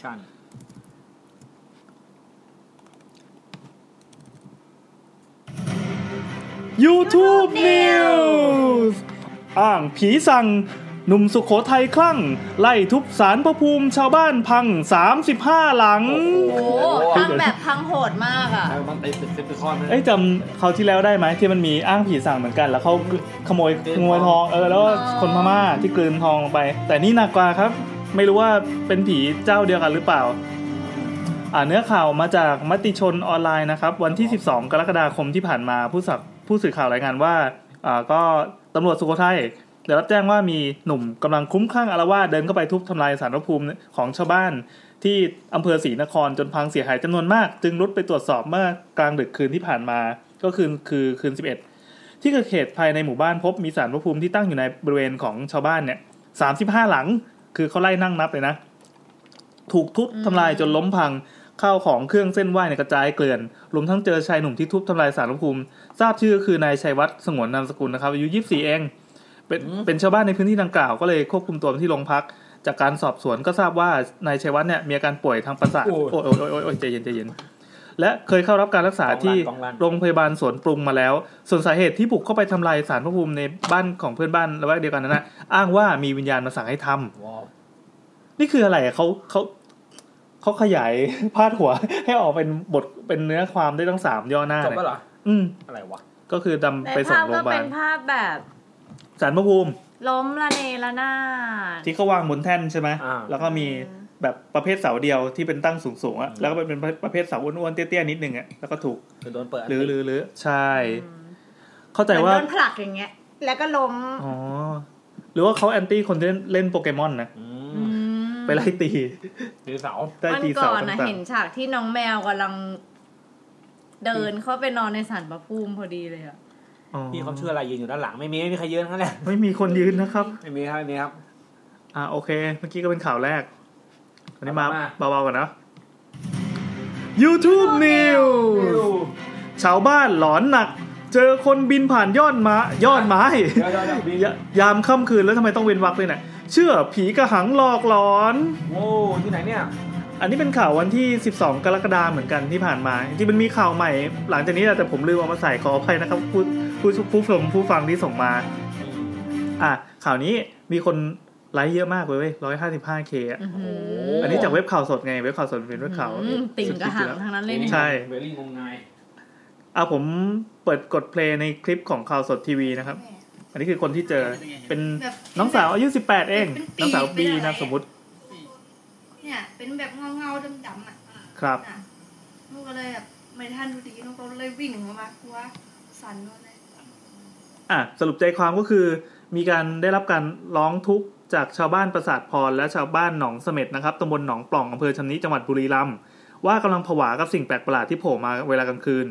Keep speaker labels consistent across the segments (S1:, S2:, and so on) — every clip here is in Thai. S1: ชั่น
S2: YouTube News อ้างผีสั่ง หนุ่มสุขโขทัยคลั่ง ไล่ทุบสารพระภูมิชาวบ้านพัง 35 หลัง
S3: โอ้โหพังแบบพังโหดมากอ่ะ
S1: แล้วมันติดติดติดคอนเลย
S2: เอ้ยจำเขาวที่แล้วได้ไหมที่มันมีอ้างผีสั่งเหมือนกัน แล้วเขาขโมยขโมยทองเออแล้วก็คนพม่าที่กลืนทองลงไป แต่นี่หนักกว่าครับ ไม่รู้ว่าเป็นผีเจ้าเดียวกันหรือเปล่า อ่าเนื้อข่าวมาจากมติชนออนไลน์นะครับ วันที่ 12 กรกฎาคมที่ผ่านมาผู้สักผู้สื่อข่าวรายงานว่าอ่าก็ตำรวจสุโขทัยได้รับแจ้งว่ามีหนุ่มกำลังคลุ้มคลั่งอารวาสเดินเข้าไปทุบทำลายสารพระภูมิของชาวบ้าน ที่อำเภอศรีนครจนพังเสียหายจำนวนมาก จึงรุดไปตรวจสอบเมื่อกลางดึกคืนที่ผ่านมา ก็คือคือคืน 11 ที่เกิดเหตุภายในหมู่บ้านพบมีสารพระภูมิที่ตั้งอยู่ในบริเวณของชาวบ้านเนี่ย35 หลัง คือเขาไล่นั่งนับเลยนะ ถูกทุบทำลายจนล้มพังข้าวของเครื่องเส้นไหว้เนี่ยกระจายเกลื่อนรวมทั้งเจอชายหนุ่มที่ทุบทำลายสารพระภูมิ ทราบชื่อก็คือนายชัยวัฒน์สงวนนามสกุลนะครับอายุ24เองเป็นเป็นชาวบ้านในพื้นที่ดังกล่าวก็เลยควบคุมตัวไปที่โรงพัก จากการสอบสวนก็ทราบว่านายชัยวัฒน์เนี่ยมีอาการป่วยทางประสาท โอ้ยโอ้ยโอ้ยโอ้ยโอ้ยใจเย็นใจเย็น และเคยเข้ารับการรักษาที่โรงพยาบาลสวนปรุงมาแล้ว ส่วนสาเหตุที่บุกเข้าไปทำลายสารพระภูมิในบ้านของเพื่อนบ้านระแวกเดียวกันนั้นนะอ้างว่ามีวิญญาณมาสั่งให้ทำ
S1: ว้าว
S2: นี่คืออะไรอะเขาเขาเขาขยาย พาดหัว ให้ออกเป็นบทเป็นเนื้อความได้ตั้งสามย่อหน้า
S1: จบ
S2: เลย
S1: แล้วเหรอ
S2: อืม
S1: อะไรวะ
S2: ก็คือดำ
S3: ใน
S2: ไปส่
S3: ภาง พ
S2: โร
S3: ก็
S2: งพยาบา
S3: เป็
S2: ล
S3: นภาพแบบ
S2: สารพระภูมิ
S3: ล้มละเนระนาด
S2: ที่เขาวางบนแท่นใช่ไหม
S1: อ่า
S2: แล้วก็มีแบบประเภทเสาเดียวที่เป็นตั้งสูงๆอะแล้วก็เป็นประเภทเสาอ้วนๆเตี้ยๆนิดนึงอะแล้วก็ถูก
S1: คือโดนเปิด
S2: หรือหรือหรือใช่ เข้า
S3: เหมื
S2: ใจ
S3: อน
S2: ว่า
S3: โดนผลักอย่างเงี้ย แล้วก็ล้ม
S2: อ๋อหรือว่าเขาแอนตี้คนที่เล่นเล่นโปเกมอนนะ
S1: อื
S3: อื
S1: ม
S3: ม
S2: ไปไล่ตี
S1: หรือเสา
S2: ได้
S3: วัน
S2: ตีเสา
S3: ก่อนนะ
S2: ต่าง
S3: เห็นฉากที่น้องแมวกำลัง เดินเข้าไปนอนในสารประภูมิพอดีเลยอ่ะ
S2: ๆอ๋อ
S1: พี่เขาเชื่ออะไรยืนอยู่ด้านหลังไม่มีไม่มีใครยืนนั่นแหละ
S2: ไม่มีคนยืนนะครับ
S1: ไม่มีครับไม่มีครับ
S2: อ่าโอเค เมื่อกี้ก็เป็นข่าวแรกอันนี้มา
S1: มา
S2: เบาๆกันนะ YouTube News ชาวบ้านหลอนหนัก เจอคนบินผ่านยอดไม้ยอด ไม้
S1: เดี๋ยวเดี๋ยวเดี๋ยวมี
S2: ยะยามค่ำคืนแล้วทำไมต้องเว้นวรรคด้วยเนี่ยเชื่อผีกระหังหลอกหลอน
S1: โอ้ที่ไหนเนี่ย
S2: อันนี้เป็นข่าววันที่ 12 กรกฎาคมเหมือนกันที่ผ่านมาจริงๆมันมีข่าวใหม่ หลังจากนี้แหละแต่ผมลืมเอามาใส่ขออภัยนะครับผู้ผู้ผู้ชมผู้ฟังที่ส่งมา อ่ะข่าวนี้มีคนไลค์เยอะมากเลยเว้ย155 k อะ
S3: อื้อหื
S2: อันนี้จากเว็บข่าวสดไงเว็บข่าวสดเป็นเว็บข่าว
S3: อืมติ่งกระหังทั้งนั้นเลยเนี่ย
S2: ใช่
S1: เวลี่งงงาย
S2: อ่ะผมเปิดกดเพลย์ในคลิปของข่าวสดทีวีนะครับ อันนี้คือคนที่เจอเป็น
S4: แบบ
S2: น้องสาวอายุ18 เอง
S4: เป็นปี
S2: น้องสาว
S4: เป็น
S2: บี
S4: อะไร
S2: นามสมมติ
S4: เนี่ยเป็นแบบเงาเงาดำดำๆอ่ะ
S2: ครับ
S4: น่ะลูกก็เลยแบบไม่ทันดูดีลูกก็เลยวิ่งออกมากลัวสั่นเลย
S2: อ่ะสรุปใจความก็คือมีการได้รับการร้องทุกข์จากชาวบ้านประสาทพร และชาวบ้านหนองเสม็ดนะครับตำบลหนองปล่องอำเภอชำนิจังหวัดบุรีรัมย์ว่ากำลังผวากับสิ่งแปลกประหลาดที่โผล่มาเวลากลางคืน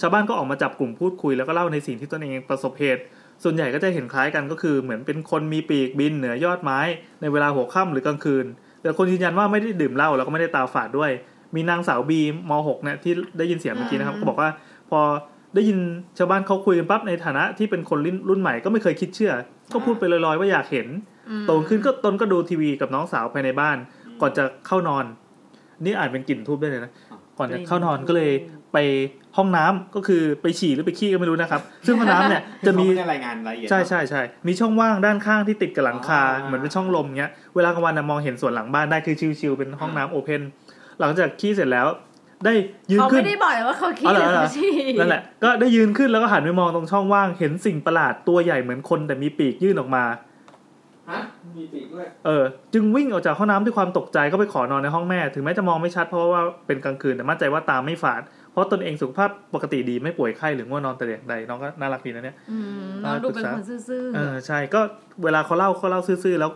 S2: ชาวบ้านก็ออกมาจับกลุ่มพูดคุยแล้วก็เล่าในสิ่งที่ตนเองประสบเหตุ ส่วนใหญ่ก็จะเห็นคล้ายกันก็คือเหมือนเป็นคนมีปีกบินเหนือยอดไม้ ในเวลาหัวค่ำหรือกลางคืน แต่คนยืนยันว่าไม่ได้ดื่มเหล้าแล้วก็ไม่ได้ตาฝาดด้วย มีนางสาวบีม .6 เนี่ยที่ได้ยินเสียงเมื่อกี้นะครับ ก็บอกว่า พอได้ยินชาวบ้านเขาคุยกันปั๊บในฐานะที่เป็นคนรุ่นใหม่ก็ไม่เคยคิดเชื่อ ก็พูดไปลอยๆว่าอยากเห็น
S3: อืม
S2: โตขึ้นก็ตนก็ดูทีวีกับน้องสาวภายในบ้าน ก่อนจะเข้านอน นี่อาจเป็นกลิ่นทูบได้เลยนะ ก่อนจะเข้านอนก็เลยไปห้องน้ำก็คือไปฉี่หรือไปขี้ก็ไม่รู้นะครับ ซึ่งห้องน้ำเนี่ยจะมี
S1: รายงานรายละเอียด
S2: ใช่ใช่ใช่มีช่องว่างด้านข้างที่ติดกับหลังคา
S1: อ๋อ
S2: เหมือนเป็นช่องลมเงี้ย เวลากลางวันน่ะมองเห็นส่วนหลังบ้านได้คือชิวๆเป็นห้องน้ำโอเพนหลังจากขี้เสร็จแล้ว ได้ยืน
S3: เขา
S2: ขึ้
S3: ไม่
S2: น
S3: ได้บอกเลยว่าเขาคิด
S2: อ๋อเหร
S3: หรือ อ
S2: เหรอ
S3: เขาชี้
S2: นั่นแหละ ก็ได้ยืนขึ้นแล้วก็หันไปมองตรงช่องว่างเห็นสิ่งประหลาดตัวใหญ่เหมือนคนแต่มีปีกยื่นออกมา
S1: ฮะมีปีกด้วย
S2: เออจึงวิ่งออกจากห้องน้ำด้วยความตกใจก็ไปขอนอนในห้องแม่ ถึงแม้จะมองไม่ชัดเพราะว่าเป็นกลางคืนแต่มั่นใจว่าตาไม่ฝาด เพราะตนเองสุขภาพปกติดีไม่ป่วยไข้หรือง่วงนอนแต่อย่างใดน้องก็น่ารักดีนะเนี่ย
S3: อืมน้องดูเป็นคนซื่อ
S2: เออใช่ก็เวลาเขาเล่าเขาเล่าซื่อๆแล้ว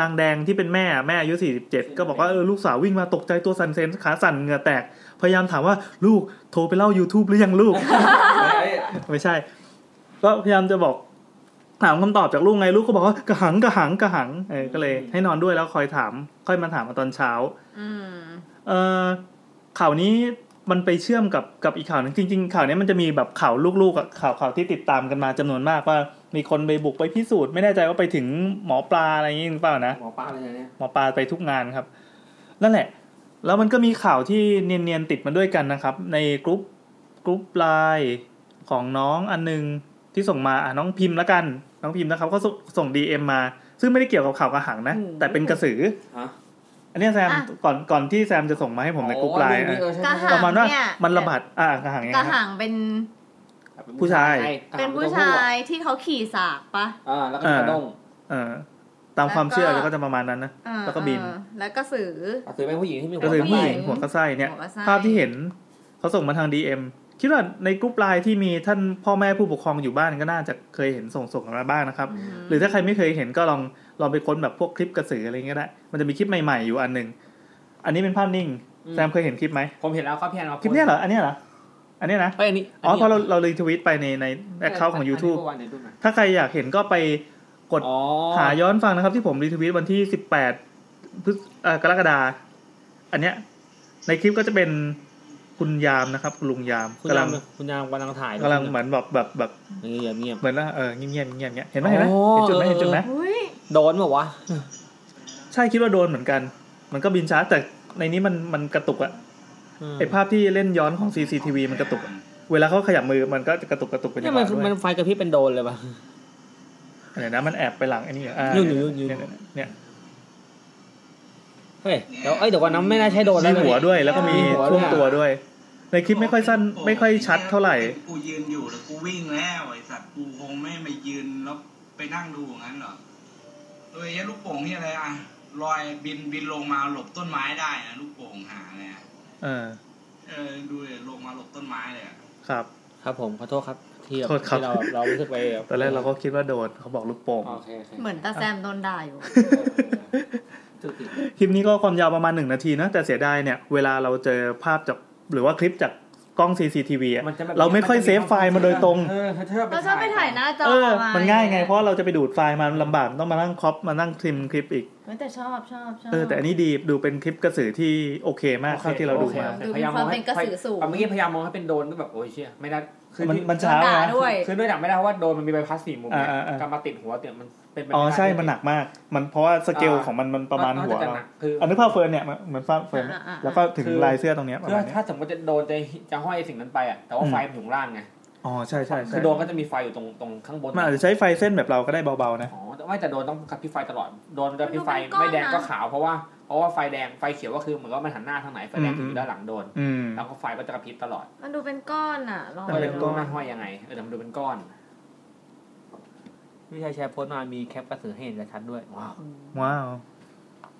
S2: นางแดงที่เป็นแม่แม่อายุ47 ก็บอกว่าเออลูกสาววิ่งมาตกใจตัวสั่นเซนขาสั่นเหงื่อแตก พยายามถามว่าลูกโทรไปเล่า YouTube หรือยังลูก ไม่ใช่ ก็พยายามจะบอกถามคำตอบจากลูกไงลูกก็บอกว่ากระหังกระหังกระหังเออก็เลย ให้นอนด้วยแล้วคอยถาม ค่อยมาถามมาตอนเช้า
S3: ๆอืม
S2: เอ่อข่าวนี้มันไปเชื่อมกับกับอีกข่าวหนึงจริง ๆ ข่าวนี้มันจะมีแบบข่าวลูกๆอะข่าวข่าวที่ติดตามกันมาจำนวนมากว่า มีคนไปบุกไปพิสูจน์ไม่แน่ใจว่าไปถึงหมอปลาอะไรอย่างนี้หรือเปล่านะ
S1: หมอป้าอะไรเนี่ย
S2: หมอปลาไปทุกงานครับ นั่นแหละ แล้วมันก็มีข่าวที่เนียนๆติดมาด้วยกันนะครับ ในกรุ๊ปกรุ๊ปไลน์ของน้องอันหนึงที่ส่งมาอ่ะน้องพิมพ์ละกัน น้องพิมพ์นะครับเขาส่งส่งดีเอ็มมา ซึ่งไม่ได้เกี่ยวกับข่าวกระหังนะ
S3: อืม
S2: แต่เป็นกระสือ
S1: ฮะ
S2: อันเนี้ยแซม
S3: อ่ะ
S2: ก่อนก่อนที่แซมจะส่งมาให้ผมในกรุ๊ปไลน์
S1: อ๋อ
S2: อ่ะ
S1: เออใช่
S3: กระ
S1: ใช่
S2: ป
S3: หัง
S2: ระมาณว่า
S3: เนี่ย
S2: มันระบาดอ่ะกระหังยัง
S3: ก
S2: ไง
S3: ระ
S2: ฮะ
S3: หังเป็น
S1: เป็น
S2: ผู้ชาย
S3: เป็นผู้ชายที่เขาขี่สากปะ
S1: อ่าแล้วก็กระด้ง
S2: เออตามความเชื่อแล้วก็จะประมาณนั้นนะ
S3: อ่า
S2: แล้วก็บิน
S3: อ่าแล้วก็สือ
S1: ก็คือเป็นผู้หญิงที่มีหัว
S2: ก็คือ
S3: ผู้
S2: ผู้
S3: ห
S2: ห
S3: ญิ
S2: ญิ
S3: ง
S2: งหัวกระไส้เนี่ย
S3: หัวกระไส้
S2: ภาพที่เห็นเขาส่งมาทาง DM คิดว่าในกลุ่มไลน์ที่มีท่านพ่อแม่ผู้ปกครองอยู่บ้านก็น่าจะเคยเห็นส่งส่งกันมาบ้างนะครับ หรือถ้าใครไม่เคยเห็นก็ลองลองไปค้นแบบพวกคลิปกระสืออะไรเงี้ยก็ได้ มันจะมีคลิปใหม่ๆอยู่อันหนึ่งอันนี้เป็นภาพนิ่งแซมเคยเห็นคลิปไหม
S1: ผมเห็นแล้วครับพี่แอนเอา
S2: คลิปเนี้ยเหรออันเนี้ยเหรออันเนี้ยนะ
S1: เฮ้ยอันนี้
S2: อ๋อเพราะเราเรารีทวิตไปในในแอคเคาท์ของ YouTube
S1: นนี้ดูหน่อย
S2: ถ้าใครอยากเห็นก็ไปกด
S1: อ๋อ
S2: หาย้อนฟังนะครับ ที่ผมรีทวิตวันที่สิบแปดพฤษเอ่อกรกฎาอันเนี้ย ในคลิปก็จะเป็นคุณยามนะครับ คุณลุงยาม
S1: คุณ
S2: กำ
S1: ยา
S2: ลั
S1: ม
S2: ง
S1: คุณยามกำลังถ่าย
S2: กำลังเหมือนแบบแบบแบบ
S1: เงียบเงียบ
S2: เหมือนว่าเออเงียบเงียบเงียบเงี้ยเห็นไหมเห็นไหม
S1: อ๋อ
S2: เห็นจุดไหมเห็นจุดไหม
S3: อุ้ย
S1: โดนเปล่าวะ
S2: ใช่คิดว่าโดนเหมือนกัน มันก็บินช้าแต่ในนี้มันมันกระตุกอะไอภาพที่เล่นย้อนของ CCTV มันกระตุกอะเวลาเขาขยับมือมันก็จะกระตุกกระตุกไปใน
S1: เนี่ย
S2: บ้า
S1: มัน
S2: นด้วย
S1: มันไฟกระพริบเป็นโดนเลยปะ
S2: เดี๋ยวนะมันแอบไปหลังไอ้นี่เหรออ่า
S1: อยู่อยู่อยู่อยู่
S2: เนี่ยเนี่ยเนี่ย
S1: เฮ้ยเดี๋ยวเอ้ยเดี๋ยวก่อนนะไม่น่าใช่โดน
S2: มี
S1: แล้วนะ
S2: หัวด้วยแล้วก็มี
S1: มีหัวด้วย
S2: ช่วงตัวด้วย ในคลิปไม่ค่อยสั้นไม่ค่อยชัดเท่าไหร่
S5: กูยืนอยู่แล้วกูวิ่งแล้วไอ้สัตว์กูคงไม่มายืนแล้วไปนั่งดูอย่างนั้นหรอกเอ้ยลูกโป่งนี่อะไรอะลอยบินบินลงมาหลบต้นไม้ได้นะลูกโป่งหาเนี่ย
S2: เออ
S5: เออดูเลยลงมาหลบต้นไม้เลยอะ
S2: ครับ
S1: ครับผมขอโทษครับที่แบบ
S2: โทษครับ
S1: ที่เราเรารู้สึกไปบบ
S2: ตอนแรกเราก็คิดว่าโดนเขาบอกลูกโป่ง
S1: โอเคโอเค
S3: เหมือนตาแซมโดนด่าอยู่
S1: จุดติด
S2: คลิปนี้ก็ความยาวประมาณหนึ่งนาทีนะแต่เสียดายเนี่ย เวลาเราเจอภาพจากหรือว่าคลิปจากกล้อง CCTV อ่ะ
S1: นจะแบบ
S2: เราไม่ค่อยเซฟไฟล์มาโดยตรง
S1: เออถ้
S3: เราชอบไปถ่ายหน้าจอ
S2: เออ
S3: ว้
S2: มันง่ายไง เพราะเราจะไปดูดไฟล์มามันลำบากต้องมานั่งครอปมานั่งทริมคลิปอีก
S3: เออแต่ชอบชอบชอบ
S2: เออ แต่อันนี้ดีดูเป็นคลิปกระสือที่โอเคมากเท่าที่เราดูมา
S3: ดูมีความเป็นกระสือสูง
S1: เมื่อกี้พยายามมองให้เป็นโดนก็แบบโอ้ยเชี่ยไม่ได้คื
S2: มันมัน
S3: โด
S2: ช้าน
S3: ด่า
S2: นะ
S3: ด้วย
S1: คือด้วยหนักไม่ได้เพราะว่าโดนมันมีใบพัดสี่มุมเนี่ย
S2: อ่าอ่าอ่า
S1: กลับมาติดหัวเตี่ยมันเป็นไปไได้
S2: อ๋อใช่มันหนักมาก มันเพราะว่าสเกลของมันมันประมาณหัว
S1: จะ
S2: เรา
S1: หนักคือ
S2: อันนึกภาพเฟิร์นเนี่ยมันเหมือนภาพเฟิร์น
S3: อ่าอ่าอ่า
S2: แล้วก็ถึง
S1: คือ
S2: ลายเสื้อตรงเนี้ยประ
S1: คือ
S2: มาณเนี้ย
S1: ถ้าสมมติจะโดนจะจะห้อยสิ่งนั้นไปอ่ะแต่ว่าไฟมันอยู่ข้างล่างไง
S2: อ๋อใช่ใช่
S1: คื
S2: ใช่
S1: อโดนก็จะมีไฟอยู่ตรงตรงข้างบน
S2: มันอาจจะใช้ไฟเส้นแบบเราก็ได้เบาๆนะ
S1: อ๋อแต่ไม่แต่โดนต้องกระพริบไฟตลอดโดนจะพริบไฟ
S3: มัน
S1: ไม่
S3: ดูเป็นก้อน
S1: แดง
S3: นะ
S1: ก็ขาวเพราะว่าเพราะว่าไฟแดงไฟเขียวก็คือเหมือนว่ามันหันหน้าทางไหนไฟแดง
S2: อืม
S1: อยู่ด้านหลังโดน
S2: อืม
S1: แล้วก็ไฟก็จะกระพริบตลอด
S3: มันดูเป็นก้อนอ่ะลอง
S2: มั
S1: ก็
S2: น
S1: เลย
S2: เป็น
S1: ไม่
S2: ก้
S1: รู้
S2: อน
S1: มันห้อยยังไงเออแต่มันดูเป็นก้อนพี่ชายแชร์โพสต์มามีแคปกระสือให้เห็นชัดด้วยว้าว
S2: ว้าว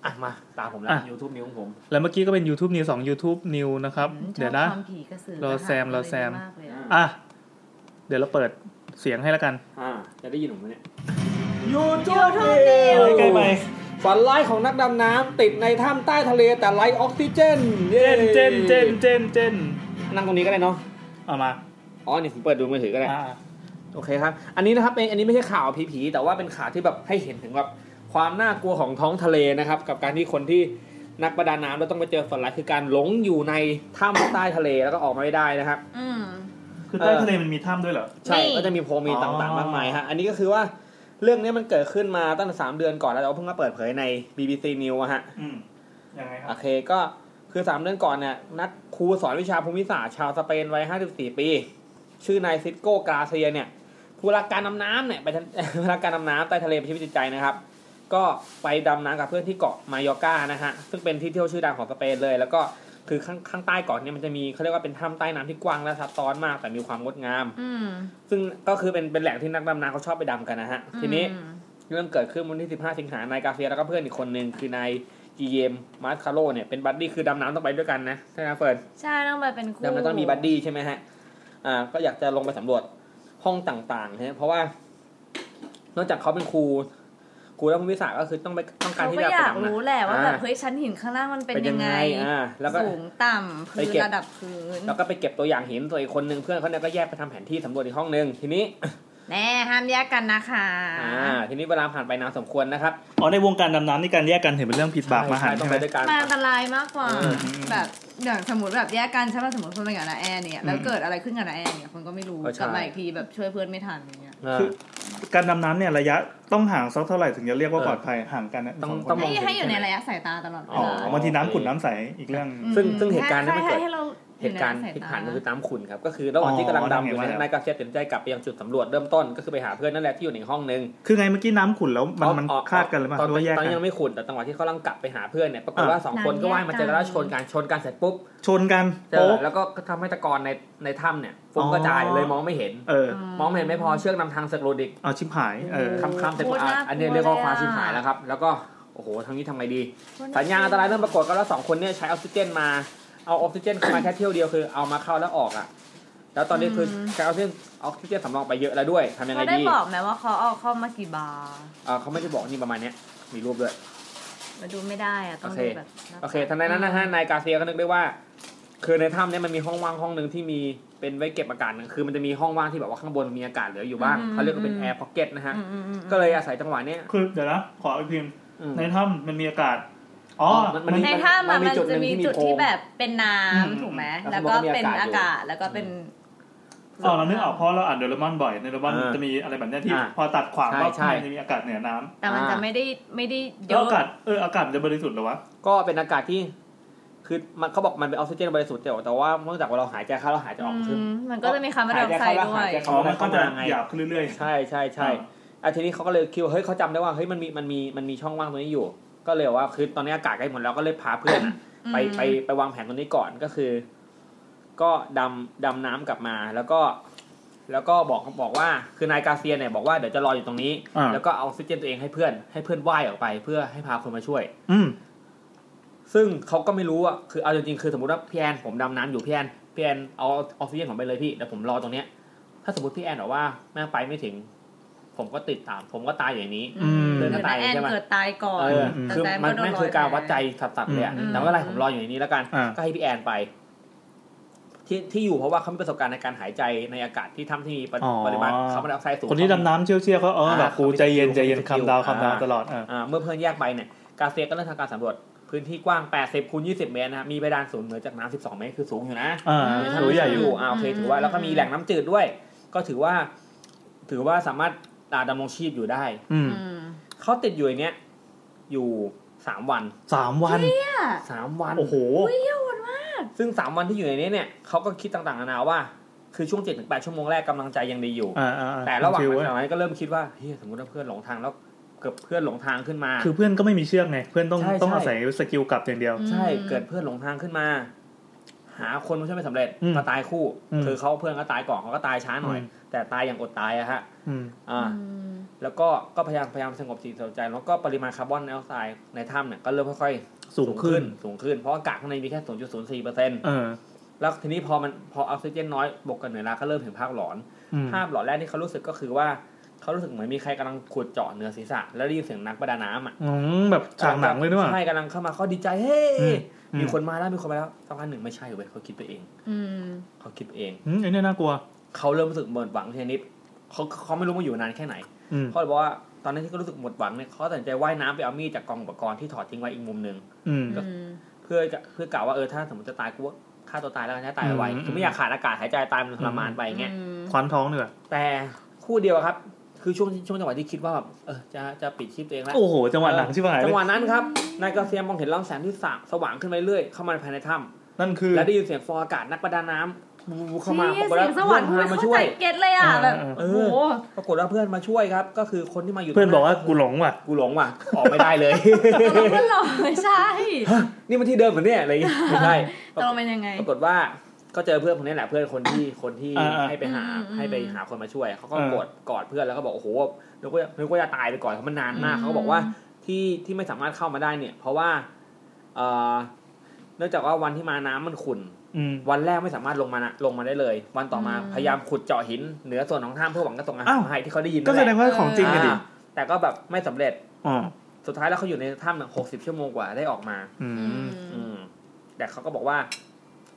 S1: อ่ะมาตามผมละ
S2: อ่ะ
S1: ยูทูบนิ้วของผม
S2: แล้วเมื่อกี้ก็เป็น YouTube News 2 YouTube New นะครับ
S3: อืมชอบ
S2: เดี๋ยวนะ
S3: ความผีกระสือ
S2: รอแซมรอแซม
S3: มากเลยอะ
S2: อ่ะ เดี๋ยวเราเปิดเสียงให้แล้วกัน
S1: อ่าจะได้ยินผมไหมเนี่ย
S3: YouTube News
S2: ใกล้ไหม
S1: ฝันร้ายของนักดำน้ำติดในถ้ำใต้ทะเลแต่ไร้ออกซิเจน
S2: เจนเจนเจนเจนเจน
S1: นั่งตรงนี้ก็ได้เนาะ
S2: เอามา
S1: อ๋อนี่ผมเปิดดูมือถือก็ได้
S2: อ่ะ
S1: โอเคครับ อันนี้นะครับเป็นอันนี้ไม่ใช่ข่าวผีๆแต่ว่าเป็นข่าวที่แบบให้เห็นถึงแบบความน่ากลัวของท้องทะเลนะครับ กับการที่คนที่นักประดาน้ำเราต้องไปเจอฝันร้ายคือการหลงอยู่ในถ้ำใต้ทะเลแล้วก็ออกมาไม่ได้นะครับ
S3: อืม
S2: คือใต้ทะเลมันมีถ้ำด้วยเหรอ
S1: ใช่
S3: นี่
S1: ก็จะมีโพลมีต่าง
S2: อ๋อ
S1: ๆ มากมายฮะ อันนี้ก็คือว่าเรื่องนี้มันเกิดขึ้นมาตั้งแต่สามเดือนก่อนแล้วแต่ว่าเพิ่งมาเปิดเผยใน BBC News อะฮะ
S2: อืมยังไงค
S1: โอ
S2: รับ
S1: เคก็คือสามเดือนก่อนเนี่ยนักครูสอนวิชาภูมิศาสตร์ชาวสเปนวัย 54 ปี ชื่อนายซิสโกกราเซียเนี่ยผู้รักการดำน้ำเนี่ยไปทะ ผู้รักการดำน้ำใต้ทะเลเป็นชีวิตจิตใจนะครับ ก็ไปดำน้ำกับเพื่อนที่เกาะมายอร์กานะฮะ ซึ่งเป็นที่เที่ยวชื่อดังของสเปนเลย แล้วก็คือข้างข้างใต้เกาะเนี่ยมันจะมีเขาเรียกว่าเป็นถ้ำใต้น้ำที่กว้างและซับซ้อนมากแต่มีความงดงาม
S3: อืม
S1: ซึ่งก็คือเป็นเป็นแหล่งที่นักดำน้ำเขาชอบไปดำกันนะฮะทีนี้
S3: อืม
S1: เรื่องเกิดขึ้นวันที่ 15 สิงหานายกาเซียแล้วก็เพื่อนอีกคนหนึ่งคือนายกีเยมมาร์คคาโลเนี่ยเป็นบัดดี้คือดำน้ำต้องไปด้วยกันนะใช่ไหมเฟิร์น
S3: ใช่ต้องไปเป็นคู่
S1: ดำน้ำต้องมีบัดดี้ใช่ไหมฮะอ่าก็อยากจะลงไปสำรวจห้องต่างๆนะฮะเพราะว่านอกจากเขาเป็นครูครูและภูมิศาสตร์ก็คือต้องไปต้องการ
S3: เขา
S1: ที่จะ
S3: ก็อ
S1: ไป
S3: ยาก
S1: ดำน้
S3: รู้แหละว่า
S1: อ่
S3: แบบเฮ้ยชั้นหินข้างล่างมันเป็นยังไง
S1: อ่าแล้วก็
S3: สูงต่ำ
S1: ไป
S3: พื้น
S1: เก็บ
S3: ระดับพื้น
S1: แล้วก็ไปเก็บตัวอย่างหินตัวอีกคนหนึ่งเพื่อนเขาเนี่ยก็แยกไปทำแผนที่สำรวจอีกห้องหนึ่งทีนี้
S3: แน่ห้ามแยกกันนะคะ
S1: อ่า ทีนี้เวลาผ่านไปนานสมควรนะครับ
S2: อ๋อในวงการดำน้ำนี่การแยกกันถือเป็นเรื่องผิดบาปมหันต์
S1: ต้อง
S2: ใช่ไห
S1: ไป
S2: ม
S1: ด้วยกัน
S3: มันอันตรายมากกว่า
S1: เออ
S3: แบบอย่างสมมติแบบแยกกันใช่ป่ะสมมติเพื่อนไปกับนาแอนเนี่ยแล้ว
S2: อืม
S3: เกิดอะไรขึ้นกับนาแอนเนี่ยคนก็ไม่รู้กลับมาอีกทีแบบช่วยเพื่อนไม่ทันอย่างเงี้ย
S1: อ่า
S2: คือ การดำน้ำเนี่ยระยะต้องห่างสักเท่าไหร่ถึงจะเรียกว่าปลอดภัยห่างกันนะ
S1: ต้อง
S2: สคน
S1: ต้อง
S3: ให้ให้อยู่ในระยะสายตาตลอดเว
S2: อ๋อ
S3: ลา
S2: บางทีน้ำขุ่นน้ำใสอีกเรื่อง
S3: อืม
S1: ซึ่งซึ่งเหตุการณ์นั้นไม่เกิด
S3: ให้เรา
S1: เหตุการณ์
S3: อยู่ใน
S1: ที่ผ่าน
S3: สยต
S1: ก็คือน้ำขุ่นครับก็คือระหว่างที่กำลังดำอยู่เนยนายกาเซียตัดสินใจกลับไปยังจุดสำรวจเริ่มต้นก็คือไปหาเพื่อนนั่นแหละที่อยู่ในห้องนึง
S2: คือไงเมื่อกี้น้ำขุ่นแล้วมันมัน
S1: อ๋อ
S2: คาดกันหรือเปล่า
S1: ตอ
S2: หรือว่าแยก
S1: ตอน
S2: กัน
S1: นี้ยังไม่ขุนแต่จังหวะที่เขากำลังกลับไปหาเพื่อนเนี่ยปรากฏว่าสองคนก็ว่ายมาเจอกันแล้วชนกันชนกันเสร็จปุ๊บ
S2: ชนกัน
S1: เจอ
S2: โป๊ะ
S1: แล้วก็ทำให้ตะกอนในในถ้ำเนี่ยฟุ้งกระจาย
S2: อ๋อ
S1: เลยมองไม่เห็น
S2: เออ
S1: มองไม่เห็นไม่พอเชือกนำทางเสกโรดิก
S2: เอาชิบหายเออ
S1: คำคำเสร็จ
S3: โค
S1: ปุ๊บ
S3: ต
S1: อ่ะ
S3: น่ลั
S1: อันนี้เรียกว่าความ
S3: ล
S1: ชิบหายแล้วครับ แล้วก็โอ้โหทางนี้ทำไงดี สัญญาณอันตรายเริ่มปรากฏก็แล้วสองคนเนี่ยใช้ออกซิเจนมาเอาออกซิเจนเข้ามาแค่เที่ยวเดียวคือเอามาเข้าแล้วออกอ่ะแล้วตอนนี้คือใช้ออกซิเจนออกซิเจนสำรองไปเยอะแล้วด้วยทำยังไง
S3: เขาได้
S1: ดี
S3: บอกไหมว่าเขาเอาเข้ามากี่บาร์
S1: เอ่อเขาไม่ได้บอกนี่ประมาณเนี้ยมีรูปด้วย
S3: มาดูไม่ได้อะต้อง
S1: โอเค
S3: ดูแบบ
S1: โอเคทันใดนั้นนะฮะ นายกาเซียก็นึกได้ว่า คือในถ้ำเนี่ยมันมีห้องว่างห้องหนึ่งที่มีเป็นไว้เก็บอากาศหนึ่งคือมันจะมีห้องว่างที่แบบว่าข้างบนมีอากาศเหลืออยู่บ้างเขาเรียกว่าเป็นแอร์พ็อกเก็ตนะฮะ
S3: อืมอืมอืม
S1: ก็เลยอาศัยจังหวะเนี้ย
S2: คือเดี๋ยวนะขออีกพิมพ์
S1: อืม
S2: ในถ้ำมันมีอากาศ อ๋อ
S1: มัน
S2: มัน
S1: มี
S3: ในถ้ำอะ
S1: มัน
S3: มั
S1: มี
S3: น
S1: จุดหนึ่
S3: จะ
S1: ง
S3: มี
S1: ที่มี
S3: จุด
S1: โพรง
S3: ที่แบบเป็นน้
S2: อืม
S3: ำถูกไหม
S1: แล้
S3: แล้ว ว
S1: ข้างบนก็
S3: ก็
S1: มี
S3: เป็นอา
S1: อาาก
S3: กา
S1: ศ
S3: ศ
S1: อยู่
S3: แล้วก็เป็น
S2: อ๋อเรานึกออกเพราะเราอ่านโดเรมอนบ่อยในโดเรมอน
S1: อ่า
S2: จะมีอะไรแบบเนี้ยที่
S1: อ่า
S2: พอตัดขวางว่า
S1: ใช่ใช่
S2: มันจะมีอากาศเหนือน้ำ
S3: แต่มันจะไม่ได้ไม่ได้เย
S2: แล้ว
S3: อะ
S2: อากาศเอออากาศมันจะบริสุทธิ์เหรอวะ
S1: ก็เป็นอากาศที่ คือมันเขาบอกมันเป็นออกซิเจนบริสุทธิ์แต่ว่าแต่ว่าเนื่องจากว่าเราหายใจเข้าเราหายใจออก
S3: อื
S1: คือ
S3: มมันก็จะมีคาร์บอนไดออกไซด์ด้ว
S1: หาย
S3: ย
S1: ใจเข้า
S2: อ๋อมันก็จะหยาบขึ้นเรื่อยๆ
S1: ใช่ใช่ใช่อ่ะทีนี้เขาก็เลยคิดว่าเฮ้ยเขาจำได้ว่าเฮ้ยมันมีมันมีมันมีช่องว่างตรงนี้อยู่ ก็เลยว่าคือตอนนี้อากาศใกล้หมดแล้วก็เลยพาเพื่อนอะ ไปไปไปวางแผนตรงนี้ก่อนก็คือ ก็ดำดำน้ำกลับมาแล้วก็ แล้วก็บอกบอกว่าคือนายกาเซียเนี่ยบอกว่าเดี๋ยวจะรออยู่ตรงนี้
S2: อ่า
S1: แล้วก็เอาออกซิเจนตัวเองให้เพื่อน ให้เพื่อนว่ายออกไปเพื่อให้พาคนมาช่วย
S2: อืม
S1: ซึ่งเขาก็ไม่รู้อ่ะคือเอาจริงๆคือสมมติว่าพี่แอนผมดำน้ำอยู่พี่แอนพี่แอนเอาออกซิเจนผมไปเลยพี่เดี๋ยวผมรอตรงเนี้ย ถ้าสมมติพี่แอนบอกว่าแม่ไปไม่ถึง ผมก็ติดตาม ผมก็ตายอย่างนี้
S2: อืม
S3: เดินตาย
S1: เดินตายใช่
S3: ใช่
S1: ไห
S3: ไห
S1: ม
S3: มเกิดตายก่อน
S1: เออ
S2: อืม
S1: คือมันไม่งคือการวัดใจสับๆเลยอะ
S2: อืม
S1: แต่ว่าอะไรผมรออยู่ในนี้แล้วกัน
S2: อ่า
S1: ก็ให้พี่แอนไป ที่ที่อยู่เพราะว่าเขามีประสบการณ์ในการหายใจในอากาศที่ถ้ำที่มีปริปริมาณคาร์บอนไดออกไซด์สูง
S2: คนที่ดำน้ำเชี่ยวเชี่ยวๆก็เออแบบกู
S1: อ่า
S2: ใจเย็นใจเย็น
S1: เขามีสกิล
S2: คำดาวคำดาว
S1: อ่า
S2: ตลอดอ่า
S1: อ่าเมื่อเพื่อนแยกไปเนี่ย กาเซียก็เริ่มทำการสำรวจพื้นที่กว้าง 80คูณ20 เมตรนะฮะมีเพดานสูงเหนือจากน้ำ12 เมตรคือสูงอยู่นะ
S2: อ่า
S3: อืม
S2: ตัวใหญ่อยู่
S1: อ่าโอเคถือว่าแล้วก็มีแหล่งน้ำจืดด้วย ก็ถือว่า ถือว่าสามารถอ่าดำรงชีพอยู่ได้
S2: อืม
S3: อืม
S1: เขาติดอยู่อย่างเนี้ยอยู่สามวัน
S2: สามวัน
S1: สามวัน
S2: โอ้โห
S1: ซึ่งสามวันที่อยู่ในนี้เนี่ยเขาก็คิดต่างๆนานาว่า คือช่วงเจ็ดถึงแปดชั่วโมงแรกกำลังใจยังดีอยู่
S2: อ่าอ่า
S1: แต่ระหว่าง
S2: ฟิล
S1: นั้น
S2: เว้
S1: จาก
S2: ย
S1: นั้นก็เริ่มคิดว่าเฮ้ยสมมติว่าเพื่อนหลงทางแล้วเกิดเพื่อนหลงทางขึ้นมา
S2: คือเพื่อนก็ไม่มีเชือกไง เพื่อนต้อง
S1: ใช่
S2: ต้อง
S1: ใช่
S2: อาศัยสกิลกลับอย่างเดียว
S1: ใช่เกิดเพื่อนหลงทางขึ้นมา หาคนมาช่วยไม่สำเร็จ
S2: อืม
S1: ก็ตายคู่
S2: อืม
S1: คือเขาเพื่อนก็ตายก่อนเขาก็ตายช้าหน่อย
S2: อืม
S1: แต่ตายอย่างอดตายอะฮะ
S2: อืม
S1: อ่าแล้วก็ก็พยายามพยายามสงบสติสงบใจแล้วก็ปริมาณคาร์บอนไดออกไซด์ในถ้ำเนี่ยก็เริ่มค่อยๆ
S2: สูงขึ้น
S1: สูงขึ้นเพราะอากาศข้างในมีแค่0.04เปอร์เซ็นต์
S2: เออ
S1: แล้วทีนี้พอมันพอออกซิเจนน้อยบวกกับเหนื่อยล้าก็เริ่มถึงภาพหลอน
S2: อืม
S1: ภาพหลอนแรกที่เขารู้สึกก็คือว่าเขารู้สึกเหมือนมีใครกำลังขุดเจาะเหนือศีรษะ แล้วได้ยินเสียงนักประดาน้ำอ่ะ
S2: อืมแบบฉากหนังเลยด้วย
S1: ใช่กำลังเข้ามาเขาดีใจเฮ้
S2: อืมอืม
S1: มีคนมาแล้วมีคนมาแล้วสักพักหนึ่งไม่ใช่เว้ยเขาคิดไปเอง
S3: อืม
S1: เขาคิดไปเอง
S2: อืมไอ้เนี่ยน่ากลัว
S1: เขาเริ่มรู้สึกหมดหวังทีนิดเขาเขาไม่รู้มาอยู่นานแค่ไหน
S2: อืม
S1: เขาเลยบอกว่าตอนนั้นที่เขารู้สึกหมดหวังเนี่ยเขาตัดสินใจว่ายน้ำไปเอามีดจากกองอุปกรณ์ที่ถอดทิ้งไว้อีกมุมหนึ่ง
S2: อืม
S3: อืม
S1: เพื่อจะเพื่อกล่าวว่าเออถ้าสมมติจะตายกูก็ฆ่าตัวตายแล้วกันนะตายไว
S2: อืม
S1: คือไม่อยากขาดอากาศหายใจตายมันทรมานไปอย่างเงี้ย
S2: คว้านท้องเหนือย
S1: แต่คู่เดียวครับ คือช่วงช่วงจังหวะที่คิดว่าแบบเออจะจะปิดชีพตัวเองแล้ว
S2: โอ้โห จังหวะหนังชิบหายเล
S1: จั
S2: ย
S1: งหวะนั้นครับนายกาเซียมมองเห็นลำแสงที่สางสว่างขึ้นไปเรื่อยเข้ามาภายในถ้
S2: นั่นคือ
S1: ำและได้ยินเสียงฟองอากาศนักประดาน้ำบูบูเข้ามา
S3: เสีย
S1: ปรากฏ
S3: งส
S1: ว่าว
S3: ร
S1: เพื่อ
S3: ร
S1: นพา
S3: ค์ไม่
S1: มา
S3: เข้า
S1: ช่
S3: ใจ
S1: วย
S3: เก็ตเลยอ่ะ
S2: เออ
S3: แบบ
S2: เออ
S3: โอ้โห
S1: ปรากฏว่าเพื่อนมาช่วยครับ ก็คือคนที่มาอยู่
S2: เพื่อน
S1: ตรง
S2: บอกว่ากูหลงว่ะ
S1: กูหลงว่ะออกไม่ได้เลย
S3: ตกลงมันหลอกไม่ใช่
S1: นี่มันที่เดิมเหมือนเนี่ยอะไรอย่าง เงี้ยไม่ใช่
S3: ตกลงเป็นยังไง
S1: ปรากฏว่าก็เจอเพื่อนคนนี้แหละเพื่อนคนที่คนที่
S2: อ่าๆ
S1: ให้ไปหา
S3: อืม
S1: ให้ไปหาคนมาช่วยเขาก็
S2: อ่ากก
S1: อดกอดเพื่อนแล้วก็บอกโอ้โหนึกว่านึกว่าจะตายไปก่อนเขาะมันนานมากเขาก็บอกว่าที่ที่ไม่สามารถเข้ามาได้เนี่ย เพราะว่าเอ่อเนื่องจากว่าวันที่มาน้ำมันขุ่น
S2: อืม
S1: วันแรกไม่สามารถลงมานะลงมาได้เลย วันต่อมา
S3: อืม
S1: พยายามขุดเจาะหินเหนือส่วนของถ้ำเพื่อหวังจะส่งอาหาร
S2: อ้าว
S1: มาให้ที่เขาได้ยิน
S2: ก็
S1: นั่นแห
S2: แสดง
S1: ละ
S2: ว่าของจริงอะดิ
S1: อ่าแต่ก็แบบไม่สำเร็จ
S2: อ๋อ
S1: สุดท้ายแล้วเขาอยู่ในถ้ำหกสิบชั่วโมงกว่าได้ออกมา
S2: อื
S3: อื
S2: ม
S3: ม
S1: อืมแต่เขาก็บอกว่า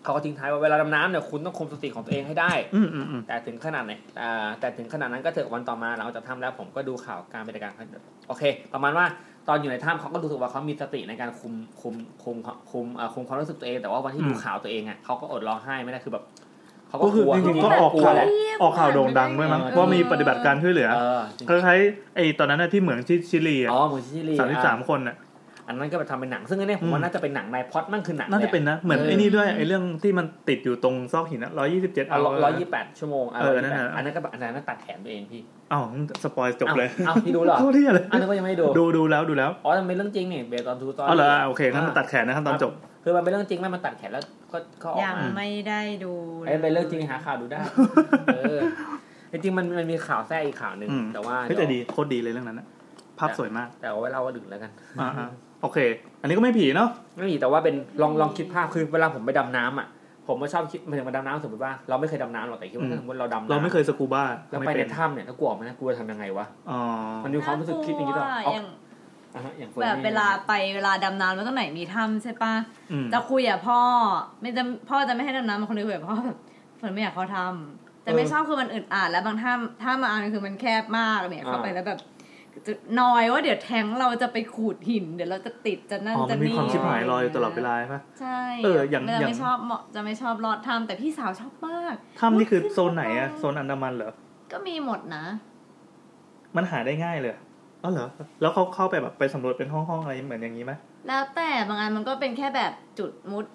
S1: เขาก็ทิ้งท้ายว่าเวลาดำน้ำเนี่ยคุณต้องคุมสติของตัวเองให้ได้
S2: อืมอืมอืม
S1: แต่ถึงขนาดไหนอ่าแต่ถึงขนาดนั้นก็เถอะวันต่อมาหลังจากทำแล้วผมก็ดูข่าวการปฏิบัติการครั้งโอเค ประมาณว่าตอนอยู่ในถ้ำเขาก็รู้สึกว่าเขามีสติในการคุมคุมคุมคุมเอ่อคุมความรู้สึกตัวเองแต่ว่าวันที่ดูข่าวตัวเองอ่ะเขาก็อดร้องไห้ไม่ได้คือแบบ เขาก็
S2: ก็คือก
S1: ลัว
S2: จริงๆก็ออก
S1: กลัว
S2: ข่าว
S1: แหละ
S2: ออกข่าวโด่งดังด้วยมั้งว่ามีปฏิบัติการช่วยเหลือ
S1: เออ
S2: คล้ายๆไอ้ตอนนั้นน่ะที่เหมืองที่ชิลีอะ
S1: อ๋อเหมือนชิลี
S2: สามสิบสามคนน่ะ
S1: อันนั้นก็ไปทำเป็นหนัง ซึ่งอันเนี้ยผมว่า
S2: อืม
S1: น่าจะเป็นหนังนายพล็อดมั่งคือหนัง
S2: น่าจะเป็นนะ เหมือนไอ้นี่ด้วย
S3: เออ
S2: ไอ้เรื่องที่มันติดอยู่ตรงซอกหินอะร้อยยี่สิบเจ็ด
S1: ร้อยยี่แปดชั่วโมงะ
S2: เออนั่นน่ะ
S1: 128อันนั้นก็แบบอันนั้นตัดแขนตัวเองพี่
S2: อ้าวสปอยจบเลย
S1: อ้าวพี่ดู เหรอ
S2: โคตรเที่ยเลย
S1: อันนั้นก็ยังไม่ได้ดู
S2: ดูดูแล้วดูแล้ว
S1: อ๋อมันเป็นเรื่องจริงนี่เบสตอนทูตอน
S2: อ๋อเหรออ่ะโอเคงั้นมันตัดแขนนะครับตอนจบ
S1: คือมันเป็นเรื่องจริงไหมมันตัดแขนแล้วก็ก็ออก
S3: ยัง
S1: มา
S3: ไม่ได้ดู
S1: ไอ้เป็นเรื่องจริงหาข่าวดู ได้ เออจริงๆมันมันมีข่าวแทรกอีกข่าวหนึ่ง
S2: อืม
S1: แต่ว่า
S2: เฮ้ยแต่ดีโคตรดีเลยเรื่องนั้นนะภาพสวยมาก
S1: แต่เอาไว้เล่าว่าดึกแล้วกัน
S2: อ่าๆโอเค อันนี้ก็ไม่ผีเนาะ
S1: ไม่มีแต่ว่าเป็นลองลองคิดภาพคือเวลาผมไปดำน้ำอ่ะผมก็ชอบคิดหมายถึงมาดำน้ำสมมติว่าเราไม่เคยดำน้ำหรอกแต่คิดว่า
S2: อืม
S1: ถ้าสมมติเราดำน้ำ
S2: เราไม่เคยสกูบ้า
S1: แล้ว
S2: ม่
S1: ไปใน
S2: เน
S1: ถ้ำเนี่ยแล้วกลัวไหมนะกลัวทำยังไงวะ
S2: อ๋อ
S1: มันมีความรู้สึกคิดอย่างนี้ตลอดอ๋อ
S3: น่ากลัวอย่าง
S1: อ่ะฮะอย่างฟิร์น
S3: แบบ
S1: นี่
S3: เวลาไปเวลาดำน้ำแล้วตรงไหนมีถ้ำใช่ปะ
S2: อืม
S3: จะคุยอะพ่อไม่จะพ่อจะไม่ให้ดำน้ำบางคนเลยคุยกับพ่อแบบฝนไม่อยากเขาทำแต่ไม่
S2: เออ
S3: ชอบคือมันอึดอัดแล้วบางท่าท่ามาอันคือมันแคบมากเนี่ยเข้าไปแล้วแบบจะนอยว่าเดี๋ยวแทงค์เราจะไปขูดหิน เดี๋ยวเราจะติดจะนั่น
S2: อ๋อ
S3: จะ
S2: มันมี
S3: นี่
S2: ความชิบหายลอยอยู่ตลอดเวลาใช่ปะ
S3: ใช่
S2: เอออย่าง
S3: จะ
S2: อย่าง
S3: ไม่ชอบเหมาะจะไม่ชอบรอดถ้ำแต่พี่สาวชอบมาก
S2: ถ้ำนี่คือโซนไหนอะโซนอันดามันเหรอ
S3: ก็มีหมดนะ
S2: มันหาได้ง่ายเลยเหรออ๋อเหรอ แล้วเขาเข้าไปแบบไปสำรวจเป็นห้องๆอะไรเหมือนอย่างนี้ไหม
S3: แล้วแต่บางอันมันก็เป็นแค่แบบจุดมุด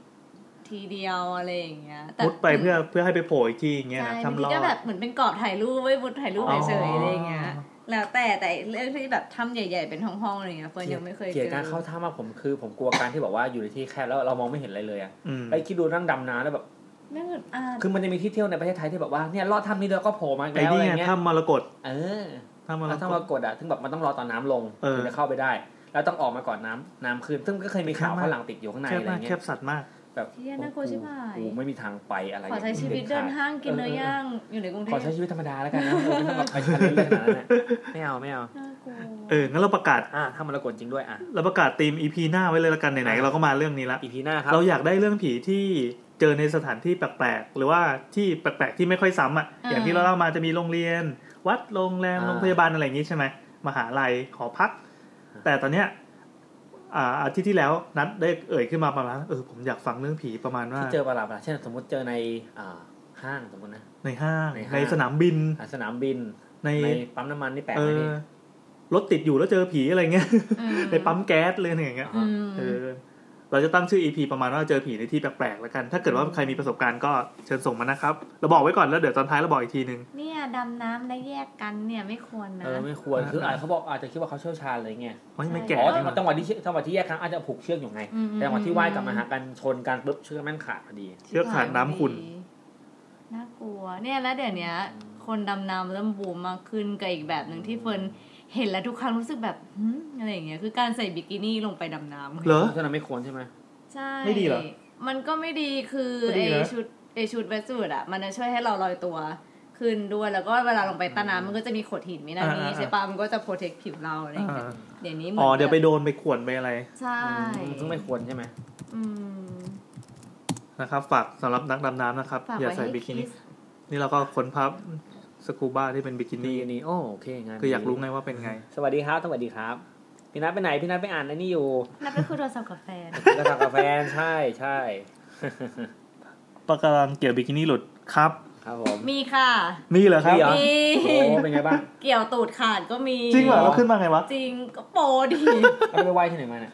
S3: ทีเดียวอะไรอย่างเงี้ยแต่
S2: มุดไปเพื่อเพื่อให้ไปโผล่อีกที่อย่างเงี้ย
S3: ใช่
S2: นะ
S3: บาง
S2: ทำ
S3: ที
S2: รอ
S3: ก็
S2: ด
S3: แบบเหมือนเป็นกรอบถ่ายรูปไว้มุดถ่ายรูปเฉยๆอะไรอย่างเงี้ย แล้วแต่แต่เรื่องที่แบบถ้ำใหญ่ ๆ เป็นห้องๆอะไรเงี้ยเฟิร์นยังไม่เคย
S1: เกลี
S3: เจ
S1: ยด
S3: อ
S1: การเข้าถ้ำอะผมคือผมกลัวการที่แบบว่าอยู่ในที่แคบแล้วเรามองไม่เห็นอะไรเลยอ่ะ
S2: อืม
S1: ไอ้คิดดูนั่งดำน้ำแล้วแบบ
S3: ไม่เหมือนอ่าน
S1: คือมันจะมีที่เที่ยวในประเทศไทยที่แบบว่าเนี่ยลอดถ้ำนี้แล้วก็โผล่มาอีก
S2: ไอ้
S1: แล้ว
S2: นี่
S1: อะไร
S2: ไง
S1: เงี้ย
S2: ถ้ำมรกต
S1: เออ
S2: ถ้ำมร
S1: แล้ว
S2: ก
S1: ถ้าม
S2: ต
S1: กดอ่ะซึ่งแบบมันต้องรอตอนน้ำลง
S2: เออ
S1: ถึงจะเข้าไปได้ แล้วต้องออกมาก่อนน้ำน้ำขึ้น ซึ่งก็เคยมีข่าว
S2: แคบมาก
S1: ฝรั่งติดอยู่ข้างใน
S2: แคบ
S1: อะไร
S2: มากแค
S1: เงี้ย
S2: บสัตว์มาก
S1: แบบ
S3: ที่น่ากลัวชิบหาย
S1: โอ้โหไม่มีทางไปอะไร
S3: ขอใช้ชีวิตเดินห้างกินเนื้อย่างอยู่ในกรุงเท
S1: ขอ
S3: พ
S1: ใช้ชีวิตธรรมดาแล้วกันนะเออไม่ต้องแบบไปทะเลเลยขนาดนั้นน่ะไม่เอาไม่เอา
S3: น่ากลัว
S2: เออ งั้นเราประกาศ
S1: อ่ะถ้ามันละกดจริงด้วยอ่ะ
S2: เราประกาศธีม EP หน้าไว้เลยละกันไหน
S1: อ่ะ
S2: ๆเราก็มาเรื่องนี้ละ
S1: อีพีหน้าครับ
S2: เราอยากได้เรื่องผีที่เจอในสถานที่แปลกๆ หรือว่าที่แปลกๆที่ไม่ค่อยซ้ำอ่ะ อย่างที่เราเล่ามาจะมีโรงเรียน วัดโรงแรมโรงพยาบาลอะไรอย่างนี้ใช่ไหมมหาลัยหอพัก แต่ตอนเนี้ยอ่าอาทิตย์ที่แล้วนัดได้เอ่ยขึ้นมาประมาณว่าเออผมอยากฟังเรื่องผีประมาณว่า
S1: ที่เจอประหลาดๆเช่นสมมติเจอในอ่าห้างสมมตินะ
S2: ในห้าง
S1: ในห้าง
S2: ในสนามบิน
S1: อ่ะสนามบิน
S2: ใน
S1: ในปั๊มน้ำมันนี่แปลก
S2: เอ
S1: ไหม
S2: อ
S1: นี่
S2: รถติดอยู่แล้วเจอผีอะไรเงี้ย
S3: อืม
S2: ในปั๊มแก๊สเลยอะไรอย่างเงี้ย
S3: อืม
S2: เออเราจะตั้งชื่อ EP ประมาณว่าเจอผีในที่แปลกๆแล้วกัน ถ้าเกิดว่าใครมีประสบการณ์ก็เชิญส่งมานะครับ เราบอกไว้ก่อนแล้วเดี๋ยวตอนท้ายเราบอกอีกทีนึง
S3: เนี่ยดำน้ำและแยกกันเนี่ยไม่ควรนะ
S1: เออไม่ควรคืออาจเขาบอกอาจจะคิดว่าเขาเชี่ยวชาญอะไรเงี้ย
S2: ไม่ไม่แก่
S1: อ๋อ
S2: นี่
S1: จังห
S2: ห
S1: วะจังห
S2: ว่า
S1: วะที่เชือกจังหวะที่แยกครั้งอาจจะผูกเชือกอยู่ไง
S3: อืม
S1: แต่จังหวะที่ว่ายกลับมาหากันชนกันปุ๊บเชือกแม่งขาดพอดี
S2: เชือกขาดน้ำขุ่น
S3: น่ากลัว เนี่ยแล้วเดี๋ยวเนี้ย คนดำน้ำเริ่มบูมมากขึ้นกับอีกแบบหนึ่งที่เฟิร์นเห็นแล้วทุกครั้งรู้สึกแบบหืมอะไรอย่างเงี้ยคือการใส่บิกินี่ลงไปดำน้ำ
S2: เหรอ
S1: ฉะนั้นไม่ควรใช่ไหม
S3: ใช่
S2: ไม่ดีเหรอ
S3: มันก็ไม่ดีคือ
S2: ก็ดี
S3: ไอ
S2: นะ
S3: ชุดไอชุดเวสสูดอะมันจะช่วยให้เราลอยตัวขึ้นด้วยแล้วก็เวลาลงไปใต้น้ำมันก็จะมีโขดหินไม่นานี้ใช่ปะมันก็จะโปรเทคผิวเราอะไรอย่างเงี้ย
S2: อ่า
S3: เดี๋ยวนี้หมืน
S2: อ๋อเดี๋ยวไปโดนไปข่วนไปอะไร
S3: ใช่
S1: ซึ่งไม่ควรใช่ไหม
S3: อืม
S2: นะครับ ฝากสำหรับนักดำน้ำนะครับ
S3: ฝาก
S2: อย่า
S3: ไว้
S2: ใส่
S3: ให้
S2: บิกิ
S3: คิ
S2: นี่
S3: ส
S2: นี่เราก็ค้นภาพสกูบ้าที่เป็นบิกิ
S1: นี่
S2: นี่
S1: นี่โอ้โอเคงาน
S2: คืออยากรู้ไงว่าเป็นไง
S1: สวัสดีครับ สวัสดีครับ พี่นัทไปไหน พี่นัทไปอ่านอันนี้อยู่
S3: นับไปคุยโทรศัพท์กับแฟน
S1: กระทำกับแฟ นใช่ใช่
S2: ประการเกี่ยวบิกินี่หลุดครับ
S1: ครับผม
S3: มีค่ะ
S2: มีเหรอครับ
S1: นี่เหรอ
S3: มี
S1: โอ้เป็นไงบ้าง
S3: เกี่ยวตูดขาดก็มี
S2: จริงเหรอเราขึ้นมาไงวะ
S3: จริงก็โปรดี
S1: แล้วไปไหว้ที่ไหนมาเนี่ย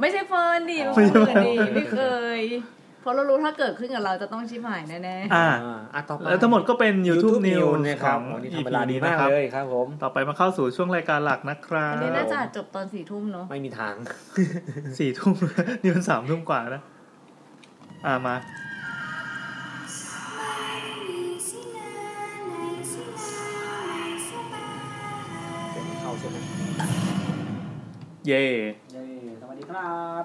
S3: ไม่ใช่เฟิร์นดิ
S1: อ๋อ
S3: ไม่เคยดิไม่เคยเพราะเรารู้ถ้าเกิดขึ้นกับเราจะต้องชิบหายแน่ๆ
S2: อ่า
S1: อ่ะต่อไป
S2: แล้วทั้งหมดก็เป็น YouTube News
S1: นะครับ
S2: ของ
S1: วันนี้
S2: EP
S1: ทำเวลาดี
S2: นะ
S1: มาก
S2: ครับ
S1: เลยครับผม
S2: ต่อไปมาเข้าสู่ช่วงรายการหลักนะครั
S3: อั
S2: บ
S3: นนี้น่าจะอัดจบตอนสี่ทุ่มเนาะ
S1: ไม่มีทาง
S2: สี่ทุ่ม นี่มันสามทุ่มกว่านะ อ่ามา
S1: เข้าใช่ไหม
S2: เย่
S1: เย้สวัสดีครับ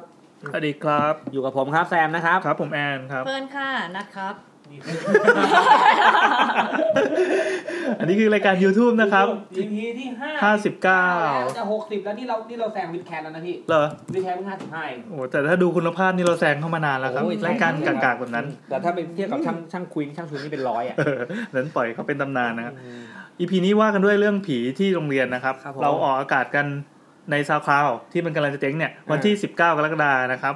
S2: สวัสดีครับ
S1: อยู่กับผมครับแซมนะครับ
S2: ครับผมแอนครับ
S3: เพิ่นค่ะนะครับ
S2: อันนี้คือรายการ YouTube นะครับ
S1: EP ที่ห้า
S2: ห้าสิบเก้า
S1: แล้วจะหกสิบแล้วนี่เรานี่เราแซงวิดแคนแล้วนะพี่
S2: เหรอ
S1: วิดแคนเพิ่งห้าสิบห้าเอง
S2: โอ้แต่ถ้าดูคุณภาพนี่เราแซงเข้ามานานแล้วครับ
S1: โอ้ย
S2: รายการกากๆแบบนั้น
S1: แต่ถ้าไปเทียบกับช่างช่างคุยช่างคุยนี่เป็นร้อยอ่ะ
S2: เออนั้นปล่อยเขาเป็นตำนานนะครับ อีพีนี้ว่ากันด้วยเรื่องผีที่โรงเรียนนะครับ
S1: ครับผม
S2: เราออกอากาศกันในซาวคลาวที่มันกำลังจะเจ๊งเนี่ยวันที่ 19 กรกฎาคมนะครับ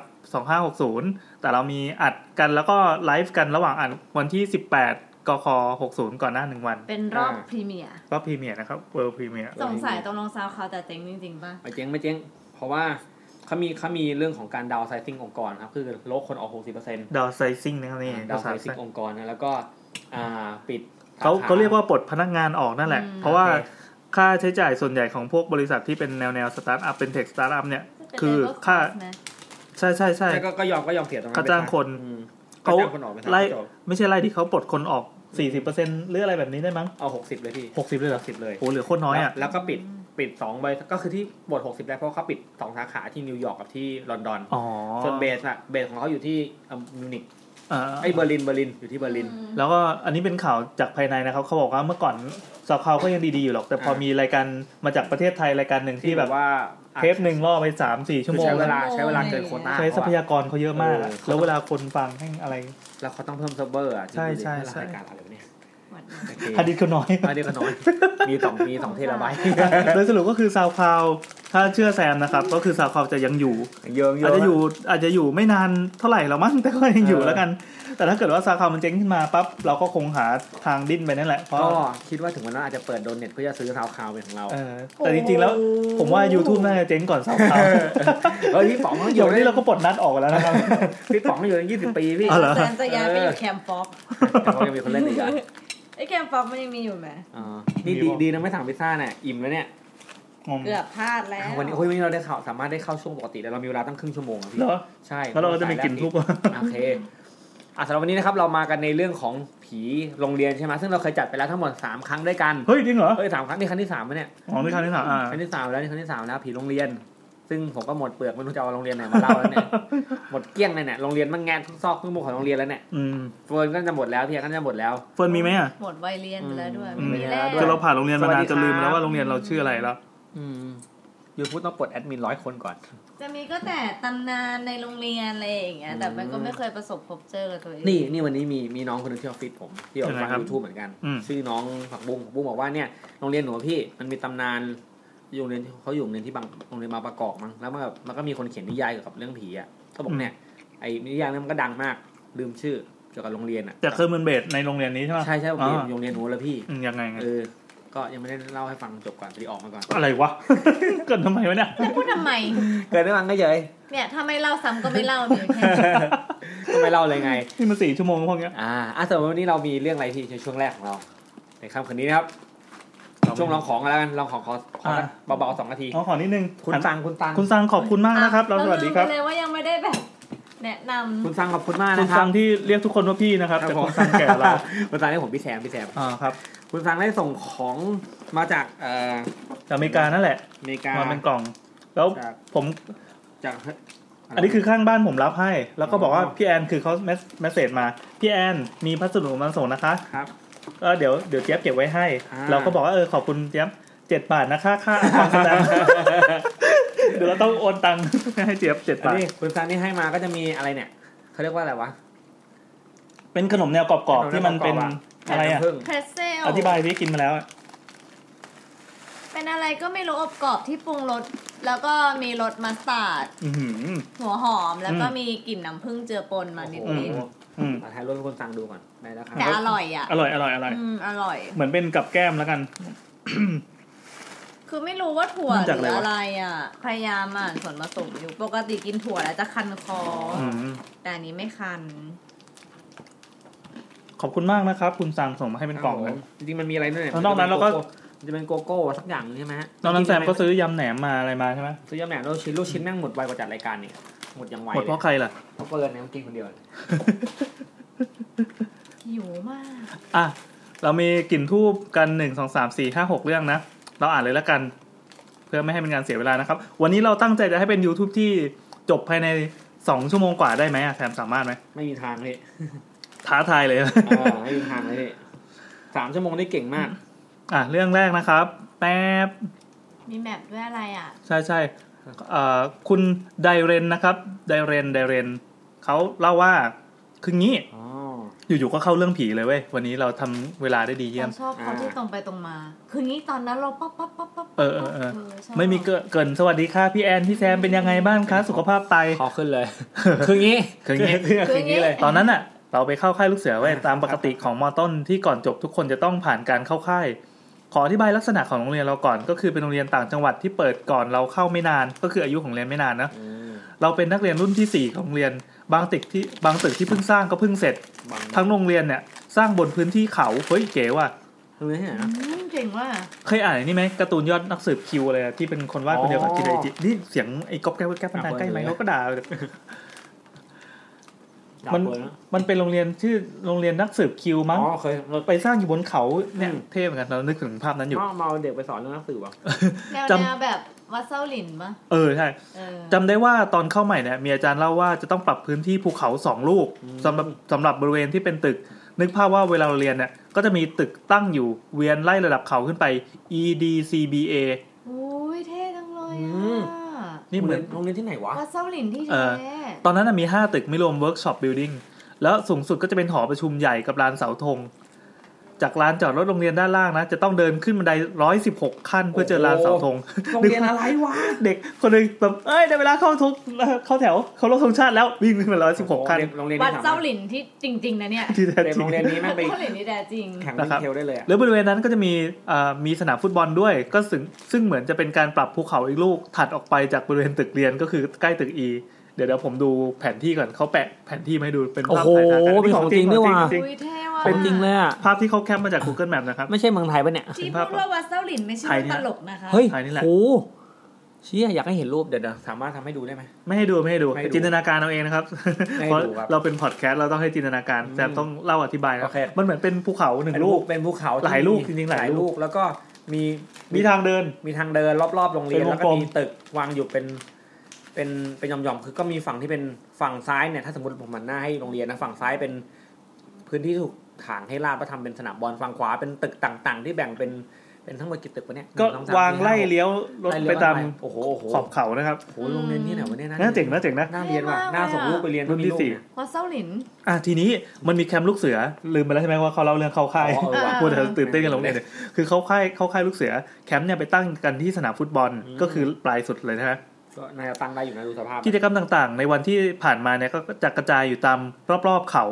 S2: 2560 แต่เรามีอัดกันแล้วก็ไลฟ์กันระหว่างอัดวันที่ 18 กค60 ก่อนหน้าหนึ่งวัน
S3: เป็นรอบพรีเมียร์
S2: รอบพรีเมียร์นะครับเวิลด์พรีเมียร์
S3: สงสัยต้องลองซาวเขาแต่เต็งจริงๆป่ะ
S1: ไม่เจ๊งไม่เจ๊งเพราะว่าเขามีเขามีเรื่องของการดาวไซซิ่งองค์กรครับ คือลดคนออก 60%
S2: ดาวไซซิ่งนะครับนี่
S1: ดา
S2: ภาว
S1: ไซ
S2: ษา
S1: ซิ่งองค์กรนะแล้วก็อ่าปิด
S2: เขา
S1: สข
S2: เขาเรียกว่าปลดพนักงานออกนั่นแหละ
S3: อืม
S2: เพราะว่า
S1: โอเค
S2: ค่าใช้จ่ายส่วนใหญ่ของพวกบริษัทที่เป็นแนวแนวสตาร์ทอัพเป็นเทคสตาร์ทอัพเนี่ย คือ
S3: เป็น labor cost
S2: ค่า
S3: นะ
S2: ใช่ใช่ใช่
S1: ใช่ก็ก็ยอมก็ยอมเสียตรงนั้น
S2: ก็จ้างคน
S1: อืมก็
S2: เขา
S1: จ้างคนออกไปทำ
S2: ไล่
S1: จบ
S2: ไม่ใช่ไล่ดิเขาปลดคนออก 40%หรืออะไรแบบนี้ได้มั้ง
S1: เอา 60 เลยพี่
S2: 60 เลยเหรอ
S1: 60 เลย
S2: โอ้เหลือโคตรน้อยอ่ะ
S1: แล้วแล้วก็ปิดปิดสองใบก็คือที่บท 60 ได้เพราะเขาปิดสองสาขาที่นิวยอร์กกับที่ลอนดอน
S2: อ๋อ
S1: ส่วนเบสอะเบสของเขาอยู่ที่อ่ะมิวนิก
S2: เออ
S1: ไอ้เบอร์ลินเบอร์ลินอยู่ที่เบอร์ลิน
S2: แล้วก็อันนี้เป็นข่าวจากภายในนะครับ เขาบอกว่าเมื่อก่อนสอบเขาก็ยังดีๆอยู่หรอก แต่พอ
S1: อ่ามี
S2: มีรายการมาจากประเทศไทยรายการหนึ่งที่
S1: ที่
S2: แบ
S1: แบบ บว่า
S2: เทปหนึ่งล่อไปสามสี่ชั่ว
S1: คือ
S2: โมง
S1: ใช้เวลา
S3: ชั่วโมง
S1: ใช้เวลาเกินโควต้า
S2: ใช้ทรัพ
S1: เขาอะ
S2: ยากรเขาเยอะมากอะ
S1: เออเขา
S2: แล้วเวลาคนฟังให้อะไร
S1: แล้วเขาต้องเพิ่มเซิร์ฟเวอร์อะ
S2: ใช่ใช่
S1: ที่ดูดิ
S2: ใช่
S1: รายการอะไรวะเนี่ย
S3: หวัด
S1: โอ
S3: ดี
S1: เค
S2: ฮาร์ดดิสก์เขาน้อย
S1: อันเดียวกันน้อ ยมีสองมีสองเทราไบต์
S2: โดยสรุปก็คือซาวคลาวถ้าเชื่อแซมนะครับ ก็คือซาวคลาวจะยังอยู่
S1: เยิง
S2: อาจ
S1: ๆ
S2: จะอยู่อาจจะอยู่ไม่นานเท่าไหร่เรามั้งแต่ก็ยังอยู่
S1: เออ
S2: แล้วกัน แต่ถ้าเกิดว่าซาคาวมันเจ๊งขึ้นมาปั๊บเราก็คงหาทางดิ้นไปนั่นแหละเพราะ
S1: ก็คิดว่าถึงวันนั้นอาจจะเปิดโดนเน็ตเพื่อจะซื้อซาวคาวเป็นของเรา
S2: เออแต่จริงๆแล้วผมว่า YouTube น่าจะเจ๊งก่อนซาวคาว
S1: เฮ้ยพี่ป๋องต้องอ
S2: เดี๋ย
S1: ยู่
S2: วนี้เราก็ปลดนัดออกแล้วนะครับ
S1: พี่ป๋องต้องอยู่ตั้งยี่สิบปีพี่
S2: อ๋อเหรอ
S3: แซมจะย้ายไปอยู่แคมป์ฟ็อก
S1: แต่เขายังมีคนเล่นอีกอ่ะ
S3: ไอ้แคมป์ฟ็อกมันยังมีอยู่ไหม
S1: อ๋อนี่ดีดีนะไม่สั่งพิซซ่าเนี่ยอิ่มแล้วเนี่ย
S2: งง
S3: เกือบพลาดแล้ว
S1: วันนี้โอ้ยวันนี้เราได้ข่าวสามารถได้เข้าช่วงปกติแล้วเรามีเวลาตั้งครึ่งชั่วโมงอะพี่
S2: เหรอ
S1: ใช่
S2: แล้วเราก็จะไปกินทุกวัน
S1: โอเคอ่ะสำหรับวันนี้นะครับเรามากันในเรื่องของผีโรงเรียนใช่ไหมซึ่งเราเคยจัดไปแล้วทั้งหมดสามครั้งด้วยกัน
S2: เฮ้ยจริงเหรอ
S1: เอ้ยสามครั้งนี่ครั้งที่สามแล้วเนี่ย
S2: อ๋อนี่ครั้งที่สามอ่า
S1: ครั้งที่สามแล้วนี่ครั้งที่สามแล้วผีโรงเรียน ซึ่งผมก็หมดเปลือกไม่รู้จะเอาโรงเรียนไหนมาเล่าแล้วเนี่ย หมดเกลี้ยงเลยเนี่ยโรงเรียนมันแงนทุกซอกทุกมุมของโรงเรียนแล้วเนี่ย
S2: อืม
S1: เฟิร์นก็จะหมดแล้วพี่ก็จะหมดแล้ว
S2: เฟิร์นมีไหมอ่ะ
S3: หมดวัยเรียนไปแล้วด้วย
S1: อืม
S3: ไม่มีแล้ว
S2: คือเราผ่านโรงเรียนมานานจนลืมไปแล้วว่าโรงเรียนเราชื่ออะไรแล้ว
S1: อืมยูพูดต้องปลดแอดมินร้อยคนก่อน
S3: จะมีก็แต่ตำนานในโรงเรียนอะไรอย่างเงี้ยแต่มันก็ไม่เคยประสบพบเจอกับตัวเอง
S1: นี่นี่วันนี้มีมีน้องคนหนึงที่ออฟฟิศผมที่ออกฟังยูทูบเหมือนกัน ชื่อน้องผักบุ้งผักบุ้งบอกว่าเนี่ยโรงเรียนหนูอะพี่มันมีตำนานอยู่โรงเรียนเขาอยู่โรงเรียนที่บางโรงเรียนมาประกอบมั้งแล้วมันแบบมันก็มีคนเขียนนิยายเกี่ยวกับเรื่องผีอ่ะเขาบอกเนี่ยไอ้นิยายนั้นมันก็ดังมากลืมชื่อเกี่ยวกับโรงเรียนอ่ะ
S2: แต่เคยมันเบสในโรงเรียนนี้ใช่ไหม
S1: ใช่ใช่โรงเรียนโรงเรียนหนูแล้วพี่
S2: ยังไงไง
S1: เออ ก็ยังไม่ได้เล่าให้ฟังจบก่อนพอดีออกมาก่อน
S2: อะไร วะ เกิดทำไมวะเนี่ย
S3: จะพูดทำไม
S1: เกิดได้ฟังก็เฉย
S3: เนี่ยถ้าไม่เล่าซ้ำก็ไม่เล่ามีแค่
S1: ก็ไม่เล่าเลยไง
S2: นี่มันสี่ชั่วโมงพวกเนี้ย
S1: อ่าอ่ะสำหรับวันนี้เรามีเรื่องอะไรที่ในช่วงแรกของเรา ในค่ำคืนนี้นะครับ ช่วงลองของกันแล้วกันลองของขอขอสักเบาๆสองนาที
S2: อ๋อขอนิดนึง
S1: คุณตังคุณตัง
S2: คุณซังขอบคุณมากนะครับ เราสวัสดีครับ
S3: เาลืมไปเลยว่ายังไม่ได้แบบ แนะน
S1: คุณซังขอบคุณมาก
S2: คุ
S1: นะ
S2: ณ
S1: ครั
S2: ซั
S1: บ
S2: งที่เรียกทุกคนว่าพี่นะครับ
S1: ครับ
S2: แต่
S1: ผ
S2: คุ
S1: ม
S2: ณซังแก่เรา
S1: คุณซังให้ผมพี่แซมพี่แซม
S2: อ่าครับ
S1: คุณซังได้ส่งของมาจากเอ่อ
S2: จากอเมริกานั่นแหละ
S1: อเมริกา
S2: มาเป็นกล่อง แล้ว
S1: จาก
S2: ผม
S1: จาก
S2: อันนี้คือข้างบ้านผมรับให้ แล้วก็บอกว่าพี่แอนคือเขาเมสเซจมา พี่แอนมีพัสดุมาส่งนะคะ
S1: ครับ
S2: ก็เดี๋ยวเดี๋ยวเจี๊ยบเก็บไว้ให้
S1: อ่า
S2: เราก็บอกว่าเออขอบคุณเจี๊ยบเจ็ดบาทนะคะค่าความสแต มป์เดี๋ยวเราต้องโอนตังค์ให้เจี๊ยบเจ็ด
S1: อัน
S2: บาท
S1: นี้คุณซังที่ให้มาก็จะมีอะไรเนี่ยเขาเรียกว่าอะไรวะ
S2: เป็นขนมแนวกรอบๆที่มันเป็นอะไรอ่ะ
S1: พึ่ง
S3: ำเพรสเซล
S2: อธิบายพี่กินมาแล้วอะ
S3: เป็นอะไรก็ไม่รู้อบกรอบที่ปรุงรสแล้วก็มีรสมัสตาร์ด
S2: อื้อหือ
S3: หัวหอมแล้วก็
S2: อืม
S3: มีกลิ่นน้ำผึ้งเจือปนมานิด
S1: โอ้
S3: นิด
S1: โห
S2: อืม
S1: มาถ่ายรูปให้คุณซังดูก่อนได้แล้วครั
S3: แต่อบ ร่อยอ่ะ
S2: อร่อยอร่อยอร่อย
S3: อืมอร่อย
S2: เหมือนเป็นกับแก้มแล้วกัน
S3: คือไม่รู้ว่าถั่ว
S2: มัน
S3: ห
S2: จาก
S3: รือ
S2: อะไรวะ
S3: อะไรอ่ะพยายามอ่านส่วนผสมอยู่ปกติกินถั่วแล้วจะคันคออ
S2: อืม
S3: แต่อันนี้ไม่คัน
S2: ขอบคุณมากนะครับ คุณสั่งส่งมาให้เป็นกล่องเลย
S1: จริงๆมันมีอะไรด้วยเย
S2: แล้วนอกนั้นเราก็
S1: มันจะเป็นโกโก้สักอย่างหนึ่งใช่ไหมฮะ
S2: ตอนนั้นแซมก็ซื้อยำแหนมมาอะไรมาใช่ไหม
S1: ซื้อยำแหนมลูกชิ้นลูกชิ้นแม่งหมดไวกว่าจัดรายการเนี่ยหมดอย่างไว
S2: หมดเพราะใครล่ะ
S1: เพราะเปิดเนี่ยมันกินคนเดียว
S3: หิวมาก
S2: อ่ะ เรามีกลิ่นทูบกันหนึ่งสองสามสี่ห้าหกเรื่องนะ เราอ่านเลยแล้วกัน เพื่อไม่ให้เป็นการเสียเวลานะครับ วันนี้เราตั้งใจจะให้เป็น YouTube ที่จบภายในสองชั่วโมงกว่าได้ไหมอะแซมสามารถไหม
S1: ไม่มีทาง เลย
S2: ท้าทายเลย
S1: อ่าไม่มีทางเลยสามชั่วโมงนี่เก่งมาก
S2: อ่ะเรื่องแรกนะครับแป๊บ
S3: มีแมปด้วยอะไรอ่ะ
S2: ใช่ใช่เอ่อคุณไดเรนนะครับไดเรนไดเรนเขาเล่าว่าคืองี้
S1: อ๋อ
S2: อยู่ๆก็เข้าเรื่องผีเลยเว้ย วันนี้เราทำเวลาได้ดีเยี่ยม
S3: เราชอบเขาที่ตรงไปตรงมา คืองี้ตอนนั้นเราป๊อปป๊อปป๊อปป๊อป
S2: เออเออเออ
S3: ชอบ
S2: ไม่มีเกินเกรินสวัสดีค่ะ พี่แอนพี่แซมเป็นยังไงบ้างคะ สุขภาพไต
S1: ขอขึ้นเลย คืองี้
S2: คืองี้
S1: คือ
S3: คือ
S1: อย่าง
S3: งี้
S1: งี้เลย
S2: ตอนนั้นน่ะ เราไปเข้าค่ายลูกเสือไว้ยตามปกติของมอต้นที่ก่อนจบทุกคนจะต้องผ่านการเข้าค่าย ขออธิบายลักษณะของโรงเรียนเราก่อน ก็คือเป็นโรงเรียนต่างจังหวัดที่เปิดก่อนเราเข้าไม่นาน ก็คืออายุของเรียนไม่นานนะ
S1: อืม
S2: เราเป็นนักเรียนรุ่นที่ 4 ของโรงเรียน บางตึกที่บางตึกที่เพิ่งสร้างก็เพิ่งเสร็จ
S1: บัง
S2: ทั้งโรงเรียนเนี่ยสร้างบนพื้นที่เขาเฮ้ยเก๋ว่ะ
S1: ทำไมเนี่ยนะ
S3: อืมเจ๋งว่ะ
S2: เคยอ่านไอ้นี่ไหมการ์ตูนยอดนักสืบคิวอะไรอะที่เป็นคนวาดคนเดียวกับ
S1: อ๋อ
S2: จินไอจินี่เสียงไอ้ก๊อบแก๊บก๊อบแก๊บมันดัง
S1: อ่ะ
S2: ใกล้ไหม
S1: เปิดเลย
S2: เขาก็ด่าแบบ
S1: ดับ
S2: มัน
S1: เลยนะ
S2: มันเป็นโรงเรียนชื่อโรงเรียนนักสืบคิวมั้ง
S1: อ๋อเคยเราไป
S2: ไปสร้างอยู่บนเขาเนี่ย
S1: อืม
S2: เท่เหมือนกันเรานึกถึงภาพนั้นอยู่
S1: พ่อเมาเด็กไปสอนเรื่องหนังสือป่ะ
S3: แนว
S2: จำ
S3: แนวแบบวัดเส้าหลินปะ
S2: เออใช่
S3: เออ
S2: จำได้ว่าตอนเข้าใหม่เนี่ยมีอาจารย์เล่าว่าจะต้องปรับพื้นที่ภูเขาสองลูกสำหรับสำหรับบริเวณที่เป็นตึก นึกภาพว่าเวลาเราเรียนเนี่ยก็จะมีตึกตั้งอยู่เวียนไล่ระดับเขาขึ้นไป EDCBA
S3: อุ้ยเท่จังเลยอ่ะ
S2: นี่เหมือน
S1: โรงเรียนที่ไหนวะ
S3: วัดเส้าหลินที่
S2: เอ
S3: แท้
S2: อ ตอนนั้นนะมี 5 ตึกไม่รวมเวิร์กช็อปบิลดิ่งแล้วสูงสุดก็จะเป็นหอประชุมใหญ่กับลานเสาธง จากลานจอดรถโรงเรียนด้านล่างนะ จะต้องเดินขึ้นบันได 116 ขั้นเพื่อเจอลานเสาธง
S1: โรงเรียนอะไรวะ
S2: เด็กคนหนึงแบบเอ้ยได้เวลาเข้าทงเข้าแถว เขาลงธงชาติแล้ววิ่งขึ้นมา 116 ขั้น
S1: โรงเรียน
S3: วั
S1: ที่
S3: ด
S1: ถาม
S3: เส้าหลินที่จริง ๆนะเนี่ย
S2: ที่แท้
S1: เด็ก
S2: จริ
S1: โรง งเรียนนี้แม่
S3: วั
S1: ง
S3: ด
S1: ไป
S3: เส้าหลินที่แท้จริง
S1: แข่ง
S2: นะ
S1: วิ่
S2: ครับ
S1: งเทลได้เลยอะ
S2: แล้วบริเวณนั้นก็จะมีเอ่อมีสนามฟุตบอลด้วย ก็ซึ่งซึ่งเหมือนจะเป็นการปรับภูเขาอีกลูกถัดออกไปจากบริเวณตึกเรียนก็คือใกล้ตึก E เดี๋ยวเดี๋ยวผมดูแผนที่ก่อนเขาแปะแผนที่มาให้ดูเป็นภาพถ่ายทางการของจริง
S3: อุ้ยเท่ว่ะ
S1: เป็นจริงเลยอ่ะ
S2: ภาพที่เขาแคปมาจาก Google Map นะครับ
S1: ไม่ใช่เมืองไทยปะเนี่ย
S3: ที่พูดว่าวัดเส้าหลินไม่ใช่
S2: ใคร
S3: ว่า
S2: เนี่ย
S3: ตลกนะคะ
S1: เฮ้ย
S2: ถ่ายนี่แหละ
S1: โอ้เชี่ยอยากให้เห็นรูปเดี๋ยวๆสามารถทำให้ดูได้ไหม
S2: ไม่ให้ดูไม่ให้ดู
S1: ไม่ให้ดู
S2: จินตนาการเอาเองนะครับ
S1: ไม่ให้ดูครับ
S2: เพราะเราเป็นพอดแคสต์เราต้องให้จินตนาการ
S1: อืม
S2: แต่ต้องเล่าอธิบายนะ
S1: โอเค
S2: มันเหมือนเป็นภูเขาหนึ่ง
S1: เป็น
S2: ลู
S1: รู
S2: ก
S1: ปเป็นภูเขาที่
S2: หลายรูปจริงๆหลายรูป
S1: แล้วก็มี
S2: มีทางเดิน
S1: มีทางเดินรอบๆโรงเรีย
S2: เป็น นวง
S1: แล้วก็
S2: กลม
S1: มีตึกวางอยู่เป็นเป็นเป็นหย่อมๆคือก็มีฝั่งที่เป็นฝั่งซ้ายเนี่ยถ้าสมมติผมหันหน้าให้โรงเรียนนะฝั่งซ้ายเป็นพื้นที่ถูกถางให้ลาดก็ทำเป็นสนามบอลฝั่งขวาเป็นตึกต่าง ๆ ที่แบ่งเป็นเป็นทั้งหมดกี่ตึกวะเนี่ย
S2: ก็
S1: หนึ่สอสม
S2: วางไล่
S1: สี่
S2: เลี้ยวรถ
S1: ห้าหก
S2: ไปตาม
S1: ล่เลี้ยวโอ้โหโอ้โห
S2: ขอบเขานะครับ
S1: โอ้โหโรงเรียนที่ไหนวะเนี่ย
S2: น่าเจ๋งนะเจ๋งนะ
S1: น่าเรียนว่ะน่าส่งลูกไปเรียน
S2: รุ่นที่
S1: มีลูก
S2: สี่
S1: เนี่ย
S3: วัดเส้าหลิน
S2: อ่ะทีนี้มันมีแคมป์ลูกเสือ ลืมไปแล้วใช่ไหมว่าเขาเล่าเรื่องเข้าค่าย
S1: อ๋อเออว่ะ
S2: พูดแต่ตื่นเต้นกันลงเนี่ยคือเข้าค่ายเข้าค่ายลูกเสือแคมป์เนี่ยไปตั้งกันที่สนามฟุตบอลก็คือปลายสุดเลยนะฮะ
S1: ก็น่าจะตั้งได้อยู่นะดูสภาพ
S2: กิจกรรมต่างๆ ในวันที่ผ่านมาเนี่ยก็จะกระจายอยู่ตามรอบๆเขา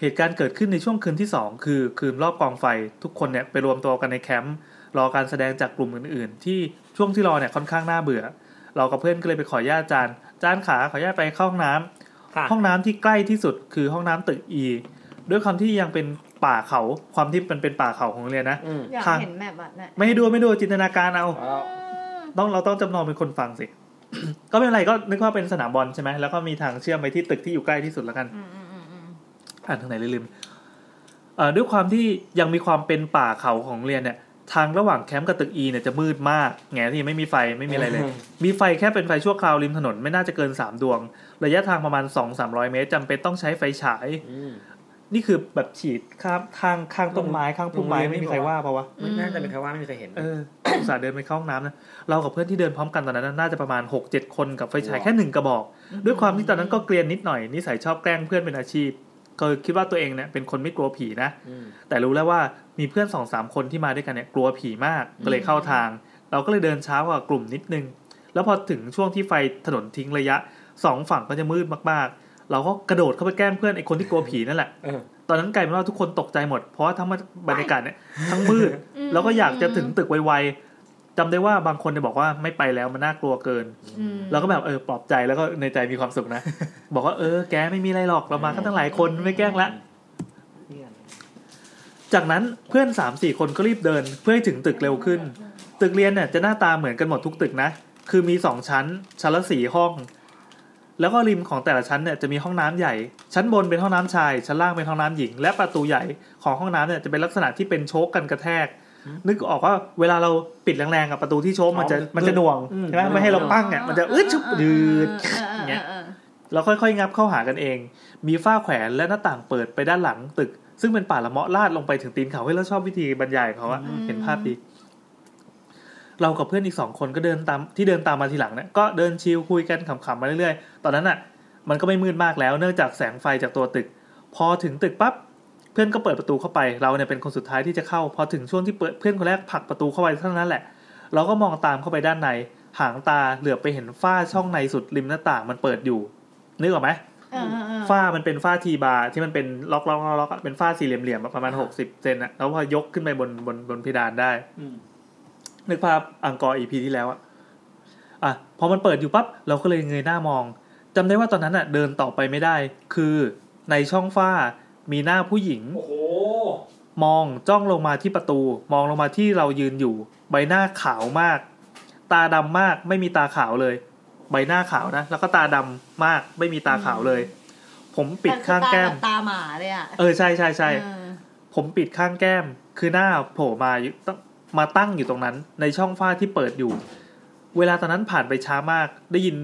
S2: เหตุการณ์เกิดขึ้นในช่วงคืนที่ 2 คือคืนรอบกองไฟ ทุกคนเนี่ยไปรวมตัวกันในแคมป์รอการแสดงจากกลุ่มอื่นๆ ที่ช่วงที่รอเนี่ยค่อนข้างน่าเบื่อ เรากับเพื่อนก็เลยไปขอญาตอาจารย์อาจารย์ขาขอญาตไปเข้าห้องน้ำ
S1: ค่ะ
S2: ห้องน้ำที่ใกล้ที่สุดคือห้องน้ำตึกอีด้วยความที่ยังเป็นป่าเขาความที่มันเป็นป่าเขาของโรงเรียนนะ
S1: อืม
S3: อยาก
S2: ทาง
S3: เห็นแมปอ่ะน่ะ
S2: ไม่ให้ดูไม่ดูจินตนาการเอา
S1: เอาแล้ว
S2: ต้องเราต้องจำนองเป็นคนฟังสิ ก็ไม่เป็นไรก็นึกว่าเป็นสนามบอลใช่ไหมแล้วก็มีทางเชื่อมไปที่ตึกที่อยู่ใกล้ที่สุดแล้วกัน
S3: อืมอืมอืมอืม
S2: อ่านทางไหนลืมเอ่อด้วยความที่ยังมีความเป็นป่าเขาของโรงเรียนเนี่ย ทางระหว่างแคมป์กับตึกอีเนี่ยจะมืดมากแง่ที่ไม่มีไฟไม่มีอะไร เลย
S1: อืม
S2: มีไฟแค่เป็นไฟชั่วคราวริมถนนไม่น่าจะเกิน 3 ดวง ระยะทางประมาณ 2-300 เมตรจำเป็นต้องใช้ไฟฉาย
S1: อืม
S2: นี่คือแบบฉีดข้ามทางข้างต้นไม้ข้างพุ่มไม้ไม่มีใครว่าปะวะ
S1: ไม่น่าจะเป็นใครว่าไม่มีใครเห็น
S2: เออ อุตส่าห์เดินไปเข้าห้องน้ำนะ เรากับเพื่อนที่เดินพร้อมกันตอนนั้นนะน่าจะประมาณ 6 7 คนกับไฟฉาย
S1: ว้าว
S2: แค่หนึ่งกระบอก ด้วยความที่ตอนนั้นก็เกรียนนิดหน่อย นิสัยชอบแกล้งเพื่อนเป็นอาชีพ ก็คิดว่าตัวเองเนี่ยเป็นคนไม่กลัวผีนะ
S1: ม
S2: แต่รู้แล้วว่ามีเพื่อนสองสามคนที่มาด้วยกันเนี่ยกลัวผีมาก ก็เลยเข้าทาง เราก็เลยเดินช้ากว่ากลุ่มนิดนึง แล้วพอถึงช่วงที่ไฟถนนทิ้งระยะสองฝั่งก็จะมืดมากๆ เราก็กระโดดเข้าไปแกล้งเพื่อนไอ้คนที่กลัวผีนั่นแหละ
S1: เออ
S2: ตอนนั้นกลายเป็นว่าทุกคนตกใจหมด เพราะว่าทั้งบรรยากาศเนี่ยทั้งมืด
S3: อืม
S2: แล้วก็อยากจะถึงตึกไวๆจำได้ว่าบางคนเนี่ยบอกว่าไม่ไปแล้วมันน่ากลัวเกิน
S3: อืม
S2: แล้วก็แบบเออปลอบใจแล้วก็ในใจมีความสุขนะ บอกว่าเออแกไม่มีอะไรหรอกเรามากันตั้งหลายคนไม่แกล้งละ จากนั้นเพื่อน3ามสี่คนก็รีบเดินเพื่อให้ถึงตึกเร็วขึ้น ตึกเรียนเนี่ยจะหน้าตาเหมือนกันหมดทุกตึกนะ คือมี 2 ชั้น ชั้นละสี่ห้อง แล้วก็ริมของแต่ละชั้นเนี่ยจะมีห้องน้ำใหญ่ ชั้นบนเป็นห้องน้ำชาย ชั้นล่างเป็นห้องน้ำหญิง และประตูใหญ่ของห้องน้ำเนี่ยจะเป็นลักษณะที่เป็นโชกกันกระแทก นึกออกว่าเวลาเราปิดแรงๆกับประตูที่โชกมันจะ
S1: อ๋อ
S2: มันจะหน่วง
S1: อืม
S2: ใช่ไหมไม่ให้เราปั้งอ่ะมันจะอึดชุบยืด อย่างเงี้ย เราค่อยๆ งับเข้าหากันเอง มีฝ้าแขวนและหน้าต่างเปิดไปด้านหลังตึก ซึ่งเป็นป่าละเมาะลาดลงไปถึงตีนเขาเฮ้ยเราชอบวิธีบรรยายของเขาอะ
S3: อืม
S2: เห็นภาพดี เรากับเพื่อนอีกสองคนก็เดินตามที่เดินตามมาทีหลังเนี่ยก็เดินชิลคุยกันขำๆมาเรื่อยๆ ตอนนั้นอ่ะ มันก็ไม่มืดมากแล้วเนื่องจากแสงไฟจากตัวตึก พอถึงตึกปั๊บเพื่อนก็เปิดประตูเข้าไป เราเนี่ยเป็นคนสุดท้ายที่จะเข้า พอถึงช่วงที่เปิดเพื่อนคนแรกผลักประตูเข้าไปเท่านั้นแหละ เราก็มองตามเข้าไปด้านใน หางตาเหลือบไปเห็นฝ้าช่องในสุดริมหน้าต่างมันเปิดอยู่นึกออกไหม
S3: เ เออเออเออ
S2: ฝ้ามันเป็นฝ้าทีบาร์ที่มันเป็นล็อกล็อกล็อกล็อกอะเป็นฝ้าสี่เหลี่ยมๆอะประมาณหกสิบเซนอะแล้วพอยกขึ้นไปบนบนบนเพดานได้
S1: อืม
S2: นึกภาพอังกอร์อีพีที่แล้วอะอ่ะพอมันเปิดอยู่ปั๊บเราก็เลยเงยหน้ามองจำได้ว่าตอนนั้นอะเดินต่อไปไม่ได้ คือในช่องฝ้ามีหน้าผู้หญิง
S1: โอ้โห
S2: มองจ้องลงมาที่ประตู มองลงมาที่เรายืนอยู่ ใบหน้าขาวมาก ตาดำมากไม่มีตาขาวเลย ใบหน้าขาวนะ แล้วก็ตาดำมากไม่มีตาขาวเลย ผมปิดข้างแก้ม
S3: ต่คือตาบบตาหมาเลยอ่ะ
S2: เออใช่ใช่ใช่
S3: เออ
S2: ผมปิดข้างแก้ม คือหน้าโผล่มาอยู่ต้องมาตั้งอยู่ตรงนั้น ในช่องฝ้าที่เปิดอยู่ เวลาตอนนั้นผ่านไปช้ามาก ได้ยิน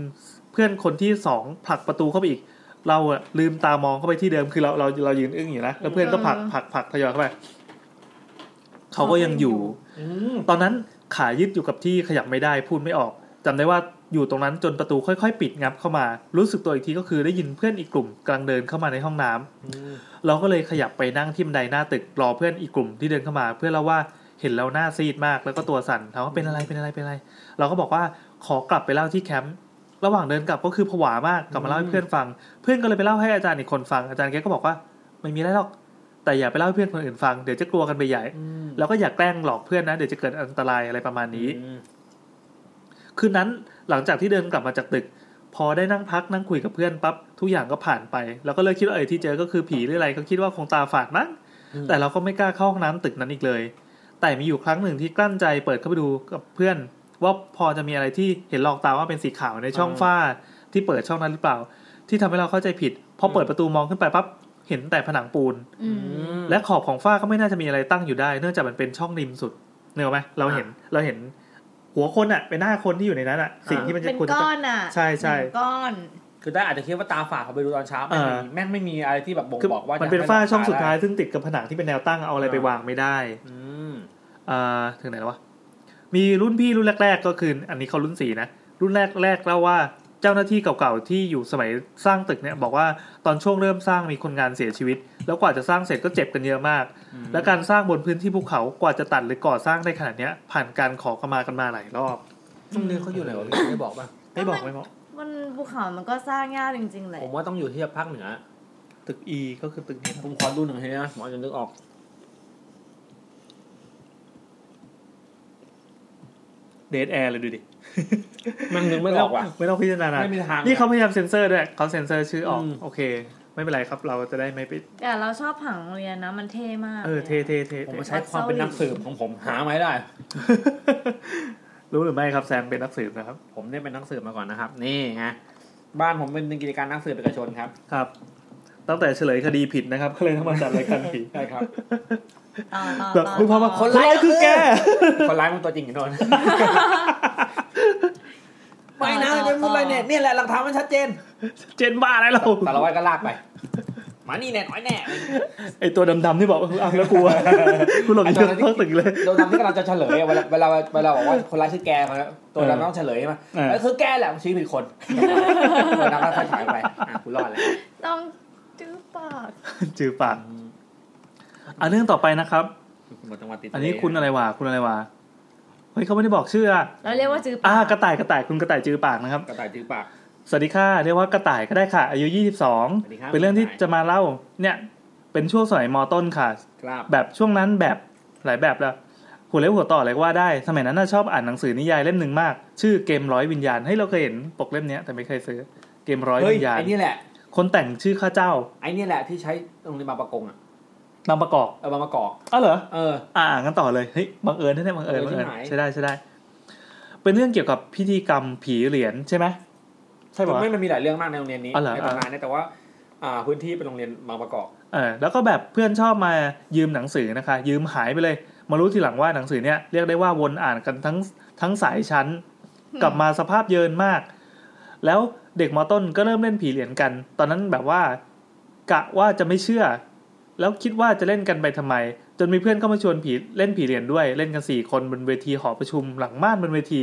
S2: เพื่อนคนที่สองผลักประตูเข้าไปอีก เราอะลืมตามองเข้าไปที่เดิมคือเราเราเรายืนอึ้งอยู่นะแล้วเพื่อนก็ผลักผลักผลักทยอยเข้าไปเขาก็ยังอยู่
S1: อืม
S2: ตอนนั้นขายึดอยู่กับที่ขยับไม่ได้พูดไม่ออกจำได้ว่าอยู่ตรงนั้นจนประตูค่อยๆ ปิดงับเข้ามา รู้สึกตัวอีกทีก็คือได้ยินเพื่อนอีกกลุ่มกำลังเดินเข้ามาในห้องน้ำเราก็เลยขยับไปนั่งที่บันไดหน้าตึกรอเพื่อนอีกกลุ่มที่เดินเข้ามา เพื่อนเราว่าเห็นเราหน้าซีดมากแล้วก็ตัวสั่นถามว่าเป็นอะไรเป็นอะไรเป็นอะไร เราก็บอกว่าขอกลับไปเล่าที่แคมป์ระหว่างเดินกลับก็คือผวามากกลับมาเล่าให้เพื่อนฟัง เพื่อนก็เลยไปเล่าให้อาจารย์อีกคนฟังอาจารย์แกก็บอกว่าไม่มีอะไรหรอก แต่อย่าไปเล่าให้เพื่อนคนอื่นฟังเดี๋ยวจะกลัวกันไปใหญ่
S1: อืม
S2: แล้วก็อย่าแกล้งหลอกเพื่อนนะ เดี๋ยวจะเกิดอันตรายอะไรประมาณนี้
S1: อืม
S2: คืนนั้นหลังจากที่เดินกลับมาจากตึก พอได้นั่งพักนั่งคุยกับเพื่อนปั๊บทุกอย่างก็ผ่านไป แล้วก็เลยคิดว่าเออที่เจอก็คือผีหรืออะไรก็คิดว่าคงตาฝาดมั้งแต่เราก็ไม่กล้าเข้าห้องน้ำตึกนั้นอีกเลย แต่มีอยู่ครั้งหนึ่งที่กลั้นใจเปิดเข้าไปดูกับเพื่อน ว่าพอจะมีอะไรที่เห็นหลอกตาว่าเป็นสีขาวในช่องฝ้าที่เปิดช่องนั้นหรือเปล่า ที่ทำให้เราเข้าใจผิดพอเปิดประตูมองขึ้นไปปั๊บเห็นแต่ผนังปูน
S3: อืม
S2: และขอบของฝ้าก็ไม่น่าจะมีอะไรตั้งอยู่ได้ เนื่องจากมันเป็นช่องริมสุดเนกอะไหมเราเห็นเราเห็นหัวคนอ่ะ เป็นหน้าคนที่อยู่ในนั้นอ่ะ สิ่งที่มันจะ
S3: เป็น
S2: ควรจะ
S3: ก้
S2: ต้
S3: อ
S2: อง
S3: นอ่ะ
S2: ใช่ใช่
S3: เป็นก้อน
S1: คือได้อาจจะคิดว่าตาฝาดเขาไปดูตอนเช้า
S2: เอ
S1: แม่ง
S2: อ
S1: มีแม่งไม่มีอะไรที่แบบบ่ง
S2: คือ
S1: บอกว่า
S2: มั
S1: มัน
S2: เป็นฝ้าช่องสุดท้ายซึ่งติดกับผนังที่เป็นแนวตั้งเอาอะไรไปวางไม่ได้
S1: อืม
S2: อ่าถึงไหนแล้ววะ มีรุ่นพี่รุ่นแรก ๆ ก็คืออันนี้เขารุ่นสี่นะ รุ่นแรกแรกๆเล่าว่าเจ้าหน้าที่เก่าๆที่อยู่สมัยสร้างตึกเนี่ยบอกว่าตอนช่วงเริ่มสร้างมีคนงานเสียชีวิต แล้วกว่าจะสร้างเสร็จก็เจ็บกันเยอะมาก และการสร้างบนพื้นที่ภูเขากว่าจะตัดหรือก่อสร้างได้ขนาดเนี้ย ผ่านการขอขมากันมาหลายรอบ
S1: ช่วงนี้เขาอยู่ไหนวะพี่ไม่บอกป่ะ
S2: ไม่บอกไม่บอก
S3: มันภูเขามันก็สร้างยากจริงๆเลย
S1: ผมว่าต้องอยู่ที่ภาคเหนือ
S2: ตึก E ก็คือตึกนี้
S1: ผมขอดูหนึ่งทีนะผมอาจจะนึกออก
S2: เดทแอร์เลยดูดิ
S1: มันนึกไม่ออกว่ะ
S2: ไม่ต้องพิจารณา
S1: ไม่มีทาง
S2: นี่เขาพยายามเซ็นเซอร์ด้วยเขาเซ็นเซอร์ชื่อออก
S1: อืม
S2: โอเค ไม่เป็นไรครับเราจะได้ไม่ไป
S3: แต่เราชอบผังโรงเรียนนะมันเท่มาก
S2: เออเทเทเท
S1: ผม
S2: เท
S1: มาใช้ความเป็นนักสืบของผมหามาให้ได้
S2: รู้หรือไม่ครับแซมเป็นนักสืบนะครับ
S1: ผมได้เป็นนักสืบมาก่อนนะครับ นี่ฮะบ้านผมเป็นกิจการนักสืบเอกชนครับ
S2: ครับ ตั้งแต่เฉลยคดีผิดนะครับ ก็เลยต้องมาจัดรายการผี
S1: ใช่ครับ
S3: ต่อต่อ
S2: แบบ
S3: ต่อ
S2: มึงพามา
S3: ต่
S2: คนร้ายคือแก
S1: คนร้ายมันตัวจริงกันโดน
S3: ต่อต่อ
S1: แหละหลักฐานมันชัดเจน
S2: เจนบ้าอะไรเรา
S1: สารวัตรก็ลากไปมานี่แน่น้อยแน่
S2: ไอตัวดำๆที่บอกว่าอ้าวแล้วกูอะกูหลบอยู่ข้างตึกเลย
S1: โดนทำที่กำลังจะเฉลยอะเวลาเวลาเวลาบอกว่าคนร้ายชื่อแกมาแล้วตัวเราต้องเฉลยมา
S2: เออ
S1: แล้วคือแกแหละชี้ผิด คนตัวเราก็ค่อยถอยไปอ่ะคุณรอดแล้ว
S3: ต้องจื้อปาก
S2: จือปากอ่ะเรื่องต่อไปนะครับ
S1: หมดจังหวัดติดทะเล
S2: อันนี้คุณอะไรวะคุณอะไรวะเฮ้ยเขาไม่ได้บอกชื่ออะ
S3: เราเรียกว่าจื้อปาก
S2: อ่ากระต่ายกระต่ายคุณกระต่ายจือปากนะครับ
S1: กระต่ายจื้อปาก
S2: สวัสดีค่ะเรียกว่ากระต่ายก็ได้ค่ะ อายุ
S1: สวัสดีครับ
S2: 22 เป็นเรื่องที่จะมาเล่า เนี่ย เป็นช่วงสมัยมต้นค่ะ
S1: ครับ
S2: แบบช่วงนั้นแบบหลายแบบแล้วหัวเล็บหัวต่อเลยก็ว่าได้ สมัยนั้นน่าชอบอ่านหนังสือนิยายเล่มหนึ่งมาก ชื่อเกมร้อยวิญญาณให้ยเราเคยเห็นปกเล่มเนี้ยแต่ไม่เคยซื้อเกมร้อย
S1: เฮ้ย
S2: วิญญาณ
S1: ไอ้นี่แหละ
S2: คนแต่งชื่อข้าเจ้า
S1: ไอ้นี่แหละที่ใช้ตรงเรียนบางประกงอ่ะ
S2: นำประกอบ
S1: เออบางประกอบ
S2: อ้าวเหรอ
S1: เออ
S2: อ่าอ่านกันต่อเลยเฮ้ยบังเอิญแน่ๆบังเอิญ
S1: เออ
S2: บังเอิญ
S1: ที่ไหน
S2: ใช่ได้ใช่ได้ เป็นเรื่องเกี่ยวกับพิธีกรรมผีเหรียญใช่ไหมใช่ปะ
S1: ไม่มันมีหลายเรื่องมากในโรงเรียนนี้
S2: อ๋อเหรอ
S1: ในตำนานเนี่ยแต่ว่าอ่าพื้นที่เป็นโรงเรียนบางประกอบ
S2: เออแล้วก็แบบเพื่อนชอบมายืมหนังสือนะคะ ยืมหายไปเลย มารู้ทีหลังว่าหนังสือเนี่ยเรียกได้ว่าวนอ่านกันทั้งทั้งสายชั้น กลับมาสภาพเยินมาก แล้วเด็กมอต้นก็เริ่มเล่นผีเหรียญกัน ตอนนั้นแบบว่ากะว่าจะไม่เชื่อ แล้วคิดว่าจะเล่นกันไปทำไม จนมีเพื่อนเข้ามาชวนผีเล่นผีเหรียญด้วย เล่นกันสี่คนบนเวทีหอประชุมหลังม่านบนเวที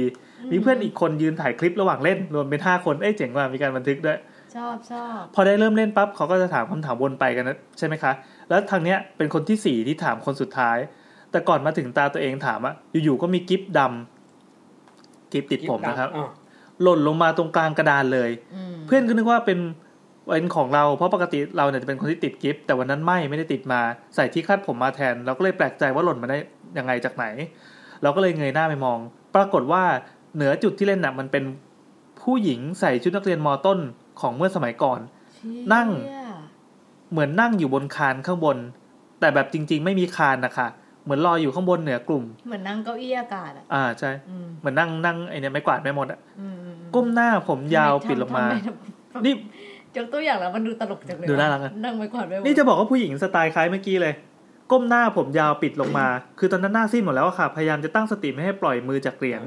S2: มีเพื่อนอีกคนยืนถ่ายคลิประหว่างเล่นรวมเป็นห้าคนเอ้ยเจ๋งว่ะมีการบันทึกด้วย
S3: ชอบชอบ
S2: พอได้เริ่มเล่นปั๊บเขาก็จะถามคำถามวนไปกันนะใช่ไหมคะ แล้วทางเนี้ยเป็นคนที่สี่ที่ถามคนสุดท้าย แต่ก่อนมาถึงตาตัวเองถามอะอยู่ๆก็มีกิฟต์ดำกิฟต์ติดผมนะครับ
S1: อ่า
S2: หล่นลงมาตรงกลางกระดานเลย
S3: อืม
S2: เพื่อนก็นึกว่าเป็น เป็นของเราเพราะปกติเราเนี่ยจะเป็นคนที่ติดกิฟต์แต่วันนั้นไม่ไม่ได้ติดมาใส่ที่คาดผมมาแทน เราก็เลยแปลกใจว่าหล่นมาได้ยังไงจากไหน เราก็เลยเงยหน้าไปมอง ปรากฏว่าเหนือจุดที่เล่นน่ะมันเป็นผู้หญิงใส่ชุดนักเรียนมต้นของเมื่อสมัยก่อน นั่ง
S3: เชี่ย
S2: เหมือนนั่งอยู่บนคานข้างบน แต่แบบจริง ๆ ไม่มีคานนะคะเหมือนลอยอยู่ข้างบนเหนือกลุ่ม
S3: เหมือนนั่งเก้าอี้อากาศอ่ะ
S2: อ่าใช่
S3: อืม
S2: เหมือนนั่งนั่งไอเนี่ยไม่กวาดไม่หมดอะ
S3: อืมอืม
S2: ก้มหน้าผมยาวปิดลงมา
S3: ทำไทำทำ
S2: นี่
S3: ยกตัวอย่างแล้วมันดูตลกจังเลยวะ
S2: ดูน่ารักอะ
S3: นั่งไปก่อนไป
S2: นี่จะบอกว่าผู้หญิงสไตล์คล้ายเมื่อกี้เลย ก้มหน้าผมยาวปิดลงมา คือตอนนั้นหน้าซีดหมดแล้วอะค่ะ พยายามจะตั้งสติไม่ให้ปล่อยมือจากเหรียญ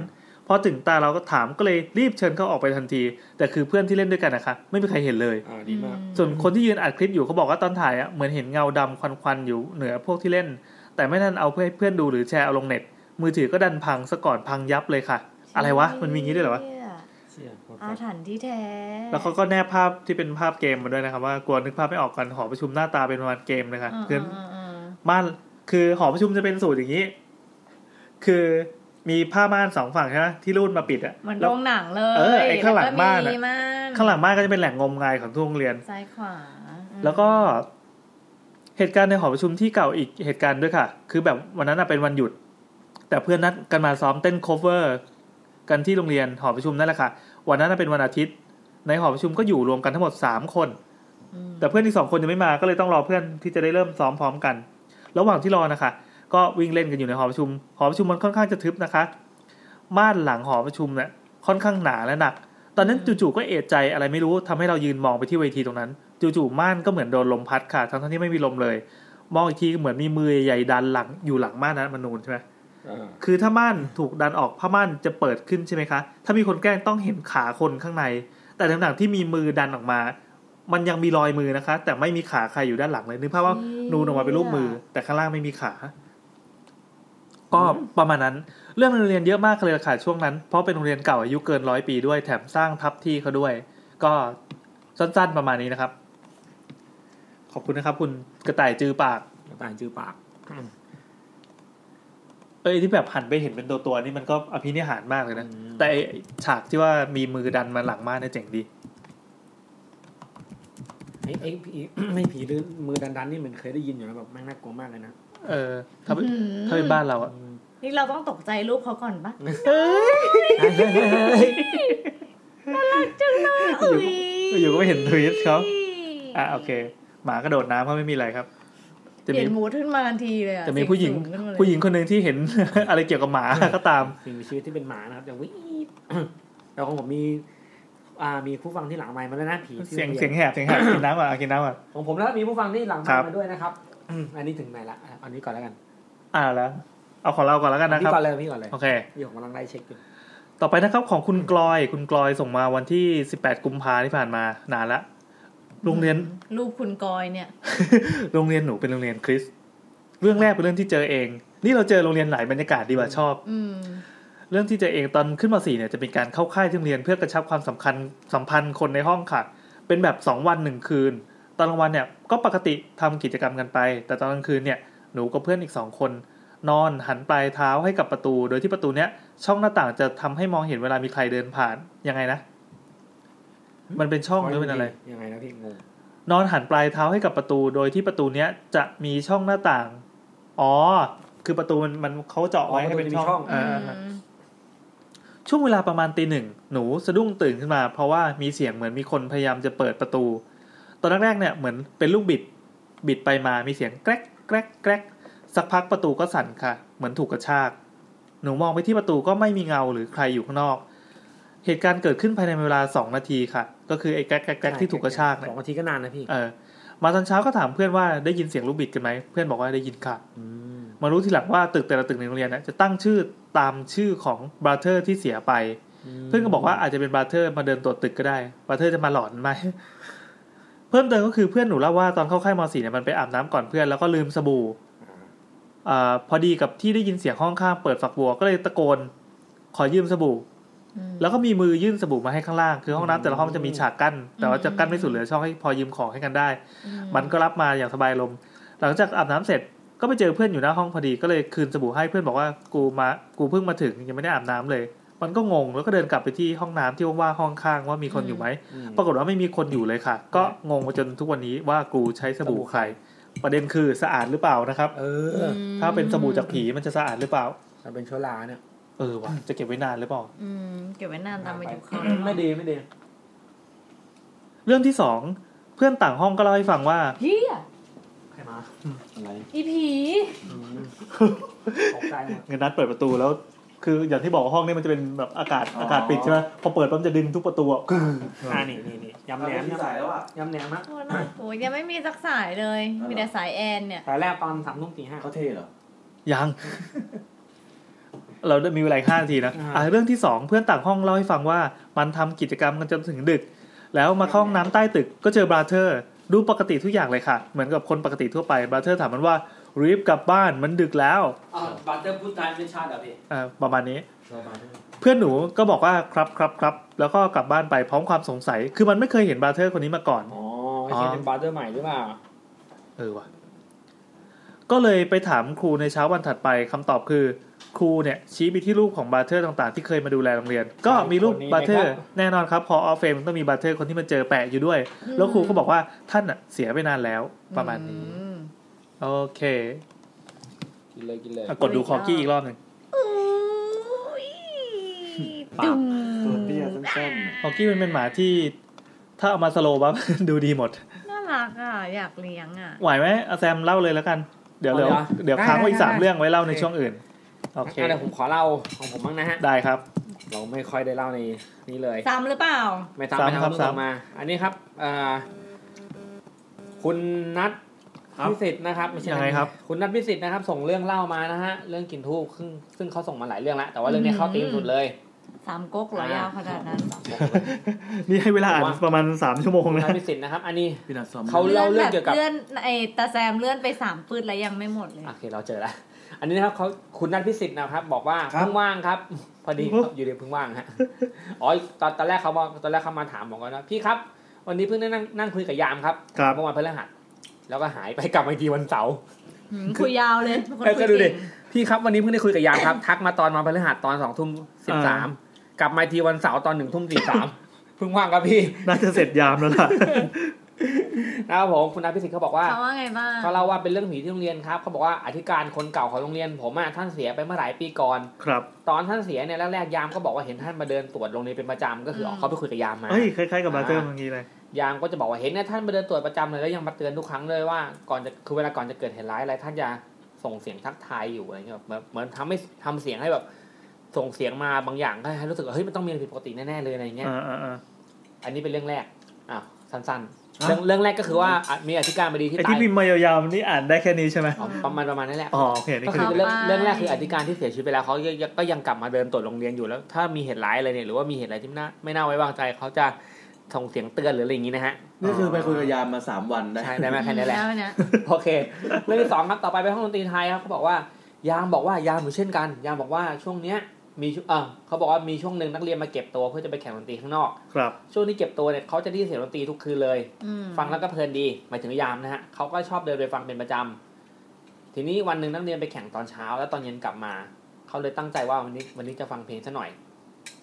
S2: พอถึงตาเราก็ถามก็เลยรีบเชิญเขาออกไปทันที แต่คือเพื่อนที่เล่นด้วยกันนะคะไม่มีใครเห็นเลย
S1: อ่าดีมาก
S2: ส่วนคนที่ยืนอัดคลิปอยู่เขาบอกว่าตอนถ่ายอะเหมือนเห็นเงาดำควันๆอยู่เหนือพวกที่เล่น แต่ไม่ทันเอาเพื่อให้เพื่อนดูหรือแชร์เอาลงเน็ต มือถือก็ดันพังซะก่อนพังยับเลยค่ะ อะไรวะ มันมีอย่างนี้ด้วยเหรอวะ
S3: ชี่
S1: เชี่ยโคตร
S3: อาถรรพ์ที่แท้
S2: แล้วเขาก็แนบภาพที่เป็นภาพเกมมาด้วยนะครับว่ากลัวนึกภาพไม่ออกกันหอประชุมหน้าตาเป็นประมาณเกมเลยค่ะ
S3: อ่า
S2: คือ
S3: อ่าอ่า
S2: ม่านคือหอประชุมจะเป็นสูตรอย่างนี้ คือมีผ้าม่านสองฝั่งใช่ไหมที่รูดมาปิดอ่ะ
S3: เหมือน
S2: แล้
S3: โร
S2: ว
S3: งหนังเลย
S2: เออไอ้ข้างหลังบ้าน
S3: แว
S2: อะ
S3: ก็ม่าน
S2: ข้างหลังม่านก็จะเป็นแหล่งงมงายของทุกโรงเรียน
S3: ซ้ายขวาอืม
S2: แล้วก็เหตุการณ์ในหอประชุมที่เก่าอีกเหตุการณ์ด้วยค่ะ คือแบบวันนั้นอะเป็นวันหยุด แต่เพื่อนนัดกันมาซ้อมเต้น cover กันที่โรงเรียนหอประชุมนั่นแหละค่ะ วันนั้นอะเป็นวันอาทิตย์ ในหอประชุมก็อยู่รวมกันทั้งหมดสามคน
S3: อืม
S2: แต่เพื่อนอีกสองคนยังไม่มาก็เลยต้องรอเพื่อนที่จะได้เริ่มซ้อมพร้อมกัน ระหว่างที่รอนะคะ ก็วิ่งเล่นกันอยู่ในหอประชุม หอประชุมมันค่อนข้างจะทึบนะคะม่านหลังหอประชุมเนี่ยค่อนข้างหนาและหนัก ตอนนั้นจู่ๆก็เอะใจอะไรไม่รู้ทำให้เรายืนมองไปที่เวทีตรงนั้นจู่ๆม่านก็เหมือนโดนลมพัดค่ะทั้งๆที่ไม่มีลมเลย มองอีกทีเหมือนมีมือใหญ่ๆดันหลังอยู่หลังม่านนั้นมันนูนใช่ไหม
S1: อ่า
S2: คือถ้าม่านถูกดันออกผ้าม่านจะเปิดขึ้นใช่ไหมคะ ถ้ามีคนแกล้งต้องเห็นขาคนข้างใน แต่ในหนังที่มีมือดันออกมา มันยังมีรอยมือนะคะ แต่ไม่มีขาใครอยู่ด้านหลังเลยนึกภาพว่านูนออกมาเป็นรูปมือ แต่ข้างล่างไม่มีขา ก็ประมาณนั้น เรื่องในโรงเรียนเยอะมากเลยล่ะค่ะช่วงนั้น เพราะเป็นโรงเรียนเก่าอายุเกินร้อยปีด้วยแถมสร้างทับที่เขาด้วย ก็สั้นๆประมาณนี้นะครับ ขอบคุณนะครับ คุณกระต่ายจือปาก
S1: กระต่ายจือปาก
S2: เอ้ยที่แบบหันไปเห็นเป็นตัวตัวๆนี่มันก็อภินิหารมากเลยนะ
S1: อืม
S2: แต่ไอ้ฉากที่ว่ามีมือดันมาหลังม่านเนี่ยเจ๋งดี
S1: ไอ้ไอ้ผี ไม่ ผีหรือมือดันๆนี่เหมือนเคยได้ยินอยู่นะแบบแม่งน่ากลัวมากเลยนะ
S2: เออถ้าเป็นถ้าเป็นบ้านเราอะ
S3: นี่เราต้องตกใจรูปเขาก่อนปะ
S2: อยู่
S3: อุ๊
S2: ก็อยู่ก็ไม่เห็นทวิตเขาอ่ะโอเค หมาก็โดดน้ำเพราะไม่มีอะไรครับ จะ
S3: เปลี่
S2: มี
S3: ยนมูดขึ้นมาทันทีเลยอ
S2: จะมีผู้หญิง
S3: เสียสูขึ้นมาเลย
S2: ผู้หญิงคนหนึ่งที่เห็น อะไรเกี่ยวกับหมา ก็ตาม
S1: สิ่งมีชีวิตที่เป็นหมานะครับแต่วิ่ง แต่ของผมมี อ่า มีผู้ฟังที่หลังไมค์มาแล้วนะผีที่
S2: เสียง
S1: รีน
S2: เสียงแหบเสียงแหบกินน้ำอ่ะกินน้ำอ่ะ
S1: ของผมแล้วมีผู้ฟังที่หลังไม
S2: ครับ
S1: ค์มาด้วยนะครับอืมอันนี้ถึงไหนละอ่ะอันนี้ก่อนแล้วกัน
S2: อ่าแล้ว เอาของเราก่อนแล้วกันนะค
S1: พี่
S2: รับ
S1: ก่อนเลยพี่ก่อนเลย
S2: โอเค
S1: พี่ผมกำลังไล่เช็คอยู่
S2: ต่อไปนะครับของคุณกลอย คุณกลอยส่งมาวันที่ 18 กุมภาที่ผ่านมานานละโรงเรียน
S3: รูปคุณกอยเนี่ย
S2: โรงเรียนหนูเป็นโรงเรียนคริสต์เรื่องแรกเป็นเรื่องที่เจอเอง นี่เราเจอโรงเรียนหลายบรรยากาศดีกว่าชอบ
S3: อืม
S2: เรื่องที่เจอเองตอนขึ้นมสี่เนี่ยจะเป็นการเข้าค่ายที่โรงเรียนเพื่อกระชับความสำคัญสัมพันธ์คนในห้องค่ะ เป็นแบบ 2 วัน 1 คืน ตอนกลางวันเนี่ยก็ปกติทำกิจกรรมกันไป แต่ตอนกลางคืนเนี่ยหนูกับเพื่อนอีก 2 คน นอนหันปลายเท้าให้กับประตู โดยที่ประตูเนี้ยช่องหน้าต่างจะทำให้มองเห็นเวลามีใครเดินผ่านยังไงนะ มันเป็นช่องหรือเป็นอะไร
S1: ยังไงนะพี่งง
S2: นอนหันปลายเท้าให้กับประตู โดยที่ประตูเนี้ยจะมีช่องหน้าต่าง อ๋อ คือประตูมันมันเขาเจาะไว้ให้เป็น
S1: มี
S2: ช่อง
S1: อ่า
S2: อ่าช่วงเวลาประมาณตีหนึ่งหนูสะดุ้งตื่นขึ้นมา เพราะว่ามีเสียงเหมือนมีคนพยายามจะเปิดประตู ตอนแรกๆเนี่ยเหมือนเป็นลูกบิด บิดไปมามีเสียงแกรกแกรกแกรกสักพักประตูก็สั่นค่ะ เหมือนถูกกระชาก หนูมองไปที่ประตูก็ไม่มีเงาหรือใครอยู่ข้างนอก เหตุการณ์เกิดขึ้นภายในเวลาสองนาทีค่ะ ก็คือไอ้แกรกแกรกแกรกที่ถูกกระชากเนี่ย
S1: สองนาทีก็นานนะพี่
S2: เออมาตอนเช้าก็ถามเพื่อนว่าได้ยินเสียงลูกบิดกันไหมเพื่อนบอกว่าได้ยินค่ะ
S1: อืม
S2: มารู้ทีหลังว่าตึกแต่ละตึกในโรงเรียนน่ะจะตั้งชื่อตามชื่อของบราเธอร์ที่เสียไป เพื่อนก็บอกว่าอาจจะเป็นบราเธอร์มาเดินตรวจตึกก็ได้บราเธอร์จะมาหลอนไหม เพิ่มเติมก็คือเพื่อนหนูเล่าว่าตอนเข้าค่ายมสี่เนี่ยมันไปอาบน้ำก่อนเพื่อนแล้วก็ลืมสบู่อ่าพอดีกับที่ได้ยินเสียงห้องข้างเปิดฝักบัวก็เลยตะโกน ขอยืมสบู่
S3: อืม
S2: แล้วก็มีมือยื่นสบู่มาให้ข้างล่างคือห้องน้ำแต่ละห้องจะมีฉากกั้น แต่ว่าจะกั้นไม่สุดเหลือช่องให้พอยืมของให้กันได้ มันก็รับมาอย่างสบายลมณ์หลังจากอาบน้ำเสร็จก็ไปเจอเพื่อนอยู่หน้าห้องพอดีก็เลยคืนสบู่ให้เพื่อนบอกว่ากูมา กูเพิ่งมาถึงยังไม่ได้อาบน้ำเลย มันก็งงแล้วก็เดินกลับไปที่ห้องน้ำที่ว่างๆห้องข้างว่ามีคนอยู่ไหม ปรากฏว่าไม่มีคนอยู่เลยค่ะ ก็งงมาจนทุกวันนี้ว่ากูใช้สบู่ใคร ประเด็นคือสะอาดหรือเปล่านะครับ
S1: เอ
S3: อื
S1: อ
S3: ม
S2: ถ้าเป็นสบู่จากผีมันจะสะอาดหรือเปล่า
S1: มันเป็นเชื้อราเนี่ย
S2: เออวะจะเก็บไว้นานหรือเปล่า
S3: อืมเก็บไว้นานตามอายุเขา
S1: ไม่ดีไม่ดี
S2: เรื่องที่สองเพื่อนต่างห้องก็เล่าให้ฟังว่า
S3: เฮีย
S1: ใครมาอะไร
S3: อีผี
S1: อืมตกใจหมด
S2: เงินนัดเปิดประตูแล้ว คืออย่างที่บอกว่าห้องนี้มันจะเป็นแบบอากาศ
S1: อ๋ออ
S2: อากาศปิดใช่ไหมพอเปิดปั๊บจะดึงทุกประตูอ่ะกึ่ง
S1: อ่านี่นี่นี่ยำแหนม
S5: เอาไปที่สายแล้วอะ
S1: ยำแหนมนะ
S3: โอ้ยน่ากลัวยังไม่มีสักสายเลย มีแต่สายแอนเนี่ย
S1: สายแรกตอนสามทุ่มสี่ห้า
S5: เขาเท่เหรอ
S2: ยัง เราได้มีเวลาห้านาทีนะ
S1: อ่า
S2: อ่ะเรื่องที่สองเพื่อนต่างห้องเล่าให้ฟังว่า มันทำกิจกรรมกันจนถึงดึก แล้วมาเข้าห้องน้ำใต้ตึกก็เจอบราเธอร์ดูปกติทุกอย่างเลยค่ะ เหมือนกับคนปกติทั่วไปบราเธอร์ถามมันว่ารีบกลับบ้านมันดึกแล้ว
S6: อ่าบัตเตอร์พุทธานเป็นชาติเหรอพี่
S2: อ่าประมาณนี้
S1: เรามาด้วย
S2: เพื่อนหนูก็บอกว่าครับครับครับแล้วก็กลับบ้านไปพร้อมความสงสัย คือมันไม่เคยเห็นบราเธอร์คนนี้มาก่อน
S1: อ๋อไอ้เคนเป็นบาร์เตอร์ใหม่หรือเปล่า
S2: เออว่ะ ก็เลยไปถามครูในเช้าวันถัดไปคำตอบคือ ครูเนี่ยชี้ไปที่รูปของบาร์เทอร์ต่างๆ ที่เคยมาดูแลโรงเรียน ก็มีรูป
S1: คนนี้
S2: บาร์เทอ
S1: ไหม
S2: ร์
S1: ครับ
S2: แน่นอนครับพอออฟเฟมต้องมีบาร์เทอร์คนที่มาเจอแปะอยู่ด้วย แล้วครูก็บอกว่าท่านอ่ะเสียไปนานแล้วประมาณนี้
S3: อืม
S2: โอเค
S1: กินเลยกินเลย
S2: อ่ะกดดู
S3: ดูอีก
S2: คอกี้
S3: รอบ
S2: อีกรอบหนึ่ง
S3: อุ้ย
S1: ปาก
S5: ตัวเตี้ยสั้นๆน่ะ
S2: คอกี้มันเป็นหมาที่ ถ้าเอามาสโลว์บั ฟ ดูดีหมด
S3: น่ารักอ่ะ อยากเลี้ยงอ่ะ
S2: ไหวไหมอาแซมเล่าเลยแล้วกัน เดี๋ยวเดี๋ยวเดี๋ยวค้างไว้อีกสามเรื่องไว้เล่าในช่วงอื่น โอเค
S1: อ่ะเดี๋ยวผมขอเล่าของผมบ้างนะฮะ
S2: ได้ครับ
S1: เราไม่ค่อยได้เล่าในนี้เลย
S3: ซ้ำหรือเปล่า
S1: ไม่ทำ
S2: ซ้ำ
S1: ไม่
S2: ครั
S1: ทำ
S2: บ
S1: เพิ่งส่ง
S2: ซ้ำ
S1: มา อันนี้ครับเอ่อคุณนัท
S2: ครับ
S1: พิสิทธิ์นะครับม่ใช่
S2: ยังไงครับ
S1: คุณนัทพิสิทธิ์นะครับ ส่งเรื่องเล่ามานะฮะ เรื่องกลิ่นทูบซึ่งซึ่งเขาส่งมาหลายเรื่องแล้วแต่ว่าเรื่องนี้เข้าตีมสุดเลย
S3: สามก๊กเหรอยาวขนาดนั้น
S1: สามโมงเลย
S2: นี่ให้เวลาอ่าน
S1: ว่า
S2: ประมาณสามชั่วโมง
S1: คุณ
S2: นะ
S1: นัทพิสิทธิ์นะครับ อันนี้
S5: พี่นัทซ้อม
S1: เขาเล่าเรื่องเกี่ยวกับ
S3: เลื่อนไอ้ตาแซมเลื่อนไปสามปืดแล้วยังไม่หมดเลย
S1: โอเคเราเจอแล้ว อันนี้นะครับเขาคุณนัทพิสิทธิ์นะครับ บอกว่าเพิ่งว่างครับ พอดีอยู่เดียวเพิ่งว่างฮะอ๋อตอนตอนแรกเขาบอกตอนแรกเขามาถามบอกว่าพี่ครับ วันนี้เพิ่งได้นั่งนั่งคุยกับยามครับ
S2: ครับ
S1: เมื่อวานพฤหัสแล้วก็หายไปกลับมาอีกทีวันเสาร์
S3: หืมคุยยาวเลยเป็นคน
S1: เออก็ดูดิ
S3: คุยเง
S1: พี่ครับวันนี้เพิ่งได้คุยกับยาม ครับ ทักมาตอนมาพฤหัสตอนสองทุ่มสิบสามกลับมาอีกทีวันเสาร์ตอนหนึ่งทุ่มสี่สาม เพิ่งว่างครับพี่
S2: น่าจะเสร็จยามแล้วล่ะ
S1: นะครับผมคุณนัทพิสิทธิ์เขาบอกว่า
S3: เขาว่าไงบ้าง
S1: เขาเล่าว่าเป็นเรื่องผีที่โรงเรียนครับเขาบอกว่าอธิการคนเก่าของโรงเรียน ผมอะท่านเสียไปเมื่อหลายปีก่อน
S2: ครับ
S1: ตอนท่านเสียเนี่ยแรกๆยามก็บอกว่าเห็นท่านมาเดินตรวจโรงเรียนเป็นประจำก็คือออกเขาไปคุยกับยามมา
S2: เอ้ยคล้ายๆกับบาร์เตอร์เมื่อกี้เลย
S1: ยามก็จะบอกว่าเห็นเนี่ยท่านมาเดินตรวจประจำเลยแล้วยังมาเตือนทุกครั้งเลยว่าก่อนจะคือเวลาก่อนจะเกิดเหตุร้ายอะไรท่านจะส่งเสียงทักทายอยู่อะไรเงี้ยแบบเหมือนเหมือนทำให้ทำเสียงให้แบบ ส่งเสียงมาบางอย่างให้ให้รู้สึกว่าเฮ้ยมันต้องมีอะไรผิดปกติแน่ๆเลยอะไรเงี้ย
S2: อ่าอ่าอ่า
S1: อันนี้เป็นเรื่องแรกอ่ะสั้นๆเรื่องเรื่องแรกก็คือว่าอ่ะมีอธิการบดีที่
S2: ไอ
S1: ตา
S2: ที่
S1: ย
S2: พิมพ์มายาวๆนี่อ่านได้แค่นี้ใช่ไหม
S1: อ๋อประมาณประมาณนั่นแหละ
S2: อ๋อโอเคนี่
S1: ก็
S2: คื
S1: คือ
S2: อ
S1: เรื่องเรื่องแรกคืออธิการที่เสียชีวิตไปแล้วเขายังก็ยังกลับมาเดินตรวจโรงเรียนอยู่แล้ว ถ้ามีเหตุร้ายอะไรเนี่ยหรือว่ามีเหตุอะไรที่ไม่น่าไม่น่าไว้วางใจเขาจะส่งเสียงเตือนหรืออะไรอย่างนี้นะฮะ
S6: นี่คือไปคุยกับยามมาสามวันได้
S1: ใช่ได้ไหมแค่นี้แหละ
S3: ล้วเนี่ย
S1: โอเค เรื่องที่สองครับต่อไปไปนห้องดนตรีไทยครับเขาบอกว่ายามบอกว่ายามเหมือนเช่นกัน ยามบอกว่าช่วงเนี้ยมีช่วงเออเขาบอกว่ามีช่วงหนึ่งนักเรียนมาเก็บตัวเพื่อจะไปแข่งดนตรีข้างนอก
S2: ครับ
S1: ช่วงที่เก็บตัวเนี่ยเขาจะได้ยินเสียงดนตรีทุกคืนเลย
S3: อืม
S1: ฟังแล้วก็เพลินดีหมายถึงยามนะฮะเขาก็ชอบเดินไปฟังเป็นประจำทีนี้วันหนึ่งนักเรียนไปแข่งตอนเช้า แล้วตอนเย็นกลับมา เขาเลยตั้งใจว่าวันนี้วันนี้จะฟังเพลงซะหน่อย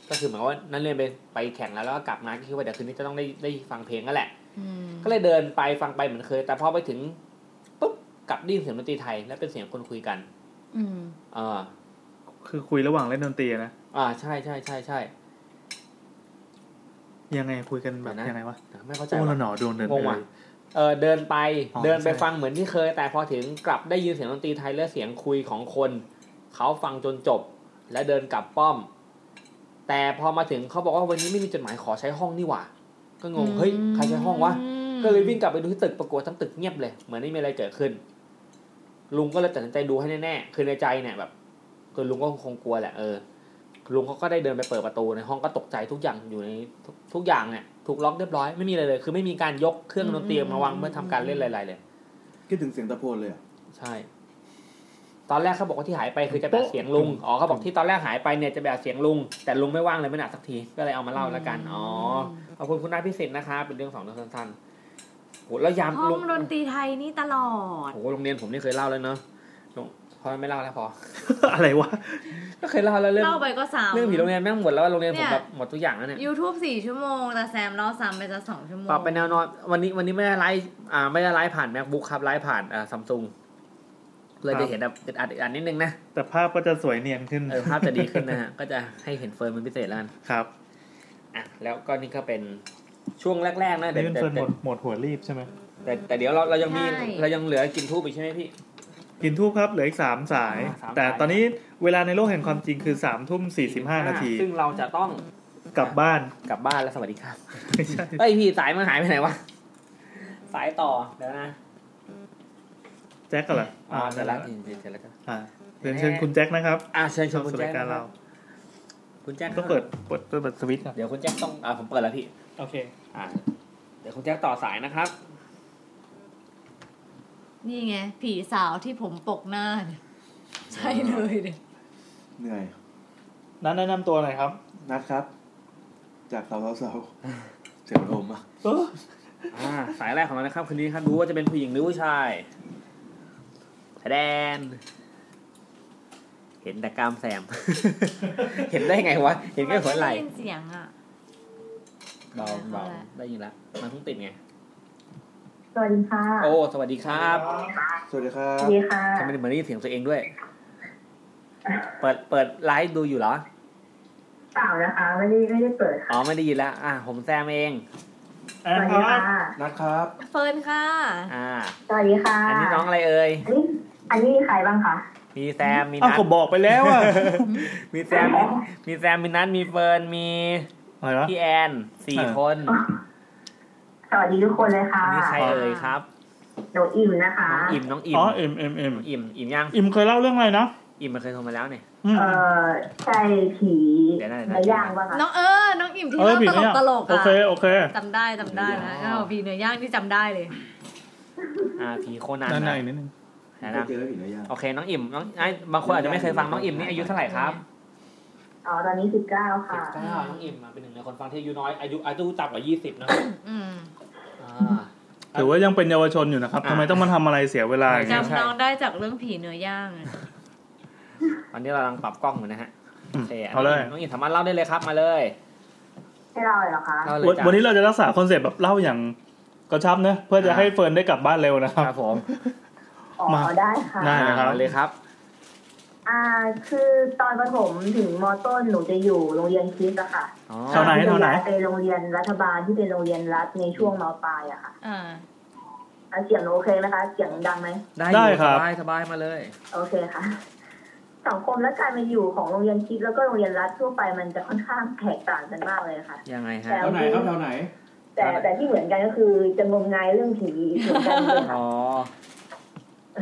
S1: ก็คือเหมือนว่านักเรียนไปไปแข่งแล้วแล้วก็กลับมาก็คิดว่าเดี๋ยวคืนนี้จะต้องได้ได้ฟังเพลงนั่นแหละ
S3: อืม
S1: ก็เลยเดินไปฟังไปเหมือนเคย แต่พอไปถึงปุ๊บกลับได้ยินเสียงดนตรีไทย และเป็นเสียงคนคุยกัน
S3: อืม
S1: เออ
S2: คือคุยระหว่างเล่นดนตรีนะ
S1: อ่าใช่ใช่ใช่ใช่
S2: ยังไงคุยกันแบบ
S1: เดี๋ยวนะ
S2: ยังไงวะ
S1: แต่ไม่เข้าใจ
S2: โอ้
S1: ว่า
S2: ละหนอโดนเดิน
S1: งง
S2: ไป
S1: ว่ะ เออเดินไป
S2: อ๋อ
S1: เดินไป
S2: ใช่
S1: ฟังเหมือนที่เคย แต่พอถึงกลับได้ยินเสียงดนตรีไทยและเสียงคุยของคน เขาฟังจนจบ และเดินกลับป้อม แต่พอมาถึงเขาบอกว่าวันนี้ไม่มีจดหมายขอใช้ห้องนี่หว่า ก็งงเฮ้ยใครใช้ห้องวะก็เลยวิ่งกลับไปดูที่ตึกปรากฏทั้งตึกเงียบเลย เหมือนไม่มีอะไรเกิดขึ้น ลุงก็เลยตัดสินใจดูให้แน่ๆคือในใจเนี่ยแบบคือลุงก็คงกลัวแหละเออ ลุงเขาก็ได้เดินไปเปิดประตูในห้องก็ตกใจทุกอย่างอยู่ในทุกทุกอย่างเนี่ยถูกล็อกเรียบร้อยไม่มีอะไรเลย คือไม่มีการยกเครื่องดนตรีมาวางเพื่อทำการเล่นอะไรๆเลย
S6: คิดถึงเสียงตะโพนเลยอะ
S1: ใช่ ตอนแรกเขาบอกว่าที่หายไปคือจะแบบเสียงลุง อ๋อเขาบอกที่ตอนแรกหายไปเนี่ยจะแบบเสียงลุง แต่ลุงไม่ว่างเลยไม่หนักสักที ก็เลยเอามาเล่าแล้วกัน อ๋อ ขอบคุณคุณนายพิสิทธิ์นะคะ เป็นเรื่องสองเรื่องสั้นๆโหแล้วยาม
S3: ห้
S1: ลุ
S3: อง
S1: ง
S3: ดนตรีไทยนี่ตลอด
S1: โหโรงเรียนผมนี่เคยเล่าแล้วเนอะโรง อไม่เล่าแล้วพอ
S2: อะไรวะ
S1: ก็เคยเล่าแล้วเรื่อง
S3: เล่าไปก็สาม
S1: เรื่องผีโรงเรียนแม่งหมดแล้วว่าโรงเรียนผ
S3: เนี่
S1: ม
S3: ย
S1: แบบหมดทุกอย่างแล้วเนี่ย
S3: YouTube สี่ชั่วโมง แต่แซมเล่าซ้ำไปจะสองชั่วโมง
S1: ปรับไปแนวนอน วันนี้วันนี้ไม่ได้ไลฟ์อ่าไม่ได้ไลฟ์ผ่าน macbook ครับไลฟ์ผ่านอ่าซัมซุงเลย
S2: ครั
S1: จะ
S2: บ
S1: เห็นแบบอึดอัดอึดอัดนิดนึงนะ
S2: แต่ภาพก็จะสวยเนียนขึ้น
S1: เออภาพจะดีขึ้นนะฮ ะ ก็จะให้เห็นเฟิร์มเป็นพิเศษแล้วกัน
S2: ครับ
S1: อ่ะแล้วก็นี่ก็เป็นช่วงแรกๆนะ
S2: นี่
S1: เดี๋ยว
S2: เป็น
S1: เดี๋ย
S2: เฟิ
S1: วเดี๋ยว
S2: ร์นหมดหมดหัวรีบใช่ไหม
S1: แต่แต่เดี๋ยวเราเรายังมีเรายังเหลือกินทูบอีกใช่ไหมพี่
S2: กินทูบครับเหลืออีกสามสาย
S1: อ่าสามสาย
S2: แต่ตอนนี้เวลาในโลกแห่งความจริงคือสามทุ่มสี่สิบห้านาที
S1: ซึ่งเราจะต้อง
S2: กลับบ้าน
S1: กลับบ้านแล้วสวัสดีครับ
S2: ไม่ใช่
S1: เอ้ยพี่สายมันหายไปไหนวะสายต่อเดี๋ยวนะ
S2: แจ็คกันเหรอ
S1: อ๋อ
S2: อ่า
S1: เสร็จแล้วเสร็จแล้วจ้ะ
S2: อ่าเรียนเชิญคุณแจ็คนะครับ
S1: อ่ะเชิญชม
S2: เข้า
S1: คุณ
S2: สู่
S1: แจ็
S2: รา
S1: ค
S2: ยการเรา
S1: คุณแจ็ค
S2: ต้องเปิดเปิดเปิดสวิตช์ก่อน
S1: เดี๋ยวคุณแจ็คต้องอ่าผมเปิดแล้วพี่
S2: โอเค
S1: อ่ะเดี๋ยวคุณแจ็คต่อสายนะครับ
S3: นี่ไง ผีสาวที่ผมปกหน้าเนี่ยใช่เลยเนี่ย
S6: เหนื่อย
S2: นั้นแนะนำตัวหน่อยครับ
S6: นัดครับ จากสาวสาว ๆเสียงโอมอ่ะ
S2: เออ
S1: อ่า สายแรกของเรานะครับคืนนี้ครับดูว่าจะเป็นผู้หญิงหรือผู้ชายแดน เห็นแต่กรามแซ ม เห็นได้ไงวะ เห็นแค่หัวไหล่
S3: ทำมม่ด้ยินเสียงอ่ะ
S1: เบาเบา
S3: ได้
S1: ได้ยินละมันเพิ่งติดไง
S7: สวัสดีค่ะ
S1: โอ้ สวัสดีครับ
S6: สวัสดีครั
S7: ส
S6: บ
S7: วัสดีค่ะ
S1: ทำไมเหมือนได้ยินเสียงตัวเองด้วย เปิดเปิดไลฟ์ดูอยู่เหรอ
S7: เปล่านะคะ ไม่ได้ไม่ได้เปิดค่ะ
S1: อ๋อไม่ได้ยินละอ่ะผมแซมเอง
S2: แอน
S7: สวัส
S2: ค
S7: ดี
S2: รับ
S7: ค่ะ
S6: นัดครับ
S3: เฟิร์นค่ะ
S1: อ่า
S7: สวัสดีค่ะ
S1: อันนี้น้องอะไรเอ่ย
S7: อันนี้อันนี้มีใครบ้างคะ
S1: มีแซม มี
S2: อ้าว
S1: นัท
S2: ก็บอกไปแล้วอะ
S1: มีแซม มีแซม มีนัท มีเฟิร์น มี
S2: อะไรวะ
S1: พี่แอนสี่
S2: เออ
S1: คน
S7: สวัสดีทุกคนเลยค่ะ
S1: อันนี้ใครเอ่ยครับ
S7: หนูอิ่มนะคะ
S1: น้องอิ่มน้องอิ่ม
S2: อ๋อเอ็มเอ็มเอ็ม
S1: อิ่มอิ่มยัง
S2: อิมเคยเล่าเรื่องอะไรนะ
S1: อิ่มมันเคยโทรมาแล้วเนี่ย
S2: อืม
S7: เอ่อใช่ผี
S1: เดี๋ยวนะเดี๋ยว
S7: ใน
S1: นะ
S7: ย่างป่ะคะ
S3: น้องเออ น้องอิ่มที่
S2: เออ
S3: เล่า
S2: ผี
S3: ตล
S2: เนี่
S3: ก
S2: ย
S3: ตลก
S2: โอ
S3: อ่ะ
S2: เคโอเค
S3: จำได้จำได้นะก็ผีเนื้อย่างที่จำได้เลย
S1: อ่าผีโคนัน
S2: ด้านใน
S1: นะ
S2: นิดนึง
S1: เดี๋ยว
S6: เคย
S1: นะ
S6: เจอแล้วผีเนื้อย่าง
S1: โอเคน้องอิ่มน้องไอ้บางคนอาจจะไม่เคยฟังน้องอิ่มนี่อายุเท่าไหร่ครับ
S7: อ๋อ ตอนนี้สิบเก้าค่ะ
S1: เก้าน้องอิ่มอ่ะเป็นหนึ่งในคนฟังที่อายุน้อยอายุอายุต่ำกว่ายี่สิบนะครับ
S3: อืม
S1: อ่า
S2: ถือว่ายังเป็นเยาวชนอยู่นะครับ
S1: อ่า
S2: ทำไมต้องมาทำอะไรเสียเวลาอย่าง
S1: ใช่
S2: เงี้ย
S1: ใช่
S3: จำน้องได้จากเรื่องผีเนื้อย่างอะ
S1: ตอนนี้เรากำลังปรับกล้องอยู่นะฮะโอเค
S2: อืมเอาเลย
S1: น้องอิ่มสามารถเล่าได้เลยครับมาเลย
S7: ให้เราเลยเหรอคะ
S1: เล่าเลย
S2: วัน
S1: จ้ะ
S2: วันนี้เราจะรักษาคอนเซปต์แบบเล่าอย่างกระชับนะเพื่อจะให้เฟิร์นได้กลับบ้านเร็วนะค
S1: ครับ รับผม
S7: อ๋อ
S2: มา
S7: ได้ค่ะ
S2: ได้นะครับ
S1: มาเลยครับ
S7: อ่า คือตอนประถมถึงมต้นหนูจะอยู่โรงเรียนคริสต์อะค่ะ
S1: อ๋อ
S2: เท่าไหนเท่าไหน
S7: ไปโรงเรียนรัฐบาลที่เป็นโรงเรียนรัฐในช่วงมปลายอะค่ะ
S3: อ่า
S7: อ่ะเสียงหนูโอเคไหมคะ เสียงดังไหม
S1: ได้อยู่
S2: ได้ครับ
S1: สบายสบายมาเลย
S7: โอเคค่ะ สังคมและการเป็นอยู่ของโรงเรียนคริดแล้วก็โรงเรียนรัฐทั่วไปมันจะค่อนข้างแตกต่างกันมากเลยค่ะ
S1: ยังไงฮะ
S7: แถ
S6: แถ
S7: ว
S6: ว
S7: ไห
S6: ไห
S7: น
S6: น
S7: ค
S6: ค
S7: รั
S6: รัแถ
S7: บบ แถว
S6: ว
S7: ไห
S6: ไห
S7: น
S6: น
S7: แต่แต่ที่เหมือนกันก็คือจะงมงายเรื่องผีเหมือนกันเลยค่ะ
S1: อ๋อ
S7: เ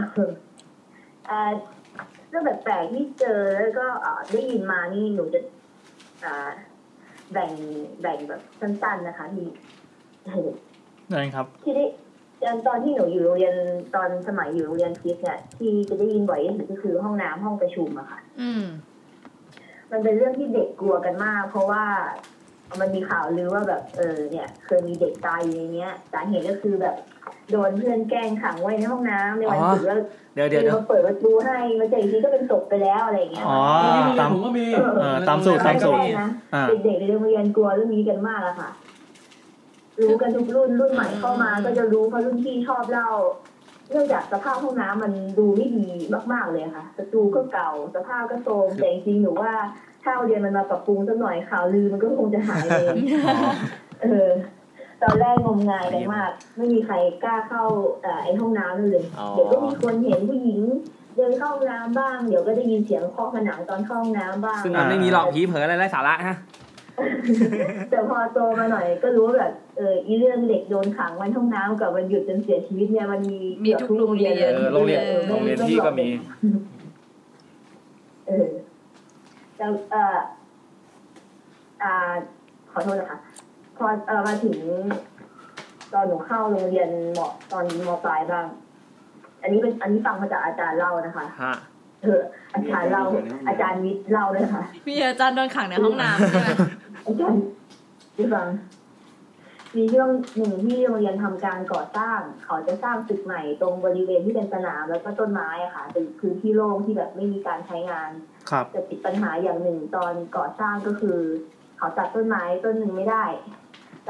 S7: อ่อเรื่องแปลกๆที่เจอแล้วก็เอ่อได้ยินมานี่หนูจะเอ่อแบ่งแบ่งแบบสั้นๆนะคะที่
S2: ได้ครับ
S7: ที่ได้ตอนที่หนูอยู่โรงเรียนตอนสมัยอยู่โรงเรียนคริสต์เนี่ยที่จะได้ยินบ่อยที่สุดก็คือห้องน้ำห้องประชุมอะค่ะ
S3: อืม
S7: มันเป็นเรื่องที่เด็กกลัวกันมาก เพราะว่ามันมีข่าวลือว่าแบบเออเนี่ย เคยมีเด็กตายอยู่ในเนี้ยสาเหตุก็คือแบบโดนเพื่อนแกล้งขังไว้ในห้องน้ำในวัน
S1: อ๋อ
S7: ศุกร์แล้ว
S1: เดี๋ยวเดี๋ยวเดี๋ยว
S7: มาเปิดประตูให้มาเจออีกทีก็เป็นศพไปแล้วอะไรอย่างเงี้ย
S2: อ๋อตาม
S6: ผมก็มี
S2: เอ่อตามสูตร
S7: ใคร
S2: ตาม
S7: ก็
S2: สูตร
S7: ได้นะ
S2: อ่า
S7: เด็กๆในโรงเรียนกลัวเรื่องนี้กันมากอะค่ะ รู้กันทุกรุ่นรุ่นใหม่เข้ามา ก็จะรู้เพราะรุ่นพี่ชอบเล่าเนื่องจากสภาพห้องน้ำมันดูไม่ดีมากๆเลยค่ะประตูก็เก่าสภาพก็โทรมแต่จริงๆหนูว่าถ้าเอาเรียนมันมาปรับปรุงสักหน่อยข่าวลือมันก็คงจะหายเอง
S2: อ๋อ
S7: เออตอนแรกงมงายกันมาก ไม่มีใครกล้าเข้าเอ่อไอห้องน้ำนั่นเลย
S1: อ๋อ
S7: เดี๋ยวก็มีคนเห็นผู้หญิง เดินเข้าห้องน้ำบ้าง เดี๋ยวก็ได้ยินเสียงเคาะผนังตอนเข้าห้องน้ำบ้าง
S1: ซึ่งมันไม่มีหรอกผีเผลออะไรไร้สาระฮะ
S7: แต่พอโตมาหน่อยก็รู้ว่าแบบเอออีเรื่องเด็กโดนขังวันห้องน้ำกับวันหยุดจนเสียชีวิตเนี่ยมันมี
S3: มีทุกโรงเรียน
S7: กือบ
S1: เอ
S7: ทุ
S1: อก โรงเรียนโรงเรียนพี่ก็มี
S7: เออแล้วเอออ่า ขอโทษนะคะพอเออมาถึง ตอนหนูเข้าโรงเรียนมตอนมปลายบ้าง อันนี้เป็นอันนี้ฟังมาจากอาจารย์เล่านะคะ
S1: ฮะ
S7: เอออาจารย์เล่าอาจารย์วิทย์เล่าด้วยค่ะ
S3: มีอาจารย์โดนขังในห้องน้ำใช่ไหม
S7: อาจารย์ได้ฟัง มีเรื่องหนึ่งที่โรงเรียนทำการก่อสร้าง เขาจะสร้างตึกใหม่ตรงบริเวณที่เป็นสนามแล้วก็ต้นไม้อะค่ะเป็นพื้นที่โล่งที่แบบไม่มีการใช้งาน
S2: ครับ
S7: แต่ติดปัญหาอย่างหนึ่งตอนก่อสร้างก็คือ เขาตัดต้นไม้ต้นหนึ่งไม่ได้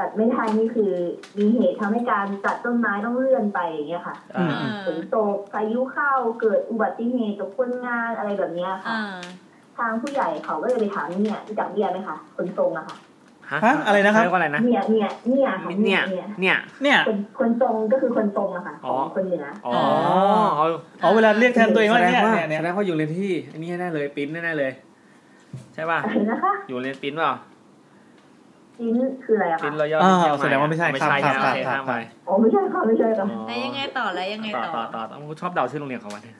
S7: ตัดไม่ได้นี่คือมีเหตุทำให้การตัดต้นไม้ต้องเลื่อนไปอย่างเงี้ยค่ะ
S1: อ่า
S2: อืม
S7: ฝนตกพายุเข้าเกิดอุบัติเหตุตกคนงานอะไรแบบเนี้ยค่ะ
S3: อ่า
S7: ทางผู้ใหญ่เขาก็เลยไปถามเนี่ยรู้จักเมียไหมคะคนทรงอะค่ะ
S1: ฮะ
S2: ฮะอะไรนะครับ
S1: เรียกว่าอะไรนะ
S7: เนี่ยเนี่ยเนี่ยค่ะ
S1: เนี่ย
S7: เนี่ย
S1: เนี่ย
S2: เนี่ย
S7: คนคนทรงก็คือคนทรงอะค่ะ
S1: อ๋
S7: ข
S1: อ
S7: องคนเหนือ
S1: อ๋อเอา
S2: อ๋อเวลาเรียกแทนตัวเอง
S1: แส
S2: ว่า
S1: ดง
S2: เนี่ย
S1: ว่า
S2: เนี่ยเนี่ย
S1: แสดงว่าอยู่เรียนที่อันนี้แน่ๆเลยปิ้นแน่ๆเลย ใช่ป่ะ
S7: อะไรนะคะ
S1: อยู่เรียนปิ้นเปล่า
S7: จิ้นคืออะไรอะ
S1: ปิ้
S7: คะ
S1: นรอยย่อ
S2: อ่า
S1: ที่เชียงให
S2: แสดงว่าไม่ใช่
S1: ไม่ใช่
S2: ครับ
S1: นะโอ
S2: ครับ
S1: เค
S2: ครับ
S1: ข้ามไป
S7: อ๋อไม่ใช่ค่ะไม่ใช่ค่ะ
S3: แล้วยังไงต่อแล้วยังไง
S1: ต่อ
S3: ต่อ
S1: ต่อต่อต่อชอบเดาชื่อโรงเรียนเขาวันย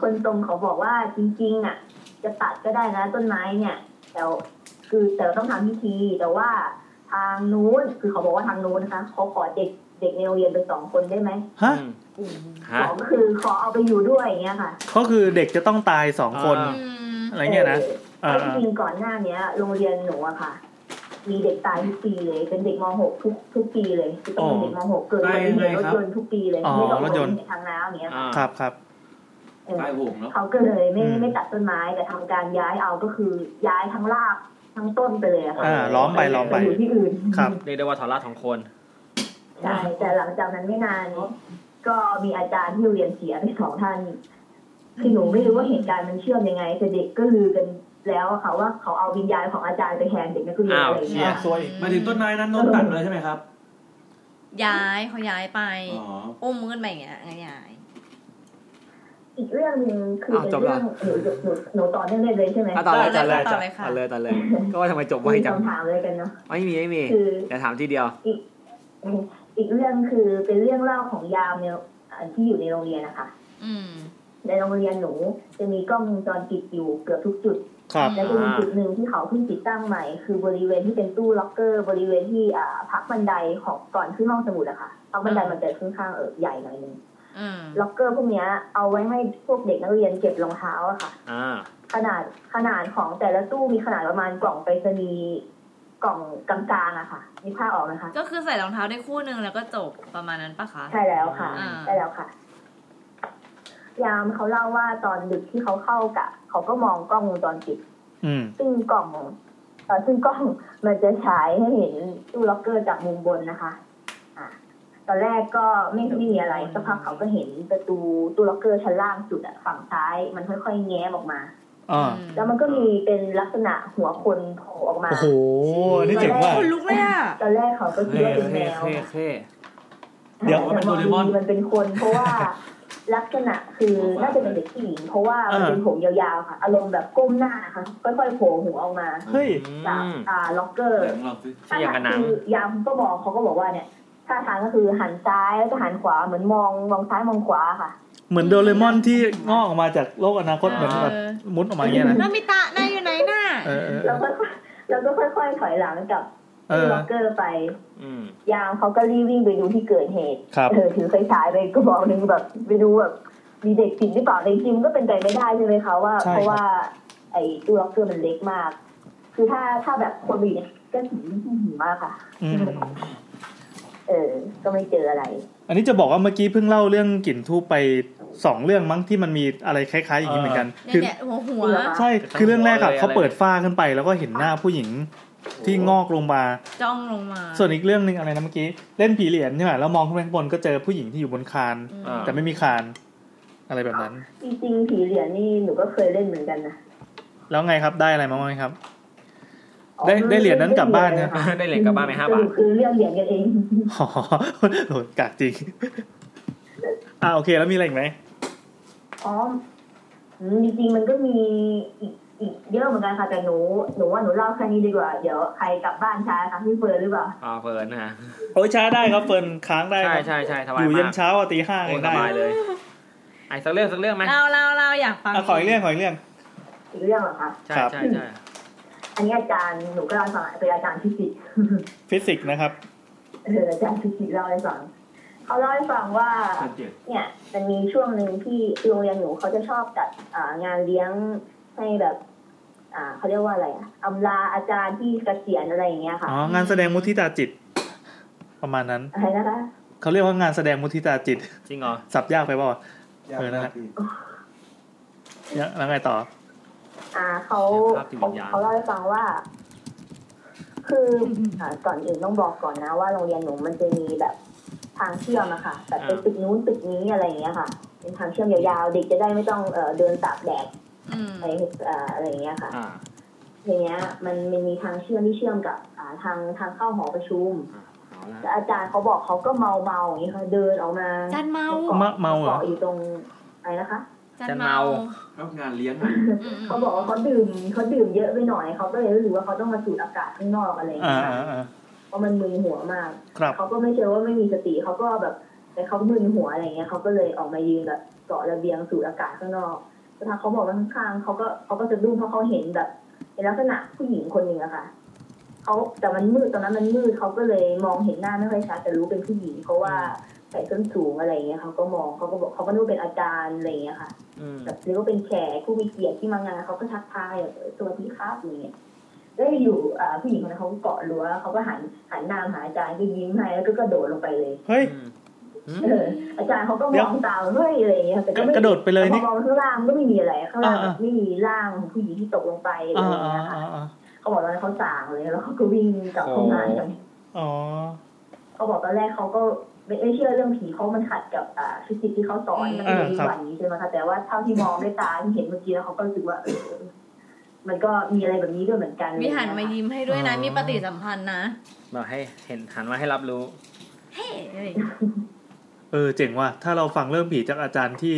S7: คนตรงเขาบอกว่าจริงๆอ่ะ จะตัดก็ได้นะต้นไม้เนี่ย แต่คือแต่ต้องทำพิธีแต่ว่าทางนู้นคือเขาบอกว่าทางนู้นนะคะเขาขอเด็กเด็กในโรงเรียนไปสองคนได้ไหม
S2: ฮะ
S1: อืมฮะ
S7: สองคือขอเอาไปอยู่ด้วยอย่างเงี้ยค่ะ
S2: ก็คือเด็กจะต้องตายสองคน
S1: อ่า
S3: อืม
S2: อะไรเงี้ยนะ
S7: เอ
S2: อ่า
S7: อเพราะจริงๆก่อนหน้าเนี้ย โรงเรียนหนูอะค่ะ มีเด็กตายทุกปีเลย เป็นเด็กม .6 ทุกทุกปีเลยคือต้องเป็นเด็กม .6 เกิดอุบัติเหตุรถยนต์ทุกปีเลยไม่ต้องรถยนต์ทางน้ำอย่างเงี้ยค่ะ
S1: อ่า
S2: ครับครับ
S6: ใต้วงเนาะ
S7: เขาก็เลยไม่
S2: อืม
S7: ไม่ตัดต้นไม้แต่ทำการย้ายเอาก็คือย้ายทั้งรากทั้งต้นไปเลยอะค่ะ
S2: อ่าล้อมไปล้อมไป
S7: อยู่ที่อื่น
S2: ครับ
S1: เรียกได้ว่าถอดรหัสของคน
S7: ใช่ แต่หลังจากนั้นไม่นาน ก็มีอาจารย์ที่โรงเรียนเสียไปสองท่านคือหนูไม่รู้ว่าเหตุการณ์มันเชื่อมยังไงแต่เด็กก็ลือกันแล้วอะค่ะว่าเขาเอาวิญญาณของอาจารย์ไปแทนเด็กนักเรียนอะไรอย่าง
S6: อ้
S7: เงี้ย
S6: ว ซวย
S3: อื
S8: หมายถึงต้นไม้นั้นโดนตัดเลยใช่ไหมครับ
S3: ย้ายเขาย้ายไป
S6: อ๋อ
S3: อุ้มมือไปอย่างเงี้ยย้าย
S7: อีกเรื่องหนึ่งคือ
S1: าว
S7: เป็น
S1: จบละ
S7: เรื่องหนูหนูหนูต่อเนื่องได้เลยใช่ไหม
S1: อ่ะต่อเลย
S3: ต่
S1: ต่อ
S3: อ
S1: เล
S3: เลย ย
S1: ต่อเล
S3: ต่อเลย ยค่ะ
S1: ต่อเลยต่อเลย ก็ว่าทำไมจบไว
S7: มี
S1: จัง
S7: คำถามเลยกันเนาะ
S1: ไม่มีไม่มี
S7: คือ
S1: แต่ถามทีเดียว
S7: อีกอีกเรื่องคือเป็นเรื่องเล่าของยามในอ่าที่อยู่ในโรงเรียนนะคะ
S3: อืม
S7: ในโรงเรียนหนูจะมีกล้องวงจรปิดอยู่เกือบทุกจุด
S2: ครับ
S7: และจะมี
S1: อ่า
S7: จุดหนึ่งที่เขาเพิ่งติดตั้งใหม่ คือบริเวณที่เป็นตู้ล็อกเกอร์ บริเวณที่อ่าพักบันไดของก่อนขึ้นห้องสมุดอะค่ะพักบันได
S3: อืม
S7: มันจะค่อนข้างเออใหญ่หน่อยนึง
S3: อืม
S7: ล็อกเกอร์พวกเนี้ยเอาไว้ให้พวกเด็กนักเรียนเก็บรองเท้าอะค่ะ
S1: อ่า
S7: ขนาดขนาดของแต่ละตู้มีขนาดประมาณกล่องไปรษณีย์กล่องกลางๆอะค่ะมีผ้าพออกนะคะ
S3: ก็คือใส่รองเท้าได้คู่หนึ่งแล้วก็จบประมาณนั้นปะคะ
S7: ใช่แล้วค่ะ
S3: อ่า
S7: ใช่แล้วค่ะ ยามเขาเล่าว่าตอนดึกที่เขาเข้ากะ เขาก็มองกล้องวงจรปิด
S2: อืม
S7: ซึ่งกล่องเอ่อซึ่งกล้องมันจะฉายให้เห็นตู้ล็อกเกอร์จากมุมบนนะคะอ่ะตอนแรกก็ไม่ไม่มีอะไรสักพักเขาก็เห็นประตูตู้ล็อกเกอร์ชั้นล่างสุดอะฝั่งซ้าย มันค่อยๆแง้มออกมา
S2: อ่า
S3: ม
S7: แล้วมันก็มีเป็นลักษณะหัวคนโผล่ออกมา
S2: โอ้โห อันนี่เจ๋งมาก
S3: คนลุกเลยอ่ะ
S7: ตอนแรกเขาก็คิด
S1: เท่
S7: ว่าเป็นแม
S1: เท่
S7: ว
S1: เท่เท่
S2: เดี๋ยว
S7: แต่บางทีมันเป็นคนเพราะว่า ลักษณะคือน่าจะเป็นเด็กผู้หญิงเพราะว่ามันเป็นผมยาวๆค่ะ อารมณ์แบบก้มหน้าค่ะค่อยๆโผล่หัวออกมา
S2: เฮ้ย
S7: จากอ่าล็อกเกอร์
S6: แต่ของเราสิ
S1: ใช่อย่างกับหนัง
S7: คือยามก็บอกเขาก็บอกว่าเนี่ยท่าทางก็คือหันซ้ายแล้วก็หันขวาเหมือนมองมองซ้ายมองขวาค่ะ
S2: เหมือนโดเรมอนที่งอกออกมาจากโลกอนาคต
S3: เออ
S2: เหมือนแบบมุดออกมาอย่างเงี้ยนะ
S3: นามิตะนายอยู่ไหนน่ะ
S2: เออเออ
S7: แล้วก็แล้วก็ค่อยๆถอยหลังกลับ
S2: เออ
S7: ล็อกเกอร์ไป
S1: อืม
S7: ยามเขาก็รีบวิ่งไปดูที่เกิดเหตุ
S2: ครับ
S7: เออถือไฟฉายไปกระบอกหนึ่งแบบไปดูแบบมีเด็กติดหรือเปล่าแต่จริงๆมันก็เป็นไปไม่ได้ใช่ไหมคะว่า
S2: ใช่ครับ
S7: เพราะว่า ไอ้ตู้ล็อกเกอร์มันเล็กมาก คือถ้าถ้าแบบคนไปอยู่ในก็ถึงหิวมากค่ะ
S2: อืม
S7: เออ ก็ไม่เจออะไร
S2: อันนี้จะบอกว่าเมื่อกี้เพิ่งเล่าเรื่องกลิ่นทูปไปสองเรื่องมั้งที่มันมีอะไรคล้าย ๆ อย่างนี้เหมือนกันคื
S3: เนี่ย
S2: อ
S3: เนี่ยหัวหัว
S2: ใช่ คือเรื่องแรกอะเขาเปิดฝ้าขึ้นไป แล้วก็เห็นหน้าผู้หญิงที่งอกลงมา
S3: จ้องลงมา
S2: ส่วนอีกเรื่องหนึ่งอะไรนะเมื่อกี้ เล่นผีเหรียญใช่ไหมแล้วมองขึ้นไปข้างบนก็เจอผู้หญิงที่อยู่บนคาน
S3: อืม
S1: อ่า
S2: แต่ไม่มีคาน อะไรแบบนั้น
S7: จริงๆผีเหรียญนี่หนูก็เคยเล่นเหมือนกันนะ
S2: แล้วไงครับได้อะไรมาบ้างครับ
S7: อ๋อ
S2: ได้ได้เหรียญนั้นกลับบ้านเนี่ย
S1: ได้เหรียญกลับบ้านไหมห้า
S7: ส
S1: บา
S7: รุ
S1: ท
S7: ปคือเรื่องเหรียญกันเอง
S2: อ๋อโหกากจริง อ่าโอเคแล้วมีอะไรอีกไหม
S7: อ๋ออืมจริงๆมันก็มีอีกอีกเยอะเหมือนกันค่ะแต่หนูหนูว่าหนูเล่าแค่นี้ดีกว่า เดี๋ยวใครกลับบ้านช้าค่ะพี่เฟิร์นหรือเปล่า
S1: อ่าเฟิร์นนะฮะ
S2: โอ้ยช้าได้ครับเฟิร์นค้างได้
S1: ใช่
S2: ครับ
S1: ใช่ใช่สบา
S2: อย ยู่เย็
S1: มาน ก
S2: เช้าอ่ะตีห้า
S1: โอ้
S2: เอย ง
S1: ส
S2: ได้
S1: บายเลยไอ้สักเรื่องสักเรื่องไหม
S3: เราเราเราอยากฟัง
S2: อ่ะขออีกเรื่องขออีกเรื่อง
S7: อีกเรื่องเหรอคะ
S1: ใช่ใช่ใช่
S7: อันนี้อาจารย์หนูก็เล่าให้ฟังเป็นอาจารย์ฟิสิกส์
S2: ฟิสิกส์นะครับ
S7: เอออาจารย์ฟิสิกส์เล่าให้ฟังเขาเล่าให้ฟังว่า เนี่ยมันมีช่วงหนึ่งที่โรงเรียนหนูเขาจะชอบจัดอ่างานเลี้ยงให้แบบ อ่าเขาเรียกว่าอะไรอะอำลาอาจารย์ที่เกษียณอะไรอย่างเงี้ยค่ะ
S2: อ๋อ งานแสดงมุทิตาจิต ประมาณนั้น
S7: อะไรนะคะ
S2: เขาเรียกว่างานแสดงมุทิตาจิต
S1: จริงเหรอ
S2: สับยากไปเปล่าวะ
S9: ยาก
S2: เออนั่นแห
S9: มา
S2: ละ
S9: กพี่
S2: ยังแล้วไงต่อ
S7: อ่าเขา
S1: ภาพจิตวิ
S7: เขา
S1: ญญาณ
S7: เขาเล่าให้ฟังว่า คืออ่าก่อนอื่นต้องบอกก่อนนะว่าโรงเรียนหนูมันจะมีแบบทางเชื่อมอะค่ะแบบเป็นตึกนู้นตึกนี้อะไรอย่างเงี้ยค่ะ เป็นทางเชื่อมยาวๆเด็กจะได้ไม่ต้องเอ่อเดินตากแดด
S3: อืม
S7: อะไรเอ่ออะไรอย่างเงี้ยค่ะ
S1: อ่า
S7: ทีเนี้ยมันมันมีทางเชื่อมที่เชื่อมกับอ่าทางทางเข้าหอประชุม
S1: อ่าเอาละ
S7: แล้วอาจารย์เขาบอกเขาก็เมาเมาๆอย่างนี้ค่ะเดินออกมา
S3: จันเมา
S2: เมาเมาเหรอ
S7: กาะอยู่ตรงอะไรนะคะ
S3: จันเมา
S9: ครับงานเลี้ยงอะ
S3: อืม
S7: เขาบอกว่าเขาดื่มเขาดื่มเยอะไปหน่อยเขาก็เลยรู้สึกว่าเขาต้องมาสูดอากาศข้างนอกอะไรอย่าง
S2: อ่า
S7: เงี้ย
S2: อ่าอ่า
S7: เพราะมันมึนหัวมาก
S2: ครับ
S7: เขาก็ไม่เชื่อว่าไม่มีสติเขาก็แบบ แต่เขามึนหัวอะไรเงี้ยเขาก็เลยออกมายืนแบบเกาะระเบียงสูดอากาศข้างนอกแล้วทางเขาบอกว่าข้างๆเขาก็เขาก็จะดุ้งเพราะเขาเห็นแบบเป็นลักษณะผู้หญิงคนหนึ่งอะค่ะเขาแต่มันมืดตอนนั้นมันมืดเขาก็เลยมองเห็นหน้าไม่ค่อยชัดแต่รู้เป็นผู้หญิงเพราะว่าใส่ส้นสูงอะไรเงี้ยเขาก็มองเขาก็บอกเขาก็นึกว่าเป็นอาจารย์อะไรเงี้ยค่ะ
S1: อืม
S7: แบบหรือว่าเป็นแขกผู้มีเกียรติที่มางานเขาก็ทักทายแบบสวัสดีครับอย่างเงี้ยแล้วอยู่อ่าผู้หญิงคนนั้นเขาก็เกาะรั้วเขาก็หันหันหน้ามาหาอาจารย์ก็ยิ้มให้แล้วก็กระโดดลงไปเลย
S2: เฮ้ย
S1: อืม
S7: เอออาจารย์เขาก็ม
S2: เดี๋ย
S7: อ
S2: ว
S7: งตามเฮ้ยอะไรอย่างเงี้ยแต่ก็ไม่
S2: กระโดดไปเลย
S7: พ
S2: นี่
S7: อมองข้างล่างก็ไม่มีอะไรข้างล่าง
S2: อ่าๆ
S7: ไม่มีร่างของผู้หญิงที่ตกลงไปอะไร
S2: อ่า
S7: อย่า
S2: อ่า
S7: งเงี้ยค่ะ
S2: อ่าอ่า
S7: เขาบอกตอนนั้นเขาสางเลยแล้วเขาก็วิ่งกลับเข้ามากัน
S2: อ๋อ
S7: เขาบอกตอนแรกเขาก็ไม่ไม่เชื่อเรื่องผีเขาะมันขัดกับอ่าฟิสิกส์ที่เขาสอนมันเป็น
S2: อ่าครับ
S7: วันนี้ใช่ไหมคะแต่ว่าเท่าที่มองด้วยตาที่เห็นเมื่อกี้แล้วเขาก็รู้สึกว่าเออมันก็มีอะไรแบบนี้ด้วยเหมือนกัน
S3: มีหันมายิ้มให้ด้วยนะ
S2: อ๋อ
S3: มีปฏิสัมพันธ์นะ
S1: บอกให้เห็นหันมาให้รับรู้
S3: เฮ้ยอะไรอย่างเงี้ย
S2: เออเจ๋งว่ะ ถ้าเราฟังเรื่องผีจากอาจารย์ที่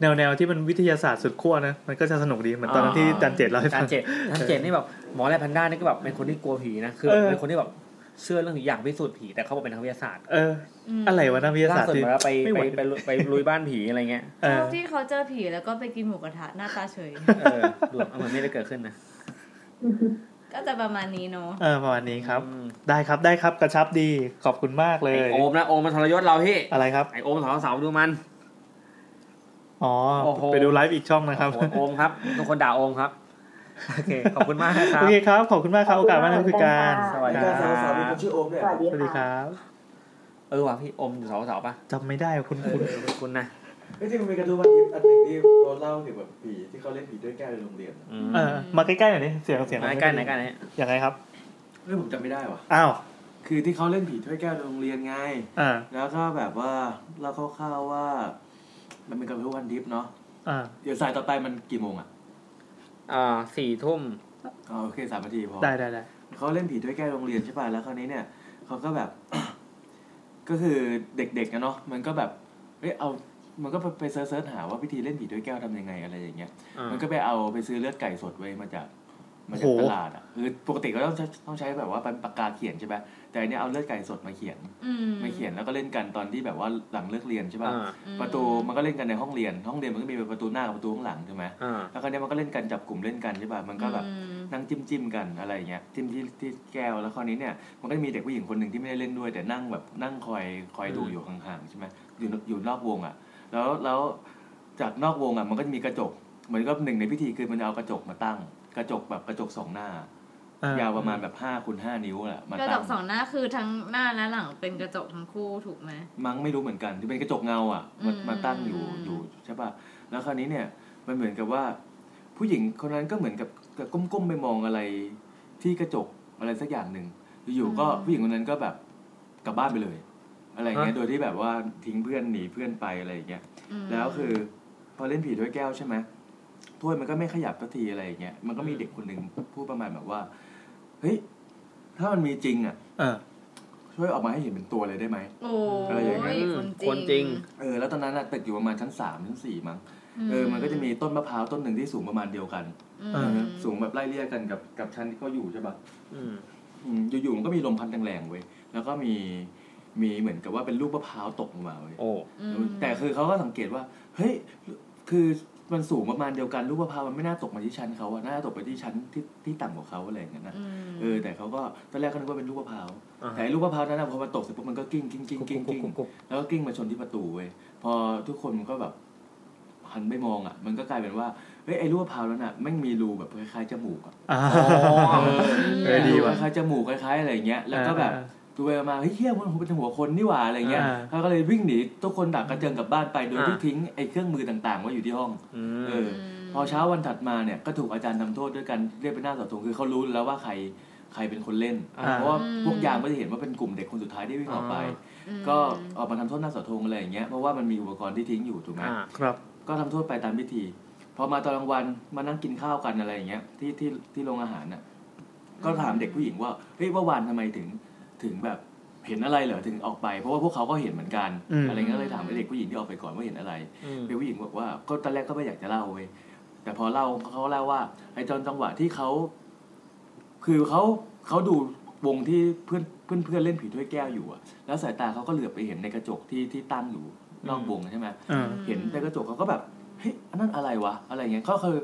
S2: แนวแนวๆที่เป็นวิทยาศาสตร์สุดขั้วนะ มันก็จะสนุกดีเหมือนตอนนั้นที่อาจันเจตเล่าให้
S1: กา
S2: ฟั
S1: รง เจ็ดการเจ็ดนี่แบบหมอแลพันด้านี่ก็แบบเป็นคนที่กลัวผีนะ คือ
S2: เออ
S1: เป็นคนที่แบบเชื่อเรื่องผีอยากพิสูจน์ผีแต่เขาบอกเป็นนักวิทยาศาสตร์
S2: เออ
S3: ม
S2: อะไรวะนักวิทยา
S1: ล่า
S2: ศาสตร์
S1: สุด
S2: ที่
S1: มาแล้วไปไป
S2: ไม่ไหว
S1: ไปลุยไปลุยบ้านผีอะไรเงี้ย
S2: เอ
S3: ช
S2: อ
S3: อบที่เขาเจอผีแล้วก็ไปกินหมูกระทะหน้าตาเฉย
S1: เออดูเอามันไม่ได้เกิดขึ้นนะ
S3: ก็จะประมาณนี้เนาะ
S2: เออประมาณนี้ครับ
S1: อืม
S2: ได้ครับได้ครับกระชับดีขอบคุณมากเล
S1: ไอย โอมนะโอมมันทรยศเราพี่
S2: อะไรครับ
S1: ไอโอมสาวสาวดูมัน
S2: อ๋อ
S1: โอ้โห
S2: ไปดูไลฟ์อีกช่องนะครับ
S1: โอ้โหโอมครับทุกคนด่าโอมครับ โอเค ขอบคุณมากนะครั
S2: โอบ เคครับ ขอบคุณมากครับ โอกาสมาทำคุยกัน
S1: สวัสดี
S9: กา
S1: ค
S9: ร
S1: รับ
S9: สาวๆมีคนชื่อโอมด้วย
S7: ส
S9: เหรอ
S2: ส
S7: วัสดี
S2: วัสดีค
S7: ค่ะ
S2: รับ
S1: เออว่ะพี่โอมอยู่สาวสาวปะ
S2: จำไม่ได้คุณ
S1: เอ
S2: คุณ
S1: อคุณนะ
S9: เฮ้ยจริงมันมีการะทู้วันนี้อันหนึ่งที่เราเล่าถึงแบบผีที่เขาเล่นผีด้วยแก้วในโรงเรียนอะ
S1: อืม
S2: เออมาใกล้ๆหน่อยดิเสียงเสียง
S1: ไหน
S2: มัม่
S1: ใกล้
S2: ดี
S1: ไหนใกล้ไหน
S2: ยังไงครับ
S9: เฮ้ยผมจำไม่ได้ว่ะ
S2: อ้าว
S9: คือที่เขาเล่นผีถ้วยแก้วในโรงเรียนไง
S2: อ่า
S9: แล้วก็แบบว่าเราคร่าวๆว่า มันเป็นการะทู้วันดิฟเนาะ
S2: อ่า
S9: เดี๋ยวสายต่อไปมันกี่โมงอ่ะ
S1: อ่าสี่ทุ่ม
S9: อ๋อโอเคสามนาทีพอ
S2: ได้ได้ได้
S9: เขาเล่นผีด้วยแก้วโรงเรียนใช่ป่ะ แล้วคราวนี้เนี่ยเขาก็แบบ ก็คือเด็กๆนะเนาะ มันก็แบบ เอ้ยเอา มันก็ไปเซิร์ชๆหาว่าวิธีเล่นผีด้วยแก้วทำยังไงอะไรอย่างเงี้ย
S1: อ่า
S9: มันก็ไปเอาไปซื้อเลือดไก่สดไว้มาจากมาจาก
S2: โอ้โห
S9: ตลาดอ่ะ คือปกติก็ต้องใช้ต้องใช้แบบว่าเป็นปากกาเขียนใช่ป่ะ แต่อันเนี้ยเอาเลือดไก่สดมาเขียน
S3: อืม
S9: มาเขียนแล้วก็เล่นกันตอนที่แบบว่าหลังเลิกเรียนใช่ป่ะ
S1: อ่า
S3: อืม
S9: ประตูมันก็เล่นกันในห้องเรียน ห้องเรียนมันก็มีประตูหน้ากับประตูข้างหลังถูกไหม
S1: อ่า
S9: แล้วคราวเนี้ยมันก็เล่นกันจับกลุ่มเล่นกันใช่ป่ะ มันก็แบบ
S3: อืม
S9: นั่งจิ้มจิ้มๆกันอะไรอย่างเงี้ยจิ้มที่ที่แก้วแล้วคราวนี้เนี่ยมันก็จะมีเด็กผู้หญิงคนหนึ่งที่ไม่ได้เล่นด้วย แต่นั่งแบบนั่งคอยคอยดูอยู่ห่างๆใช่ไหมอยู่อยู่นอกวงอ่ะ แล้วแล้วจากนอกวงอ่ะมันก็จะมีกระจกเหมือนกับหนึ่งในพิธีคือมันจะเอากระจกมาตั้ง กระจกแบบกระจกสองหน้า
S2: อ่าย
S9: าวประมาณแบบห้าคูณห้านิ้วแหละมาก
S3: ระจ
S9: ตั้
S3: ก
S9: ง
S3: สองหน้าคือทั้งหน้าและหลังเป็นกระจกทั้งคู่ถูกไหม
S9: มั้งไม่รู้เหมือนกันที่เป็นกระจกเงาอ่ะมา
S3: อืม
S9: มาตั้งอยู่
S3: อืม
S9: อยู่ใช่ป่ะแล้วคราวนี้เนี่ยมันเหมือนกับว่า ผู้หญิงคนนั้นก็เหมือนกับกับก้มๆไปมองอะไรที่กระจกอะไรสักอย่างหนึ่งอยู่ๆก็ผู้หญิงคนนั้นก็แบบกลับบ้านไปเลย อะไรอย่างเงี้ยโดยที่แบบว่าทิ้งเพื่อนหนีเพื่อนไปอะไรอย่างเงี้ย
S3: อืม
S9: แล้วคือพอเล่นผีถ้วยแก้วใช่ไหมถ้วยมันก็ไม่ขยับสักทีอะไรอย่างเงี้ยมันก็มีเด็กคนหนึ่งพูดประมาณแบบว่าเฮ้ยถ้ามันมีจริงอ่ะ
S2: เออ
S9: ช่วยออกมาให้เห็นเป็นตัวเลยได้ไหม
S3: โอ้
S9: อะไรอย่างนั้
S3: ย
S9: น
S1: คนจริง
S9: เออแล้วตอนนั้นอะตึกอยู่ประมาณชั้นสามชั้นสี่มั้งเออมันก็จะมีต้นมะพร้าวต้นหนึ่งที่สูงประมาณเดียวกัน
S3: อืม
S2: เอ
S9: เออสูงแบบไล่เลี่ยกันกับกับชั้นที่เขาอยู่ใช่ปะ
S1: อืม
S9: อืมอยู่ๆมันก็มีลมพัดแรงๆเว้ย แล้วก็มีมีเหมือนกับว่าเป็นลูกมะพร้าวตกลงมาเว้ย
S1: โอ้
S3: อืม
S9: แต่คือเขาก็สังเกตว่า เฮ้ย คือมันสูงประมาณเดียวกันลูกมะพร้าวมันไม่น่าตกมาที่ชั้นเขาอะน่าจะตกไปที่ชั้นที่ที่ต่ำกว่าเขาอะไรอย่างเงี้ยนะ
S3: ม
S9: เออ แต่เขาก็ตอนแรกเขาคิดว่าเป็นลูกมะพร้าว
S1: อ่า
S9: แต่ไอ้ลูกมะพร้าวนั้นอะพอมันตกเสร็จปุ๊บมันก็กิ้งกิ้งกิ้งกิ้งกิ้ง
S1: กุ๊ก
S9: แล้วก็กลิ้งมาชนที่ประตูเว้ย พอทุกคนมันก็แบบหันไปมองอ่ะ มันก็กลายเป็นว่า เฮ้ยไอ้รูปพร้าวแล้วน่ะแม่งมีรูแบบคล้ายๆจมูกอ่ะ
S2: อ่า
S1: อ๋อ
S9: เอ
S3: เอ
S9: อ
S3: อดี
S9: รู
S3: ว่ะ
S9: คล้ายๆจมูกคล้ายๆอะไรอย่างเงี้ย แล้วก็แบบ
S2: อ่า
S9: ดูไปมาเฮ้ยเฮียมันเป็นหัวคนนี่หว่าอะไรเงี้ย
S1: อ่า
S9: เขาก็เลยวิ่งหนีทุกคนต่างกระเจิงกลับบ้านไปโดย
S1: อ่า
S9: ที่ทิ้งไอ้เครื่องมือต่างๆไว้อยู่ที่ห้อง
S1: อื
S9: เอ
S1: ม
S9: อ พอเช้าวันถัดมาเนี่ยก็ถูกอาจารย์ทำโทษด้วยกันเรียกไปหน้าเสาธงคือเขารู้แล้วว่าใครใครเป็นคนเล่น
S2: อ่า
S9: เพราะว่า
S3: อืม
S9: พวกยามก็จะเห็นว่าเป็นกลุ่มเด็กคนสุดท้ายที่วิ่งออกไป
S3: อืม
S9: ก็ออกมาทำโทษหน้าเสาธงอะไรอย่างเงี้ยเพราะว่ามันมีอุปกรณ์ที่ทิ้งอยู่ถูกไหม
S1: อ่า
S2: ครับ
S9: ก็ทำโทษไปตามพิธีพอมาตอนกลางวันมานั่งกินข้าวกันอะไรอย่างเงี้ยที่ที่ที่โรงอาหารน่ะก็ถามเด็กผู้หญิงว่าเฮ้ยว่าวานทำไมถึงถึงแบบเห็นอะไรเหรอถึงออกไป เพราะว่าพวกเขาก็เห็นเหมือนกัน
S2: อืม
S9: อะไรเงี้ยเลยถามไอ้เด็กผู้หญิงที่ออกไปก่อนว่าเห็นอะไร
S1: อืม
S9: เด็กผู้หญิงบอกว่าก็ตอนแรกก็ไม่อยากจะเล่าเว้ยแต่พอเล่าเขาเล่าว่าไอ้ตอนจังหวะที่เขาคือเขาเขาดูวงที่เพื่อนเพื่อนเพื่อนเล่นผีถ้วยแก้วอยู่อะแล้วสายตาเขาก็เหลือบไปเห็นในกระจกที่ที่ตั้งอยู่นอกวงใช่ไหม
S2: อ่า
S9: เห็นในกระจกเขาก็แบบเฮ้ยอันนั้นอะไรวะอะไรเงี้ยเขาคือ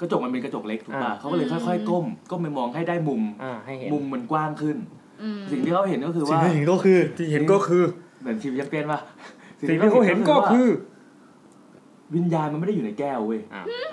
S9: กระจกมันเป็นกระจกเล็กถูกป่ะเขาก็เลยค่อยๆก้มก้มไปมองให้ได้มุม
S1: อ่าให้เห็น
S9: มุมมันกว้างขึ้น
S3: อืม
S9: สิ่งที่เขาเห็นก็คือ
S2: สิ่ง
S9: ว่า
S2: ที่เห็นก็คือที่เห็นก็คือ
S9: เหมือนชีวิตยักษ์เกนป่ะ
S2: สิ่งที่เขาเห็นก็คือ
S9: วิญญาณมันไม่ได้อยู่ในแก้วเว้ย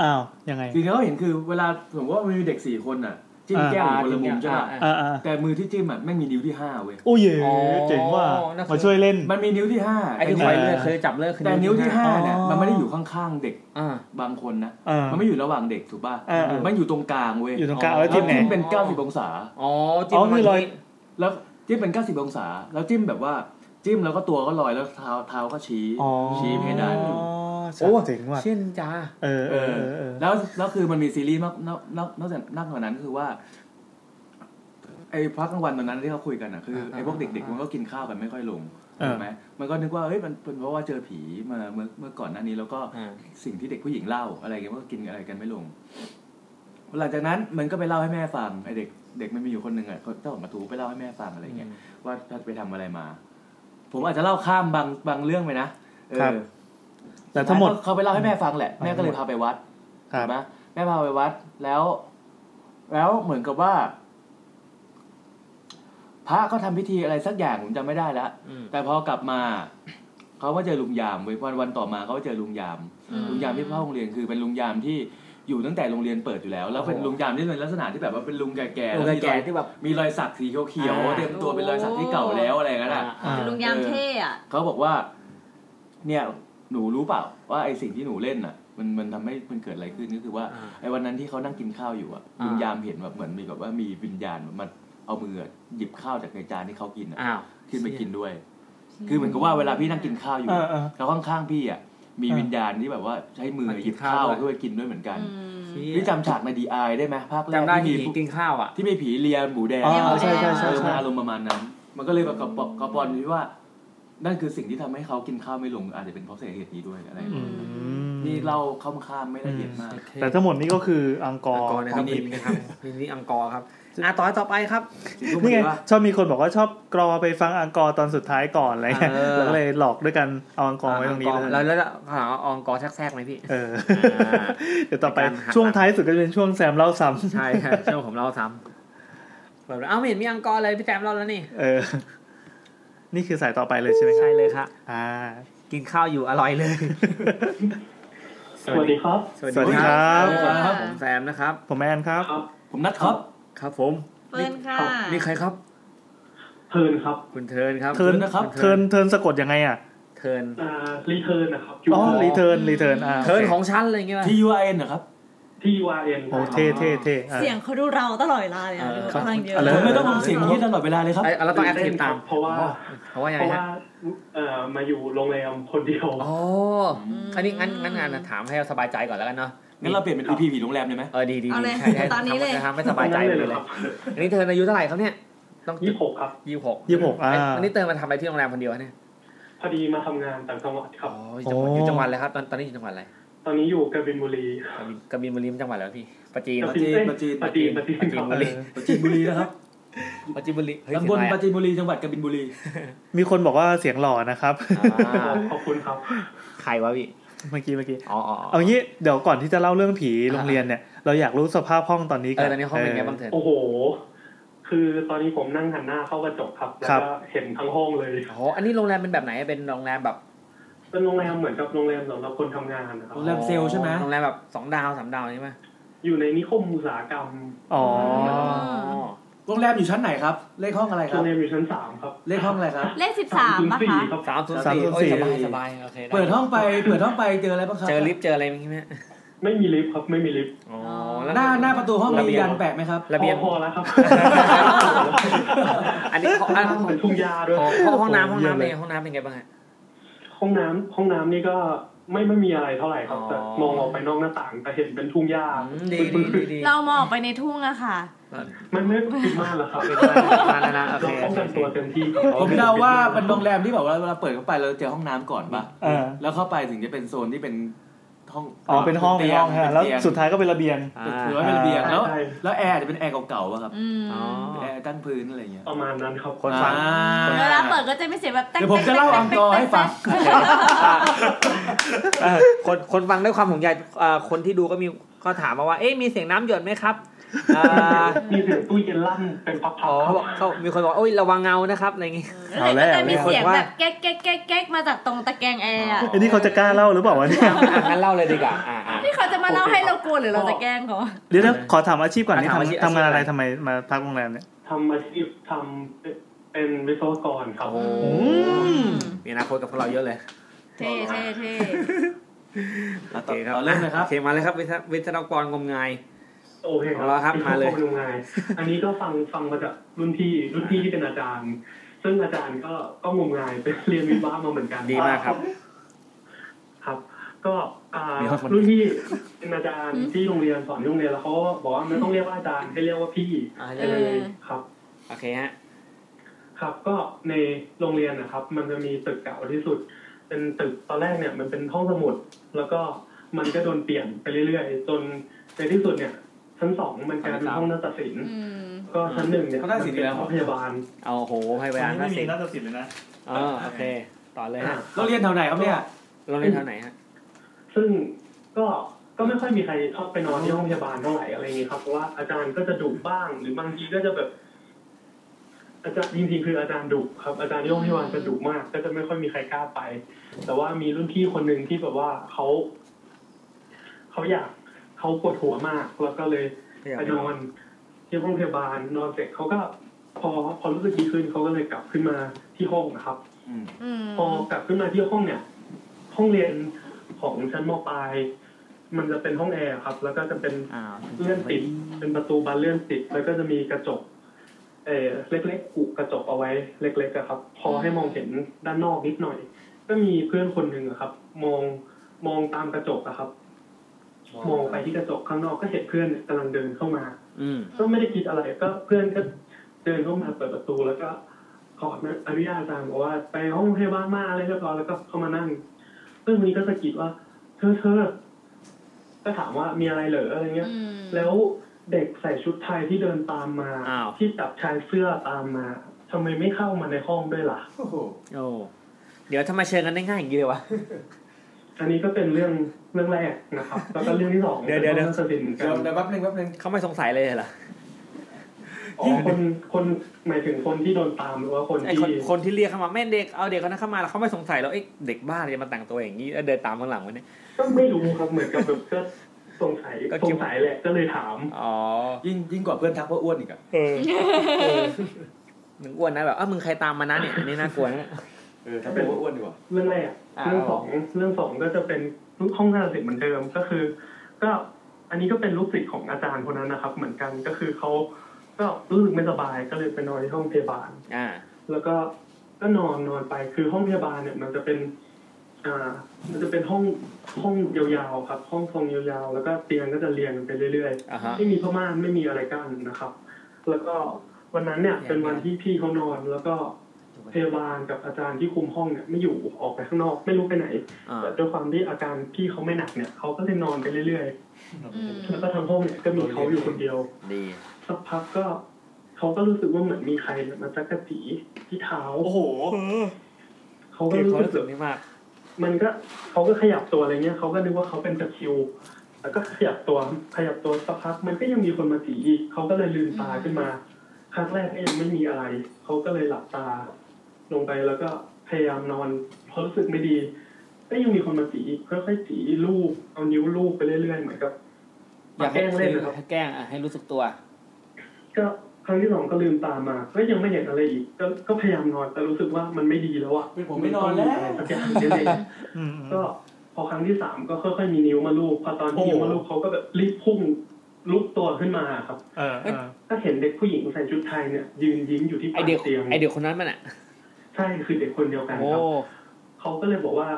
S2: อ้าวยังไง
S9: สิ่งที่เขาเห็นคือเวลาสมมติว่ามันมีเด็กสี่คนอ่ะจิ้มแก้วอยู่คนละมุมใช่ป่ะ
S1: อ่า
S2: อ่าอ่า
S9: แต่มือที่จิ้มอ่ะแม่งมีนิ้วที่ห้าเว้ย
S2: โอ้เย่
S1: อ๋อ
S2: เจ๋งว่ะ
S1: น่าสน
S2: มาช่วยเล่น
S9: มันมีนิ้วที่ห้า
S1: ไอ้ที่คอยเลือดเคยจับเลือดคือ
S9: แต่นิ้วที่ห้าเนี่ย
S2: อ๋อ
S9: มันไม่ได้อยู่ข้างๆเด็ก
S1: อ่า
S9: บางคนนะ
S2: อ่า
S9: มันไม่อยู่ระหว่างเด็กถูกป่ะ
S2: อ่าอ่ามั
S9: มันอยู่ตรงกลางเว้ย
S2: อยู่ตรงกลางเอาไว้
S9: แล้ว
S2: จิ้
S9: จิ้
S2: มไห
S9: ม
S2: น
S9: เป็น
S1: อ๋อ
S9: 90 องศา
S1: อ๋อจิ้ม
S2: อ๋อมีรอย
S9: แล้วจิ้มเป็น 90 องศา แล้วจิ้มแบบว่าจิ้มแล้วก็ตัวก็ลอยแล้วเท้าเท้าก็ชี้
S2: อ๋อ
S9: ชี้เพดานอยู่
S2: โอ้เจ๋งว่ะ
S1: เช่นจ้า
S2: เออเอ
S9: เอ
S2: อ
S9: อ
S2: เออเออ
S9: แล้วแล้วคือมันมีซีรีส์มากนอกนอกนอกจากนอกจากนั้นคือว่า ไอ้พักกลางวันตอนนั้นที่เขาคุยกันอ่ะคือ
S1: อ่า
S9: ไอ้พวกเด็ก
S1: อ่า
S9: ๆ
S1: มั
S9: มันก็กินข้าวกันไม่ค่อยลงถูกไหมมันก็นึกว่าเฮ้ยมันเป็นเพราะว่าเจอผีมาเมื่อเมื่อก่อนหน้านี้แล้วก็
S1: อ่า
S9: สิ่งที่เด็กผู้หญิงเล่าอะไรเงี้ยมันก็กินอะไรกันไม่ลง หลังจากนั้นมันก็ไปเล่าให้แม่ฟังไอเด็กเด็กมันมีอยู่คนหนึ่งอ่ะเขาเจ้าของกระทู้ไปเล่าให้แม่ฟังอะไรเงี้ยว่าท่านไปทำอะไรมา ผมอาจจะเล่าข้ามบางบางเรื่องไปนะเออ
S2: ครับ แต่ทั้งหมด
S9: เขาไปเล่าให้แม่ฟังแหละ
S2: ไปทั้งหมด
S9: แม่ก็เลยพาไปวัด
S2: ครับ
S9: นะแม่พาไปวัดแล้ว แล้วเหมือนกับว่า พระก็ทำพิธีอะไรสักอย่างผมจำไม่ได้แล้ว แต่พอกลับมา เขาก็เจอลุงยามเว้ยวันวันต่อมาเขาก็เจอลุงยาม
S3: อืม
S9: ลุงยามที่เข้าโรงเรียนคือเป็นลุงยามที่อยู่ตั้งแต่โรงเรียนเปิดอยู่แล้ว แล้วเป็น
S1: โอ้โห
S9: ลุงยามที่เป็นลักษณะที่แบบว่าเป็นลุงแก่ๆ
S1: ลุง
S9: แล้วมีร
S1: แก่
S9: อย
S1: ที่แบบ
S9: มีรอยสักสีเขียว
S1: อ่า
S9: ๆเต็มตัวเป็นรอยสักที่เก่าแล้วอะไรอย่างนั้นอ่ะ
S2: อ่า
S3: ลุงยามเท่อะ
S9: เขาบอกว่า เนี่ยหนูรู้เปล่า ว่าไอสิ่งที่หนูเล่นอ่ะ มันมันทำให้มันเกิดอะไรขึ้นก็คือว่า
S1: อ่า
S9: ไอวันนั้นที่เขานั่งกินข้าวอยู่อ่ะ
S1: อ่า
S9: ลุงยามเห็นแบบเหมือนมีแบบว่ามีวิญญาณแบบมันเอามืออะหยิบข้าวจากในจานที่เขากินอะ
S1: อ้าว
S9: ขึ้นไปกินด้วย คือเหมือนกับว่าเวลาพี่นั่งกินข้าวอยู่
S2: เออเออ
S9: แล้วข้างๆพี่อ่ะมีวิญญาณที่แบบว่าใช้มือ
S1: มากิน
S9: หยิบข้าว
S1: ข้าวด้วย
S9: ด้วยกินด้วยเหมือนกัน
S3: อืม
S9: พี่จำฉากในดีไอได้ไหมภาคแรก
S1: จำได้
S9: ที่
S1: ที่
S9: มี
S1: กินข้าวอ่ะ
S9: ที่มีผีเลียหมูแดง
S2: อ๋อ
S3: เรียกว่า
S2: ใช่ใช่
S9: เอ
S2: ใช่
S9: อมัน
S2: ใช่
S9: อารมณ์ประมาณนั้น มันก็เลยแบบกระปอกกระปอนที่ว่า นั่นคือสิ่งที่ทำให้เขากินข้าวไม่ลงอาจจะเป็นเพราะสาเหตุนี้ด้วยอะไร
S2: อืม
S9: นี่เล่าข้ามๆไม่ละเอียดมาก
S2: แต่ทั้งหมดนี้ก็คืออังกอ
S1: อังกอร์
S2: ร์
S1: นะครับ
S2: ของ
S1: นี่
S2: ผี
S1: นะครับนี่นี่อังกอร์ครับอ่ะต่อต่อไปครับ
S2: นี่ไง
S9: ว่า
S2: ชอบมีคนบอกว่าชอบกรอไปฟังอังกอร์ตอนสุดท้ายก่อนอะไรเงี้ย
S1: เออ
S2: แล้วก็เลยหลอกด้วยกันเอาอังกอร์ไว้ตรงนี้
S1: อั
S2: เลย
S1: แล้วแล้วแล้วถามว่าอังกอร์แทรกๆไหมพี่
S2: เออ
S1: อ่า
S2: เดี๋ยวต่อไป
S1: เป็นการหัก
S2: ช่วงท้ายสุดก็จะเป็นช่วงแซมเล่าซ้ำ
S1: ใช่ ใช่เช่วผมเล่าซ้ำแบบเอ้าไม่เห็นมีอังกอร์เลยพี่แจมเล่าแล้วนี่
S2: เออ นี่คือสายต่อไปเลยใช่ไหมครั
S1: ใช่
S2: บ
S1: เลยครับ
S2: อ่า
S1: กินข้าวอยู่อร่อยเลย
S8: สวัสดีครับ
S1: สวัส
S2: สวัสดี
S1: ดี
S2: ค
S1: ค
S2: รั
S1: รับ บ
S3: ครับ
S1: ผมแซมนะครับ
S2: ผมแอนครับ
S9: ผมนัดครับ
S1: ครับผม
S3: เฟิร์นค่ะ
S1: นี่ใครครับ
S8: เทิร์นครับ
S1: คุณเทิร์นครับ
S2: เทิร์น
S9: เทิร์นนะครับ
S2: เทิร์นเทิร์นสะกดยังไงอ่ะ
S1: เทิร์น
S8: รีเทิร์นนะครับ
S2: อ๋อรีเทิร์นรีเทิร์นอ่า
S1: เทิร์นของฉันอะไรเงี้ย
S9: T U I N นะครับ
S8: T U R N
S2: โอเคโอ้เท่เท่เท่อ่ะ
S3: เสียงเขาดูเราตลอดเวลาเลยอะ
S1: เออ
S3: ดูพลังเยอะ
S2: ครับ
S9: ผมไม่ต้องทำเสียงอย่างนี้ตลอดเวลาเลยครับ
S1: ไอ้เราต้องแอคทีฟตาม
S8: เพราะว่า
S1: เพราะว่ายัง
S8: เพ
S1: ไง
S8: ราะ
S1: ฮะ
S8: ว่าเอ่อมาอยู่โรงแรมคนเดียว
S1: อ๋ออันนี้งั้นงั้นงานนะถามให้เราสบายใจก่อนแล้วกันเนาะ
S9: งั้นเราเปลี่ยนเป็น EP ผีโรงแรมเลยไหม
S1: เออดีดี
S3: เอา
S1: ดี
S3: เลย
S1: ใช่ใช่
S3: ตอนนี้เลย
S1: ทำไม่สบายใจ
S8: นั่น
S1: เลย
S8: หรอครับ
S1: อันนี้เธออายุเท่าไหร่ครับเนี่ย ต้อง
S8: ยี่สิบหกครับ
S1: ยี่สิบหก
S2: ยี่สิบหกอ่า
S1: อันนี้เธอมาทำอะไรที่โรงแรมคนเดียวเนี่ย
S8: พอดีมาทำงานต่างจังหวัดค
S1: อ๋อ
S8: รั
S1: บ อยู่จังหวัดอยู่จังหวัดอะไรครับตอนตอนนี้อยู่จังหวัดอะไร
S8: ตอนนี้อยู่กระบินบุรี
S1: กระบินกระบินบุรีเป็นจังหวัดแล้วพี่ปราจีน
S8: ปรา
S9: จีนปาจีน
S8: ปาจีนปาจีน
S1: ปราจีนบุรี
S9: ปาจีนบุรีนะครับ
S1: ปราจีนบุรีเฮ้ย
S9: ตำบล
S1: เสียงอะไร
S9: ปรา
S1: อะ
S9: จีนบุรีจังหวัดกบินบุรี
S2: มีคนบอกว่าเสียงหล่อนะครับ
S1: อ่า
S8: ขอบคุณครับ
S1: ใครวะพี่
S2: เมื่อกี้เมื่อกี้
S1: อ๋ออ๋อ
S2: เอางี้เดี๋ยวก่อนที่จะเล่าเรื่องผีโรงเรียนเนี่ย เราอยากรู้สภาพห้องตอนนี้
S1: เอ
S2: กั
S1: อตอนนี้ห้องเป็นไงบ้างเธอ
S8: โอ้โห คือตอนนี้ผมนั่งหันหน้าเข้ากระจกครับ แล้วก็เห็นทั้งห้องเลย
S1: อ๋ออันนี้โรงแรมเป็นแบบไหนเป็นโรงแรมแบบ
S8: เป็นโรงแรมเหมือนกับโรงแรมสำหรับคนทำงานนะครับ
S9: โรงแรมเซลล์ใช่ไหม
S1: โรงแรมแบบสองดาวสามดาวใช่ไหม
S8: อยู่ในนิคมอุตสาหกรรม
S2: อ๋อ
S1: อ๋อ
S6: โรงแรมอยู่ชั้นไหนครับ เลขห้องอะไรค
S8: โร
S6: รับ
S8: งแรมอยู่ชั้นสามครับ
S6: เลขห้องอะไรครับ
S3: เลขสิบสาม
S8: ถึง
S3: ปะ
S8: สี่
S3: คะ
S8: ครับ
S1: สามศูนย์
S6: สาม
S1: สี่
S6: ศูนย์
S1: โอ้
S6: สี่
S1: ยสบายสบายโอเคไ
S6: เปิดห้องไป เปิดห้องไปเจออะไรบ้างครับ
S1: เจอลิฟต์เจออะไรมีไหม
S8: ไม่มีลิฟต์ครับไม่มีลิฟต์
S1: อ๋อแล้ว
S6: หน้าหน้าประตูห้อง
S1: ระ
S6: มี
S1: เบียง
S6: ยันแปะไหมครับ
S1: ระเบียง
S8: พอแล้วครับ
S1: อันนี้ของอัน
S8: ห้องเป็นทุ่งหญ้าด้วย
S1: ห้องห้องน้ำห้องน้ำเป็น
S8: เยี่
S1: ไง
S8: ยมเลย
S1: ห้องน้ำเป็นไงบ้างฮะ
S8: ห้องน้ำห้องน้ำนี่ก็ไม่ไม่มีอะไรเท่าไหร่ครับ
S1: อ๋อ
S8: แต่มองออกไปนอกหน้าต่างแต่เห็นเป็นทุ่งหญ้า
S1: อืมดีดีดีดี
S3: เรามองออกไปในทุ่งอะค่ะ
S8: มันไม่ปิดมากหรอกครับ
S1: มาแล้วนะโอ
S8: เรา
S1: เค
S8: ป้องกันตัวเต็มที่ครับ
S6: ผมเดาว่าเป็นโรงแรมที่แบบว่าเวลาเปิดเข้าไปเราเจอห้องน้ำก่อนป่ะ
S2: อ่า
S6: แล้วเข้าไปถึงจะเป็นโซนที่เป็นห้อง
S2: อ๋อเป็นห้องเป็นห้องฮะแล้ว
S6: เตีย
S2: สุดท้ายก็เป็นระเบียง
S1: อ่า
S6: ถือว่าเป็นระเบียงแล้ว แล้วแอร์อาจจะเป็นแอร์เก่าๆป่ะครับ
S3: อืม
S1: อ๋อ
S6: แอร์ตั้งพื้นอะไรอย่างเงี้ย
S8: ประมาณนั้นครับ
S1: คนฟัง
S6: อ่
S3: เวลาเปิดก็จะไม่เสียงแบบแต๊ก
S6: เดี๋ยวผมจะเล่าอังกอร์ให้ฟัง
S1: เออคนคนฟังด้วยความห่วงใยอ่าคนที่ดูก็มีก็ถามมาว่า เอ๊ะมีเสียงน้ำหยดไหมครับอ่า
S8: มีเสียงตู้เย็นลั่นเป็นพักๆ
S1: อ๋อเขาบอกเขามีคนบอกโอ้ยระวังเงานะครับอะไรอย่างงี้
S2: เอาแล้
S3: แล้
S2: ว
S3: วก็จะมีเสียง
S1: ว่า
S3: แบบแก๊กแก๊กแก๊กแก๊กมาจากตรงตะแกรงแอร์อะ
S2: ไอ้นี่เขาจะกล้าเล่าหรือเปล่าวะ เนี่ย
S1: อ่ะงั้นเล่าเลยดีกว่าอ่าอ่า
S3: นี่เขาจะมาเล่าให้เรากลัวหรือเราจะแกล้งเขา
S2: เดี๋ยวนะขอถามอาชีพก่อนนี่
S1: ถามอาชีพ
S2: ทำทำงานอะไรทำไมมาพักโรงแรมเนี่ย
S8: ทำอาชีพทำเป็นวิศวกรครับ
S1: โอ้โหมีอนาคตกับพวกเราเยอะเลย
S3: เท่เท่เท่
S1: โอเคครับ
S6: เอาเริ่มเลยครับ
S1: โอเคมาเลยครับวิศววิศวกรงมงาย
S8: โอเคค
S1: เอาละครั
S8: รับ
S1: มาเลย
S8: ป็นโรงงานอันนี้ก็ฟังฟังมาจากรุ่นพี่รุ่นพี่ที่เป็นอาจารย์ ซึ่งอาจารย์ก็ก็งมงายไปเรียนวิบ้ามาเหมือนกัน
S1: ดีมากครับ
S8: ครับ ก็อ่า
S6: เดี๋ยวคน
S8: รุ่นพี่เป็นอาจารย์ที่โรงเรียนสอนที่โรงเรียนแล้วเขาก็บอกว่าไม่ต้องเรียกว่าอาจารย์ให้เรียกว่าพี่
S1: อ่า
S3: เออ
S8: ครับ
S1: โอเคฮะ
S8: ครับก็ในโรงเรียนนะครับ มันจะมีตึกเก่าที่สุด เป็นตึกตอนแรกเนี่ย มันเป็นห้องสมุด แล้วก็มันก็โดนเปลี่ยนไปเรื่อยๆจนในที่สุดเนี่ย ชั้นสองมันกลายเป็นห้องนักตัดสิน
S3: อืม
S8: ก็ชั้นหนึ่งเนี่ย
S6: ห้องนักตัดสิน
S8: มัเป็
S6: แล้ว
S8: ห้องพยาบาล
S1: เอาโหพยาบาล
S2: ไม่
S1: น่า
S2: มี
S1: สิ
S2: น่าจะสิทธิ์เลยนะ
S1: เออโอเค ต่อเลยฮะ
S6: เราเรียนแถวไหนครับเนี่ย
S1: เราเรียนแถวไหนฮะ
S8: ซึ่งก็ก็ไม่ค่อยมีใครชอบไปนอนที่ห้องพยาบาลเท่าไหร่อะไรอย่างเงี้ยครับเพราะว่าอาจารย์ก็จะดุบ้าง หรือบางทีก็จะแบบ อาจารย์จริงๆคืออาจารย์ดุครับอาจารย์ที่โรงพยาบาลจะดุมาก ก็จะไม่ค่อยมีใครกล้าไป แต่ว่ามีรุ่นพี่คนหนึ่งที่แบบว่าเขาเขาอยากเขาปวดหัวมาก แล้วก็เลยไปนอนที่ห้องพยาบาลนอนเสร็จเขาก็พอพอรู้สึกดีขึ้นเขาก็เลยกลับขึ้นมาที่ห้องนะครับ
S3: อืม
S8: พอกลับขึ้นมาที่ห้องเนี่ย ห้องเรียนของชั้นมปลาย มันจะเป็นห้องแอร์ครับ แล้วก็จะเป็น
S1: อ้าว
S8: เลื่อนติด เป็นประตูบานเลื่อนติด แล้วก็จะมีกระจก เออเล็กๆกุกระจกเอาไว้ เล็กๆอะครับ พอให้มองเห็นด้านนอกนิดหน่อย ก็มีเพื่อนคนหนึ่งอะครับ มองมองตามกระจกอะครับ มองไปที่กระจกข้างนอกก็เห็นเพื่อนกำลังเดินเข้ามา
S1: อืม
S8: ก็ไม่ได้คิดอะไรก็เพื่อนก็เดินเข้ามาเปิดประตูแล้วก็ขออนุญาตอาจารย์บอกว่าไปห้องพยาบาลมาอะไรเรียบร้อยแล้วก็เข้ามานั่งเพื่อนคนนี้ก็สะกิดว่าเธอเธอก็ถามว่ามีอะไรเหรออะไรเงี้ย
S3: อืม
S8: แล้วเด็กใส่ชุดไทยที่เดินตามมา
S1: อ้าว
S8: ที่จับชายเสื้อตามมาทำไมไม่เข้ามาในห้องด้วยล่ะ
S6: โอ้โห
S1: โอ้เดี๋ยวทำไมเชิญกันได้ง่ายอย่างนี้เลยวะ
S8: อันนี้ก็เป็นเรื่องเรื่องแรกนะครับ แล้วก็เรื่องที่สอง
S1: เดี๋ยวเดี๋ยวเดี๋ยว
S8: ป็นรื่องน่าสะพ
S6: เดี๋ยว
S8: รึงเหมือนกัน
S6: เดี๋ยวแป๊บนึงแป๊บนึง
S1: เขาไม่สงสัยเลยเหรอ
S8: อ๋อคนคนหมายถึงคนที่โดนตามหรือว่าคน
S1: ไอ
S8: ที่
S1: คนคนที่เรียกเข้ามาแม่เด็กเอาเด็กคนนั้นเข้ามาแล้วเขาไม่สงสัยแล้วไอ้เด็กบ้าจะมาแต่งตัวอย่างนี้แล้วเดินตามข้างหลังวะเนี่ย
S8: ก็ไม่รู้ครับเหมือนกับแบบก็สงสัย
S1: ก็
S8: ส
S1: คิด
S8: งสัยแหละก็เลยถาม
S1: อ๋อ
S6: ยิ่งยิ่งกว่าเพื่อนทักว่าอ้วนอีกอะ
S1: มึงอ้วนนะแบบเอ้ามึงใครตามมานะเนี่ยอันนี้น่ากลัวนะ
S6: เออทักว่าอ้วนดีกว่า
S8: เรื่องแรก
S1: อ่า
S8: เรื่องสองเรื่องสองก็จะเป็นห้องหน้าเสร็จเหมือนเดิมก็คือ ก็อันนี้ก็เป็นลูกศิษย์ของอาจารย์คนนั้นนะครับ เหมือนกันก็คือเขาก็รู้สึกไม่สบายก็เลยไปนอนที่ห้องพยาบาล
S1: อ่า
S8: แล้วก็ก็นอนนอนไปคือห้องพยาบาลเนี่ย มันจะเป็น อ่า มันจะเป็นห้องห้องยาวๆครับ ห้องทรงยาวๆ แล้วก็เตียงก็จะเรียงกันไปเรื่อย
S1: อ่าฮะ
S8: ๆ ไม่มีผ้าม่านไม่มีอะไรกั้นนะครับ แล้วก็วันนั้นเนี่ย
S1: เนี่ย
S8: เป็นวันที่พี่เขานอน แล้วก็พยาบาลกับอาจารย์ที่คุมห้องเนี่ยไม่อยู่ออกไปข้างนอก ไม่รู้ไปไหน
S1: อ่า
S8: แต่ด้วยความที่อาการพี่เขาไม่หนักเนี่ยเขาก็เลยนอนไปเรื่อย
S3: อืม
S8: ๆแล้วก็ทั้งห้องเนี่ยก็มีเขาอยู่คนเดียว
S1: ดี
S8: สักพักก็เขาก็รู้สึกว่าเหมือนมีใครเนี่ยมาจักกะจีที่เท้า
S2: โอ้โห
S8: เขา
S1: โอ
S8: ก็
S1: เค
S8: รู้
S1: เขารู้
S8: สึ
S1: สึ
S8: ก
S1: กนี่มาก
S8: มันก็เขาก็ขยับตัวอะไรเงี้ยเขาก็นึกว่าเขาเป็นตะคริว แล้วก็ขยับตัวขยับตัวสักพักมันก็ยังมีคนมาจีอีกเขาก็เลยลืมตาขึ้นมาครั้งแรกก็ยังไม่มีอะไรเขาก็เลยหลับตา ลงไปแล้วก็พยายามนอนพอรู้สึกไม่ดี ก็ยังมีคนมาจีอีกค่อยๆจีลูบเอานิ้วลูบไปเรื่อยๆเหมือนกับ
S1: อยาก
S8: แกล้งเล่นนะครับ
S1: แกล้งอ่ะให้รู้สึกตัว
S8: ก็ ครั้งที่สองก็ลืมตามา ก็ยังไม่เห็นอะไรอีก ก็ก็พยายามนอน แต่รู้สึกว่ามันไม่ดีแล้วอ่ะ
S6: เป็นผมไม่นอนแล้ว
S8: มัต้องมีอะไรสักอย่างเล็กๆ
S2: อืมอืม
S8: ก็พอครั้งที่สามก็ค่อยๆมีนิ้วมาลูบพอตอน
S6: โอ้
S8: ที่
S6: โห
S8: นิ้วมาลูบเขาก็แบบรีบพุ่งลุกตัวขึ้นมาครับ
S2: เออเออ
S8: ก็เห็นเด็กผู้หญิงใส่ชุดไทยเนี่ย ยืนยิ้มอยู่ที่
S1: ไอ
S8: ปาก
S1: เด็ก
S8: เตียง
S1: ไอเด็กคนนั้นมันอ่ะ
S8: ใช่คือเด็กคนเดียวกัน
S1: โอ้
S8: ครับเขาก็เลยบอกว่า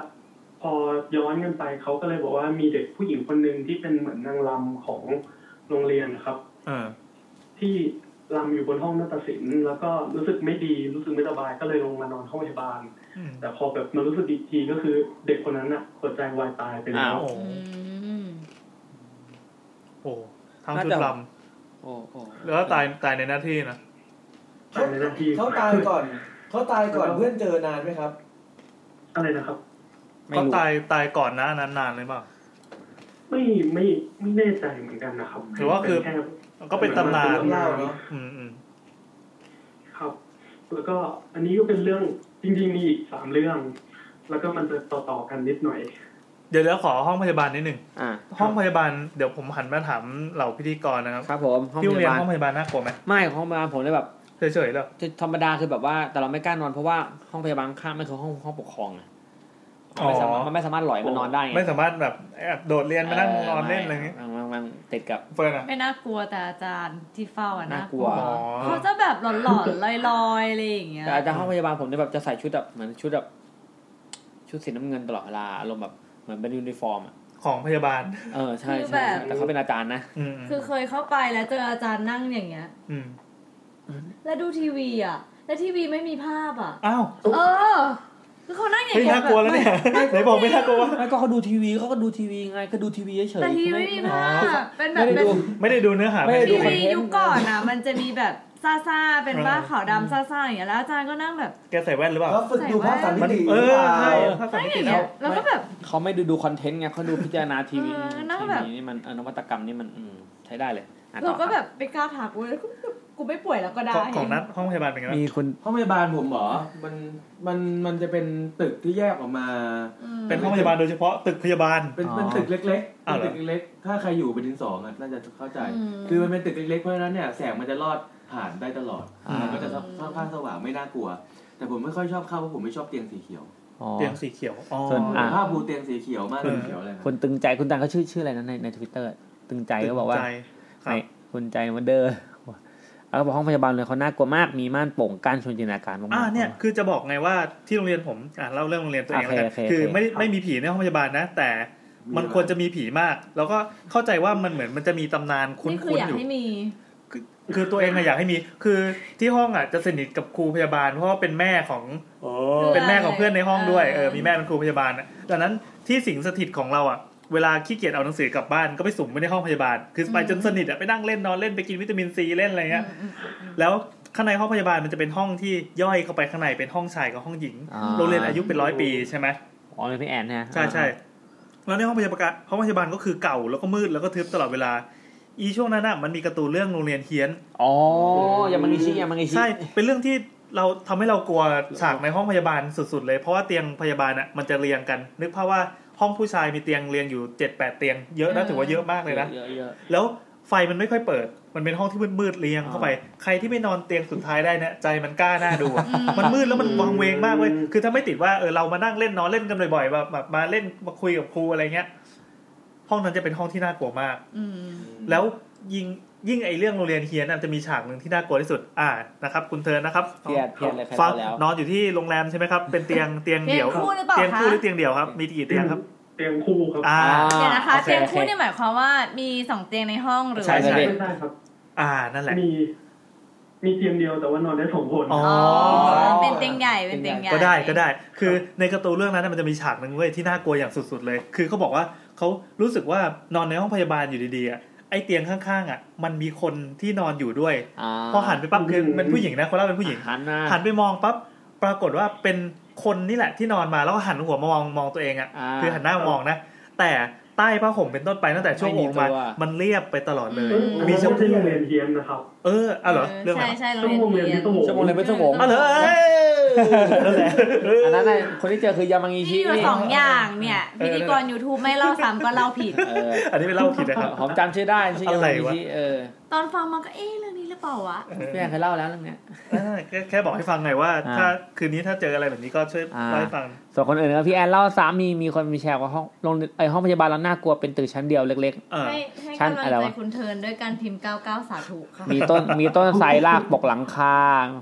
S8: พอย้อนกันไปเขาก็เลยบอกว่ามีเด็กผู้หญิงคนหนึ่งที่เป็นเหมือนนางรำของโรงเรียนนะครับ
S2: เออ
S8: ที่รำอยู่บนห้องนาฏศิลป์แล้วก็รู้สึกไม่ดีรู้สึกไม่สบายก็เลยลงมานอนห้องพยาบาล
S2: อืม
S8: แต่พอแบบมารู้สึกอีกทีก็คือเด็กคนนั้นอะหัวใจวายตายไปแล้ว
S2: โอ้
S3: อืม
S2: โหทั้งชุดล
S1: โอ้โอ้
S2: ำแล้วก็ตายตายในหน้าที่นะ
S8: ตายในหน้าที่
S6: เขาตายก่อนเขาตายก่อนเพื่อนเจอนานไหมครับ
S8: อะไรนะครับ
S1: ไม่
S2: ก็
S1: รู้
S2: ตายตายก่อนหน้านั้นนานเลยเปล่า
S8: ไม่ไม่ไม่แน่ใจเหมือนกันนะครับ
S2: หรือว่าคือ
S8: เป็นแค่
S2: ก็เป็นตำนาน
S8: เป็เล่เนอะ
S2: อืมอืม
S8: ครับ แล้วก็อันนี้ก็เป็นเรื่องจริงๆมีอีกสามเรื่อง แล้วก็มันจะต่อต่อๆกันนิดหน่อย
S2: เดี๋ยวเดี๋ยวขอห้องพยาบาลนิดหนึ่ง
S1: อ่า
S2: ห้องพยาบาลเดี๋ยวผมหันมาถามเหล่าพิธีกรนะครับ
S1: ครับผมห้อง
S2: ที่โรง
S1: พ
S2: เรียน
S1: ยาบาล
S2: ห้องพยาบาลน่ากลัวไหม
S1: ไม่ห้องพยาบาลผมเลยแบบ
S2: เฉยๆเหรอ
S1: ธรรมดาคือแบบว่า แต่เราไม่กล้านอนเพราะว่าห้องพยาบาลข้างมันคือห้องห้องปกครองอะมันไม่สามารถมันไม่สามารถหลอยมันนอนได้ไง
S2: ไม่สามารถแบบแอบโดดเรียนมานั่งนอนเล่นอะไรอย่างเงี้ย
S1: มันมันติดกับ
S2: เฟิร์นอ่ะ
S3: ไม่น่ากลัวแต่อาจารย์ที่เฝ้าอะน่ากลัว
S1: น่ากลัว
S3: เขาจะแบบหลอนๆลอยๆอะไรอย่างเงี้ย
S1: แต่อาจารย์ห้องพยาบาลผมเนี่ยแบบจะใส่ชุดแบบเหมือนชุดแบบชุดสีน้ำเงินตลอดเวลาอารมณ์แบบเหมือนเป็นยูนิฟอร์มอะ
S2: ของพยาบาล
S1: เออใช่ใช่แต่เขาเป็นอาจารย์นะ
S2: อืม
S3: คือเคยเข้าไปแล้วเจออาจารย์นั่งอย่างเงี้ย
S2: อืม
S3: แล้วดูทีวีอ่ะ แล้วทีวีไม่มีภาพอ่ะ
S2: อ้าว
S3: เออคือเขานั่งอย่าง
S2: เฮ้ย
S3: เงี้ย
S2: น่ากลัวแล้วเนี่ยไหนบอกไม่น่ากลัววะ
S1: ไม่ก็เขาดูทีวีเขาก็ดูทีวีไงก็ดูทีวีเฉยๆ
S3: แต่ทีวีไม่มีภาพอะเป็นแบ
S1: ไม่
S3: บ
S1: ได้
S3: เป็น
S1: ดู
S2: ไม่ได้ดูเนื้อหา
S1: ไม่ได้ดู
S3: ที
S2: คอนเท
S3: วี
S2: นต์
S3: ยุคก่อนอ่ะ มันจะมีแบบซ่าๆเป็นว่าขาวดำซ่าๆอย่างเงี้ยแล้วอาจารย์ก็นั่งแบบ
S2: แกใส่แว่นหรือเปล่า
S10: แล้วฝึกดูภาพสามมิ
S2: มัน
S10: ติ
S2: เออใช่
S10: หรือเปล่า
S2: ภาษา
S3: นั่ง
S2: อัง
S3: อก
S2: ฤษ
S3: ย่าง
S2: แล้วย
S3: เงี้แล้วก็แบบ
S1: เขาไม่ดูดูคอนเทนต์ไงเขาดูพิจารณาทีวี
S3: เออ
S1: อืม
S3: นั่ง
S1: ที
S3: แบบ
S1: วีนี่มันเออนวัตกรรมนี่มันอืมใช้ได้เลยอ่ะต่
S3: เรา
S1: อ
S3: ก็แบบไปกล้าถามกูเลยกูกูไม่ป่วยแล้วก็ได้
S2: ของของนัดห้องพยาบาลเป็นไงบ้าง
S1: มีคน
S10: ห้องพยาบาลผมเหรอ มัน มัน มันจะเป็นตึกที่แยกออกมา
S2: เป็นห้องพยาบาลโดยเฉพาะตึกพยาบาล
S10: เป็นเป็นตึกเล็กๆ
S2: อ้า
S10: เป็
S2: วน เหรอ
S10: ตึกเล็กๆ ถ้าใครอยู่เป็นดินสองอ่ะน่าจะเข้าใจ
S3: อืม
S10: คือมันเป็นตึกเล็กๆ เพราะฉะนั้นเนี่ยแสงมันจะลอดผ่านได้ตลอดมันก็จะค่อนข้างสว่างไม่น่ากลัว แต่ผมไม่ค่อยชอบเข้าเพราะผมไม่ชอบเตียงสีเขียว
S1: อ๋อ
S2: เตียงสีเขียวอ๋อ
S1: ส่วน
S10: ผม
S1: อ่ะ
S10: ผ้าปูเตียงสีเขียวมากเลยเขียวอะไรนะ
S1: คนตึงใจคุณตังเขาชื่อชื่ออะไรนะในในทวิตเตอร์ตึงใจก็บอกว่า
S2: ใจครั
S1: ใน
S2: บ
S1: คุณใจมันเดอร์เอาก็บอกห้องพยาบาลเลยเขาน่ากลัวมากมีม่านโป่งกั้นชวนจินตนาการมากๆ
S2: อ่าเนี่ยคือจะบอกไงว่าที่โรงเรียนผมอ่าเล่าเรื่องโรงเรียนตัวเองแล้วกัน
S1: โอเคโอเค
S2: คือ
S1: โอเค
S2: ไม่ไม่มีผีในห้องพยาบาลนะ แต่มันควรจะมีผีมาก แล้วก็เข้าใจว่ามันเหมือนมันจะมีตำนานคุ้น
S3: นี่คืออ
S2: ๆ
S3: ยาก
S2: อยู่
S3: ให้มี
S2: คือคือตัวเองอะอยากให้มี คือที่ห้องอะจะสนิทกับครูพยาบาล เพราะว่าเป็นแม่ของเป็นแม่ของเพื่อนในห้องด้วยเออมีแม่เป็นครูพยาบาลอะดังนั้นที่สิงสถิตของเราอะเวลาขี้เกียจเอาหนังสือกลับบ้านก็ไปสุ่มไว้ในห้องพยาบาล คือไปจนสนิทอะไปนั่งเล่นนอนเล่นไปกินวิตามินซีเล่นอะไรเงี้ยแล้วข้างในห้องพยาบาลมันจะเป็นห้องที่ย่อยเข้าไปข้างในเป็นห้องชายกับห้องหญิง
S1: อ่า
S2: โรงเรียนอายุเป็นร้อยปีใช่ไหม
S1: อ๋อเลยพี่แอนนะฮะ
S2: ใช่ใช่แล้วในห้องพยาบาลห้องพยาบาลก็คือเก่าแล้วก็มืดแล้วก็ทึบตลอดเวลา อีช่วงนั้นน่ะมันมีการ์ตูนเรื่องโรงเรียนเฮียน
S1: อ๋ออยามังอิชิอยามังอิชิ
S2: ใช่ เป็นเรื่องที่เราทำให้เรากลัวฉากในห้องพยาบาลสุดๆเลย เพราะว่าเตียงพยาบาลอ่ะมันจะเรียงกัน นึกภาพว่าห้องผู้ชายมีเตียงเรียงอยู่เจ็ดแปดเตียงเยอะนะ
S3: อืม
S2: ถือว่าเยอะมากเลยนะ
S1: เยอะเยอะ
S2: แล้วไฟมันไม่ค่อยเปิด มันเป็นห้องที่มืดๆเรียงเข้าไป ใครที่ไม่นอนเตียงสุดท้ายได้เนี่ยใจมันกล้าหน้าดูอะมันมืดแล้วมันวังเวงมากเว้ย คือถ้าไม่ติดว่าเออเรามานั่งเล่นนอนเล่นกันบ่อยๆแบบแบบมาเล่นมาคุยกับครูอะไรเงี้ย ห้องนั้นจะเป็นห้องที่น่ากลัวมาก
S3: อืม
S2: แล้วยิงยิ่งไอเรื่องโรงเรียนเฮียนน่ะจะมีฉากหนึ่งที่น่ากลัวที่สุด อ่านะครับ คุณเทิร์นนะครับ
S1: เพียดเพียดเลยใคร
S2: ฟ้า
S1: แล้ว
S2: นอนอยู่ที่โรงแรมใช่ไหมครับ เป็นเตียงเตียง
S3: เตี
S2: เดี่
S3: ย
S2: ย
S3: ง
S2: ว
S3: คู่หรือเปล่า
S2: เตียง
S3: คะ
S2: คู่หรือเตียงเดี่ยวครับ มีกี่เตียงครับ
S8: เตียงคู่ครับ
S2: อ่า
S3: เดี๋ยวนะคะ
S1: โอเค
S3: เตียงคู่
S1: โอเค
S3: เนี่ยหมายความว่ามีสองเตียงในห้องหรือ
S1: ใช่
S3: ว่า
S1: ใช่
S8: ไม่ได้ครับ
S2: อ่านั่นแหละ
S8: มี มีเตียงเดียวแต่ว่านอนได้สองคน
S2: อ๋อ
S3: อ๋อเป็นเตียงใหญ่เป็นเตียงใหญ่
S2: ก็ได้ก็ได้ คือในการ์ตูนเรื่องนั้นนะมันจะมีฉากหนึ่งเว้ยที่น่ากลัวอย่างสุดๆเลย คือเขาบอกว่าเขารู้สึกว่านอนในห้องพยาบาลอยู่ดีๆอะไอเตียงข้างๆอ่ะ มันมีคนที่นอนอยู่ด้วย
S1: อ่า
S2: พอหันไปปั๊บคือเป็นผู้หญิงนะคนแรกเป็นผู้หญิง
S1: หันหน้า
S2: หันไปมองปั๊บปรากฏว่าเป็นคนนี่แหละที่นอนมาแล้วก็หันหัวมามองมองตัวเองอะ
S1: อ่า
S2: คือหันหน้ามามองนะ แต่ใต้ผ้าห่มเป็นต้นไปตั้งแต่ช่วง
S1: ไม่มี
S2: ออกมา
S1: ตัว
S2: มันเรียบไปตลอดเลย
S8: เอ้ย
S2: มี
S8: ช่
S2: ช่
S8: อ
S2: อง ง
S8: ที่โรงเรียนเฮียนนะครับ
S2: เอออ่ะเหรอเรื่องอะ
S3: ใช่
S2: ไร
S3: ใช่เรา
S8: ช่องโรงเรี
S3: เรี
S8: ย
S3: ย
S8: น
S3: น
S8: ที่ต้อง
S1: ชั่วโมงเลยไม่ชั่วโมง
S2: อ๋อเหรอเอ้ยนั่นแหละ
S1: อันนั้นน่ะคนที่เจอคือยามังอิ
S3: มี
S1: ชิ
S3: อยู่
S1: นี่
S3: สองอย่างเนี่ยพิธีกร YouTube ไม่เล่าซ้ำก็เล่าผิด
S1: เออ
S2: อันนี้เป็นเล่าผิดนะครับ
S1: ผมจำชื่อได้ชื่อยามังอิชิเออ
S3: ตอนฟังมันก็เอ๊ะเรื่องนี้หรือ เปล่าวะ
S1: พี่แอนเคยเล่าแล้วเรื่องเนี้ย
S2: อ่าแค่แค่บอกให้ฟังหน่อยว่า
S1: อ่า
S2: ถ้าคืนนี้ถ้าเจออะไรแบบนี้ก็ช่วย
S1: อ่า
S2: เล่าให้ฟัง
S1: ส่วนคนอื่นนะครับพี่แอนเล่าซ้ำมีมีคนมีแชร์ว่าห้องลงไอห้องพยาบาลเราน่ากลัวเป็นตึกชั้นเดียวเล็ก
S2: เออ
S3: ให้ให้
S1: ชั้น
S3: กำลัง
S1: อะไร
S3: ใจ
S1: วะ
S3: คุณเทิร์นด้วยการพิมพ์ 99 สาธุค่ะ
S1: ๆ มีต้นมีต้นไทรรากปกหลังคา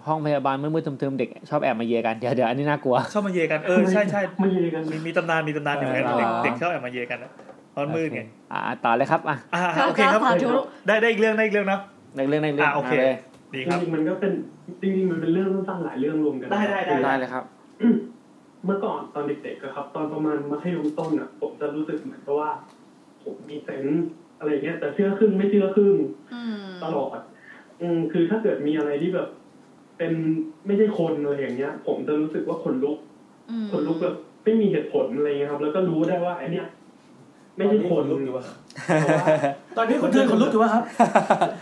S1: ห้องพยาบาลมืดๆทึมๆเด็กชอบแอบมาเยกันเดี๋ยวเดี๋ยวอันนี้น่ากลัว
S2: ชอบมาเยกันเออใช่ใช่
S8: ไม่ดีกัน
S2: มีมีตำนานมีตำนานอยู่เหมือนกันเด็ก
S3: อ๋อ
S2: เด็กชอบแอบมาเยกันนะตอนมืดไง
S1: อ่าต่อเลยครับอ่ะ
S2: อ่าโอเคครับ
S3: สาธุ
S2: ได้ได้อีกเรื่องได้อีกเรื่องนะ
S1: ในเรื่องในเรื่อง
S2: อ่ะโอเค
S1: มาเลย
S2: ดี
S8: จ
S2: ครับ
S8: ริงๆมันก็เป็นจริงๆมันเป็นเรื่องสั้นๆหลายเรื่องรวมกัน
S10: ได้ได้ได้
S1: ได้เลยครับ
S8: เมื่อก่อนตอนเด็กๆอะครับ ตอนประมาณมัธยมต้นอ่ะ ผมจะรู้สึกเหมือนกับว่า ผมมีเซนส์อะไรเงี้ยแต่เชื่อครึ่งไม่เชื่อครึ่ง
S3: อืม
S8: ตลอด อืมคือถ้าเกิดมีอะไรที่แบบ เป็นไม่ใช่คนอะไรอย่างเงี้ย ผมจะรู้สึกว่าขนลุก
S3: อืม
S8: ขนลุกแบบไม่มีเหตุผลอะไรเงี้ยครับ แล้วก็รู้ได้ว่าไอเนี้ยไม่ใช่คน
S10: ลุกอยู่วะ
S8: แต่ว่า
S10: ตอนนี้คนเดินคนลุกอยู่วะครับ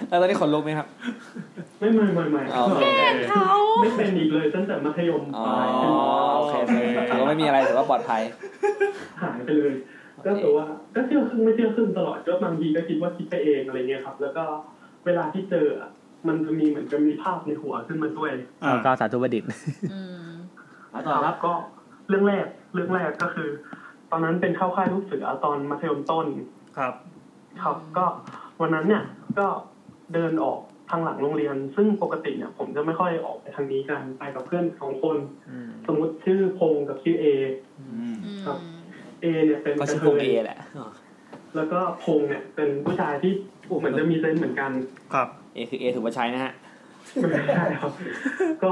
S1: แล้วตอนนี้ขนลุกไหมครับ
S8: ไม่ไม่ไม่ไม่
S1: อ๋อ
S3: เขา
S8: ไม่เป็นอีกเลยตั้งแต่มัธยม
S1: อ๋อ
S8: ปลาย
S1: โอเคโอเคถือว่าไม่มีอะไรถือว่าปลอดภัย
S8: หายไปเลย ก็แต่ว่าก็เที่ยวครึ่งไม่เที่ยวครึ่งตลอดก็บางทีก็คิดว่าคิดไปเองอะไรเงี้ยครับ แล้วก็เวลาที่เจออะมันจะมีเหมือนจะมีภาพในหัวขึ้นมาด้วย
S2: อ่า
S1: ก้าวสาธุประดิษฐ์
S3: อืม
S10: เอาต่อครับ
S8: ก็เรื่องแรกเรื่องแรกก็คือ ตอนนั้นเป็นเข้าค่ายลูกเสือตอนมัธยมต้น
S2: ครับ
S8: ครับก็วันนั้นเนี่ยก็เดินออกทางหลังโรงเรียน ซึ่งปกติเนี่ย ผมจะไม่ค่อยออกไปทางนี้กันไปกับเพื่อนสองคน สมมติชื่อพงกับชื่อเอ
S3: อืม
S8: ครับ เอเนี่ยเป็น
S1: ก็
S8: ระ
S1: ชื่อ
S8: เท
S1: พง
S8: ย
S1: เอแหละอ๋อ
S8: แล้วก็พงเนี่ยเป็นผู้ชายที่เหมือนจะมีเซนส์เหมือนกัน
S2: ครับ
S1: เอคือเอถือว่าใช้นะฮะ
S8: ไม่ใช่ครับ ก็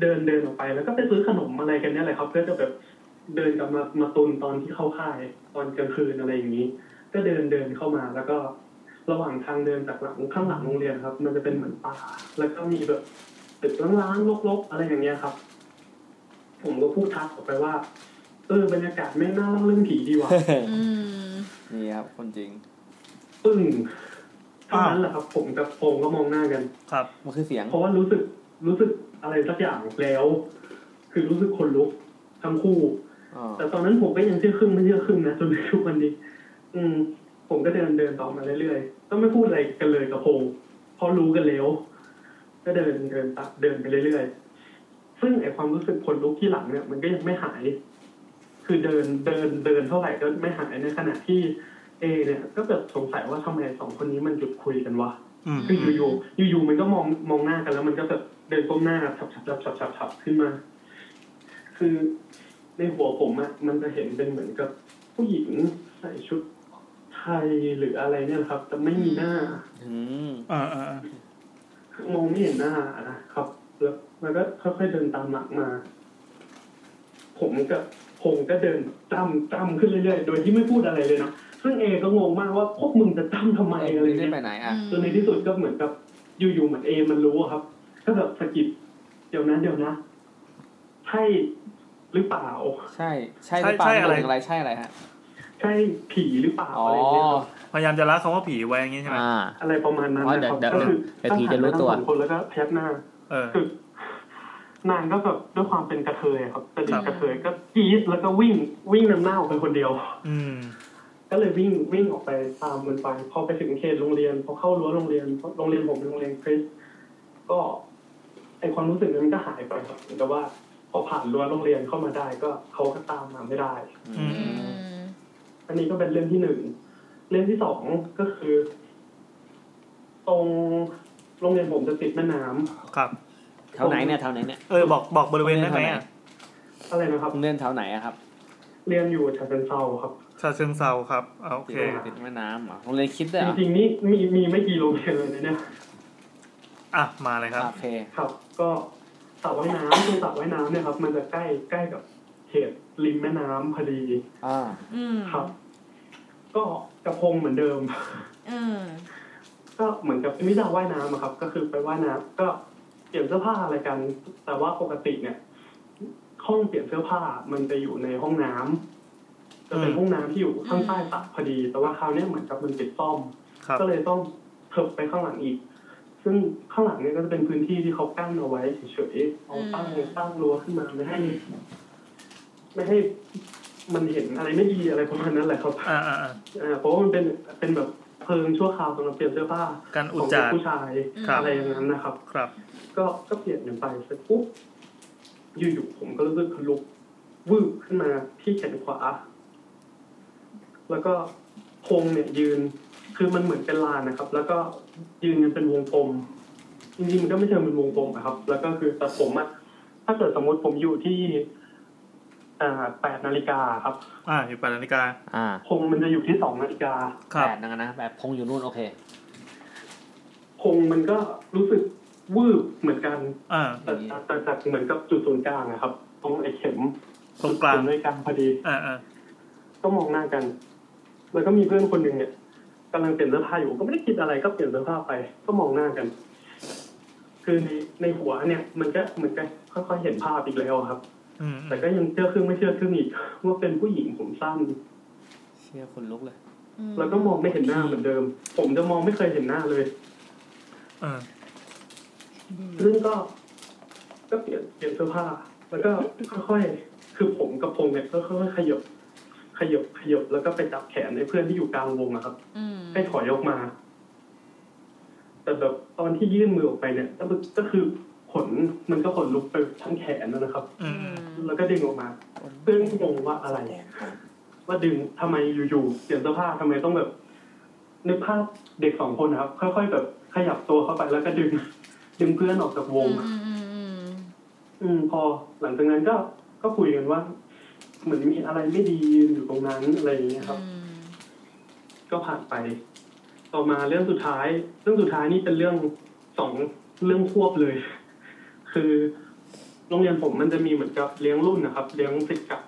S8: เดินเดินออกไปแล้วก็ไปซื้อขนมอะไรกันเนี่ยแหละครับเพื่อจะแบบเดินกลับมามาตุนตอนที่เข้าค่ายตอนกลางคืนอะไรอย่างนี้ ก็เดินเดินเข้ามาแล้วก็ระหว่างทางเดินจากหลังข้างหลังโรงเรียนครับ มันจะเป็นเหมือนป่าแล้วก็มีแบบตึกล้างๆรกๆอะไรอย่างเงี้ยครับ ผมก็พูดทักออกไปว่า เออบรรยากาศไม่งน่าเล่าเรื่องผีดี ว่ะ
S3: อืม
S1: นี่ครับคนจริง
S8: ปึ้งเท่านั้นแหละครับ ผมกับพงก็มองหน้ากัน
S2: ครับ
S1: มันคือเสียง
S8: เพราะว่ารู้สึกรู้สึกอะไรสักอย่างแล้ว คือรู้สึกขนลุกทั้งคู่
S1: อ๋อ
S8: แต่ตอนนั้นผมก็ยังเชื่อครึ่งไม่เชื่อครึ่งนะจนถึงทุกวันนี้ อืม ผมก็เดินเดินต่อมาเรื่อยๆก็ไม่พูดอะไรกันเลยกับพงเพราะรู้กันแล้ว ก็เดินเดินตัดเดินไปเรื่อยๆซึ่งไอความรู้สึกขนลุกที่หลังเนี่ย มันก็ยังไม่หาย คือเดินเดินเดินเท่าไหร่ก็ไม่หายในขณะที่เอ เนี่ย ก็แบบสงสัยว่าทำไมสองคนนี้มันหยุดคุยกันวะ
S2: อืม
S8: คืออยู่ๆ อยู่ๆ มันก็มองมองหน้ากันแล้ว มันก็แบบเดินก้มหน้าฉับฉับฉับฉับฉับฉับขึ้นมา คือในหัวผมอะมันจะเห็นเป็นเหมือนกับผู้หญิงใส่ชุดไทยหรืออะไรเนี่ยครับ แต่ไม่มีหน้า
S1: อืม
S2: อ่าอ่าอ่าม
S8: องไม่เห็นหน้านะครับ แล้วมันก็ค่อยๆเดินตามหลังมา ผมกับพงก็เดินตามตามขึ้นเรื่อยๆ โดยที่ไม่พูดอะไรเลยนะ ซึ่งเอก็งงมากว่าพวกมึงจะตามทำไม
S1: ไม่
S8: อะไร
S1: ได้
S8: เงี้ย
S1: ไปไหนอ่ะ
S8: จนในที่สุดก็เหมือนกับอยู่ๆเหมือนเอมันรู้อะครับ ก็แบบสะกิดเดี๋ยวนะเดี๋ยวนะใช่หรือเปล่า
S1: ใช่ ใช่หรือเปล่าหนึ่งอะไร ใช่อะไรฮะ
S8: ใช่ผีหรือเปล่า
S1: อ๋อ
S8: อะไรอย่างเงี้ยครับ
S2: พยายามจะละคำว่าผีไว้อย่างงี้ใช่ไหม
S1: อ่า
S8: อะไรประมาณนั้นนะครั
S1: อ๋อเดี๋ยว
S8: ก็
S1: เดี๋ยว
S8: คือ
S1: เดี๋ยวผีจะรู้ตัว
S8: ตั้งหันไปทั้งสองคนแล้วก็พยักหน้า
S2: เออ
S8: คือนางก็แบบด้วยความเป็นกระเทยครับเป็น
S2: ครับ
S8: กระเทยก็กรี๊ดแล้วก็วิ่งวิ่งนำหน้าออกไปคนเดียว
S2: อืม
S8: ก็เลยวิ่งวิ่งออกไปตามมันไปพอไปถึงเขตโรงเรียนพอเข้ารั้วโรงเรียนเพราะโรงเรียนผมเป็นโรงเรียนคริสต์ก็ไอความรู้สึกนั้นมันก็หายไปครับเหมือนกับว่า พอผ่านรั้วโรงเรียนเข้ามาได้ก็เขาก็ตามมาไม่ได้
S2: อืม
S3: อืม
S8: อันนี้ก็เป็นเรื่องที่หนึ่งเรื่องที่สองก็คือ ตรงโรงเรียนผมจะติดแม่น้ำ
S2: ครับ
S1: แถวไหนเนี่ยแถวไหนเนี่ย
S2: เออบอกบอกบริเวณได้ไหมอ่ะ
S8: อะไรนะครับ
S1: เล่นแถวไหนอะครับ
S8: เรียนอยู่แถวเป็นเซาครับ
S2: ชาเชิงเซาครับอ่าโอเค
S1: ติดแม่น้ำเหรอโรงเรียนคิดด้วย
S8: จ
S1: เหรอ
S8: ริงๆนี่มีมีไม่กี่โรงเรียนเลยนะเนี่ย
S2: อ่ะมาเลยครับ
S1: โอเค
S8: ครับก็สระว่ายน้ำตรงสระว่ายน้ำเนี่ยครับ มันจะใกล้ใกล้กับเขตริมแม่น้ำพอดี
S1: อ่า
S3: อืม
S8: ครับ ก็กระพงเหมือนเดิม
S3: เออ
S8: ก็เหมือนกับไม่ได้ว่ายน้ำอะครับ ก็คือไปว่ายน้ำก็เปลี่ยนเสื้อผ้าอะไรกัน แต่ว่าปกติเนี่ยห้องเปลี่ยนเสื้อผ้ามันจะอยู่ในห้องน้ำจะเป็นห้องน้ำที่อยู่ข้างใต้สระพอดี แต่ว่าคราวเนี้ยเหมือนกับมันติดซ่อม
S2: ครับ
S8: ก็เลยต้องเถิบไปข้างหลังอีก ซึ่งข้างหลังเนี่ยก็จะเป็นพื้นที่ที่เขากั้นเอาไว้เฉยๆ เอาตั้งตั้งรั้วขึ้นมาไม่ให้ ไม่ให้มันเห็นอะไรไม่ดีอะไรประมาณนั้นแหละครับ
S2: อ่าอ่าอ่า
S8: อ่าเพราะว่ามันเป็นเป็นแบบ เพลิงชั่วคราวสำหรับเปลี่ยนเสื้อผ้า
S2: การอุ
S8: ข
S2: จ
S8: อง
S2: จา
S8: เด็ก
S2: ระ
S8: ผู้ชาย
S2: ครับ
S8: อะไรอย่างนั้นนะครับ
S2: ครับ
S8: ก็ก็เปลี่ยนกันไปเสร็จปุ๊บอยู่ๆผมก็รู้สึกขนลุกวืบขึ้นมาที่แขนขวา แล้วก็พงเนี่ยยืน คือมันเหมือนเป็นลานนะครับ แล้วก็ยืนกันเป็นวงกลมจริงๆมันก็ไม่เชิงเป็นวงกลมนะครับ แล้วก็คือแต่ผมอะถ้าเกิดสมมติผมอยู่ที่อ่าแปดนาฬิกาครับ
S2: อ่าอยู่ปานาฬิกา
S1: อ่า
S8: พงมันจะอยู่ที่สองนาฬิกา
S2: ครับ
S1: แปดนะนะแบบพงอยู่นู่นโอเค
S8: พงมันก็รู้สึกวืบเหมือนกัน
S2: อ่า
S8: แต่แต่แต่เหมือนกับจุดศูนย์กลางนะครับ ตรงไอ้เข็ม
S2: ตรงกลาง
S8: ด้วยกันพอดี
S2: อ่าอ่า
S8: ก็มองหน้ากัน แล้วก็มีเพื่อนคนหนึ่งเนี่ยกำลังเปลี่ยนเสื้อผ้าอยู่ ก็ไม่ได้คิดอะไรก็เปลี่ยนเสื้อผ้าไป ก็มองหน้ากัน คือในในหัวเนี่ย มันก็เหมือนกันค่อยๆเห็นภาพอีกแล้วครับ
S2: อืมอื
S8: แต่
S2: ม
S8: ก็ยังเชื่อครึ่งไม่เชื่อครึ่งอีกว่าเป็นผู้หญิงผมสั้น
S1: เชี่ยคนลุกเลย
S8: แล้วก็มองไม่เห็นหน้าเหมือนเดิม ผมจะมองไม่เคยเห็นหน้าเลย
S2: อ่า
S8: ซึ่งก็ก็เปลี่ยนเปลี่ยนเสื้อผ้า แล้วก็ค่อยๆ คือผมกับพงเนี่ยก็ค่อยๆขยบขยบขยบแล้วก็ไปจับแขนไอ้เพื่อนที่อยู่กลางวงอะครับ
S3: อืม
S8: ให้ถอยออกมา แต่แบบตอนที่ยื่นมือออกไปเนี่ยก็คือก็คือขนมันก็ขนลุกไปทั้งแขนนะนะครับ
S2: อืมอืม
S8: แล้วก็ดึงออกมา เพื่อนก็งงว่าอะไร ว่าดึงทำไมอยู่ๆเปลี่ยนเสื้อผ้าทำไมต้องแบบนึกภาพเด็กสองคนนะครับ ค่อยๆแบบขยับตัวเข้าไปแล้วก็ดึง ดึงเพื่อนออกจากวง
S3: อืมอืมอืม
S8: อืมพอหลังจากนั้นก็ก็คุยกันว่า เหมือนมีอะไรไม่ดียืนอยู่ตรงนั้นอะไรอย่างเงี้ยครับ
S3: อืม
S8: ก็ผ่านไป ต่อมาเรื่องสุดท้าย เรื่องสุดท้ายนี่เป็นเรื่องสองเรื่องควบเลย คือโรงเรียนผมมันจะมีเหมือนกับเลี้ยงรุ่นนะครับ เลี้ยงศิษย์เก่า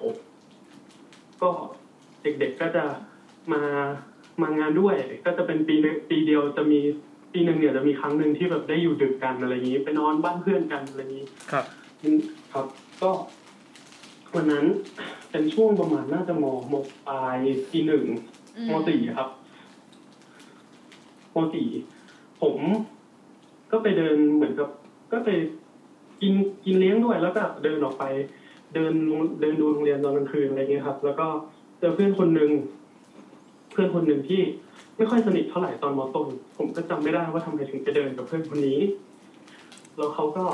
S8: ก็เด็กๆก็จะมามางานด้วย ก็จะเป็นปีหนึ่งปีเดียวจะมีปีหนึ่งเนี่ยจะมีครั้งหนึ่งที่แบบได้อยู่ดึกกันอะไรอย่างนี้ไปนอนบ้านเพื่อนกันอะไรอย่างนี้
S2: ครับ
S8: ครับก็วันนั้นเป็นช่วงประมาณน่าจะมมปลายปีหนึ่ง
S3: อื
S8: มสี่ครับมสี่ผมก็ไปเดินเหมือนกับ ก็ไปกินกินเลี้ยงด้วย แล้วก็เดินออกไป เดินโรงเดินดูโรงเรียนตอนกลางคืนอะไรเงี้ยครับ แล้วก็เจอเพื่อนคนหนึ่งเพื่อนคนหนึ่งที่ไม่ค่อยสนิทเท่าไหร่ตอนมต้นผมก็จำไม่ได้ว่าทำไมถึงไปเดินกับเพื่อนคนนี้ แล้วเขาก็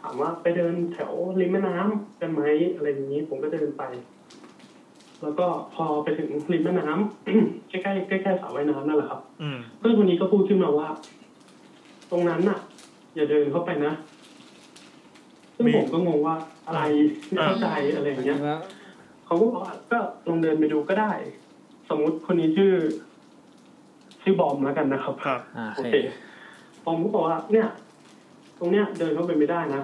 S8: ถามว่าไปเดินแถวริมแม่น้ำกันไหมอะไรอย่างนี้ ผมก็เดินไป แล้วก็พอไปถึงริมแม่น้ำ ใกล้ๆใกล้ๆสระว่ายน้ำนั่นแหละครับ
S2: อืม
S8: เพื่อนคนนี้ก็พูดขึ้นมาว่า ตรงนั้นน่ะ อย่าเดินเข้าไปนะ ซึ่งผมก็งงว่าอะไรไม่เข้าใจอะไรอย่างเงี้ย เขาก็บอกว่าก็ลองเดินไปดูก็ได้ สมมุติคนนี้ชื่อ ชื่อบอมแล้วกันนะครับ
S2: ครับ
S1: อ่าโอ
S8: โอ
S1: เค
S8: เคบอมก็บอกว่า เนี่ย ตรงเนี้ย เดินเข้าไปไม่ได้นะ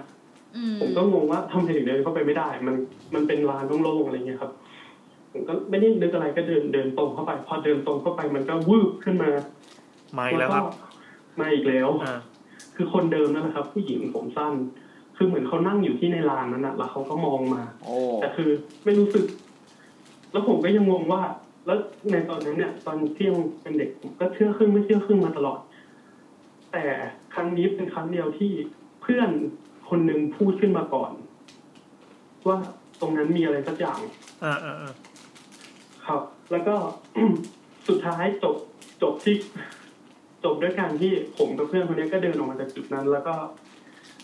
S3: อื
S8: ผมก็งงว่าทำไมถึงเดินเข้าไปไม่ได้ มันมันเป็นลานโล่งๆอะไรเงี้ยครับ ผมก็ไม่ได้นึกอะไรก็เดินเดินตรงเข้าไป พอเดินตรงเข้าไปมันก็วืบขึ้นมา
S2: มาอีกแล้วครับ
S8: ก็มาอีกแล้ว
S2: อ่า
S8: คือคนเดิมนั่นแหละครับ ผู้หญิงผมสั้น คือเหมือนเขานั่งอยู่ที่ในลานนั้นนะแล้วเขาก็มองมา
S1: โอ้
S8: แต่คือไม่รู้สึก แล้วผมก็ยังงงว่า แล้วในตอนนั้นเนี่ย ตอนที่ยังเป็นเด็กผมก็เชื่อครึ่งไม่เชื่อครึ่งมาตลอด แต่ครั้งนี้เป็นครั้งเดียวที่เพื่อนคนหนึ่งพูดขึ้นมาก่อน ว่าตรงนั้นมีอะไรสักอย่าง
S2: อ่าอ่าอ่า
S8: ครับ แล้วก็ สุดท้ายจบจบที่ จบด้วยการที่ผมกับเพื่อนคนนี้ก็เดินออกมาจากจุดนั้น แล้วก็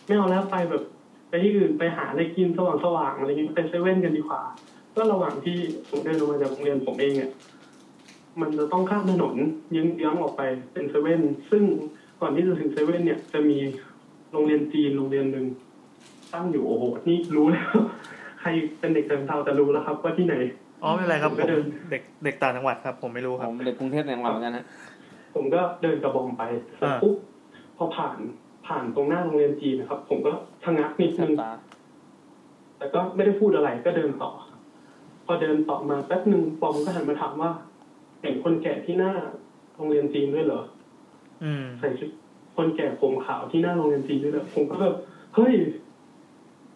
S8: ไม่เอาแล้วไปแบบไปที่อื่นไปหาอะไรกินสว่างสว่างๆอะไรเงี้ยไปเซเว่นกันดีกว่า ก็ระหว่างที่ผมเดินออกมาจากโรงเรียนผมเองเนี่ยมันจะต้องข้ามถนนเยื้องๆออกไปเป็นเซเว่นซึ่งก่อนที่จะถึงเซเว่นเนี่ย จะมีโรงเรียนจีนโรงเรียนหนึ่งตั้งอยู่โอ้โหนี่รู้แล้ว ใครเป็นเด็กเดินเท่าจะรู้แล้วครับ ว่าที่ไหน
S2: อ๋อไม่เป็นไรครับ
S8: ผม
S2: ผ
S8: ก็
S2: ม
S8: เดิน
S2: เด็กเด็กต่างจังหวัดครับ ผมไม่รู้ค
S1: ผ
S2: รับ
S1: มเด็กกรุงเทพในจังหวัดเหมือนกันฮะ
S8: ผมก็เดินกระบองไปเสร็จปุ๊บพอผ่านผ่านตรงหน้าโรงเรียนจีนนะครับ ผมก็ชะงักนิด
S1: แส
S8: นึ
S1: บ
S8: ง
S1: ตา
S8: แต่ก็ไม่ได้พูดอะไรก็เดินต่อ พอเดินต่อมาแป๊บหนึ่งปอมก็หันมาถามว่าเห็นคนแก่ที่หน้าโรงเรียนจีนด้วยเหรอ
S2: อืม
S8: ใส่ชุดคนแก่ผมขาวที่หน้าโรงเรียนจีนด้วยเหรอผมก็แบบเฮ้ย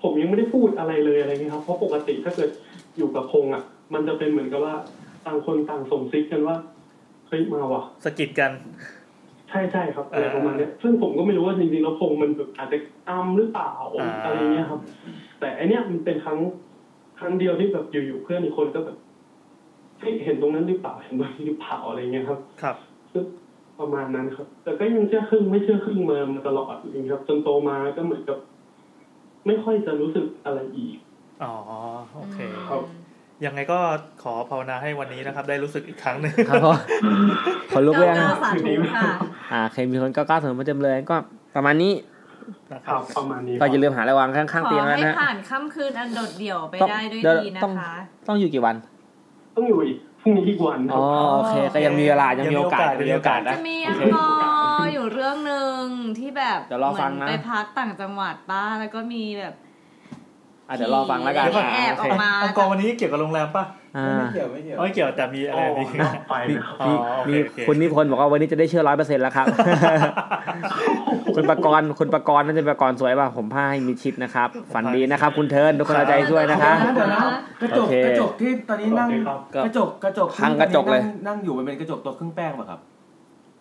S8: ผมยังไม่ได้พูดอะไรเลยอะไรเงี้ยครับเพราะปกติถ้าเกิดอยู่กับพงอ่ะ มันจะเป็นเหมือนกับว่าต่างคนต่างส่งซิกกันว่าเฮ้ยมาว่ะ
S2: สะกิดกัน
S8: ใช่ใช่ครับ
S2: เอ่
S8: อะ
S2: อ
S8: ไรประมาณเนี้ยซึ่งผมก็ไม่รู้ว่าจริงๆแล้วพงมันแบบอาจจะอ้ำหรือเปล่า
S2: อ่า
S8: อะไรเงี้ยครับ แต่อันเนี้ยมันเป็นครั้งครั้งเดียวที่แบบอยู่ๆเพื่อนอีกคนก็แบบเฮ้ยเห็นตรงนั้นหรือเปล่าเห็นตรงนี้หรือเปล่าอะไรเงี้ยครับ
S2: ครับ
S8: ซึ่งประมาณนั้นครับ แต่ก็ยังเชื่อครึ่งไม่เชื่อครึ่งมามาตลอดจริงครับจนโตมาก็เหมือนกับ ไม่ค่อยจะรู้สึกอะไรอีก
S2: อ๋อโอเค
S8: ครับ
S2: ยังไงก็ขอภาวนาให้วันนี้นะครับ ได้รู้สึกอีกครั้งหนึ่ง
S1: ครับผม ขนลุกเลย
S3: เก้า
S1: นะ
S3: สาธุค่ะ
S1: อ่าใครมีคนก้าวเสริมมาเต็มเลยก็ประมาณนี้
S8: ครับประมาณนี้ค
S1: ก็
S8: รับ
S1: อย่าลืมหาระวังข้างๆ
S3: ขอ
S1: เตียงแล้ว
S3: ให้
S1: นะฮะ
S3: ผ่านค่ำคืนอันโดดเดี่ยวไป
S1: ต้อง
S3: ได้ด้วย
S1: เดี๋ยว
S3: ดีนะ
S1: ต้อง
S3: คะ
S1: ต้องอยู่กี่วัน
S8: ต้องอยู่อีกพรุ่งนี้อีกวันค
S1: อ๋
S8: รั
S1: อบ โอเค ก็ยังมีเวลา ยังมีโอกาส
S2: ยังมีโอกาส
S3: จะมีอังกอร์อยู่เรื่องหนึ่งที่แบบ
S1: เดี๋ยวรอฟังนะ
S3: เหมืไปพักต่างจังหวัดป้าแล้วก็มีแบบ
S1: อ่ะเดี๋ยวรอฟังแล้วกัน
S2: เดี๋ยวก่อน
S3: แอบออกมา
S2: อังกอร์วันนี้เกี่ยวกับโรงแรมป่ะ
S1: อ่า
S10: ไม่เกี่ยวไม่เกี่ยว
S2: อ๋อไม่เกี่ยวแต่มีอะไรนี่
S8: ไปนะครับ
S2: อ๋อ
S1: มี
S2: โอเค
S1: มี
S2: โอเค
S1: คุณนิพนธ์บอกว่าวันนี้จะได้เชื่อร้อยเปอร์เซ็นต์แล้วครับ คุณประกรณ์คุณประกรณ์น่าจะประกรณ์สวยป่ะ ผมผ้าให้มีชิปนะครับ ฝันดีนะครับ คุณเทิร์นทุกคนเอาใจช่วยนะคะ
S6: เดี๋ยวนะกระจ
S1: โอก เค
S6: กระจกที่ตอนนี้นั่ง
S8: โอเคครับ
S6: กระจกกระจกที่
S1: พังกระจกเลย
S6: นั่งนั่งอยู่มันเป็นกระจกตัวเครื่องแป้งป่ะครับ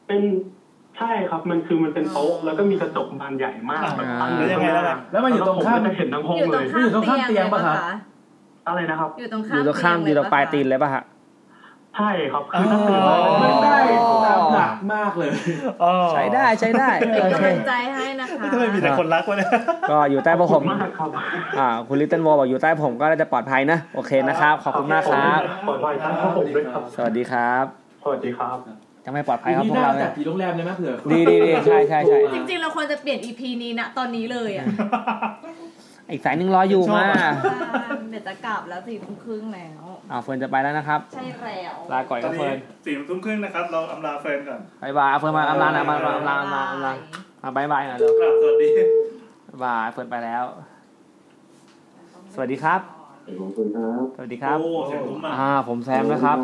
S8: เป็นใช่ครับมันคือมันเป็นโต๊ะแล้วก็มีกระจกบานใหญ่มากแบบตั้งอ
S2: แล้ว
S8: ข้าห
S2: ยังไงแล้วล่ะ
S6: แล้วมันอยู่ตรงข้าม
S8: ผก็จะเห็นทั้งห้อง
S3: อยู่ตร
S8: เล
S3: ง
S8: ย
S3: ข้าง
S6: อยู่ตรงข้าม
S3: เตีย
S6: เตีย
S3: ง
S6: งปะคะ
S8: อะไรนะครับ
S3: อยู่ตรง
S1: อ
S3: ข้าม
S1: ยู่ตรงข้ามอยู่ตรงปลายตีนเลยป่ะฮะ
S8: ใช่ครับคือถ้าตื่น
S2: อ๋
S8: มา
S2: อ
S6: มันได้ตามหลักมากเลย
S2: อ๋อ
S1: ใช้ได้ใช้ได้
S3: เป็น
S1: โอเค
S3: กำลังใจให้นะคะ
S2: ทำไมมีแต่คนรักวะเนี่ย
S1: ก็อยู่ใต้ผ้า
S8: ข
S1: ห่
S8: อบ
S1: ม
S8: คุณมากครับ
S1: อ่า คุณลิตเติ้ลวอลบอกอยู่ใต้ผมก็น่าจะปลอดภัยนะ โอเคนะครับ ขอบคุณมากครับ
S8: ขอบคุณครับขอบคุณด้วยครับ
S1: สวัสดีครับ
S8: สวัสดีครับ
S1: ยังไม่ปลอดภัย
S6: ที
S1: ครับ
S6: นี้
S1: พวก
S6: น่า
S1: เรา
S6: จัด
S1: เนี่ย
S6: ผีโรงแรมเลยไหมเผื่อ
S1: ดีดีดีใช่ใช่ใช่
S3: จริงๆเราควรจะเปลี่ยน EP นี้นะตอนนี้เลยอ่ะ
S1: อีกสายหนึ่งรออยู่มา
S2: ชอบอ่ะ
S3: เดี๋ยวจะกลับแล้วสี่ทุ่มครึ่งแล้ว
S1: อ่าเฟิร์นจะไปแล้วนะครับ
S3: ใช่แล้ว
S1: ลาก่อนครับเฟิร์น
S2: สี่ทุ่มครึ่งนะครับ เราอำลาแฟนก่อน
S1: บายบายอ่ะเฟิร์นมาอำลาหนะมาอำลาอำลาอำลาอ่ะบายบายหน่อยเร็ว
S2: กราบสวัสดี
S1: บายเปิดไปแล้ว สวัสดีครับ
S10: ขอบคุณครับ
S1: สวัสดีครับ
S2: โอ้เสียงคุ้มมาก
S1: อ่า ผมแซมนะครับ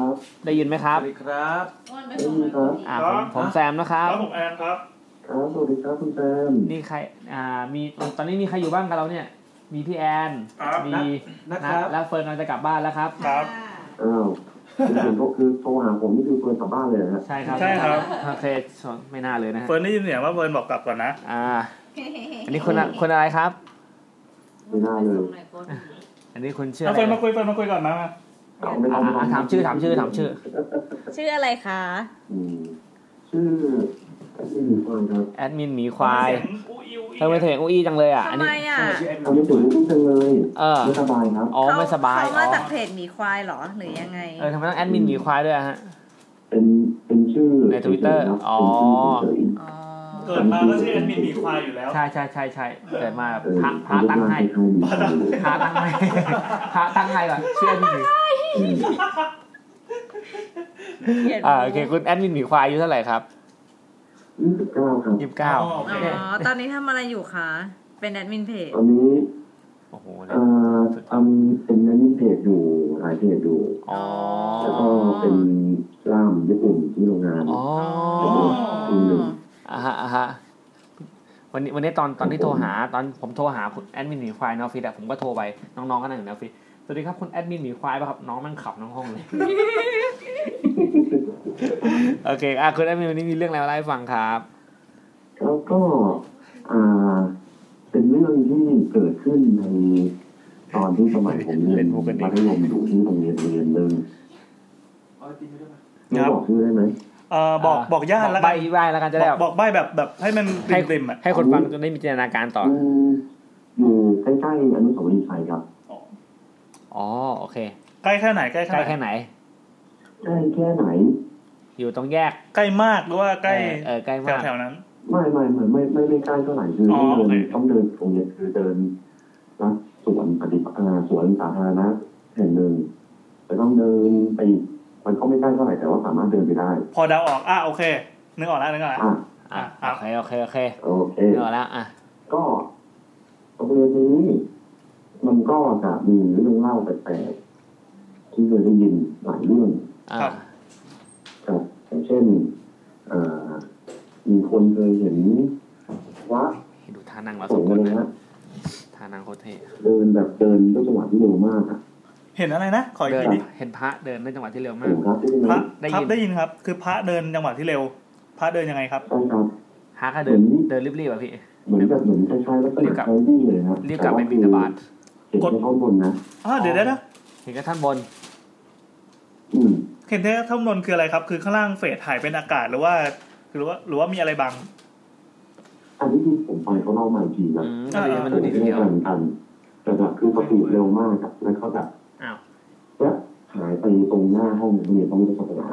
S1: ได้ยินไหม
S6: ส
S1: ครับ
S6: วัสดีครับ
S3: อ้วนไปส่งเลยคนดี
S1: อ่า ผมผมแซมนะครับ
S2: ครับผมแอนครับ
S10: ครับสวัสดีครับคุณแซม
S1: นี่ใคร อ่า มี ตอนนี้มีใครอยู่บ้างกับเราเนี่ย มีพี่แอน
S2: ครับ
S1: มี
S6: นัทนัทค
S1: นั
S6: รับ
S1: ทและเฟิร์นกำลังจะกลับบ้านแล้วครับ
S2: ครับ
S10: อ้าวเห็นก็คือโทรหาผมนี่คือเปิดกลับบ้านเลยนะฮะ
S1: ใช่ครับ
S2: ใช่ครับ
S1: โอเคไม่น่าเลยนะฮะ
S2: เฟิร์นได้ยินเสียงว่าเฟิร์นบอกกลับก่อนนะ
S1: อ่า อันนี้คนอะคนอะไรครับ
S10: ไม่น่าเลย
S1: อันนี้คนชื่อ
S2: เอา
S1: อะไร
S2: เฟิร์นมาคุยเฟิร์นมาคุยก่อนมามา
S10: เอาไม่ต้
S1: อ่า
S10: อง
S1: อ่าถามชื่อถามชื่อถามชื่อ
S3: ชื่ออะไรคะ
S10: อืมชื่อชื่อหมีควายครับ
S1: แอดมินหมีควาย
S2: เสีงอู้อิ๊ว
S1: เธอไม่เสียงอุ้ยจังเลยอ่ะ อัน
S3: ทำ
S1: นี้
S3: ไมอ่ะ
S10: ตอนนี้ถึงที่จังเลย
S1: เออ
S10: ไม่สบายครับ
S1: อ๋อ ไม่สบาย
S3: เขา
S1: อ๋
S3: มา
S1: อ
S3: จากเพจหมีควายเหรอ หรือยังไง
S1: เออทำไมต้องแอดมินหมีควายด้วยอะฮะ
S10: เป็นเป็นชื่อ
S1: ใน Twitter
S10: เฉยๆครับ
S1: อ๋อ
S10: เป็นชื่อเฉย
S3: อ๋อ
S2: เกิดมาก็ชื่อแอดมินหมีควายอยู่แล้ว
S1: ใช่ใช่ใช่ใช่เกิดมา
S10: เออ
S1: พระพระตั้งให้
S10: พระตั้งให้
S1: พระตั้งให้ พระตั้งให้ก่อนเชื่อพี่หมี
S10: ๆอืม
S1: อ่าโอเคคุณแอดมินหมีควายอายุเท่าไหร่ครับ
S10: ยี่สิบเก้าครับ
S1: ยี่สิบเก้า
S2: โอ
S3: อ๋
S2: เค
S3: อ ตอนนี้ทำอะไรอยู่คะ เป็นแอดมินเพจ
S10: ตอนนี้
S1: โอ้โห
S10: เอ่อทำเป็นนันนี่เพจอยู่หลายเพจอยู่
S1: อ๋อ
S10: แล้วก็เป็นล่ามญี่ปุ่นที่โรงงาน
S1: อ๋อ
S3: อ๋อ
S1: อ่าฮะอ่าฮะวันนี้วันนี้ตอนตอนที่โทรหาตอนผมโทรหาคุณแอดมินหมีควายในออฟฟิศอะผมก็โทรไปน้องๆก็นั่งอยู่ในออฟฟิศสวัสดีครับคุณแอดมินหมีควายป่ะครับน้องนั่งขับน้องห้อง เลยโอเคอ่ะคุณแอดมินวันนี้มีเรื่องอะไรมาเล่าให้ฟังครับ
S10: แล้วก็อ่าเป็นเรื่องที่เกิดขึ้นในตอนที่สมัยผมเรียนมัธยมอยู่ที่โรงเรียนโรงเรียนหนึ่งไม่บอกชื่อได้ไหม
S2: เอ่อบอกบอกญาติ
S1: บ
S2: แล้ว
S1: ใบ
S2: กัน
S1: ใบแล้วกันจะได้
S2: บ
S1: แบอก บ
S2: บอกใบแบบแบบให้มัน
S1: ให้
S2: กลิ่มๆอ่ะ
S1: ให้คนฟังจะได้มีจินตนาการต่อ
S10: อืมอยู่ใกล้ๆอนุสาวรีย์ชัยครับ
S1: อ๋อโอเค
S2: ใกล้แค่ไหนใกล้
S1: ใกล้
S2: แค่ไหน
S1: แค่ไหน
S10: ใกล้แค่ไหน
S1: อยู่ตรงแยก
S2: ใกล้มากหรือว่าใกล้
S1: เออเออใกล้มาก
S2: แถวๆนั้น
S10: ไม่ไม่ไม่ไม่ไม่ไม่ใกล้เท่าไหร่คือต้อง
S2: อ๋อโอ
S10: เดิ
S2: เค
S10: นต้องเดินโรงเรียนคือเดินนะสวนปฏิบัติอ่าสวนสาธารณะแห่งหนึ่งแต่ต้องเดินไปอีกมันก็ไม่ใกล้เท่าไหร่แต่ว่าสามารถเดินไปได้
S2: พอเดาออกอ่ะโอเค นึกออกแล้วนึกออกแล้ว
S10: อ่ะ
S1: อ่ะ
S2: อ่ะ
S1: โอเคโอเคโอเค
S10: โอเค
S1: เดี๋ยวแล้วอ่ะ
S10: ก็โรงเรียนนี้ มันก็จะมีเรื่องเล่าแปลกๆที่เคยได้ยินหลายเรื่อง
S1: อ่ะ
S2: ครับ
S10: ครับอย่างเช่นเอ่อมีคนเคยเห็นพระ
S1: ให้ดูท่านั่งเรา
S10: ส
S1: สอง ง
S10: ฆ์
S1: ค
S10: อะ
S1: น
S10: ไร
S1: นะ
S10: นะ
S1: ท่านั่งโคตรเท่
S10: เดินแบบเดินด้วยจังหวะที่เร็วมากอะ
S2: เห็นอะไรนะ ขออีก
S1: เดิน
S2: ทีดิ
S1: เห็นพระเดินในจังหวะที่เร็วมา
S10: ถู
S1: ก
S10: กครับที่
S2: พระ
S10: นั้น
S1: ได้
S2: ครั
S1: ยิ
S2: บ
S1: น
S2: ได้ยินครับ คือพระเดินจังหวะที่เร็ว พระเดินยังไงครับ
S10: ใช่ครับ
S1: ฮาก็เดิน
S10: เหมือน
S1: เดินรีบๆอ่ะพี่
S10: เหมือนกับเหมือนคล้ายๆลักษ
S1: รี
S10: ณะ
S1: บกลับ
S10: ไคลี่เลยนะ
S1: รีบกลับไปบินทบาท
S10: เห็นแค่ท่อนบนนะ
S2: อ้าวเดี๋ยวได้นะ
S1: เห็นแค่ท่านบน
S10: อืม
S2: เห็นเทพท่านนท์คืออะไรครับ คือข้างล่างเฟดหายเป็นอากาศหรือว่าหรือว่าหรือว่ามีอะไรบัง
S9: อันนี้ที่ผมไปเขาเล่ามาอีกทีนะ
S1: อืมก็เลยให้มันดูดี
S9: ผมไม่
S1: เดียว
S9: ได้ทันทันแต่แบบคือสปีดเร็วมากอะแล้วเขาแบบ
S1: อ้าว
S9: แล้วหายไปตรงหน้าห้องเรียนต้องศาสนา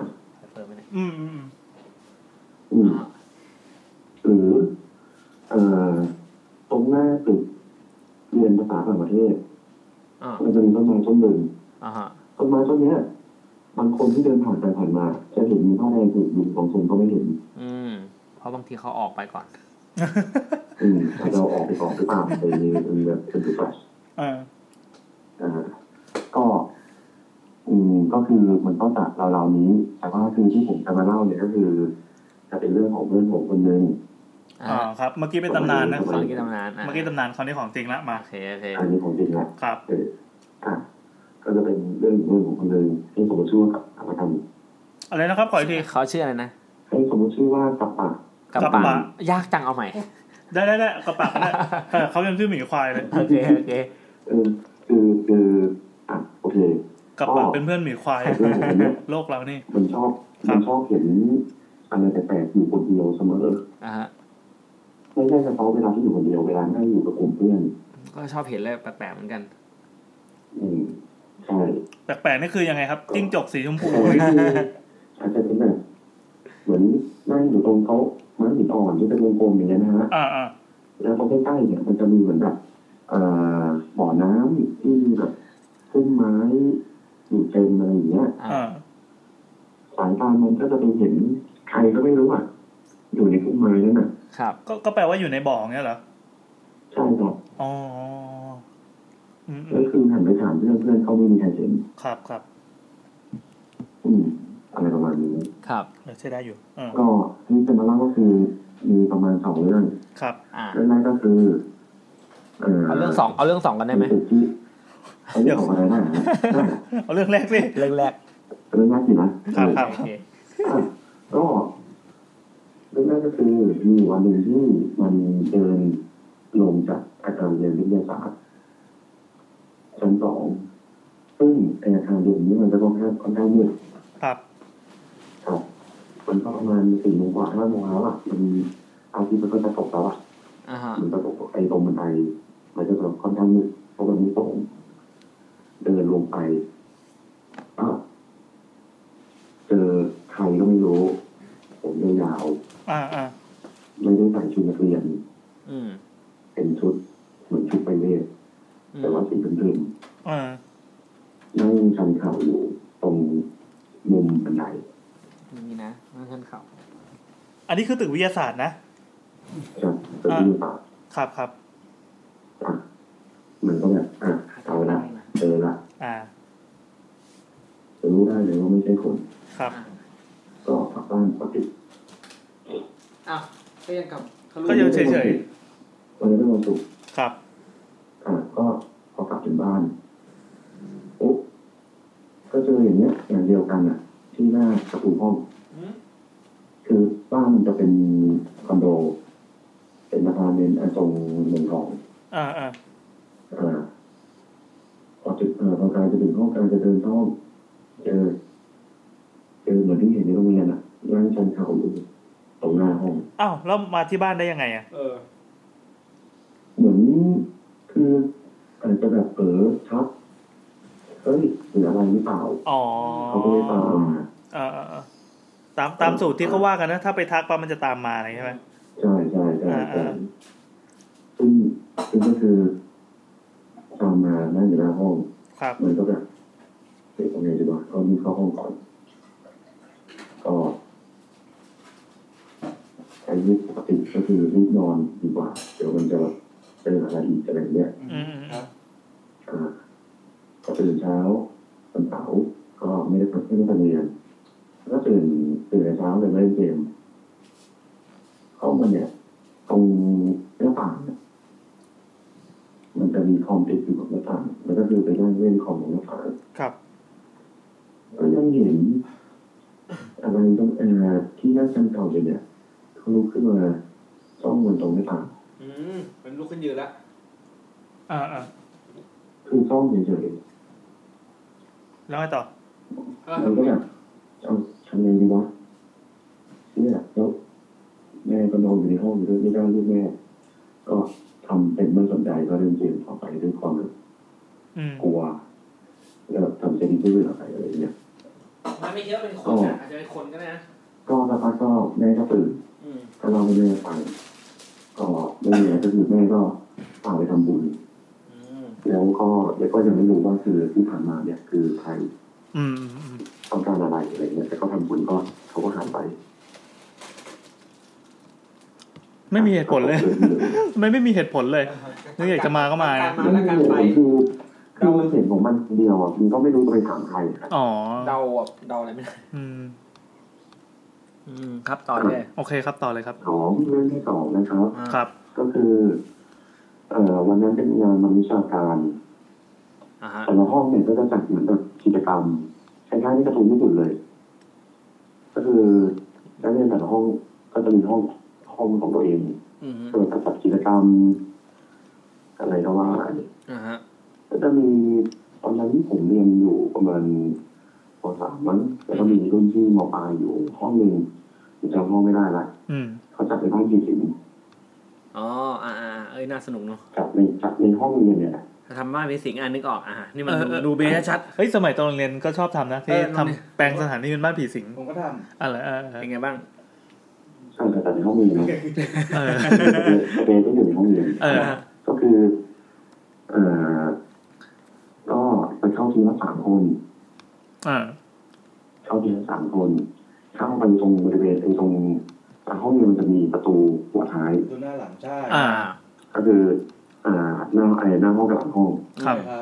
S1: เปิดไปเลย
S2: อืมอืมอืม
S9: อืมหรือเอ่อตรงหน้าตึกเรียนภาษาต่างประเทศ
S1: อ่า
S9: มันจะมีต้นไม้ต้นหนึ่ง
S1: อ่าฮะ
S9: ต้นไม้ต้นเนี้ยบางคนที่เดินผ่านไปผ่านมา จะเห็นมีผ้าแดงถูกยุงสองคนก็ไม่เห็น
S1: อืมเพราะบางทีเขาออกไปก่อน
S9: อืมอาจจะเอาออกไปก่อนหรือเปล่าอะไรอย่างเงี้ยเป็นแบบเป็นตุ๊กตา
S2: เออ
S9: อ่าก็ อืมก็คือมันก็จากเราเราๆนี้ แต่ว่าคือที่ผมจะมาเล่าเนี่ยก็คือ จะเป็นเรื่องของเพื่อนผมคนหนึ่ง
S1: อ่า
S2: อ๋อครับ เมื่อกี้เป็นตำนานนะ
S1: ขอเมื่อกี้ตำนานอ่ะ
S2: เมื่อกี้ตำนานคราวนี้ของจริงละมา
S1: โอเคโอเค
S9: อันนี้ของจริงแหละ
S2: ครับ
S9: เอออ่ะก็จะเป็นเรื่องของเพื่อนผมคนหนึ่งให้สมมติชื่อว่ากับปะละกัน
S2: อะไรนะครับขออีกที
S1: เขาชื่ออะไรนะ
S9: ให้สมมติชื่อว่ากับปะ
S1: กระ
S2: กระ
S1: ปะ
S2: ปะ
S1: ยากจังเอาใหม่
S2: ได้ได้ได้กระปากก็ได้เออเขายังชื่อหมีควายเลย
S1: โอเคโอเค
S9: เออคือคืออ่ะโอเค
S2: กระปากเป็นเพื่อนหมีควาย
S9: เรื่องของผมเนี่ย
S2: โลกเรานี่
S9: มันชอบ
S2: ครับ
S9: มันชอบเห็นอะไรแปลกๆอยู่คนเดียวเสมอ
S1: อ่าฮะ
S9: ไม่ใช่เฉพาะเวลาที่อยู่คนเดียวเวลานั่งอยู่กับกลุ่มเพื่ อน
S1: ก็ชอบเห็นเลยแปลกๆเหมือนกัน
S9: อืมใช่
S2: แปลกๆนี่คือยังไงครับจิ้งจกสีชมพู
S9: แต่ก็คืออาจจะเป็นแบบเหมือนนั่งอยู่ตรงโต๊ะม้าหินอ่อนที่เป็นวงกลมอย่างเงี้ยนะฮะ
S2: อ่าอ่า
S9: แล้วตรงใกล้ๆเนี่ยมันจะมีเหมือนแบบเอ่อบ่อน้ำที่แบบต้นไม้อยู่เต็มอะไรอย่างเงี้ย
S1: อ่า
S2: อ่า
S9: สายตามันก็จะไปเห็นใครก็ไม่รู้อ่ะอยู่ในต้นไม้นั่นน่ะ
S1: ครับ
S2: ก็ก็แปลว่าอยู่ในบ่อเงี้ยเหรอ
S9: ใช่ครับ
S2: อ๋ออืมอื
S9: แล้ว
S2: ม
S9: คือหันไปถามเพื่อนเพื่อนเขาไม่มีใครเห็น
S2: ครับครับ
S9: อืมอะไรประมาณนี้
S1: ครับ
S2: เออใช่ได้อยู่เออ
S9: ก็นี่จะมาเล่าก็คือมีประมาณสองเรื่อง
S2: ครับ
S1: อ่า
S9: เรื่องแรกก็คือ
S1: เอาเรื่องสอง เอาเรื่องสองกันได้ไหม
S9: ตึกที่เอาเรื่องของอะไรนะ
S2: เอาเรื่องแรกสิ
S1: เรื่องแรก
S9: เรื่องแรกสินะครับ
S2: ครับ
S1: โอเค
S9: อ่ะก็เรื่องแรกก็คือมีวันหนึ่งที่มันเดินลงจากอาคารเรียนวิทยาศาสตร์ชั้นสองซึ่งไอ้อาคารเรียนนี้มันจะต้องห้างค่อนข้างมืด
S2: ครับ
S9: ครับมันก็ประมาณสี่โมงกว่าห้าโมงแล้วอ่ะ มันอาทิตย์มันก็จะตกแล้วอ่ะ
S1: อ่าฮะ
S9: มันจะตกไอ้ตรงบันไดมันจะแบบค่อนข้างมืดเพราะมันไม่ตรงเดินลงไปอ้าวเจอใครก็ไม่รู้ ผมยาว
S2: อ่าอ่า
S9: ๆไม่ได้ใส่ชุดนักเรียน
S1: อืม
S9: เป็นชุดเหมือนชุดไปเวท
S1: อืม
S9: แต่ว่าสีดำ
S2: อ่า
S9: ๆนั่งชันเข่าอยู่ตรงมุมบันได
S1: นี่นะนั่นขึ้นเขา
S2: อันนี้คือตึกวิทยาศาสตร์นะ
S9: จากตึกวิทยาศาสตร์
S2: ครับครับ
S9: อ่ะมันก็แบบอ่ะเอาละเจอละ
S2: อ่า
S9: จะรู้ได้เลยว่าไม่ใช่คน
S2: ครับ
S9: ก็กลับบ้านปกติ
S1: อ่ะก็ยังกับเขารู้
S2: ก็ยังเฉย
S9: ๆวันนี้เป็นวันศุกร์
S2: ๆครับ
S9: อ่ะก็พอกลับถึงบ้านปุ๊บก็เจออย่างเนี้ย อย่างเดียวกันอ่ะ ที่หน้าประตูห้อง คือบ้านมันจะเป็นคอนโด เป็นอาคารเรียนอ่ะตรงเมืองทอง
S2: อ่าอ่า
S9: อ่าพอถึงเอ่อพอกำลังจะถึงห้องกำลังจะเดินเข้าห้องเจอเจอเหมือนที่เห็นในโรงเรียนอ่ะนั่งชันเข่าอยู่ตรงหน้าห้อง
S2: อ้าวแล้วมาที่บ้านได้ยังไงอ่ะ
S1: เออ
S9: เหมือนคืออาจจะแบบเผลอชักเอ้ยหรืออะไรหรือเปล่า
S2: อ๋อ
S9: เขาก็เลยตามมา
S2: เออเออเออตามตามสูตรที่เขาว่ากันนะ ถ้าไปทักปั๊บมันจะตามมาอะไรใช่ไหม
S9: ใช่ใช่ใช่ใช่
S2: อ่า
S9: ซึ่งซึ่งก็คือตามมานั่งอยู่หน้าห้อง
S2: ครับ
S9: มันก็แบบเด็กยังไงดีวะก็รีบเข้าห้องก่อน ก็ใช้ชีวิตปกติก็คือรีบนอนดีกว่า เดี๋ยวมันจะเจออะไรอีกอะไรอย่างเงี้ย
S2: อืมอืมอืม
S9: อ่าก็ตื่นเช้าวันเสาร์ก็ไม่ได้ไม่ได้ไปเรียนก็ตื่นตื่นแต่เช้าเลยไม่ได้เกมเข้ามาเนี่ยตรงหน้าต่างเนี่ยมันจะมีคอมติดอยู่กับหน้าต่างแล้วก็คือไปนั่งเล่นคอมของหน้าต่าง
S2: ครับ
S9: ก็ยังเห็นอะไรต้องเอ่อที่นั่งชั้นเก่าเลยเนี่ยเขาลุกขึ้นมาจ้องมันตรงหน้าต่าง
S1: อืมมันลุกขึ้นยืนละ
S2: อ่าอ่า
S9: คือจ้องเฉย
S2: แล้วไงต่อ
S9: ๆมันก็แบบ
S11: ห้องไม่กล้าเรียกแม่ ก็ทำเป็นไม่สนใจก็เล่นเกมต่อไปด้วยความ
S2: อืม
S11: กลัวแล้วแบบทำเป็นดื้ออะไรอะไรอย่างเงี้ย
S1: มันไม่เยอะเป็นคนอะอาจจะเป็นคนก็ได้นะ
S11: ก็สักพักก็แม่ก็ตื่น
S1: อืม
S11: ก็เล่าให้แม่ฟังก็แม่ก็คือแม่ก็พาไปทำบุญ
S1: อืม
S11: แล้วก็เด็กก็ยังไม่รู้ว่าคือที่ผ่านมาเนี่ยคือใคร
S2: อืมอืม
S11: ต้องการอะไรอะไรเงี้ยแต่ก็ทำบุญก็เขาก็หายไป
S2: ไม่มีเหตุผลเลย ไม่ไม่มีเหตุผลเลย นึกอยากจะมาก็มา
S1: การมา
S11: ไม่
S1: และ
S11: มี
S1: การ
S11: เหตุ
S1: ไป
S11: ผลคือคือมันเห็นของมันคนเดียวอ่ะมันก็ไม่รู้จะไปถามใครอะ
S2: อ๋อ
S1: เดาอะเดาอะไรไม่ได้
S2: อืม
S1: อืมครับต่อเลย
S2: โอเคครับต่อเลยครับ
S11: สองเรื่องที่สองนะครับ
S2: ครับ
S11: ก็คือ เอ่อวันนั้นเป็นงานวันวิชาการ
S1: อ่าฮะ
S11: แต่ละห้องเนี่ยก็จะจัดเหมือนแบบกิจกรรมคล้ายๆที่กระทู้ญี่ปุ่นเลย ก็คือนักเรียนแต่ละห้องก็จะมีห้องห้องของตัวเอง
S1: อืม
S11: ก็จะจัดกิจกรรม อะไรก็ว่าไป
S1: อ่าฮะ
S11: ก็จะมีตอนนั้นที่ผมเรียนอยู่ประมาณปสามมั้งแล้วก็มีรุ่นพี่มปลายอยู่ห้องหนึ่งผมจำห้องไม่ได้ละ
S2: อืม
S11: เขาจัดในห้องจีสิง
S1: อ๋อ อ่าอ่าเอ้ยน่าสนุกเนาะ
S11: จัดในจัดในห้องเรียนเนี่ยแหละ
S1: ถ้าทำบ้านมีสิ่งอ่านนึกออก อ่า นี่มัน
S2: เออเออ
S1: ดูเบสชัด
S2: เฮ้ยสมัยตอนโรงเรียนก็ชอบทำนะที่
S1: เออ
S2: ทำ
S1: ทำดิ
S2: แปลงสถานที่เป็นบ้านผีสิง
S9: ผมก็ทำ
S2: อะไรเออเออ
S1: เป็นไงบ้าง
S11: ใช่แต่จัดในห้องเรียนนะ
S2: เอ อ
S11: เรียนก็อยู่ในห้องเรียน
S2: เออ
S11: ก็คือเอ่อก็ไปเข้าทีละสามคน
S2: อ่า
S11: เข้าทีละสามคน เข้าไปตรงบริเวณไอ้ตรงห้องเรียนมันจะมีประตูหัวท้าย
S9: ดูหน้าหลังใช่
S2: อ่า
S11: ก็คือ อ่าหน้าไอ้หน้าห้องกับหลังห้อง
S2: ครับ
S9: ครับ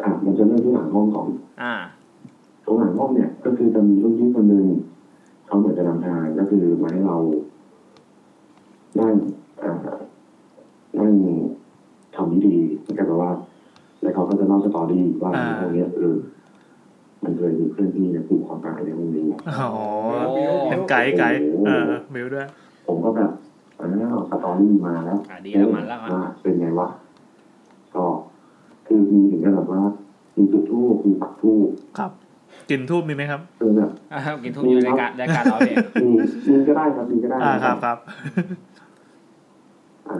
S11: อ่ะมันจะเริ่มที่หลังห้องก่อน
S1: อ่า
S11: ตรงหลังห้องเนี่ย ก็คือจะมีรุ่นพี่คนหนึ่งเขาเหมือนจะนำทางก็คือมาให้เรา นั่งอ่านั่งทำดีๆเหมือนกันแบบว่า แล้วเขาก็จะเล่าสตอรี่ว่า
S2: อ่า
S11: ห้องเนี้ยเออมันเคยมีเพื่อนที่เนี่ยผูกคอตายในห้องนี้
S2: อ๋อ
S1: โอ้
S2: เป็นไกด์ไกด์เออบิวด้วย
S11: ผมก็แบบอันนั้นเอาสตอรี่มาแล้ว
S1: อ่ะดีแล้วมันแล้วอ่ะ
S11: อ่ะเป็นไงวะก็คือมีถึงขนาดว่ามีจุดทูบมีปักทูบ
S2: ครับกลิ่นทูบมีไหมครับ
S11: คือแบบ
S1: อ่ากินทุกอยู่ในรายการรายการเราเนี่ย
S11: อืมมีก็ได้ครับมีก็ได้
S2: อ่าครับครับ
S11: อ่ะ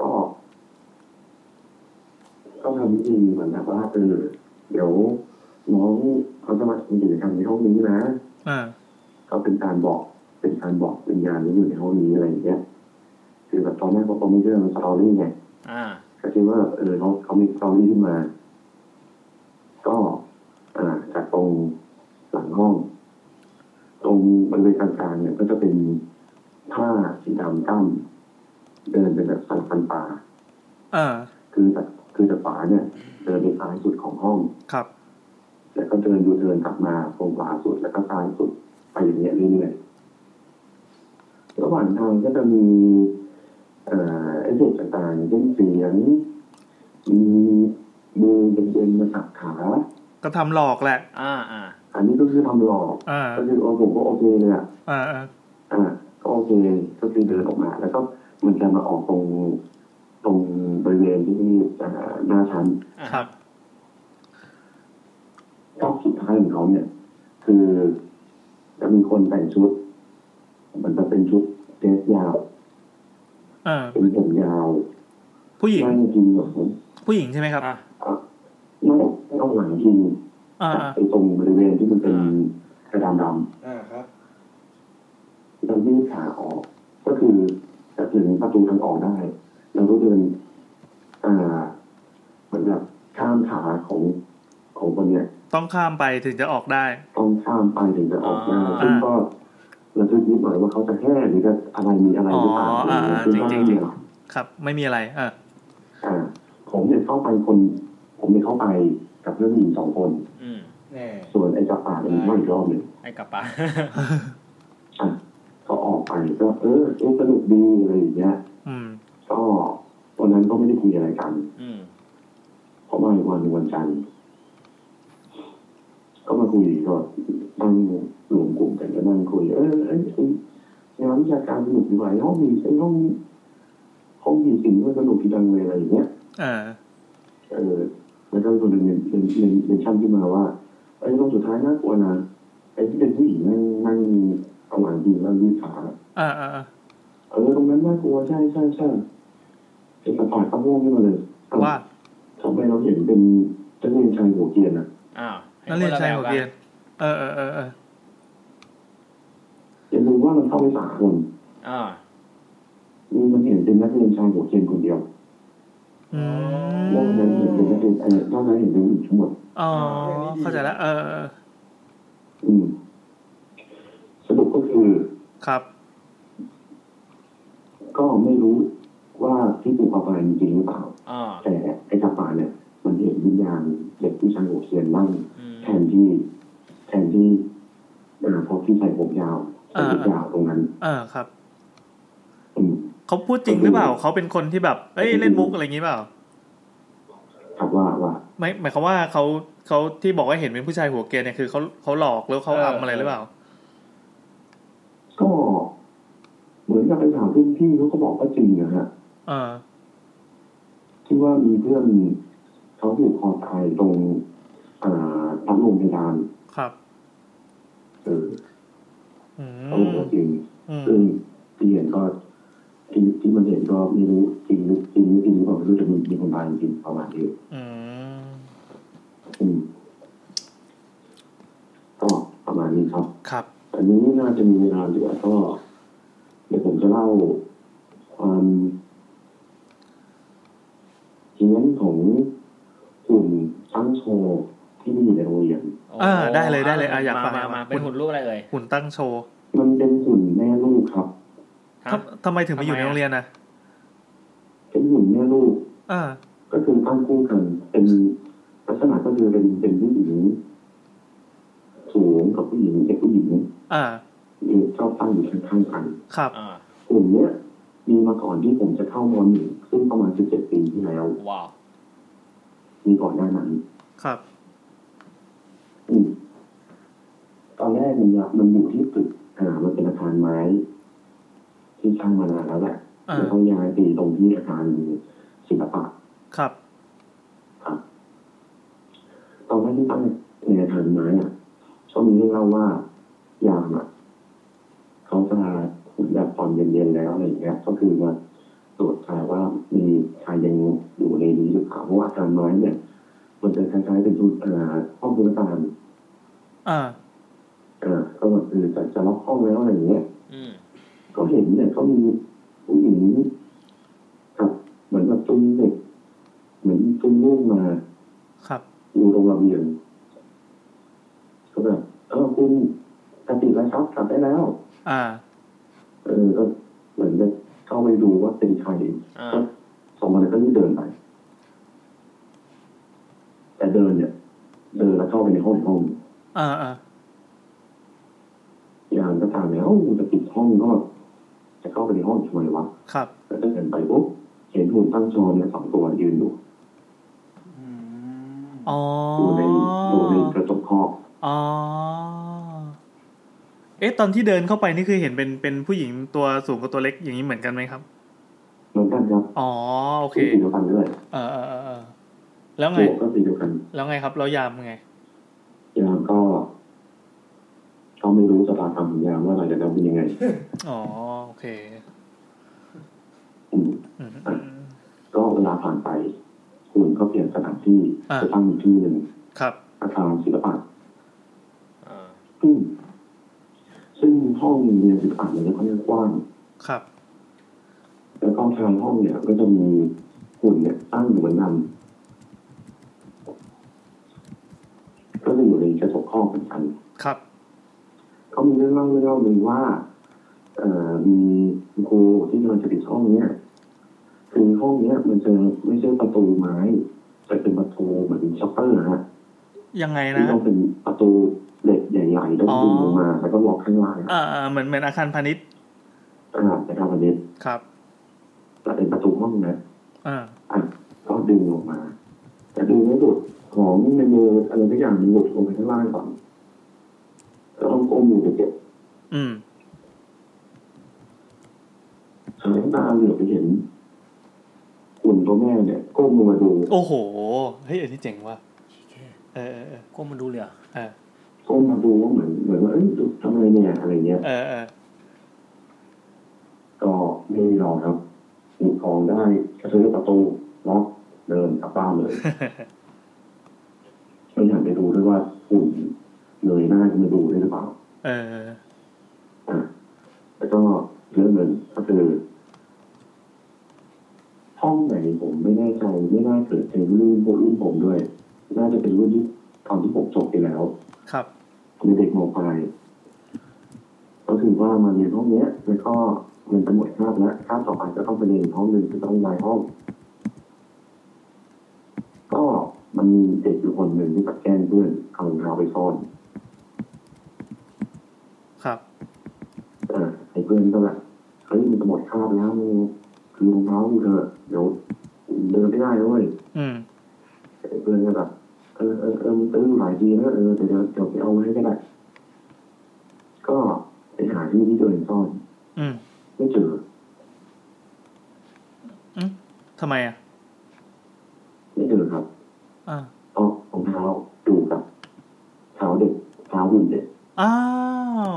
S11: ก็ก็ทำดีเหมือนแบบว่าเออเดี๋ยวน้องเขาจะมาทำกิจกรรมในห้องนี้นะ
S2: อ่า
S11: ก็เป็นการบอก เป็นการบอกวิญญาณที่อยู่ในห้องนี้อะไรอย่างเงี้ยคือแบบตอนแรกเขาก็ไม่เชื่อมันสตอรี่ไง
S1: อ่า
S11: ก็คิดว่าเออเขาเขามีสตอรี่ขึ้นมา ก็อ่าจากตรงหลังห้อง ตรงบริเวณกลางๆเนี่ย ก็จะเป็นผ้าสีดำกั้นเดินเป็นแบบสันฟันป่า
S2: อ่า
S11: คือจากคือจากฝาเนี่ย เดินไปซ้ายสุดของห้อง
S2: ครับ
S11: แล้วก็เดินดูเดินกลับมาตรงขวาสุดแล้วก็ซ้ายสุดไปอย่างเงี้ยเรื่อยๆระหว่างทางก็จะมี เอ่อไอ้เด็กต่างๆเช่นเสียงมีมือเย็นๆมาสักขา
S2: ก็ทำหลอกแหละ
S1: อ่า อ่า
S11: อันนี้ก็คือทำหลอก
S2: อ่า
S11: ก็คือโอ้ผมก็โอเคเลยอะ
S2: อ่าอ่า
S11: อ่าก็โอเคก็คือเดินออกมา แล้วก็มันจะมาออกตรงตรงบริเวณที่อ่าหน้าชั้น
S1: อ่า
S2: ครับ
S11: รอบสุดท้ายของเขาเนี่ย คือจะมีคนแต่งชุด มันจะเป็นชุดเดรสยาว
S2: อ่า
S11: เป็นผมยาว
S2: ผู้หญิง
S11: นั่งกินหลัง
S2: ผู้หญิงใช่ไหมครับ
S1: อ่า
S11: นั่งนั่งหลังกิน
S2: อ่า
S11: ไปตรงบริเวณที่มันเป็น
S1: อ่า
S11: กระดานด
S9: อ่าครับ
S11: ำเรายืดขาออก ก็คือจะถึงประตูทางออกได้เราก็เดินอ่าเหมือนแบบข้ามขาของของคนเนี่ย
S2: ต้องข้ามไปถึงจะออกได้
S11: ต้องข้ามไปถึงจะออกได้
S1: อ่า
S11: ซึ่งก็เราจะคิดหมายว่าเขาจะแห้หรือจะอะไรมีอะไรหรือเปล่า
S2: อ๋ออ่าอ่า
S11: ซึ่ก็
S2: จริงๆจริง ครับ ไม่มีอะไร อ่า
S11: อ่าผมเนี่ยเข้าไปคน ผมเนี่ยเข้าไปกับเพื่อนผู้หญิงสองคน
S1: อืม
S9: แน่
S11: ส่วนไอ้จับปากเนี่ยมันเข้าอีกรอบหนึ่ง
S1: ไอ้ก ลับปะ
S11: อ่ะก็ออกไปก็เออเออสนุกดีอะไรอย่างเงี้ย
S2: อืม
S11: ก็วันนั้นก็ไม่ได้คุยอะไรกัน
S1: อืม
S11: เพราะว่าอีกวันหนึ่งวันจันทร์ก็มาคุยก็นั่งรวมกลุ่มกันก็นั่งคุย เออเอ้ยเอ้ยงานวิชาการสนุกดีไหมห้องมีไอ้ห้องห้องมีสิ่งที่มันสนุกดีจังเลยอะไรอย่างเงี้ย
S2: อ่า
S11: เออแล้วก็มีคนหนึ่งเรียนเรียนเรียนเรียนช่างขึ้นมาว่าไอ้ยรอบสุดท้ายน่ากลัวนะไอ้ที่เป็นผู้หญิงนั่งนั่งเอาหลังดีแล้วยืดขา
S2: อ่าอ่าอ่า
S8: เออตรงนั้นน่ากลัวใช่ใช่ใช่ไอ้กระต่ายก็ร่วงขึ้นมาเลยอ้
S2: ว่า
S8: ทำไมเราเห็นเป็นนักเรียนชายหัวเกรียนอะ
S1: อ้าว
S2: นักเรียนชายหัวเกรียน
S1: น
S2: เออเออเออเออ
S8: อย่าลืมว่ามันเข้าไปสามคน
S1: อ่า
S8: นี่มันเห็นเป็นนักเรียนชายหัวเกรียนคนเดียว
S2: อื
S8: นอกนั้นเห็นเป็น
S2: ม
S8: นักเรียนเออนอกนั้นเห็นเป็นผู้หญิงทั้งหมด
S2: อ๋อเข้าใจแล้วเออเออ
S8: อืมสรุปก็คือ
S2: ครับ
S8: ก็ไม่รู้ว่าที่ปูกระปายจริงหรือเปล่า
S1: อ่า
S8: แต่ไอ้กระปายเนี่ย มันเห็นวิญญาณเด็กผู้ชายหัวเกรียนนั่ง
S1: อืม
S8: แทนที่แทนที่เอ่อพอพี่ใส่ผมยาวใส่ผมยาวตรงนั้น
S2: เออครับ
S8: อืม
S2: เขาพูดจริงหรือเปล่าเขาเป็นคนที่แบบเอ้ยเล่นมุกอะไรอย่างงี้เปล่า
S8: ครับว่าว่า
S2: ไม่หมายความว่าเขาเขาที่บอกว่าเห็นเป็นผู้ชายหัวเกรียนเนี่ยคือเขาเขาหลอกหรือเขาทำอะไรหรือเปล่า
S8: ก็เหมือนกับไปถามรุ่นพี่เขาก็บอกว่าจริงนะฮะ
S2: เออ
S8: ที่ว่ามีเพื่อนเขาถูกคอตายตรงอ่าพัดลมเพดาน
S2: ครับ
S8: เออ
S2: อืม
S8: เขาบอกว่าจริง
S2: อืม
S8: ซึ่งที่เห็นก็ที่ที่มันเห็นก็ไม่รู้จริงหรือจริงหรือจริงหรือเปล่าไม่รู้แต่มีมีคนตายจริงประมาณนี้
S2: อืม
S8: อืมก็ประมาณนี้ครับ
S2: ครับ
S8: อันนี้ไม่น่าจะมีเวลาเหลือก็ เดี๋ยวผมจะเล่าความเฮี้ยนของกลุ่มตั้งโชว์ที่มีอยู่ในโรงเรียน
S2: อ่าได้เลยได้เลยอ่ะอยาก
S1: ม
S2: ฟัง
S1: มามาเป็น
S2: คุณ
S1: หุ่นรูปอะไรเอ่ย
S2: หุ่นตั้งโชว์
S8: มันเป็นกลุ่มแม่ลูกครับ
S1: ฮะ
S2: ทำทำไมถึงไปอยู่ใน
S1: ทำไมอะ
S2: โรงเรียนนะ
S8: เป็นกลุ่มแม่ลูก
S2: อ่า
S8: ก็คือตั้งคู่กัน เป็นลักษณะก็คือเป็นเป็นผู้หญิงสูงกับผู้หญิงเด็กผู้หญิง
S2: อ่า
S8: อยู่ชอบตั้งอยู่ข้างๆกัน
S2: ครับ
S1: อ่าก
S8: ลุ่มเนี้ยมีมาก่อนที่ผมจะเข้ามหนึ่งซึ่งประมาณสิบเจ็ดปีที่แล้ว
S1: ว้าว
S8: มีก่อนหน้านั้น
S2: ครับ
S8: อืมตอนแรกมันอยากมันอยู่ที่ตึกอ่า มันเป็นอาคารไม้ ที่สร้างมานานแล้วแหละ
S2: อ่า
S8: แล้วเขาย้ายไปตรงที่อาคารศิลปะ
S2: ครับ
S8: ครับตอนแรกที่ตั้งในอาคารไม้อ่ะช่วงนี้เล่าว่ายามอ่ะเขาจะขุดแบบตอนเย็นๆแล้วอะไรอย่างเงี้ย ก็คือมาตรวจทายว่ามีชายยังอยู่ในนี้หรือเปล่าเพราะว่าอาคารไม้เนี่ยมันจะคล้ายๆเป็นชุดอ่าห้องบริการ
S2: อ่า
S8: เออก็แบบคือจะจะล็อกห้องแล้วอะไรอย่างเงี้ย
S1: อืม
S8: ก็เห็นเนี่ยเขามีผู้หญิงครับ เหมือนกับจุงเด็ก เหมือนจุงลูกมา
S2: ครับ
S8: อยู่ตรงระเบียงก็แบบเออคุณกติดแล้วครับกลับได้แล้ว
S2: อ่า
S8: เออก็เหมือนจะเข้าไปดูว่าเป็นใคร
S1: อ่า
S8: ก็สองคนนั้นก็รีบเดินไปแต่เดินเนี่ย เดินแล้วเข้าไปในห้องอีกห้อง
S2: อ่าอ่าย
S8: ามก็ตามแล้วจะปิดห้องก็ จะเข้าไปในห้องทำไมวะ
S2: ครับ
S8: แล้วก็เดินไปปุ๊บเห็นหุ่นตั้งโชว์เนี่ยสองตัวยืนอยู่
S2: อ๋อ
S8: อยู่ในอยู่ในกระจกคอก
S2: อ๋อเอ๊ะตอนที่เดินเข้าไปนี่คือเห็นเป็นเป็นผู้หญิงตัวสูงกับตัวเล็กอย่างนี้เหมือนกันไหมครับ
S8: เหมือนกันครับ
S2: อ๋อโอเค
S8: สีเดียวกันด้วย
S2: เออเออเออเออแล้วไง
S8: หัวก็สีเดียวกัน
S2: แล้วไงครับแล้วยามไง
S8: ยามก็ก็ไม่รู้ชะตากรรมของยามว่าหลังจากนั้นเป็นยังไง
S2: อ๋อโอเค
S8: อืม
S2: อืมอืมอืม
S8: ก็เวลาผ่านไปหุ่นก็เปลี่ยนสถานที่
S2: อ่า
S8: ไปตั้งอีกที่หนึ่ง
S2: ครับ
S8: อาคารศิลปะ
S1: อ่า
S8: ซึ่งซึ่งห้องเรียนศิลปะเนี่ยมันค่อนข้างกว้าง
S2: ครับ
S8: แล้วก็ทางห้องเนี่ย ก็จะมีหุ่นเนี่ยตั้งอยู่บนนั้นก็จะอยู่ในกระจกห้องเหมือนกัน
S2: ครับ
S8: เขามีเรื่องเล่าเรื่องเล่าหนึ่งว่า เอ่อมีคุณครูที่กำลังจะปิดห้องเนี่ยคือห้องเนี้ย มันจะไม่ใช่ประตูไม้แต่เป็นประตูเหมือนช็อปเปอร์นะฮะ
S2: ยังไงนะ
S8: ที่ต้องเป็นประตูเหล็กใหญ่ๆแล้วดึงลงมา แล้วก็ล็อกข้างล่าง
S2: อ่าอ่าเหมือนเหมือนอาคารพาณิชย์
S8: อ่านะครับอันนี้
S2: ครับ
S8: แต่เป็นประตูห้องนะ
S2: อ่า
S8: อ่ะก็ดึงลงมา แต่ดึงไม่หลุดของในมืออะไรสักอย่างมันหลุดลงไปข้างล่างก่อนก็ต้องก้มมือไปเก็บ
S2: อืม
S8: สายตาเหลือบไปเห็นหุ่นตัวแม่เนี่ยก้มลงมาดู
S2: โอ้โหเฮ้ยอันนี้เจ๋งว่ะเออเออ
S1: ก้มมาดูเลยเหรอ
S2: เออ
S8: ก้มมาดูว่าเหมือนเหมือนว่าเอ้ยทำอะไรเนี่ยอะไรเงี้ย
S2: เออเออเออ
S8: ก็ ไม่มีรองครับมีทองได้กระซื้อประตูล็อกเดินกลับบ้าน เลย ไม่หันไปดูด้วยว่าอุ่นเหนื่อยหน้าจะมาดูได้หรือเปล่า
S2: เออ
S8: อ่ะแล้วก็เรื่องหนึ่งก็คือ ห้องไหนผมไม่แน่ใจไม่น่าเกิดเป็นรุ่นพวกรุ่นผมด้วย น่าจะเป็นรุ่นที่ตอนที่ผมจบไปแล้ว
S2: ครับ
S8: ในเด็กมปลายก็คือว่ามาเรียนห้องเนี้ยแล้วก็เรียนไปหมดคาบแล้วคาบต่อไปก็ต้องไปเรียนอีกห้องหนึ่งคือต้องย้ายห้อง ก็มันมีเด็กอยู่คนหนึ่งที่แบบแกล้งเพื่อนเอาเราไปซ่อน
S2: ครับ
S8: เออไอ้เพื่อนก็แบบเฮ้ยมันจะหมดคาบแล้วมึงคือรองเท้ามึงเถอะเดี๋ยวเดินไม่ได้แล้วเว้ย
S2: อืม
S8: ไอ้เพื่อนก็แบบเออเออเออมึงตื้อหลายทีแล้วเออเดี๋ยวเดี๋ยวเดี๋ยวไปเอาไว้ก็ได้ก็ไปหาที่ที่ตัวเองซ่อน
S2: อืม
S8: ไม่เจอ
S2: ทำไมอ่ะ
S8: ไม่เจอครับ
S2: อ่า
S8: เอารองเท้าดูกับเท้าเด็กเท้าหุ่นเด็ก
S2: อ้า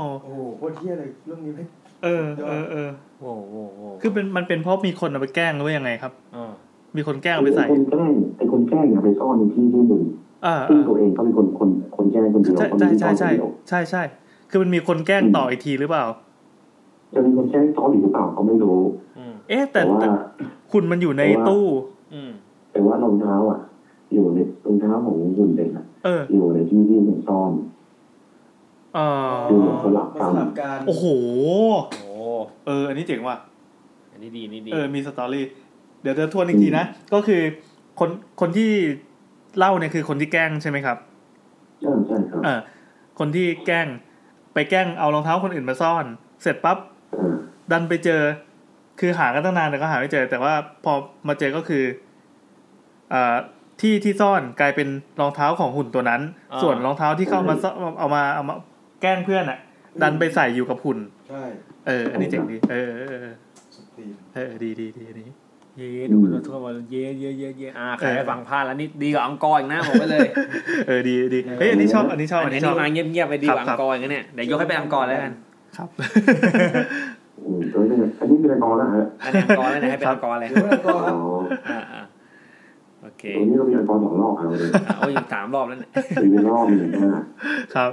S2: ว
S11: โอ้โหโคตรเที่ยอะไรเรื่องนี้ไม่
S2: เออเออเออ
S1: โว้โว้โว้
S2: คือเป็นมันเป็นเพราะมีคนเอาไปแกล้งหรือว่ายังไงครับ
S1: อ่า
S2: มีคนแกล้งเอาไปใส่
S8: คนแกล้งไอ้คนแกล้งเนี่ยไปซ่อนในที่ที่หนึ่ง
S2: อ่า
S8: ซึ่ง
S2: อ่า
S8: ตัวเองก็เป็นคนคนคนแกล้งคนเดียว
S2: ใช่
S8: คน
S2: ใช่
S8: ที่ซ่
S2: ใช่
S8: อ
S2: ใช่
S8: นคนเดียว
S2: ใช่ใช่คือมันมีคนแกล้งต่ออีกทีหรือเปล่า
S8: จะมีคนแกล้งซ่อนอยู่หรือเปล่าก็ไม่รู้
S1: อืม
S2: เอ๊ะแต่
S8: แต่ว่า
S2: แต่คุณมันอยู่ในตู้
S1: อืม
S8: แต่ว่ารองเท้าอ่ะ อยู่ในรองเท้าของหุ่นเด็กอ่ะ
S2: เออ
S8: อยู่ในที่ที่มันซ่อน
S2: เออ
S8: สลับกั
S11: มาน สลับกัน
S2: โอ้โห
S1: โอ้
S2: เออ อันนี้เจ๋งว่ะ
S1: อันนี้ดีอันนี่ดี
S2: เออ มีสตอรี่ เดี๋ยวจะทวนอีกทีนะ ก็คือคนคนที่เล่าเนี่ยคือคนที่แกล้งใช่ไหมครับ
S8: ใช่ใช่ครับ
S2: เออ คนที่แกล้งไปแกล้งเอารองเท้าคนอื่นมาซ่อน เสร็จปั๊บ
S8: เออ
S2: ดันไปเจอ คือหากันตั้งนานแต่ก็หาไม่เจอ แต่ว่าพอมาเจอก็คือเอ่อที่ที่ซ่อนกลายเป็นรองเท้าของหุ่นตัวนั้น
S1: า
S2: ส่วนรองเท้าที่เข้ามาซ่อนเอามาเอามาแกล้งเพื่อนอ่ะ ดันไปใส่อยู่กับหุ่น
S11: ใช่
S2: เออ อันนี้เจ๋งดีเออเออเออ
S11: สุดตีน
S2: เออดีดีดีอันนี้
S1: เย้ดูแล้วทั่วมาเย้เย้เย้เย้อ่าใครได้ฟังพลาดแล้วนี่ดีกว่าอังกอร์อีกนะบอกไว้เลย
S2: เออดีดีเฮ้ยอันนี้ชอบอันนี้ชอบ
S1: อัน
S2: อัน
S1: นี้
S2: นี้ชอบ
S1: มาเงียบๆไปดีกว่า
S2: ค
S1: อั
S2: รับ
S1: งกอร์อย่างนั้นเนี่ยเดี๋ยวยกให้เป็นอังกอร์แล้วกัน
S2: ครับ
S8: อืมเออเนี่ยอันนี้เป็นกอแล้วฮะ
S1: อันนี้อังกอร์แล้วนะให้เป็น
S2: ครับ
S1: อังกอร์เลย
S11: เดี๋ยวเราก็
S8: อ๋อ
S1: อ่าอ่าโอเค
S8: ตรงนี้เรามีกอสองรอบเอาเลย
S1: อ่ะโอ้ยสามรอบแล้วเนี่ย
S8: มีเป็นรอบหนึ่งหน้า
S2: ครับ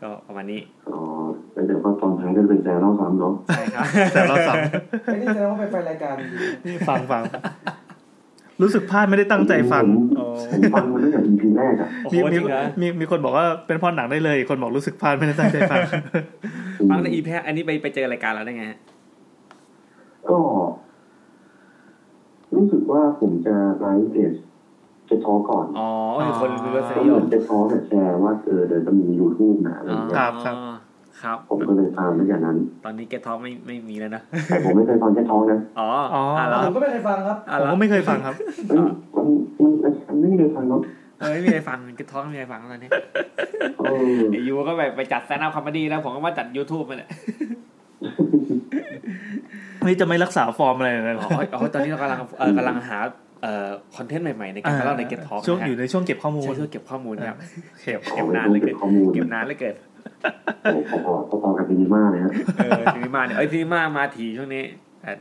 S1: ก็ประมาณนี้
S8: อ๋อแล้วเดี๋ยวก็ตอนท้ายก็จะเป็นแซวรอบสามเนาะ
S1: ใช่ครับ
S2: แต่เราสั่ง
S11: ไอ้นี่แสดงว่าไปไฟรายการอยู่
S2: นี่ฟังฟังรู้สึกพลาดไม่ได้ตั้งใจฟัง
S8: ผม
S1: โอ้
S8: ผมฟังมันตั้งแต่ EP แรกอ่ะ
S1: โอ้โหจ
S2: มีมี
S1: ริงเหรอ
S2: มีมีคนบอกว่าเป็นเพ่อหนังได้เลยอีกคนบอกรู้สึกพลาดไม่ได้ตั้งใจฟัง
S1: ฟังในอีแพอันนี้ไปไปเจอรายการเราได้ไงฮะ
S8: ก็ รู้สึกว่าผมจะไลฟ์เพจจะท้อก่อน
S1: อ๋ออยู่คนรู้ว่าส
S8: ก็
S1: นิ
S8: เห
S1: ย
S8: มือ
S1: ม
S8: นจะท้อแต่แชร์ว่าเออเดี๋ยวจะมี YouTube นะอะไรอย่างเงี้ย
S2: ครับครับ
S1: อ๋อครับ
S8: ผมก็เลยตามตั้งแต่นั้น
S1: ตอนนี้เกทท้องไม่ไม่มีแล้วนะ
S8: แต่ผมไม่เคยฟังแค่ท้องนะ
S1: อ๋อ
S2: อ๋
S1: อ๋
S2: ออ่
S1: แล้
S11: ผ
S1: ว
S11: มก็ไม่เคยฟังครับ
S1: อ่ะแล้ว
S2: ผมก็ไม่เคยฟังครับ
S8: เอ้ยมันมันมันไม่ได้ฟังเนาะ
S1: เออไม่มีใครฟังเกทท้องไม่มีใครฟังตอนนี้
S8: เออ
S1: เดี๋ยวยูก็ไปไปจัดแซนด์อัพคอมเมดี้แล้วผมก็มาจัด YouTube ไปแหละ
S2: นี่จะไม่รักษาฟอร์มอะไรเลยเหร
S1: อ๋
S2: อ
S1: ออ๋อตอนนี้เรากำลังเอ่อกำลังหาเอ่อคอนเทนต์ใหม่ ๆ ในการมาเล่าในเก็ตท็อก
S2: ช่วงอยู่ในช่วงเก็บข้อมูล
S1: ใช่ช่วงเก็บข้อมูลครับ
S2: เก็บ
S1: เก็บนานเหลยเกิน
S8: ข้อมูล
S1: เก็บนานเหลยเกิน
S8: โอ้โหพอๆกับซีนีมาเลยฮะ
S1: เอ อซีนีมาเนี่ยเอ้ยซีนีมามาถีช่วงนี้แต่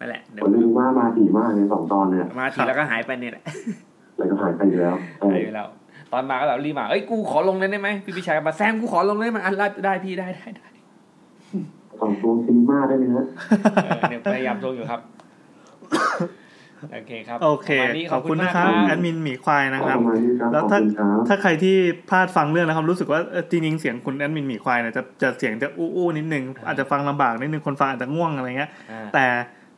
S1: นั่นแหละเดี๋ยว
S8: ผมซีนีมามาถี่มากเลยสองตอนเนี่ย
S1: มาถีแล้วก็หายไปเนี่ยแหละ
S8: แล้วก็หายไปอยู่แล้วใช่
S1: หายไปแล้ว ตอนมาก็แบบรีบมาเอ้ยกูขอลงเลยได้ไหมพี่พิชัยมาแซมกูขอลงเลยได้ไหมันอันได้ได้พี่ได้ได้ได้
S8: สองตัวซีนีมาได้ไหมฮะ
S1: เออเนี่ยพยายามทวงอยู่ครับ โอเคครับ
S2: โอเค
S1: วันนี้
S2: ขอบคุณ
S1: มาก
S2: นะครับแอดมินหมีควายนะครับ
S8: ประมาณนี้ครับ
S2: แล้วถ้า
S8: ขอบคุณครับ
S2: ถ้าใครที่พลาดฟังเรื่องนะครับ รู้สึกว่าเอ่อจริงๆเสียงคุณแอดมินหมีควายเนี่ยจะจะเสียงจะอู้ๆนิดนึงอาจจะฟังลำบากนิดนึงคนฟังอาจจะง่วงอะไรเงี้ย
S1: อ่า
S2: แต่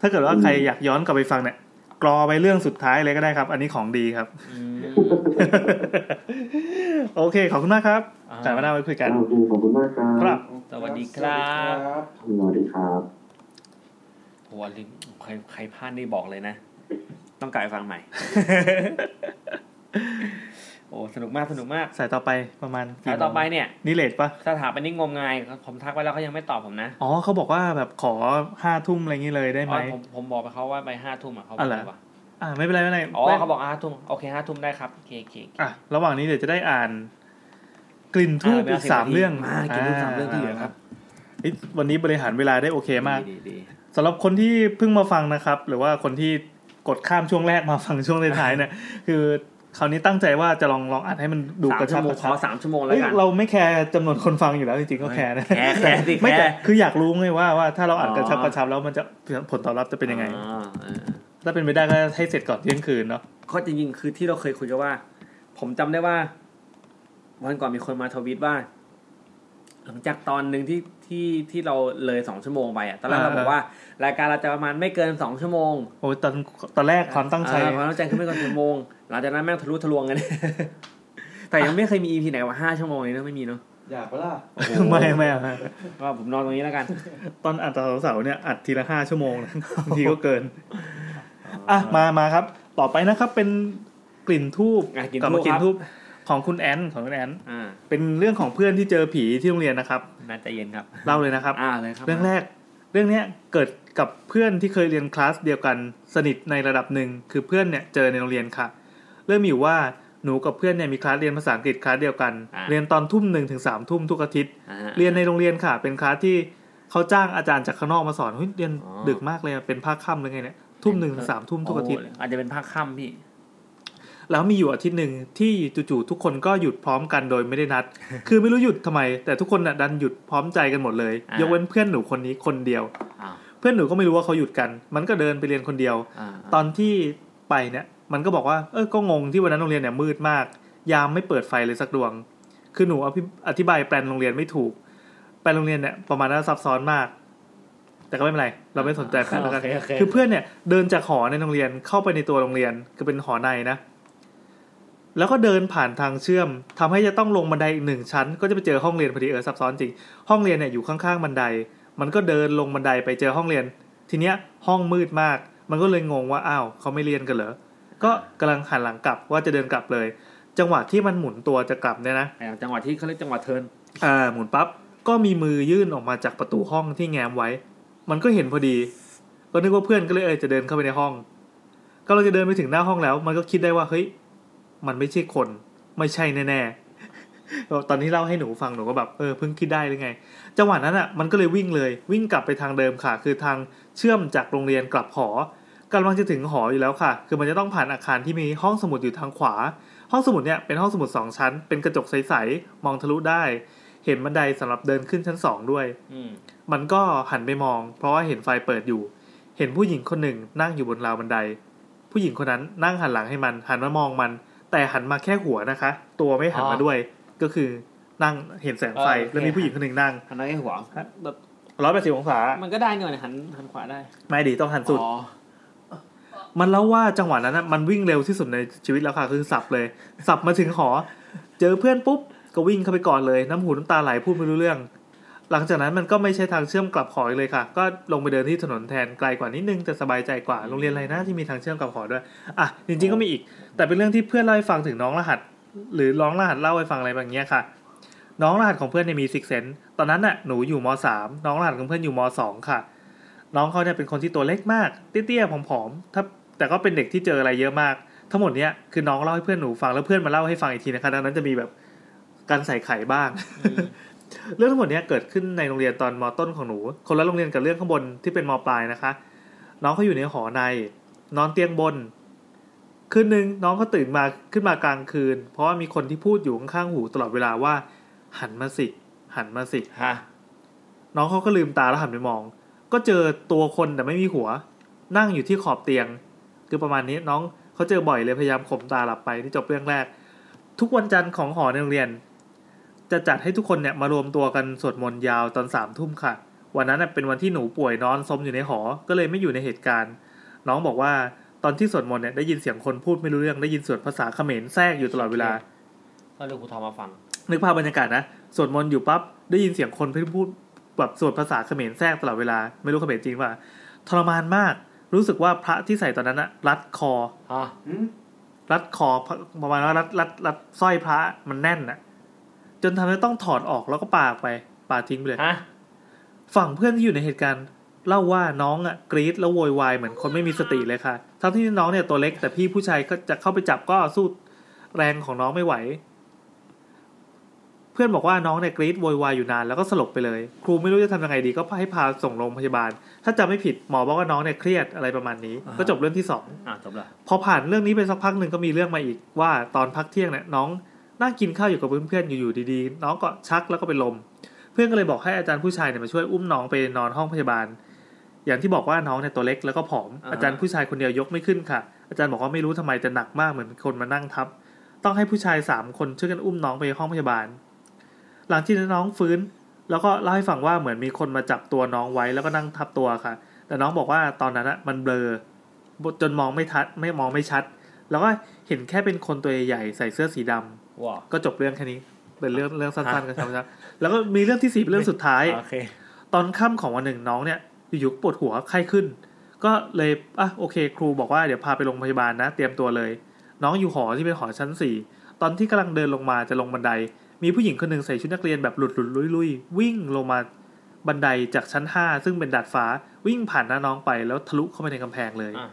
S2: ถ้าเกิดว่าใครอยากย้อนกลับไปฟังเนี่ยกรอไปเรื่องสุดท้ายเลยก็ได้ครับ อันนี้ของดีครับ
S1: อืม
S2: โอเค ขอบคุณมากครับ
S1: อ่า
S2: แต่มาหน้าไว้คุยกัน
S8: โอเคขอบคุณมากครั
S2: ครับ
S8: บ
S1: สวัสดีครับ
S8: สวัสดีครับ
S1: โอ้โหอันนี้ใครใครพลาดนี่บอกเลยนะ ต้องกลับไปฟังใหม่ โอ้สนุกมากสนุกมาก
S2: สายต่อไปประมาณ
S1: สายต่อไปเนี่ย
S2: นิเลตปะ
S1: สถาปนิกงมงายผมทักไปแล้วเขายังไม่ตอบผมนะ
S2: อ๋อเขาบอกว่าแบบขอห้าทุ่มอะไรอย่างนี้เลยได้ไหม
S1: อ๋อผมผมบอกไปเขาว่าไปห้าทุ่มอ่ะเขาบอ
S2: อ๋อก เหรอ
S1: ไปว่า
S2: อ่าไม่เป็นไรไม่เป็นไร
S1: อ๋อเขาบอกห้าทุ่มโอเคห้าทุ่มได้ครับโอเคโอเคโอเค
S2: อ่ะระหว่างนี้เดี๋ยวจะได้อ่าน กลิ่นทูบ
S1: ะ
S2: อี
S1: วล
S2: ก
S1: 10
S2: สามเรื่อง
S1: มากินทุกสามเรื่องที่เหลือครับ
S2: เอ้ยวันนี้บริหารเวลาได้โอเคมาก
S1: ดีดีดี
S2: สำหรับคนที่เพิ่งมาฟังนะครับ หรือว่าคนที่กดข้ามช่วงแรกมาฟังช่วงท้าย ๆเนี่ย คือคราวนี้ตั้งใจว่าจะลองลองอัดให้มันดู
S1: สาม
S2: กระ
S1: ชั่
S2: ชั
S1: ว
S2: บ
S1: โม
S2: ก
S1: งข
S2: ระชั
S1: อบ สามชั่วโมงแล้ว
S2: เอ้ย
S1: กัน
S2: เราไม่แคร์จำนวนคนฟังอยู่แล้วจริงๆก็แคร์นะ
S1: แคร์แคร์สิ
S2: ไม่แต่
S1: แคร์
S2: คืออยากรู้ไงว่าว่าถ้าเราอัด
S1: อ๋อ
S2: กระชับกระชับแล้วมันจะผลตอบรับจะเป็นยังไง
S1: อ่าเออ
S2: ถ้าเป็นไปได้ก็ให้เสร็จก่อนเที่ยงคืนเนาะ
S1: ก็จริงๆ คือที่เราเคยคุยกันว่า ผมจำได้ว่า วันก่อนมีคนมาทวีตว่า หลังจากตอนหนึ่งที่ที่ที่เราเลยสองชั่วโมงไปอ่ะตอนแรกเราบอกว่า รายการเราจะประมาณไม่เกินสองชั่วโมง
S2: โอ้ยตอนตอนแรกความตั้งใจ
S1: เออความตั้งใจขึ้นไปก่อนสิบโมง หลังจากนั้นแม่งทะลุทะลวงกัน แต่ยังไม่เคยมีอีพีไหนว่าห้าชั่วโมงเลยนะไม่มีเนาะ
S12: อยากปะล่ะ
S2: ไม่ไม่ไม่
S1: ก็ผมนอนตรงนี้แล้วกัน
S2: ตอนอัดตอนเสาร์เนี่ยอัดทีละห้าชั่วโม งนะบางทีก็เกินอ่ะมามาครับ ต่อไปนะครับ เป็นกลิ่นทูบ
S1: อ่ะกลิ่น
S2: กลับ
S1: ธู
S2: มา
S1: ป
S2: ก
S1: ค
S2: ลิ่
S1: รั
S2: น
S1: บ
S2: ทูบของคุณแอนของคุณแอน
S1: อ่า
S2: เป็นเรื่องของเพื่อนที่เจอผีที่โรงเรียนนะครับ
S1: น่าใจเย็นครับ
S2: เล่าเลยนะครับ
S1: อ่าเลยครับ
S2: เรื่องแรกเรื่องเนี้ยเกิดกับเพื่อนที่เคยเรียนคลาสเดียวกันสนิทในระดับหนึ่งคือเพื่อนเนี่ยเจอในโรงเรียนค่ะ เรื่องมีอยู่ว่าหนูกับเพื่อนเนี่ยมีคลาสเรียนภาษาอังกฤษคลาสเดียวกัน เรียนตอนทุ่มหนึ่งถึงสามทุ่มทุกอาทิตย์
S1: อ่า
S2: เรียนในโรงเรียนค่ะ เป็นคลาสที่เขาจ้างอาจารย์จากข้างนอกมาสอนเฮ้ยเรียน
S1: อ๋อ
S2: ดึกมากเลยอะเป็นภาคค่ำเลยไงเนี่ยทุ่มหนึ่งถึงสามทุ่มทุกอาทิตย์
S1: โอาจจะเป็นภาคค่ำพี่
S2: แล้วมีอยู่อาทิตย์หนึ่งที่จู่ๆทุกคนก็หยุดพร้อมกันโดยไม่ได้นั ด คือไม่รู้หยุดทำไม แต่ทุกคนน่ะดันหยุดพร้อมใจกันหมดเลย
S1: อ่าย
S2: ยกเว้นเพื่อนหนูคนนี้คนเดียว
S1: อ้าว
S2: เพื่อนหนูก็ไม่รู้ว่าเขาหยุดกัน มันก็เดินไปเรียนคนเดียว
S1: อ่า
S2: ตอนที่ไปเนี่ยมันก็บอกว่าเออก็งงที่วันนั้นโรงเรียนเนี่ยมืดมาก ยามไม่เปิดไฟเลยสักดวง คือหนูอภิอธิบายแปลนโรงเรียนไม่ถูกแปลนโรงเรียนเนี่ยประมาณว่าซับซ้อนมาก แต่ก็ไม่เป็นไร เราไม่สนใจแปลนแล้วกัน
S1: โอเคโอเค
S2: คือเพื่อนเนี่ยเดินจากหอในโรงเรียนเข้าไปในตัวโรงเรียนคือเป็นหอในนะ แล้วก็เดินผ่านทางเชื่อมทำให้จะต้องลงบันไดอีกหนึ่งชั้น ก็จะไปเจอห้องเรียนพอดีเออซับซ้อนจริง ห้องเรียนเนี่ยอยู่ข้างๆบันได มันก็เดินลงบันไดไปเจอห้องเรียน ทีเนี้ยห้องมืดมาก มันก็เลยงงว่าอ้าวเขาไม่เรียนกันเหรอก็กำลังหันหลังกลับว่าจะเดินกลับเลย จังหวะที่มันหมุนตัวจะกลับเนี่ยนะ
S1: อ่าจังหวะที่เขาเรียกจังหวะเทิร์น
S2: อ่าหมุนปั๊บก็มีมือยื่นออกมาจากประตูห้องที่แง้มไว้ มันก็เห็นพอดี ก็นึกว่าเพื่อนก็เลยเออจะเดินเข้าไปในห้อง ก็เราจะเดินไปถึงหน้าห้องแล้ว มันก็คิดได้ว่าเฮ้ยมันไม่ใช่คน ไม่ใช่แน่ๆแล้วตอนนี้เล่าให้หนูฟังหนูก็แบบเออเพิ่งคิดได้หรือไงจังหวะนั้นอ่ะมันก็เลยวิ่งเลย วิ่งกลับไปทางเดิมค่ะ คือทางเชื่อมจากโรงเรียนกลับหอกำลังจะถึงหออยู่แล้วค่ะ คือมันจะต้องผ่านอาคารที่มีห้องสมุดอยู่ทางขวา ห้องสมุดเนี่ยเป็นห้องสมุดสองชั้น เป็นกระจกใสๆมองทะลุได้ เห็นบันไดสำหรับเดินขึ้นชั้นสองด้วย
S1: อืม
S2: มันก็หันไปมอง เพราะว่าเห็นไฟเปิดอยู่ เห็นผู้หญิงคนหนึ่งนั่งอยู่บนราวบันได ผู้หญิงคนนั้นนั่งหันหลังให้มัน หันมามองมัน แต่หันมาแค่หัวนะคะ ตัวไม่หันมาด้วย ก็คือนั่งเห็นแสงไฟแล้วมีผู้หญิงคนหนึ่งนั่ง
S1: หันหน้าให้หัวแบบ
S2: ร้อยแปดสิบองศา
S1: มันก็ได้หน่อยนะหันหันขวาได้
S2: ไม่ดีต้องหันสุด
S1: อ๋อ
S2: มันเล่าว่าจังหวะนั้นนะมันวิ่งเร็วที่สุดในชีวิตแล้วค่ะ คือสับเลย สับมาถึงหอ เจอเพื่อนปุ๊บ ก็วิ่งเข้าไปก่อนเลย น้ำหูน้ำตาไหลพูดไม่รู้เรื่อง หลังจากนั้นมันก็ไม่ใช่ทางเชื่อมกลับหออีกเลยค่ะ ก็ลงไปเดินที่ถนนแทนไกลกว่านิดนึงแต่สบายใจกว่าโรงเรียนอะไรนะที่มีทางเชื่อมกลับหอด้วยอ่ะจริงๆก็มีอีก แต่เป็นเรื่องที่เพื่อนเล่าให้ฟังถึงน้องรหัส หรือน้องรหัสเล่าให้ฟังอะไรแบบเนี้ยค่ะ น้องรหัสของเพื่อนเนี่ยมีซิกเซนตอนนั้นน่ะหนูอยู่มสามน้องรหัสของเพื่อนอยู่มสองค่ะ น้องเขาเนี่ยเป็นคนที่ตัวเล็กมากเตี้ยๆผอมๆถ้าแต่ก็เป็นเด็กที่เจออะไรเยอะมาก ทั้งหมดเนี่ยคือน้องเล่าให้เพื่อนหนูฟังแล้วเพื่อนมาเล่าให้ฟังอีกทีนะคะดังนั้นจะมีแบบการใส่ไข่บ้าง เรื่องทั้งหมดเนี่ยเกิดขึ้นในโรงเรียนตอนมต้นของหนู คนละโรงเรียนกับเรื่องข้างบนที่เป็นมปลายนะคะ น้องเขาอยู่ในหอใน นอนเตียงบน คืนหนึ่งน้องเขาตื่นมาขึ้นมากลางคืน เพราะว่ามีคนที่พูดอยู่ข้างๆหูตลอดเวลาว่า หันมาสิ หันมาสิ
S1: ฮะ
S2: น้องเขาก็ลืมตาแล้วหันไปมอง ก็เจอตัวคนแต่ไม่มีหัว นั่งอยู่ที่ขอบเตียง คือประมาณนี้น้องเขาเจอบ่อยเลยพยายามข่มตาหลับไปที่จบเรื่องแรก ทุกวันจันทร์ของหอในโรงเรียน จะจัดให้ทุกคนเนี่ยมารวมตัวกันสวดมนต์ยาวตอนสามทุ่มค่ะ วันนั้นน่ะเป็นวันที่หนูป่วยนอนซมอยู่ในหอ ก็เลยไม่อยู่ในเหตุการณ์ น้องบอกว่าตอนที่สวดมนต์เนี่ยได้ยินเสียงคนพูดไม่รู้เรื่องได้ยินสวดภาษาเขมรแทรกอยู่ตลอดเวลา
S1: ก็เรื่องครูทอมมาฟัง
S2: นึกภาพบรรยากาศนะสวดมนต์อยู่ปั๊บได้ยินเสียงคนพูดแบบสวดภาษาเขมรแทรกตลอดเวลา ไม่รู้เขมรจริงป่ะทรมานมาก รู้สึกว่าพระที่ใส่ตอนนั้นอะรัดคอ
S1: อ่ะ
S2: รัดคอพระประมาณว่ารัดรัดรัดสร้อยพระมันแน่นอะจนทำให้ต้องถอดออกแล้วก็ปาไปปาทิ้งไปเลย
S1: ฮะ
S2: ฝั่งเพื่อนที่อยู่ในเหตุการณ์ เล่าว่าน้องอ่ะกรีดแล้วโวยวายเหมือนคนไม่มีสติเลยค่ะทั้งที่น้องเนี่ยตัวเล็กแต่พี่ผู้ชายก็จะเข้าไปจับก็สู้แรงของน้องไม่ไหว เพื่อนบอกว่าน้องเนี่ยกรีดโวยวายอยู่นานแล้วก็สลบไปเลย ครูไม่รู้จะทำยังไงดีก็ให้พาส่งโรงพยาบาล ถ้าจำไม่ผิดหมอบอกว่าน้องเนี่ยเครียดอะไรประมาณนี้
S1: อ่าฮะ
S2: ก็จบเรื่องที่สอง
S1: อ่ะจบละ
S2: พอผ่านเรื่องนี้ไปสักพักหนึ่งก็มีเรื่องมาอีกว่าตอนพักเที่ยงเนี่ยน้องนั่งกินข้าวอยู่กับเพื่อนๆอยู่ๆดีๆ น้องก็ชักแล้วก็เป็นลม เพื่อนก็เลยบอกให้อาจารย์ผู้ชายเนี่ยมาช่วยอุ้มน้องไปนอนห้องพยาบาล อย่างที่บอกว่าน้องเนี่ยตัวเล็กแล้วก็ผอม
S1: อ่าฮะ
S2: อาจารย์ผู้ชายคนเดียวยกไม่ขึ้นค่ะ อาจารย์บอกว่าไม่รู้ทำไมแต่หนักมากเหมือนคนมานั่งทับ ต้องให้ผู้ชายสามคนช่วยกันอุ้มน้องไปห้องพยาบาล หลังที่น้องฟื้น แล้วก็เล่าให้ฟังว่าเหมือนมีคนมาจับตัวน้องไว้แล้วก็นั่งทับตัวค่ะ แต่น้องบอกว่าตอนนั้นอะมันเบลอ จนมองไม่ทัดไม่มองไม่ชัด แล้วก็เห็นแค่เป็นคนตัวใหญ่ๆใส่เสื้อสีดำ
S1: ว้าว
S2: ก็จบเรื่องแค่นี้ เป็นเรื่องเรื่องสั้นๆกันครับ แล้วก็มีเรื่องที่สี่เป็นเรื่องสุดท้าย
S1: โอเค
S2: ตอนค่ำของวันหนึ่งน้องเนี่ยอยู่ๆปวดหัวไข้ขึ้น ก็เลยอ่ะโอเค ครูบอกว่าเดี๋ยวพาไปโรงพยาบาลนะ เตรียมตัวเลย น้องอยู่หอที่เป็นหอชั้นสี่ตอนที่กำลังเดินลงมาจะลงบันได มีผู้หญิงคนหนึ่งใส่ชุดนักเรียนแบบหลุดหลุดลุยลุยๆวิ่งลงมาบันไดจากชั้นห้าซึ่งเป็นดาดฟ้าวิ่งผ่านหน้าน้องไปแล้วทะลุเข้าไปในกำแพงเลย
S1: อ่ะ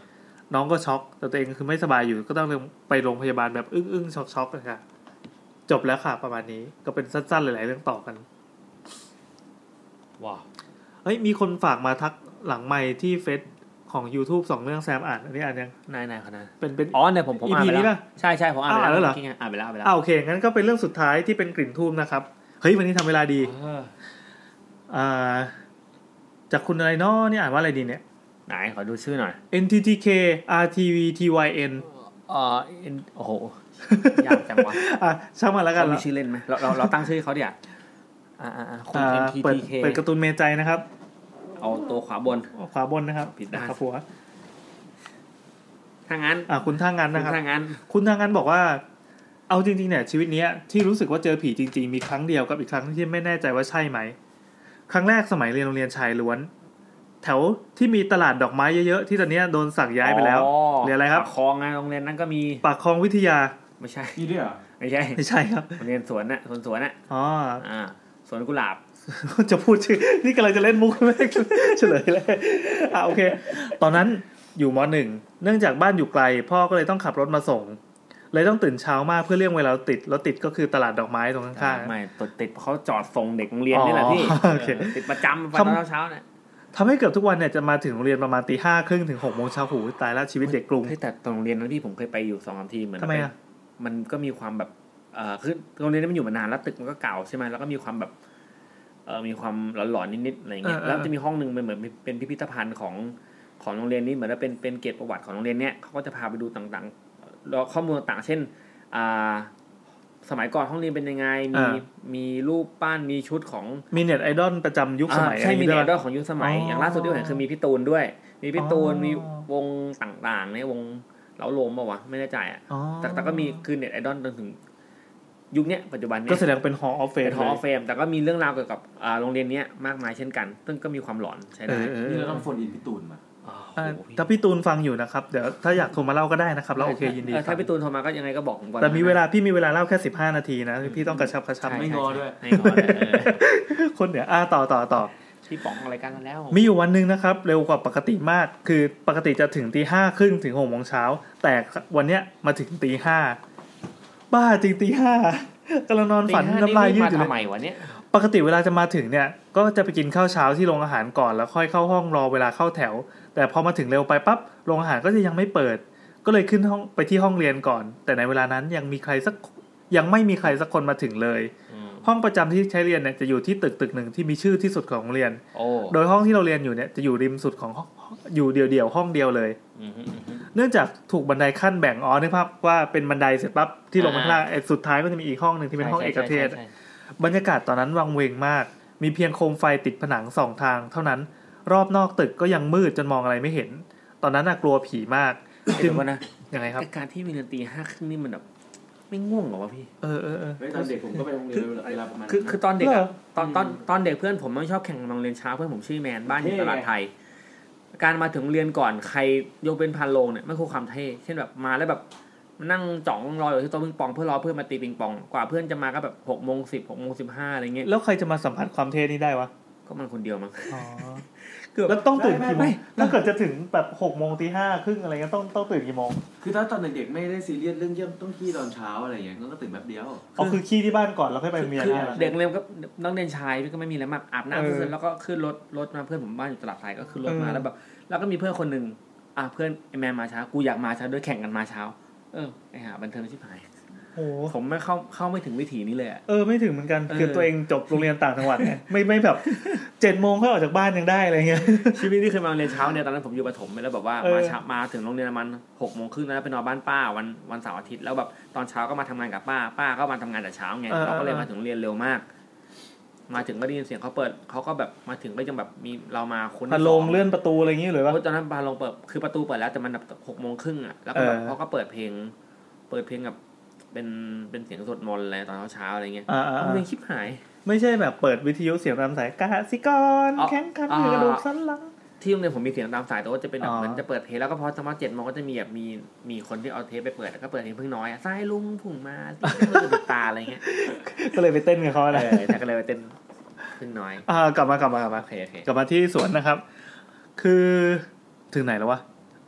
S2: น้องก็ช็อกแต่ตัวเองคือไม่สบายอยู่ก็ต้องไปโรงพยาบาลแบบอึ้งอึ้งๆช็อกช็อกๆนะคะจบแล้วค่ะประมาณนี้ก็เป็นสั้นๆหลายๆเรื่องต่อกัน
S1: ว้าว
S2: เฮ้ยมีคนฝากมาทักหลังไมค์ที่เฟซของ YouTube สองเรื่องแซมอ่าน อันนี้อ่านยัง
S1: นายนายคนนั้น
S2: เป็นเป็น
S1: อ๋อเนี่ยผมผมอ่าน
S2: EP
S1: ไป
S2: นี้
S1: แล้ว
S2: ป่ะ
S1: ใช่ใช่ผมอ่านไป
S2: อ่านแล้
S1: แล้ว
S2: วเหรอ
S1: จริงๆอ่านไปแล้วอ่านไปแล้ว
S2: อ่าโอเค งั้นก็เป็นเรื่องสุดท้ายที่เป็นกลิ่นทูบนะครับ เฮ้ย วันนี้ทำเวลาดี
S1: เออ
S2: อ่าจากคุณอะไรเนาะนี่อ่านว่าอะไรดีเนี่ย
S1: ไหนขอดูชื่อหน่อย
S2: NTTK RTVTYN
S1: เอ่อเอ็นโอ้โห ยากจังวะ
S2: อ่ะช่างมันแล้วกัน
S1: เรามี
S2: แล้ว
S1: ชื่อเล่นไหมเราเราเราตั้งชื่อเขาเดี๋ยวอ่าอ่าอ่าคุณ
S2: อ่าเปิด
S1: NTTK
S2: เปิดการ์ตูนเมใจนะครับ
S1: เอาตัวขวาบน
S2: ขวาบนนะครับ
S1: ผิดด้าน
S2: ขวาหัว
S1: ถ้างั้น
S2: อ่าคุณท่างงานนะครับ
S1: ถ้างั้น
S2: คุณทางนั้นบอกว่า เอาจริงๆเนี่ยชีวิตเนี้ยที่รู้สึกว่าเจอผีจริงๆ มีครั้งเดียวกับอีกครั้งที่ไม่แน่ใจว่าใช่ไหม ครั้งแรกสมัยเรียนโรงเรียนชายล้วน แถวที่มีตลาดดอกไม้เยอะๆ ที่ตอนเนี้ยโดนสั่งย้ายไปแล้ว
S1: อ๋
S2: เรียนอะไรครับ
S1: ปากคลองไงโรงเรียนนั้นก็มี
S2: ปากคลองวิทยา
S1: ไม่ใช่
S12: นี่ด้วยเหรอ
S1: ไม่ใช่
S2: ไม่ใช่ครับ
S1: โรงเรียนสวนน่ะสวนสวนน่ะ
S2: อ๋อ
S1: อ่าสวนกุหลาบ
S2: จะพูดชื่อ นี่กำลังจะเล่นมุกไม่ได้เฉลยเลยอ่ะโอเค ตอนนั้นอยู่มหนึ่งเนื่องจากบ้านอยู่ไกล พ่อก็เลยต้องขับรถมาส่ง เลยต้องตื่นเช้ามากเพื่อเลี่ยงเวลารถติดรถติดก็คือตลาดดอกไม้ตรงข้างๆ
S1: ไม่ติดติดเพราะเขาจอดส่งเด็กโรงเรียนนี่แหละพี่
S2: อ๋อโอเค
S1: เออติดประจำตอนเช้าๆเนี่ย
S2: ทำให้เกือบทุกวันเนี่ยจะมาถึงโรงเรียนประมาณตีห้าครึ่งถึงหกโมงเช้าหูตายแล้วชีวิตเด็กกรุง
S1: เฮ้ยแต่ตอนโรงเรียนนั้นพี่ผมเคยไปอยู่สองสามทีเหมือน
S2: ทำไมอ่ะ
S1: มันก็มีความแบบเอ่อคือโรงเรียนนั้นมันอยู่มานานแล้วตึกมันก็เก่าใช่ไหมแล้วก็มีความแบบเออมีความหลอนๆนิดๆอะไรอย่างเงี้ย
S2: เออเออ
S1: แล้วจะมีห้องหนึ่งมันเหมือนเป็นพิพิธภัณฑ์ของของโรงเรียนนี้เหมือนว่าเป็นเป็นเกียรติประวัติของโรงเรียนเนี้ยเขาก็จะพาไปดูต่างๆแล้วข้อมูลต่างๆเช่นอ่าสมัยก่อนห้องเรียนเป็นยังไงมีมีรูปปั้นมีชุดของ
S2: มีเน็ตไอดอลประจำยุคสมัย
S1: อ่าใช่มี
S2: ด้
S1: เน็
S2: วย
S1: ตดอลของยุคสมัย
S2: อ๋ออ
S1: อย่างล่าสุดที่ผมเห็นคือมีพี่ตูนด้วย มีพี่ตูน
S2: อ๋อ
S1: มีวงต่างๆในวงเล้าโลมป่าวะไม่แน่ใจอ่ะ
S2: อ๋อ
S1: แต่แต่ก็มีคือเน็ตไอดอลจนถึง ยุคเนี้ยปัจจุบันเนี้
S2: ก็
S1: ย
S2: แสดงเป็น Hall of
S1: เป็
S2: Fame
S1: น
S2: เล
S1: ฮอย ลเฟมแต่ก็มีเรื่องราวเกี่ยวกับอ่าโรงเรียนเนี้ยมากมายเช่นกัน ซึ่งก็มีความหลอนใช่
S2: เอ
S1: ได้
S2: อเออ
S6: นี่เราต้องโฟนอินพี่ตูนมา
S2: อ่ะ
S1: โอ้โหพี่
S2: ถ้าพี่ตูนฟังอยู่นะครับ เดี๋ยวถ้าอยากโทรมาเล่าก็ได้นะครับ เราโอเคยินดี
S1: เออ
S2: ครั
S1: ถ้า
S2: บ
S1: พี่ตูนโทรมาก็ยังไงก็บอกผมก่อน
S2: แต่มีเวลาพี่มีเวลาเล่าแค่สิบห้านาทีนะ พี่ต้องกระชับกระชั
S1: ใช่ใช่
S2: บ
S6: ไม่งอด้วย
S1: ไม่งอด้วยเออ
S2: คนเดี๋ยวอ่ะต่อต่อต่อ
S1: พี่ป๋องอะไรายกันแล้ว
S2: มีอยู่วันหนึ่งนะครับ เร็วกว่าปกติมาก คือปกติจะถึงตีห้าครึ่งถึงหกโมงเช้า แต่วันเนี้ยมาถึงตีห้าบ้าจริงตีห้ากำลังนอนฝันน้ำลายยืดอยู่
S1: ตีห้นี่ไม่มาทำ
S2: เล
S1: ไม
S2: ยว
S1: ะเนี่ย
S2: ปกติเวลาจะมาถึงเนี่ย ก็จะไปกินข้าวเช้าที่โรงอาหารก่อนแล้วค่อยเข้าห้องรอเวลาเข้าแถว แต่พอมาถึงเร็วไปปั๊บโรงอาหารก็จะยังไม่เปิด ก็เลยขึ้นห้องไปที่ห้องเรียนก่อน แต่ในเวลานั้นยังมีใครสักยังไม่มีใครสักคนมาถึงเลย
S1: อืม
S2: ห้องประจำที่ใช้เรียนเนี่ยจะอยู่ที่ตึกตึกหนึ่งที่มีชื่อที่สุดของโรงเรียน
S1: โอ้
S2: โดยห้องที่เราเรียนอยู่เนี่ยจะอยู่ริมสุดของห้องอยู่เดียวๆห้องเดียวเลย
S1: อืมอืมอืม
S2: เนื่องจากถูกบันไดขั้นแบ่งอ๋อนึกภาพว่าเป็นบันไดเสร็จปั๊บที่ลงมาข้างล่าง
S1: อ่า
S2: ไอ้สุดท้ายก็จะมีอีกห้องหนึ่งที่เป็นห้องเอกเทศ
S1: ใช่ใช่ใช่ใช่
S2: บรรยากาศตอนนั้นวังเวงมาก มีเพียงโคมไฟติดผนังสองทาง เท่านั้นรอบนอกตึกก็ยังมืดจนมองอะไรไม่เห็น ตอนนั้นน่ะกลัวผีมากจึ
S1: เดี๋ย
S2: ง
S1: วก่อนนะ
S2: ยังไงครับ
S1: แต่การที่มีดนตรีห้าครึ่งนี่มันแบบไม่ง่วงเหรอวะพี่
S2: เออเออเออ
S6: เฮ้ยตอนเด็กผมก็ไปโรงเรียนเวลาประมาณนั้นนะ
S1: คือคือตอนเด็ก
S2: เหร
S1: อะ
S2: อ
S1: ตอนตอน
S6: อืม
S1: ตอนเด็กเพื่อนผมมันชอบแข่งโรงเรียนเช้าเพื่อนผมชื่อแมนบ้านอยู่
S6: เท่
S1: ตลาด
S6: ไง
S1: ไทย การมาถึงโรงเรียนก่อนใครยกเป็นพันโลงเนี่ยไม่คู่ความเท่เช่นแบบมาแล้วแบบมานั่งจ่องรออยู่ที่โต๊ะปิงปองเพื่อรอเพื่อนมาตีปิงปอง กว่าเพื่อนจะมาก็แบบหกโมงสิบหกโมงสิบห้าอะไรเงี้ย
S2: แล้วใครจะมาสัมผัสความเท่นี้ได้วะ
S1: ก็มันคนเดียวมั้ง
S2: อ๋อ
S1: เกือบ
S2: แล้วต้องตื่นกี่โม
S1: ไม่
S2: ง
S1: ไม่
S2: ถ้าเกิดจะถึงแบบหกโมงตีห้าครึ่งอะไรเงี้ยต้องต้องตื่นกี่โมง
S6: คือถ้าตอนเด็กๆไม่ได้ซีเรียสเรื่องเยี่ยมต้องขี้ตอนเช้าอะไรอย่างเงี้ยก็ตื่นแป๊บเดียว
S2: อ๋อคือขี้ที่บ้านก่อนแล้วค่อยไปโรงเรียน
S1: คือ
S2: ได้ละ
S1: เด็กเรียนก็น้องเรียนชายพี่ก็ไม่มีอะไรมากอาบน้ำเสร็จแล้วก็ขึ้นรถรถมาเพื่อนผมบ้านอยู่ตลาดไทยก็ขึ้นรถมาแล้วแบบแล้วก็มีเพื่อนคนหนึ่งอ่ะเพื่อนไอแมนมาเช้ากูอยากมาเช้าด้วยแข่งกันมาเช้า เออไอหาบันเทิงชิบหาย
S2: โอ้โห
S1: ผมไม่เข้าเข้าไม่ถึงวิถีนี้เลยอะ
S2: เออไม่ถึงเหมือนกันคือ
S1: เออ
S2: ตัวเองจบโรงเรียนต่างจังหวัดไง ไม่ไม่แบบเจ็ดโมงค่อยออกจากบ้านยังได้อะไรเงี้ย
S1: ชีวิตที่เคยมาโรงเรียนเช้าเนี่ยตอนนั้นผมอยู่ประถมแล้วแบบว่า
S2: เออ
S1: มาเช้ามาถึงโรงเรียนประมาณหกโมงครึ่งแล้วไปนอนบ้านป้าวันวันเสาร์อาทิตย์แล้วแบบตอนเช้าก็มาทำงานกับป้าป้าก็มาทำงานแต่เช้าไงเราก็เลยมาถึงโรงเรียนเร็วมาก มาถึงก็ได้ยินเสียงเขาเปิดเขาก็แบบมาถึงก็ยังแบบมีเรามาคนที่
S2: พันโลง
S1: สอง
S2: เลื่อนประตูอะไรอย่างงี้หรือว่า
S1: เพราะตอนนั้นบานลงเปิดคือประตูเปิดแล้วแต่มันแบบหกโมงครึ่งอ่ะแล้วก็แบบ
S2: เออ
S1: เขาก็เปิดเพลง เปิดเพลงแบบเป็นเป็นเสียงสวดมนต์อะไรตอนเช้าๆอะไรเงี้ย
S2: อ่าอ่า
S1: เอาเพลงคลิปหาย
S2: ไม่ใช่แบบเปิดวิทยุเสียงตามสายกาสิกร
S1: อ๋อ
S2: แข็งขันหรือกระดูก
S1: อ่า
S2: สันหลัง
S1: ที่โรงเรียนผมมีเสียงตามสายแต่ว่าจะเป็นแบบ
S2: อ๋อ
S1: เหมือนจะเปิดเพลงแล้วก็พอประมาณเจ็ดโมงก็จะมีแบบมีมีคนที่เอาเทปไปเปิดแล้วก็เปิดเพลงเพิ่งน้อยอ่ะสายลุงผุ่งมาเพิ่งตาอะไรเงี้ย
S2: ก็เลยไปเต้นกับเขา
S1: เอ
S2: อะไร
S1: อแต่ก็เลยไปเต้นเพิ่งน้อย
S2: อ่ากลับมากลับมากลับมา
S1: โอเคโอเค
S2: กลับมาที่สวนนะครับ คือถึงไหนแล้ววะ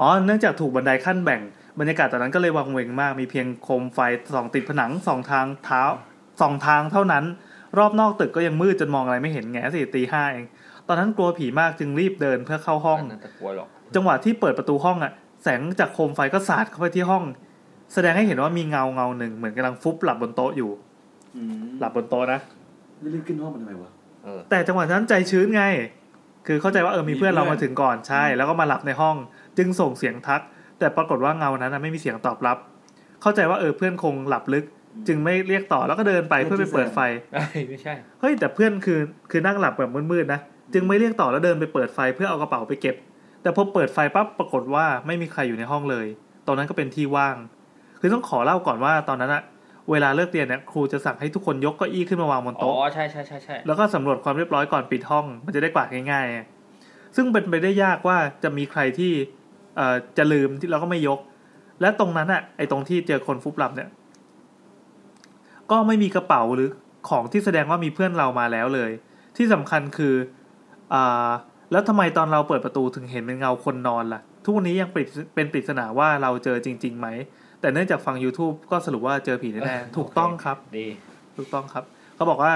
S2: อ๋อ เนื่องจากถูกบันไดขั้นแบ่ง บรรยากาศตอนนั้นก็เลยวังเวงมาก มีเพียงโคมไฟส่องติดผนังสองทางเท้าสองทางเท่านั้น รอบนอกตึกก็ยังมืดจนมองอะไรไม่เห็นแง่สิตีห้าเอง ตอนนั้นกลัวผีมากจึงรีบเดินเพื่อเข้าห้อง
S1: น่าจะกลัวหรอก
S2: จังหวะที่เปิดประตูห้องอะแสงจากโคมไฟก็สาดเข้าไปที่ห้อง แสดงให้เห็นว่ามีเงาเงาหนึ่งเหมือนกำลังฟุบหลับบนโต๊ะอยู่
S6: อืม
S2: หลับบนโต๊ะนะ
S6: รีบขึ้นห้องมันทำไมวะ
S1: เออ
S2: แต่จังหวะนั้นใจชื้นไง คือเข้าใจว่าเออมีเพื่อน
S6: มีเพื่
S2: เรา
S6: อน
S2: มาถึงก่อนใช่ แล้วก็มาหลับในห้อง จึงส่งเสียงทัก แต่ปรากฏว่าเงานั้นนะไม่มีเสียงตอบรับ เข้าใจว่าเออเพื่อนคงหลับลึก จึงไม่เรียกต่อแล้วก็เดินไปเพื่อไปเปิดไฟ
S1: เอ้ยไม่ใช่
S2: เฮ้ยแต่เพื่อนคือคือนั่งหลับแบบมืดๆนะ จึงไม่เรียกต่อแล้วเดินไปเปิดไฟเพื่อเอากระเป๋าไปเก็บ แต่พอเปิดไฟปั๊บปรากฏว่าไม่มีใครอยู่ในห้องเลย ตอนนั้นก็เป็นที่ว่าง คือต้องขอเล่าก่อนว่าตอนนั้นอะเวลาเลิกเรียนเนี่ยครูจะสั่งให้ทุกคนยกเก้าอี้ขึ้นมาวางบน
S1: อ๋อ
S2: โต๊ะ
S1: ใช่ใช่ใช่ใช่
S2: แล้วก็สำรวจความเรียบร้อยก่อนปิดห้อง มันจะได้กวาดง่ายๆไงซึ่งเป็นไปได้ยากว่าจะมีใครที่เอ่อจะลืมที่เราก็ไม่ยก และตรงนั้นอะไอตรงที่เจอคนฟุบหลับเนี่ย ก็ไม่มีกระเป๋าหรือของที่แสดงว่ามีเพื่อนเรามาแล้วเลย ที่สำคัญคืออ่าแล้วทำไมตอนเราเปิดประตูถึงเห็นเป็นเงาคนนอนล่ะ ทุกวันนี้ยังปริศเป็นปริศนาว่าเราเจอจริงๆไหม แต่เนื่องจากฟัง YouTube ก็สรุปว่าเจอผีแน่ๆถูกต้องครับ
S1: ดี
S2: ถูกต้องครับเขาบอกว่า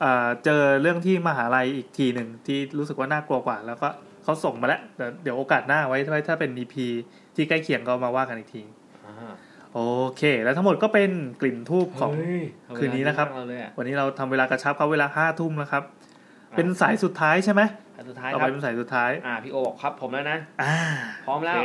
S2: เอ่อเจอเรื่องที่มหาลัยอีกทีหนึ่งที่รู้สึกว่าน่ากลัวกว่า แล้วก็เขาส่งมาแล้วเดี๋ยวเดี๋ยวโอกาสหน้าไว้ถ้าถ้าเป็น EP ที่ใกล้เคียงก็มาว่ากันอีกที โอเค แล้วทั้งหมดก็เป็นกลิ่นทูบของ คืนนี้นะครับ วันนี้เราทำเวลากระชับครับเวลาห้าทุ่มนะครับ เป็นสายสุดท้ายใช่ไหม
S1: อันสุดท้ายค
S2: ต่อ
S1: รับ
S2: ไปเป็นสายสุดท้าย
S1: อ่าพี่โอบอกครับผมแล้วนะ
S2: อ่า
S1: พร้อมแล้ว
S2: โเค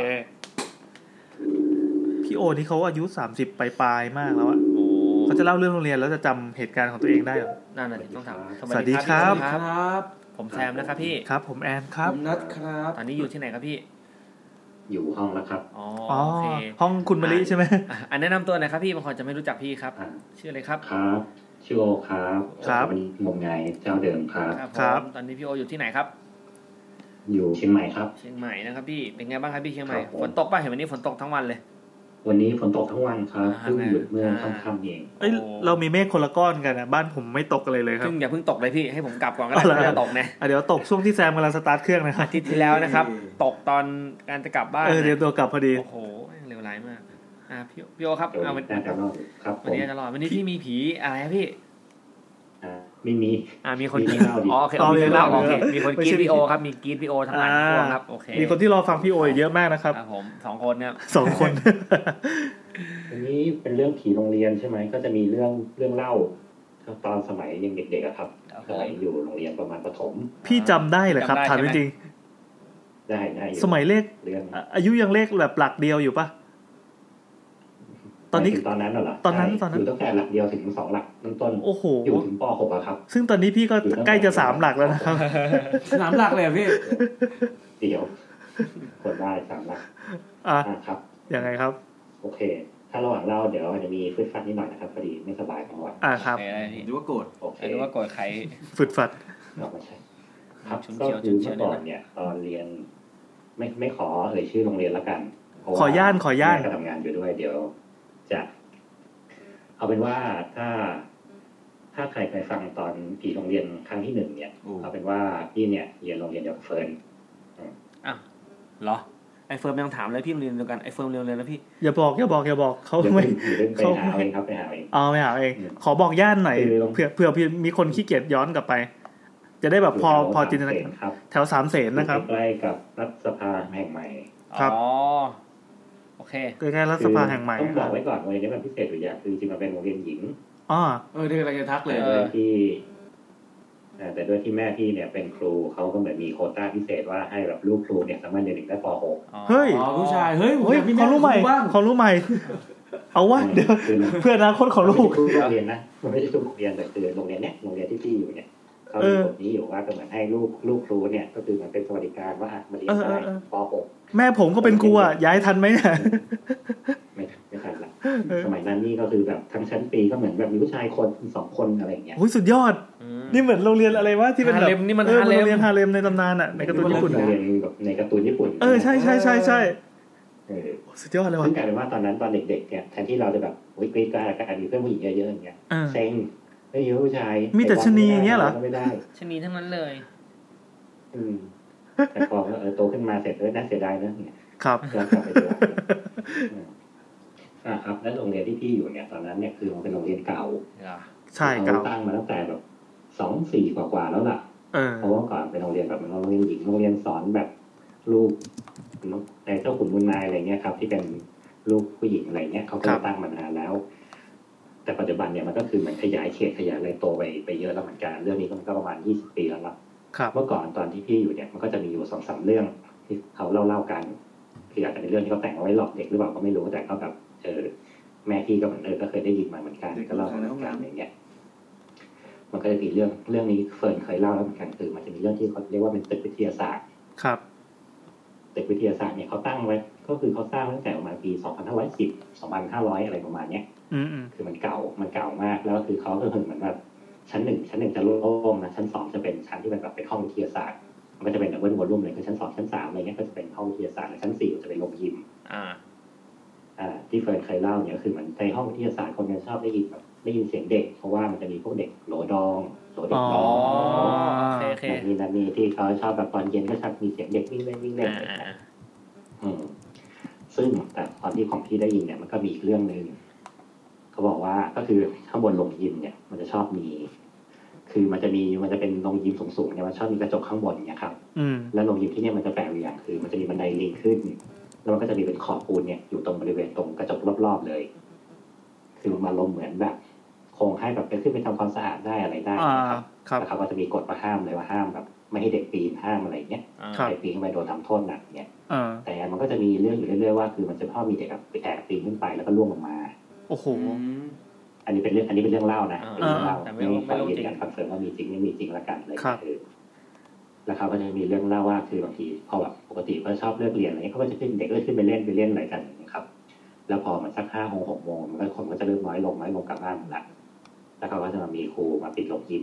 S2: พี่โอนี่เขาอายุสามสิบปลายๆมากแล้วอะ
S1: โอ้
S2: เขาจะเล่าเรื่องโรงเรียนแล้วจะจำเหตุการณ์ของตัวเองได้เหรอ
S1: นั่นน่ะดิต้องถาม
S2: สวัสดีครับ
S1: พี่
S12: ค
S1: โอครับ
S12: รับ
S1: ผมแซมนะครับพี่
S2: ครับ ผมแอนค
S12: ผ
S2: รับ
S12: มนัดครับ
S1: ตอนนี้อยู่ที่ไหนครับพี่
S11: อยู่ห้องแล้วครับ
S1: อ๋อ
S2: อ๋อ
S1: โอเค
S2: ห้องคุณมะลิใช่ไหม
S1: อ่ะอันแนะนำตัวหน่อยครับพี่บางคนจะไม่รู้จักพี่ครับ
S11: อ่ะ
S1: ชื่ออะไรครับ
S11: ครับชื่อโอครับ
S2: ครับ
S11: วันนี้งมงายเจ้าเดิมครับ
S1: ผม
S2: ครับ
S1: ตอนนี้พี่โออยู่ที่ไหนครับ
S11: อยู่เชียงใหม่ครับ
S1: เชียงใหม่นะครับพี่ เป็นไงบ้างครับพี่เชียงใหม่
S11: ครับผม
S1: ฝนตกป่ะเห็นวันนี้ฝนตกทั้งวันเลย
S11: วันนี้ฝนตกทั้งวันครับ
S1: อ่า
S11: เพิ่งหยุดเมื่อ
S1: อ่า
S11: ค่ำๆเอง
S2: เอ้ย
S1: โอ้
S2: เรามีเมฆคนละก้อนกันนะบ้านผมไม่ตกเลยเลยครับ
S1: ซึ่งอย่าเพิ่งตกเลยพี่ ให้ผมกลับก่อนก็
S2: เอาละ
S1: ได้ไม่จะตกนะ
S2: อ่ะเดี๋ยวตกช่วงที่แซมกำลังสตาร์ทเครื่องนะครับ
S1: อาทิตย์ที่แล้วนะครับ ตกตอนการจะกลับบ้าน
S2: เออ
S1: นะ
S2: เดี๋ยวตัวกลับพอดี
S1: โอ้โหเร็วร้ายมาก อ่ะพี่พี่โอครับ
S11: เดี๋ยว
S1: อ่ะวัน
S11: น่าจะรอดครับผ
S1: วัน
S11: ม
S1: นี้จะรอดวันนี้พี่มีผีอะไรครับพี่
S11: อ่าไม่มี
S1: อ่ามีคน
S11: มี
S1: กิน
S11: เล่าดิ
S1: อ๋อโอเค
S2: อ๋อมี
S1: มี
S2: เล่า
S1: เล่าโอเค
S2: เออ
S1: มีคน
S2: ไม่
S1: กิ
S2: ใช่
S1: น
S2: ผี
S1: พี่โอครับมีกินพี่โอทั้งหลาย
S2: อ่า
S1: พวกครับโอเค
S2: มีคนที่รอฟังพี่โอยเยอะมากนะครับ
S1: ครับผมสองคนเนี่ย
S2: สองคน
S11: วันนี้เป็นเรื่องผีโรงเรียนใช่ไหมก็จะมีเรื่องเรื่องเล่าตอนสมัยยังเด็กๆอะครับ
S1: โอเค
S11: สมัยอยู่โรงเรียนประมาณประถม
S2: พี่จำได้เหรอครับ
S1: จำได้
S2: ถาม
S1: ใช่
S2: จ
S1: ไหม
S2: ริง
S11: ได้ได้อ
S2: ๆสมัยเลข
S11: เรื่อง
S2: อ่ะอายุยังเลขแบบหลักเดียวอยู่ปะ ตอนนี้
S11: ถึงตอนนั้นน่ะเหรอ
S2: ตอนนั้น
S11: ใช่
S2: ตอนนั้น
S11: ยู่ตั้งแต่หลักเดียวถึงสองหลักต้น
S2: โอ้โห
S11: ๆอยู่ถึงป .6 อะครับ
S2: ซึ่งตอนนี้พี่ก็ใกล้จะสามหลักแล้วนะครับ
S12: สนามหลักเลยอะพี่
S11: เดี๋ยวคนได้สามหลัก
S2: อ่ะ
S11: อ่ะครับ
S2: ยังไงครับ
S11: โอเค ถ้าระหว่างเล่าเดี๋ยวอาจจะมีฟืดฟัดนิดหน่อยนะครับพอดีไม่สบายของวัน
S2: อ่ะครับ
S1: โอเคได้พี่
S6: หรือว่าโกรธ
S11: โอเค
S1: ไม่รู้ว่าโกดใคร
S2: ฝึดฝัด
S11: เอามาใช้ครับ
S1: ชุน
S11: ก็
S1: เชียว
S11: คื
S1: ชุ
S11: อน
S1: เชี
S11: เมื่
S1: ยวด้
S11: อก่อ
S1: วย
S11: น
S1: นะ
S11: เนี่ยตอนเรียน ไม่ไม่ขอเอ่ยชื่อโรงเรียนละกันเพระว่
S2: ขอย่านขอย่าน
S11: แม่ก็ทำงานอยู่ด้วยเดี๋ยว จะ เอาเป็นว่าถ้า ถ้าใครเคยฟังตอนผีโรงเรียนครั้งที่หนึ่งเนี่ยเอาเป็นว่าพี่เนี่ยเรียนโรงเรียนเดียวกับเฟิร์น
S1: เหรอไอเฟิร์มยังถามเลยพี่เรียนเดียวกันไอเฟิร์มเรียนเลยนะพี่
S2: อย่าบอกอย่าบอกอย่าบอกเขาไม่
S11: อยู่เรื่องไป
S2: เขา
S11: หาเอาเองครับไปหาเอาเอง
S2: เอาไม่หาเอง ขอบอกย่านหน่อย
S11: คือลง
S2: เผื่อเผื่อพี่มีคนขี้เกียจย้อนกลับไป จะได้แบบพอพอจินตนา
S11: เห็นครับ
S2: แถวสามเสนนะครับ
S11: อยู่ใกล้ๆกับรัฐสภาแห่งใหม่
S2: ครับ
S1: อ๋อ โอเค
S2: ใกล้ๆรัฐสภาแห่งใหม่
S11: ต้อง
S2: ค
S11: บ
S2: รั
S11: อบ กไว้ก่อนโรงเรียนนี้มันพิเศษอยู่อย่างคือจริงๆมันเป็นโรงเรียนหญิง
S2: อ๋อ
S6: เออเด็กอะไรจะทักเลย
S11: แต่ด้วยที่เอ่อแต่ด้วยที่แม่พี่เนี่ยเป็นครูเขาก็เหมือนมีโควต้าพิเศษว่าให้แบบลูกครูเนี่ยสามารถเรียนถึงได้ป .6
S2: เฮ้ย
S6: อ๋อผู้ชาย เฮ้ยผม
S2: เฮ้
S6: อย ยากมีแม่
S2: เขารู้ใหม่
S6: บ้าง
S2: เขารู้ใหม่ เอาวะเดี๋ยวเพื่ออนาคตของลูก
S11: ทุกโรงเรียนนะมันไม่ใช่ทุกโรงเรียนแต่คือโรงเรียนเนี้ยโรงเรียนที่พี่อยู่เนี่ยเขา
S2: เอ
S11: มี
S2: อก
S11: ฎนี้อยู่ว่าก็เหมือนให้ลูกลูกครูเนี่ยก็คือเหมือนเป็นสวัสดิการว่าอ่ะมาเรียน
S2: เออเอ
S11: ได้
S2: อเออ
S11: ป .6
S2: แม่ผมก็เป็นครูอ่ะย้ายทันไหมเนี่ย
S11: ไม่ไม่ทันละ
S2: เออ
S11: สมัยนั้นนี่ก็คือแบบทั้งชั้นปีก็เหมือนแบบมีผู้ชายคนสองคนอะไรอย่างเงี้ย
S2: โอ้ยสุดยอด นี่เหมือนโรงเรียนอะไรวะที่เป็นแบ
S1: ฮา
S2: บ
S1: เร็มนี่มัน
S2: ออ
S1: ฮาเร็ม
S2: โรงเรียนฮาเร็มในตำนานอ่ะในการ์ตูนญี่ปุ่น
S11: โรงเรียนแบบในการ์ตูนญี่ปุ่น
S2: เออใช่ใช่ใช่ใช่
S11: เออ
S2: สุดยอดเลยว่ะ
S11: ซึ่งกลายเป็นว่าตอนนั้นตอนเด็กๆเนี่ยแทนที่เราจะแบบอุ๊ยกรี๊ดกราดกันมีเพื่อนผู้หญิงเยอะๆอย่างเงี้ย
S2: เออ
S11: เซ็งไม่มีเพื่อนผู้ชาย
S2: มีแต่ชะนีอย่างเงี้ยเหรอ
S11: ไม่ได้
S1: ชนีทั้งนั้นเลย
S11: อืมแต่พอเออโตขึ้นมาเสร็จเลยน่าเสียดายเนอะเนี่ย
S2: ครับ
S11: ย้อนกลับไปดูอืมอ่าครับ แล้วโรงเรียนที่พี่อยู่เนี่ยตอนนั้นเนี่ยคือมันเป็นโรงเรียนเก่า
S2: ใช่
S11: เขา
S2: เก่า
S11: ตั้งมาตั้งแต่แบบสองสี่กว่าๆแล้วล่ะ
S2: เออ
S11: เพราะว่าก่อนเป็นโรงเรียนแบบเหมือนโรงเรียนหญิงโรงเรียนสอนแบบลูกในเจ้าขุนบุญนายอะไรเงี้ยครับ ที่เป็นลูกผู้หญิงอะไรเงี้ยเขาก็
S2: ครับ
S11: ตั้งมานานแล้ว แต่ปัจจุบันเนี่ยมันก็คือเหมือนขยายเขตขยายอะไรโตไปไปเยอะแล้วเหมือนกันเรื่องนี้ก็มันก็ประมาณยี่สิบปีแล้วล่ะ
S2: ครับ
S11: เมื่อก่อนตอนที่พี่อยู่เนี่ยมันก็จะมีอยู่สองสามเรื่องที่เขาเล่าเล่าๆกันคืออาจจะเป็นเรื่องที่เขาแต่งเอาไว้หลอกเด็กหรือเปล่าก็ไม่รู้แต่ก็แบบเออแม่พี่ก็เหมือนเออก็เคยได้ยินมาเหมือนกันก็เล่ามาเหมือนกันอย่างเงี้ยมันก็จะมีเรื่องเรื่องนี้เฟิร์นเคยเล่าแล้วเหมือนกันคือมันจะมีเรื่องที่เขาเรียกว่าเป็นตึกวิทยาศาสตร์
S2: ครับ
S11: ตึกวิทยาศาสตร์เนี่ยเขาตั้งไว้ ก็คือเขาสร้างตั้งแต่ประมาณปี 2510 2500 อะไรประมาณเนี้ย
S2: อืมอืม
S11: คือมันเก่า มันเก่ามาก แล้วก็คือเขาก็คือเหมือนแบบชั้นหนึ่งชั้นหนึ่งจะโล่งนะ ชั้นสองจะเป็นชั้นที่เป็นแบบเป็นห้องวิทยาศาสตร์ มันก็จะเป็นแบบเวิร์ดวอลลุ่มเลยคือชั้นสองชั้นสามอะไรเงี้ยก็จะเป็นห้องวิทยาศาสตร์แล้วชั้นสี่จะเป็นโรงยิม
S1: อ่า
S11: อ่าที่เฟิร์นเคยเล่าเนี่ยก็คือเหมือนในห้องวิทยาศาสตร์คนจะชอบได้ยินแบบได้ยินเสียงเด็ก เพราะว่ามันจะมีพวกเด็กโหลดองโหลเด็
S2: อ๋
S11: ก
S2: อ
S11: ร้อง
S1: โอเคโอเค
S11: แบบนี้นั่นนี่ที่เขาชอบแบบตอนเย็นก็ชักมีเสียงเด็กวิ่งเล่นวิ่งเล่นอะไรอย่างเงี้ย อืมซึ่งแต่ตอนที่ของพี่ได้ยินเนี่ยมันก็มีอีกเรื่องหนึ่งเขาบอกว่าก็คือข้างบนโรงยิมเนี่ย มันจะชอบมี คือมันจะมีมันจะเป็นโรงยิมสูงๆเนี่ยมันชอบมีกระจกข้างบนเนี่ยครับ
S2: อืม
S11: แล้วโรงยิมที่เนี่ยมันจะแปลกอยู่อย่างคือ มันจะมีบันไดลิงขึ้น แล้วมันก็จะมีเป็นขอบปูนเนี่ยอยู่ตรงบริเวณตรงกระจกรอบๆเลย คือมาลมณ์เหมือนแบบคงให้แบบไปขึ้นไปทำความสะอาดได้อะไรได้
S2: อ่า
S11: นะค
S2: ครั
S11: รับ
S2: บ
S11: แล้วเขาก็จะมีกฎมาห้ามเลยว่าห้ามแบบ ไม่ให้เด็กปีนห้ามอะไรอย่างเงี้ย
S1: อ่า
S2: ครับ
S11: ใครปีนขึ้นไปโดนทำโทษหนักเนี่ย
S2: เออ
S11: แต่มันก็จะมีเรื่องอยู่เรื่อยๆว่าคือมันจะพ่อมีเด็กแบบแอบปีนขึ้นไปแล้วก็ล่วงลงมา
S2: โอ้โห
S1: อืม
S11: อันนี้เป็นเรื่องอันนี้เป็นเรื่องเล่านะ
S1: อ่า
S11: เป็นเรื่องเล่า
S1: แต่ไม่
S11: ไม่
S1: รู้ไม่รู้
S11: มียืน
S1: จริง
S11: ยันคอนเฟิร์มว่ามีจริงไม่มีจริงละกันเลย
S2: ครับ
S11: อแล้วเขาก็จะมีเรื่องเล่าว่าคือบางทีพอแบบปกติก็ชอบเลิกเรียนอะไรเงี้ยเขาก็จะขึ้นเด็กก็จะขึ้นไปเล่นไปเล่นอะไรกันนะครับ แล้วพอมันสักห้าโมงหกโมงมันก็คนก็จะเริ่มน้อยลงน้อยลงกลับบ้านหมดละแล้วเขาก็จะมามีครูมาปิดโรงยิม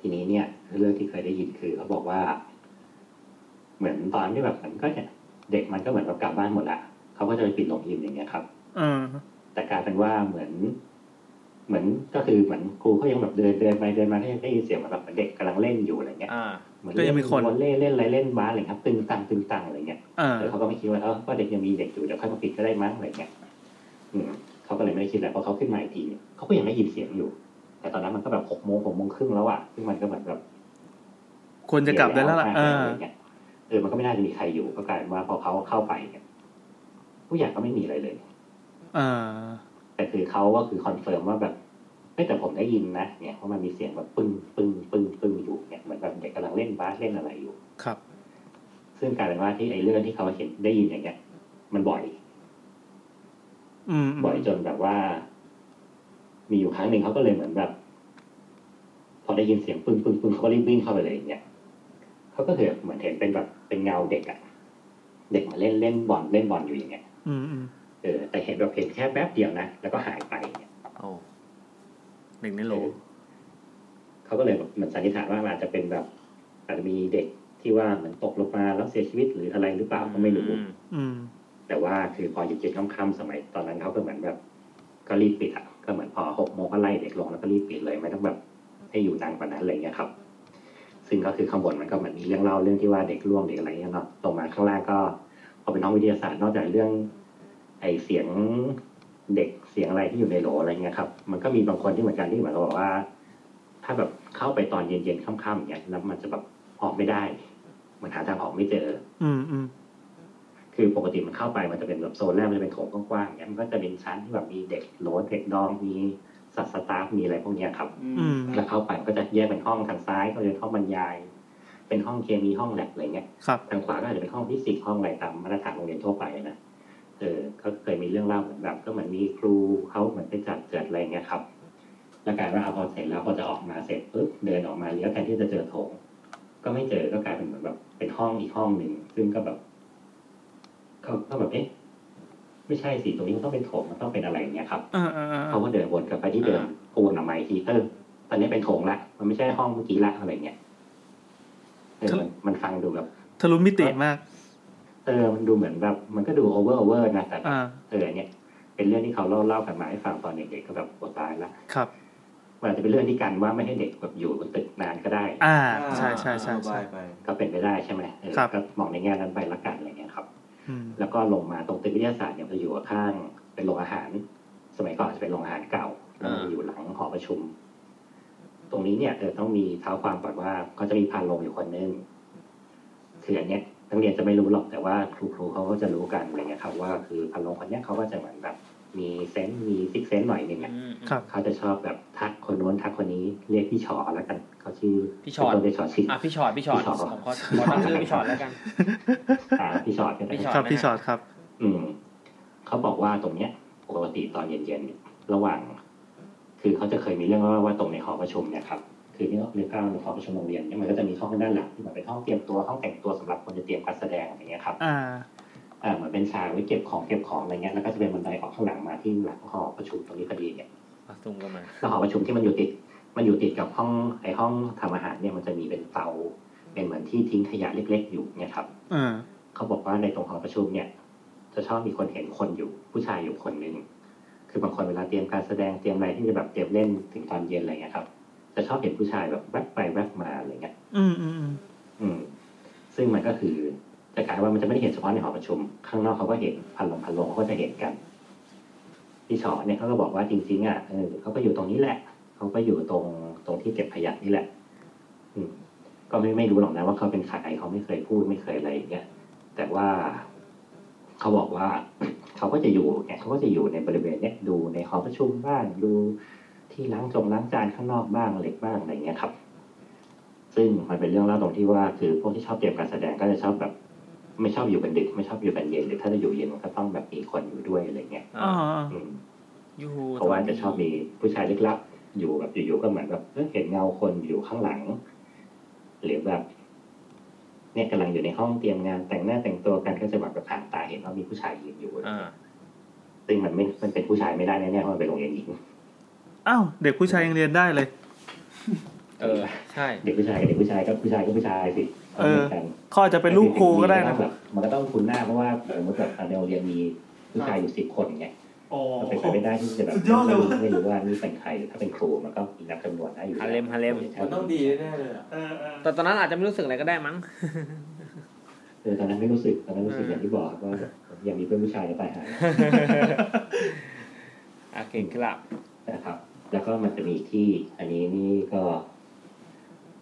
S11: ทีนี้เนี่ยเรื่องที่เคยได้ยินคือเขาบอกว่า เหมือนตอนที่แบบมันก็เนี่ยเด็กมันก็เหมือนกับกลับบ้านหมดละเขาก็จะไปปิดโรงยิมอย่างเงี้ยครับ
S2: เออ
S11: แต่กลายเป็นว่าเหมือน เหมือนก็คือเหมือนครูก็ยังแบบเดินเดินไปเดินมาก็ยังได้ยินเสียงเหมือนแบบเหมือนเด็กกำลังเล่นอยู่อะไรเงี้ย
S1: อ่า
S11: เหมือน
S2: ก็ยังมีคน
S11: เล่วอลเล่นเล่นอะไรเล่นบาสอะไรครับ ตึงตังตึงตังอะไรเงี้ย
S2: เออ
S11: แต่เขาก็ไม่คิดว่าเออว่าเด็กยังมีเด็กอยู่เดี๋ยวค่อยมาปิดก็ได้มั้งอะไรเงี้ยอืมเขาก็เลยไม่ได้คิดอะไรพอเขาขึ้นมาอีกทีเนี่ยเขาก็ยังได้ยินเสียงอยู่ แต่ตอนนั้นมันก็แบบหกโมงหกโมงครึ่งแล้วอ่ะซึ่งมันก็เหมือนแบบ
S2: ควรจะกลับได้แล้วล่ะเออ
S11: เออ มันก็ไม่น่าจะมีใครอยู่ก็กลายเป็นว่าพอเขาเข้าไปเนี่ยผู้ใหญ่ก็ไม่มีอะไรเลย
S2: เออ
S11: แต่คือเขาก็คือคอนเฟิร์มว่าแบบเฮ้ยแต่ผมได้ยินนะเนี่ยว่ามันมีเสียงแบบปึ้งปึ้งปึ้งปึ้งอยู่เนี่ยเหมือนแบบเด็กกำลังเล่นบาสเล่นอะไรอยู่
S2: ครับ
S11: ซึ่งกลายเป็นว่าที่ไอ้เรื่องที่เขาเห็นได้ยินอย่างเงี้ย มันบ่อย
S2: อืมอืม
S11: บ่อยจนแบบว่า มีอยู่ครั้งหนึ่งเขาก็เลยเหมือนแบบ พอได้ยินเสียงปึ้งปึ้งปึ้งเขาก็รีบวิ่งเข้าไปเลยอย่างเงี้ยเขาก็เห็นเหมือนเห็นเป็นแบบเป็นเงาเด็กอะเด็กมาเล่นเล่นบอลเล่นบอลอยู่อย่างเงี้ย
S2: อืมอืม
S11: เออแต่เห็นแบบเห็นแค่แป๊บเดียวนะแล้วก็หายไปเนี่ย
S1: โอ้หนึ่งในโหล
S11: เขาก็เลยแบบเหมือนสันนิษฐานว่ามันอาจจะเป็นแบบอาจจะมีเด็กที่ว่าเหมือนตกลงมาแล้วเสียชีวิตหรืออะไรหรือเปล่าก็ไม่รู้
S2: อืม
S11: แต่ว่าคือพอเย็นๆค่ำๆสมัยตอนนั้นเขาก็เหมือนแบบ ก็รีบปิดอ่ะก็ ก็เหมือนพอหกโมงก็ไล่เด็กลงแล้วก็รีบปิดเลยไม่ต้องแบบให้อยู่นานกว่านั้นอะไรเงี้ยครับ ซึ่งก็คือข้างบนมันก็เหมือนมีเรื่องเล่าเรื่องที่ว่าเด็กร่วงเด็กอะไรเงี้ยเนาะลงมาข้างล่างก็พอเป็นห้องวิทยาศาสตร์นอกจากเรื่อง ไอเสียงเด็กเสียงอะไรที่อยู่ในโหลอะไรเงี้ยครับ มันก็มีบางคนที่เหมือนกันที่เหมือนกับบอกว่า ถ้าแบบเข้าไปตอนเย็นๆค่ำๆอย่างเงี้ยแล้วมันจะแบบออกไม่ได้เหมือนหาทางออกไม่เจอ
S2: อืมอืม
S11: คือปกติมันเข้าไปมันจะเป็นแบบโซนแรกมันจะเป็นโถงกว้างๆอย่างเงี้ยมันก็จะเป็นชั้นที่แบบมีเด็กโหลเด็กดองมีสัตว์สตาฟมีอะไรพวกเนี้ยครับ
S2: อืม
S11: แล้วเข้าไปมันก็จะแยกเป็นห้องทางซ้ายก็จะเป็นห้องบรรยาย เป็นห้องเคมีห้องแลบอะไรเงี้ย
S2: ครับ
S11: ทางขวาก็อาจจะเป็นห้องฟิสิกส์ห้องอะไรตามมาตรฐานโรงเรียนทั่วไปนะ เออ ก็เคยมีเรื่องเล่าเหมือนแบบก็เหมือนมีครูเขาเหมือนไปจัดเกิดอะไรเงี้ยครับ แล้วกลายว่าเอาพอเสร็จแล้วพอจะออกมาเสร็จปุ๊บเดินออกมาเลี้ยวแทนที่จะเจอโถง ก็ไม่เจอ ก็กลายเป็นเหมือนแบบเป็นห้องอีกห้องหนึ่ง ซึ่งก็แบบเขาก็แบบเอ๊ะ ไม่ใช่สิตรงนี้มันต้องเป็นโถงมันต้องเป็นอะไรอย่างเงี้ยครับ
S2: เออเออเออ
S11: เขาก็เดินวนกลับไปที่เดิมก็วนออกมาอีกทีเออตอนนี้เป็นโถงละ มันไม่ใช่ห้องเมื่อกี้ละอะไรเงี้ยเออมันมันฟังดูแบบ
S2: ทะลุมิติมาก
S11: เออ มันดูเหมือนแบบ มันก็ดูโอเวอร์โอเวอร์นะแต่แบบ
S2: อ่า
S11: เออเนี่ย เป็นเรื่องที่เขาเล่าเล่ากันมาให้ฟังตอนเด็กๆก็แบบปวดตายละ
S2: ครับ
S11: มันอาจจะเป็นเรื่องที่กันว่าไม่ให้เด็กแบบอยู่บนตึกนานก็ได้
S2: อ่า ใช่ใช่ใช่ใช่
S6: ไป
S11: ก็เป็นไปได้ใช่ไหมเออ
S2: ครับ
S11: ก็มองในแง่นั้นไปละกันอะไรเงี้ยครับ
S2: อืม
S11: แล้วก็ลงมาตรงตึกวิทยาศาสตร์เนี่ยมันจะอยู่ข้างเป็นโรงอาหาร สมัยก่อนอาจจะเป็นโรงอาหารเก่าแล้วมันจะอยู่หลังหอประชุม ตรงนี้เนี่ยเออต้องมีเท้าความก่อนว่าเขาจะมีพานโรงอยู่คนนึงคืออันเนี้ยนักเรียนจะไม่รู้หรอกแต่ว่าครูครูเขาก็จะรู้กันอะไรเงี้ยครับ ว่าคือพานโรงคนเนี้ยเขาก็จะเหมือนแบบมีเซนส์มีซิกเซนส์หน่อยนึงอ่ะ
S2: ครับ
S11: เขาจะชอบแบบทักคนโน้นทักคนนี้เรียกพี่ชอแล้วกันเขาชื่อ
S1: พี่ชอ
S11: เป็นตัวเรียกชอ ชิน
S1: อ่ะพี่ชอตพี่ชอต
S11: พี่ชอต
S1: ผมขอขอตั้งชื่อพี่ชอตแล้วกัน
S11: อ่าพี่ชอกันนะ
S1: พี่ชอต
S2: ครับพี่ชอตครับ
S11: อืมเขาบอกว่าตรงเนี้ยปกติตอนเย็นๆเนี่ยระหว่าง คือเขาจะเคยมีเรื่องว่าว่าตรงในหอประชุมเนี่ยครับคือที่เรียกว่าหอประชุมโรงเรียนเนี่ยมันก็จะมีห้องด้านหลังที่เหมือนเป็นห้องเตรียมตัวห้องแต่งตัวสำหรับคนจะเตรียมการแสดงอะไรเงี้ยครับ
S2: อ่า
S11: อ่าเหมือนเป็นฉากไว้เก็บของเก็บของอะไรเงี้ยแล้วก็จะเป็นบันไดออกข้างหลังมาที่หลังหอประชุมตรงนี้พอดีเนี่ย
S1: อ่ะซูมกันมา
S11: แล้วหอประชุมที่มันอยู่ติด มันอยู่ติดกับห้องไอห้องทำอาหารเนี่ยมันจะมีเป็นเตาเป็นเหมือนที่ทิ้งขยะเล็ก ๆ อยู่เนี่ยครับ
S2: อ่า
S11: เขาบอกว่าในตรงหอประชุมเนี่ย จะชอบมีคนเห็นคนอยู่ผู้ชายอยู่คนหนึ่งคือบางคนเวลาเตรียมการแสดงเตรียมอะไรที่จะแบบเตรียมเล่นถึงตอนเย็นอะไรเงี้ยครับ จะชอบเห็นผู้ชายแบบแวบไปแวบมาอะไรเงี้ย
S2: อืมอืมอืม
S11: อืม ซึ่งมันก็คือจะกลายว่ามันจะไม่ได้เห็นเฉพาะในหอประชุม ข้างนอกเขาก็เห็นพันลงพันลงเขาก็จะเห็นกันพี่ชอเนี่ยเขาก็บอกว่าจริงๆอ่ะเออเขาก็อยู่ตรงนี้แหละเขาก็อยู่ตรงตรงที่เก็บขยะนี่แหละ อืม ก็ไม่ไม่รู้หรอกนะว่าเขาเป็นใครเขาไม่เคยพูดไม่เคยอะไรอย่างเงี้ยแต่ว่าเขาบอกว่า เขาก็จะอยู่เนี่ยเขาก็จะอยู่ในบริเวณเนี้ยดูในหอประชุมบ้างดูที่ล้างจงล้างจานข้างนอกบ้างอะไรบ้างอะไรเงี้ยครับ ซึ่งมันเป็นเรื่องเล่าตรงที่ว่าคือพวกที่ชอบเตรียมการแสดงก็จะชอบแบบ ไม่ชอบอยู่กันดึก ไม่ชอบอยู่กันเย็นหรือถ้าจะอยู่เย็นมันก็ต้องแบบมีคนอยู่ด้วยอะไรเงี้ย
S2: อ่าอ่า
S11: อืม
S1: ยู
S11: เพราะว่าจะชอบมีผู้ชายลึกลับอยู่แบบอยู่ๆก็เหมือนแบบเอ้ยเห็นเงาคนอยู่ข้างหลัง หรือแบบ เนี่ยกำลังอยู่ในห้องเตรียมงานแต่งหน้าแต่งตัวกันก็จะแบบกระผ่านตาเห็นว่ามีผู้ชายยืนอยู่
S1: อ่า
S11: ซึ่งมันไม่มันเป็นผู้ชายไม่ได้แน่ๆเพราะมันเป็นโรงเรียนหญิง
S2: อ้าวเด็กผู้ชายยังเรียนได้เลย
S1: เออ ใช่
S11: เด็กผู้ชายกับเด็กผู้ชายก็ผู้ชายก็ผู้ชายสิ
S2: เออ
S11: หมืนกัน
S2: เข้อาจจะเป็นลูกครูก็ได้นะ
S11: แบบมันก็ต้องคุ้นหน้าเพราะว่าสมมติแบบในโรงเรียนมีผู้ชายอยู่สิบคนไง
S12: โอ้
S11: มันเป็นไปไม่ได้ที่จะแบบ
S12: สุดยอดเลยว่ะ
S11: ไม่รู้ว่านี่เป็นใครถ้าเป็นครูมันก็มีนับจำนวนนะอยู่
S1: ฮาเลมฮาเลม
S6: มันต้องดีแน่เลยอ่ะ
S12: เออเออ
S1: แต่ตอนนั้นอาจจะไม่รู้สึกอะไรก็ได้มั้ง
S11: เออตอนนั้นไม่รู้สึกตอนนั้นรู้สึกอย่างที่บอกครับว่าแบบยังมีเพื่อนผู้ชายก็ตายหาย
S1: โอเคครับ
S11: นะครับ แล้วก็มันจะมีที่ อันนี้นี่ก็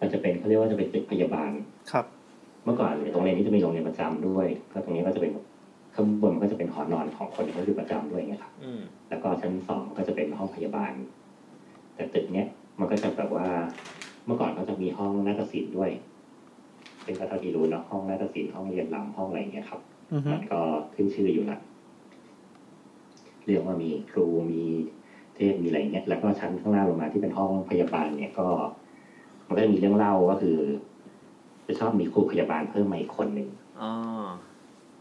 S11: มันจะเป็นเขาเรียกว่าจะเป็นตึกพยาบาล
S2: ครับ
S11: เมื่อก่อนเนี่ยโรงเรียนนี้จะมีโรงเรียนประจำด้วยก็ตรงนี้ก็จะเป็นข้างบนมันก็จะเป็นหอนอนของคนที่เขาอยู่ประจำด้วยไงครับ
S1: อืม
S11: แล้วก็ชั้นสองก็จะเป็นห้องพยาบาล แต่ตึกเนี้ยมันก็จะแบบว่าเมื่อก่อนก็จะมีห้องนาฏศิลป์ด้วย เป็นก็เท่าที่รู้เนาะห้องนาฏศิลป์ห้องเรียนรำห้องอะไรอย่างเงี้ยครับ
S2: อือฮึ
S11: มันก็ขึ้นชื่ออยู่ละเรื่องว่ามีครูมีเทพมีอะไรเงี้ย แล้วก็ชั้นข้างล่างลงมาที่เป็นห้องพยาบาลเนี่ยก็ มันก็จะมีเรื่องเล่าก็คือ จะชอบมีครูพยาบาลเพิ่มมาอีกคนหนึ่ง
S1: อ๋อ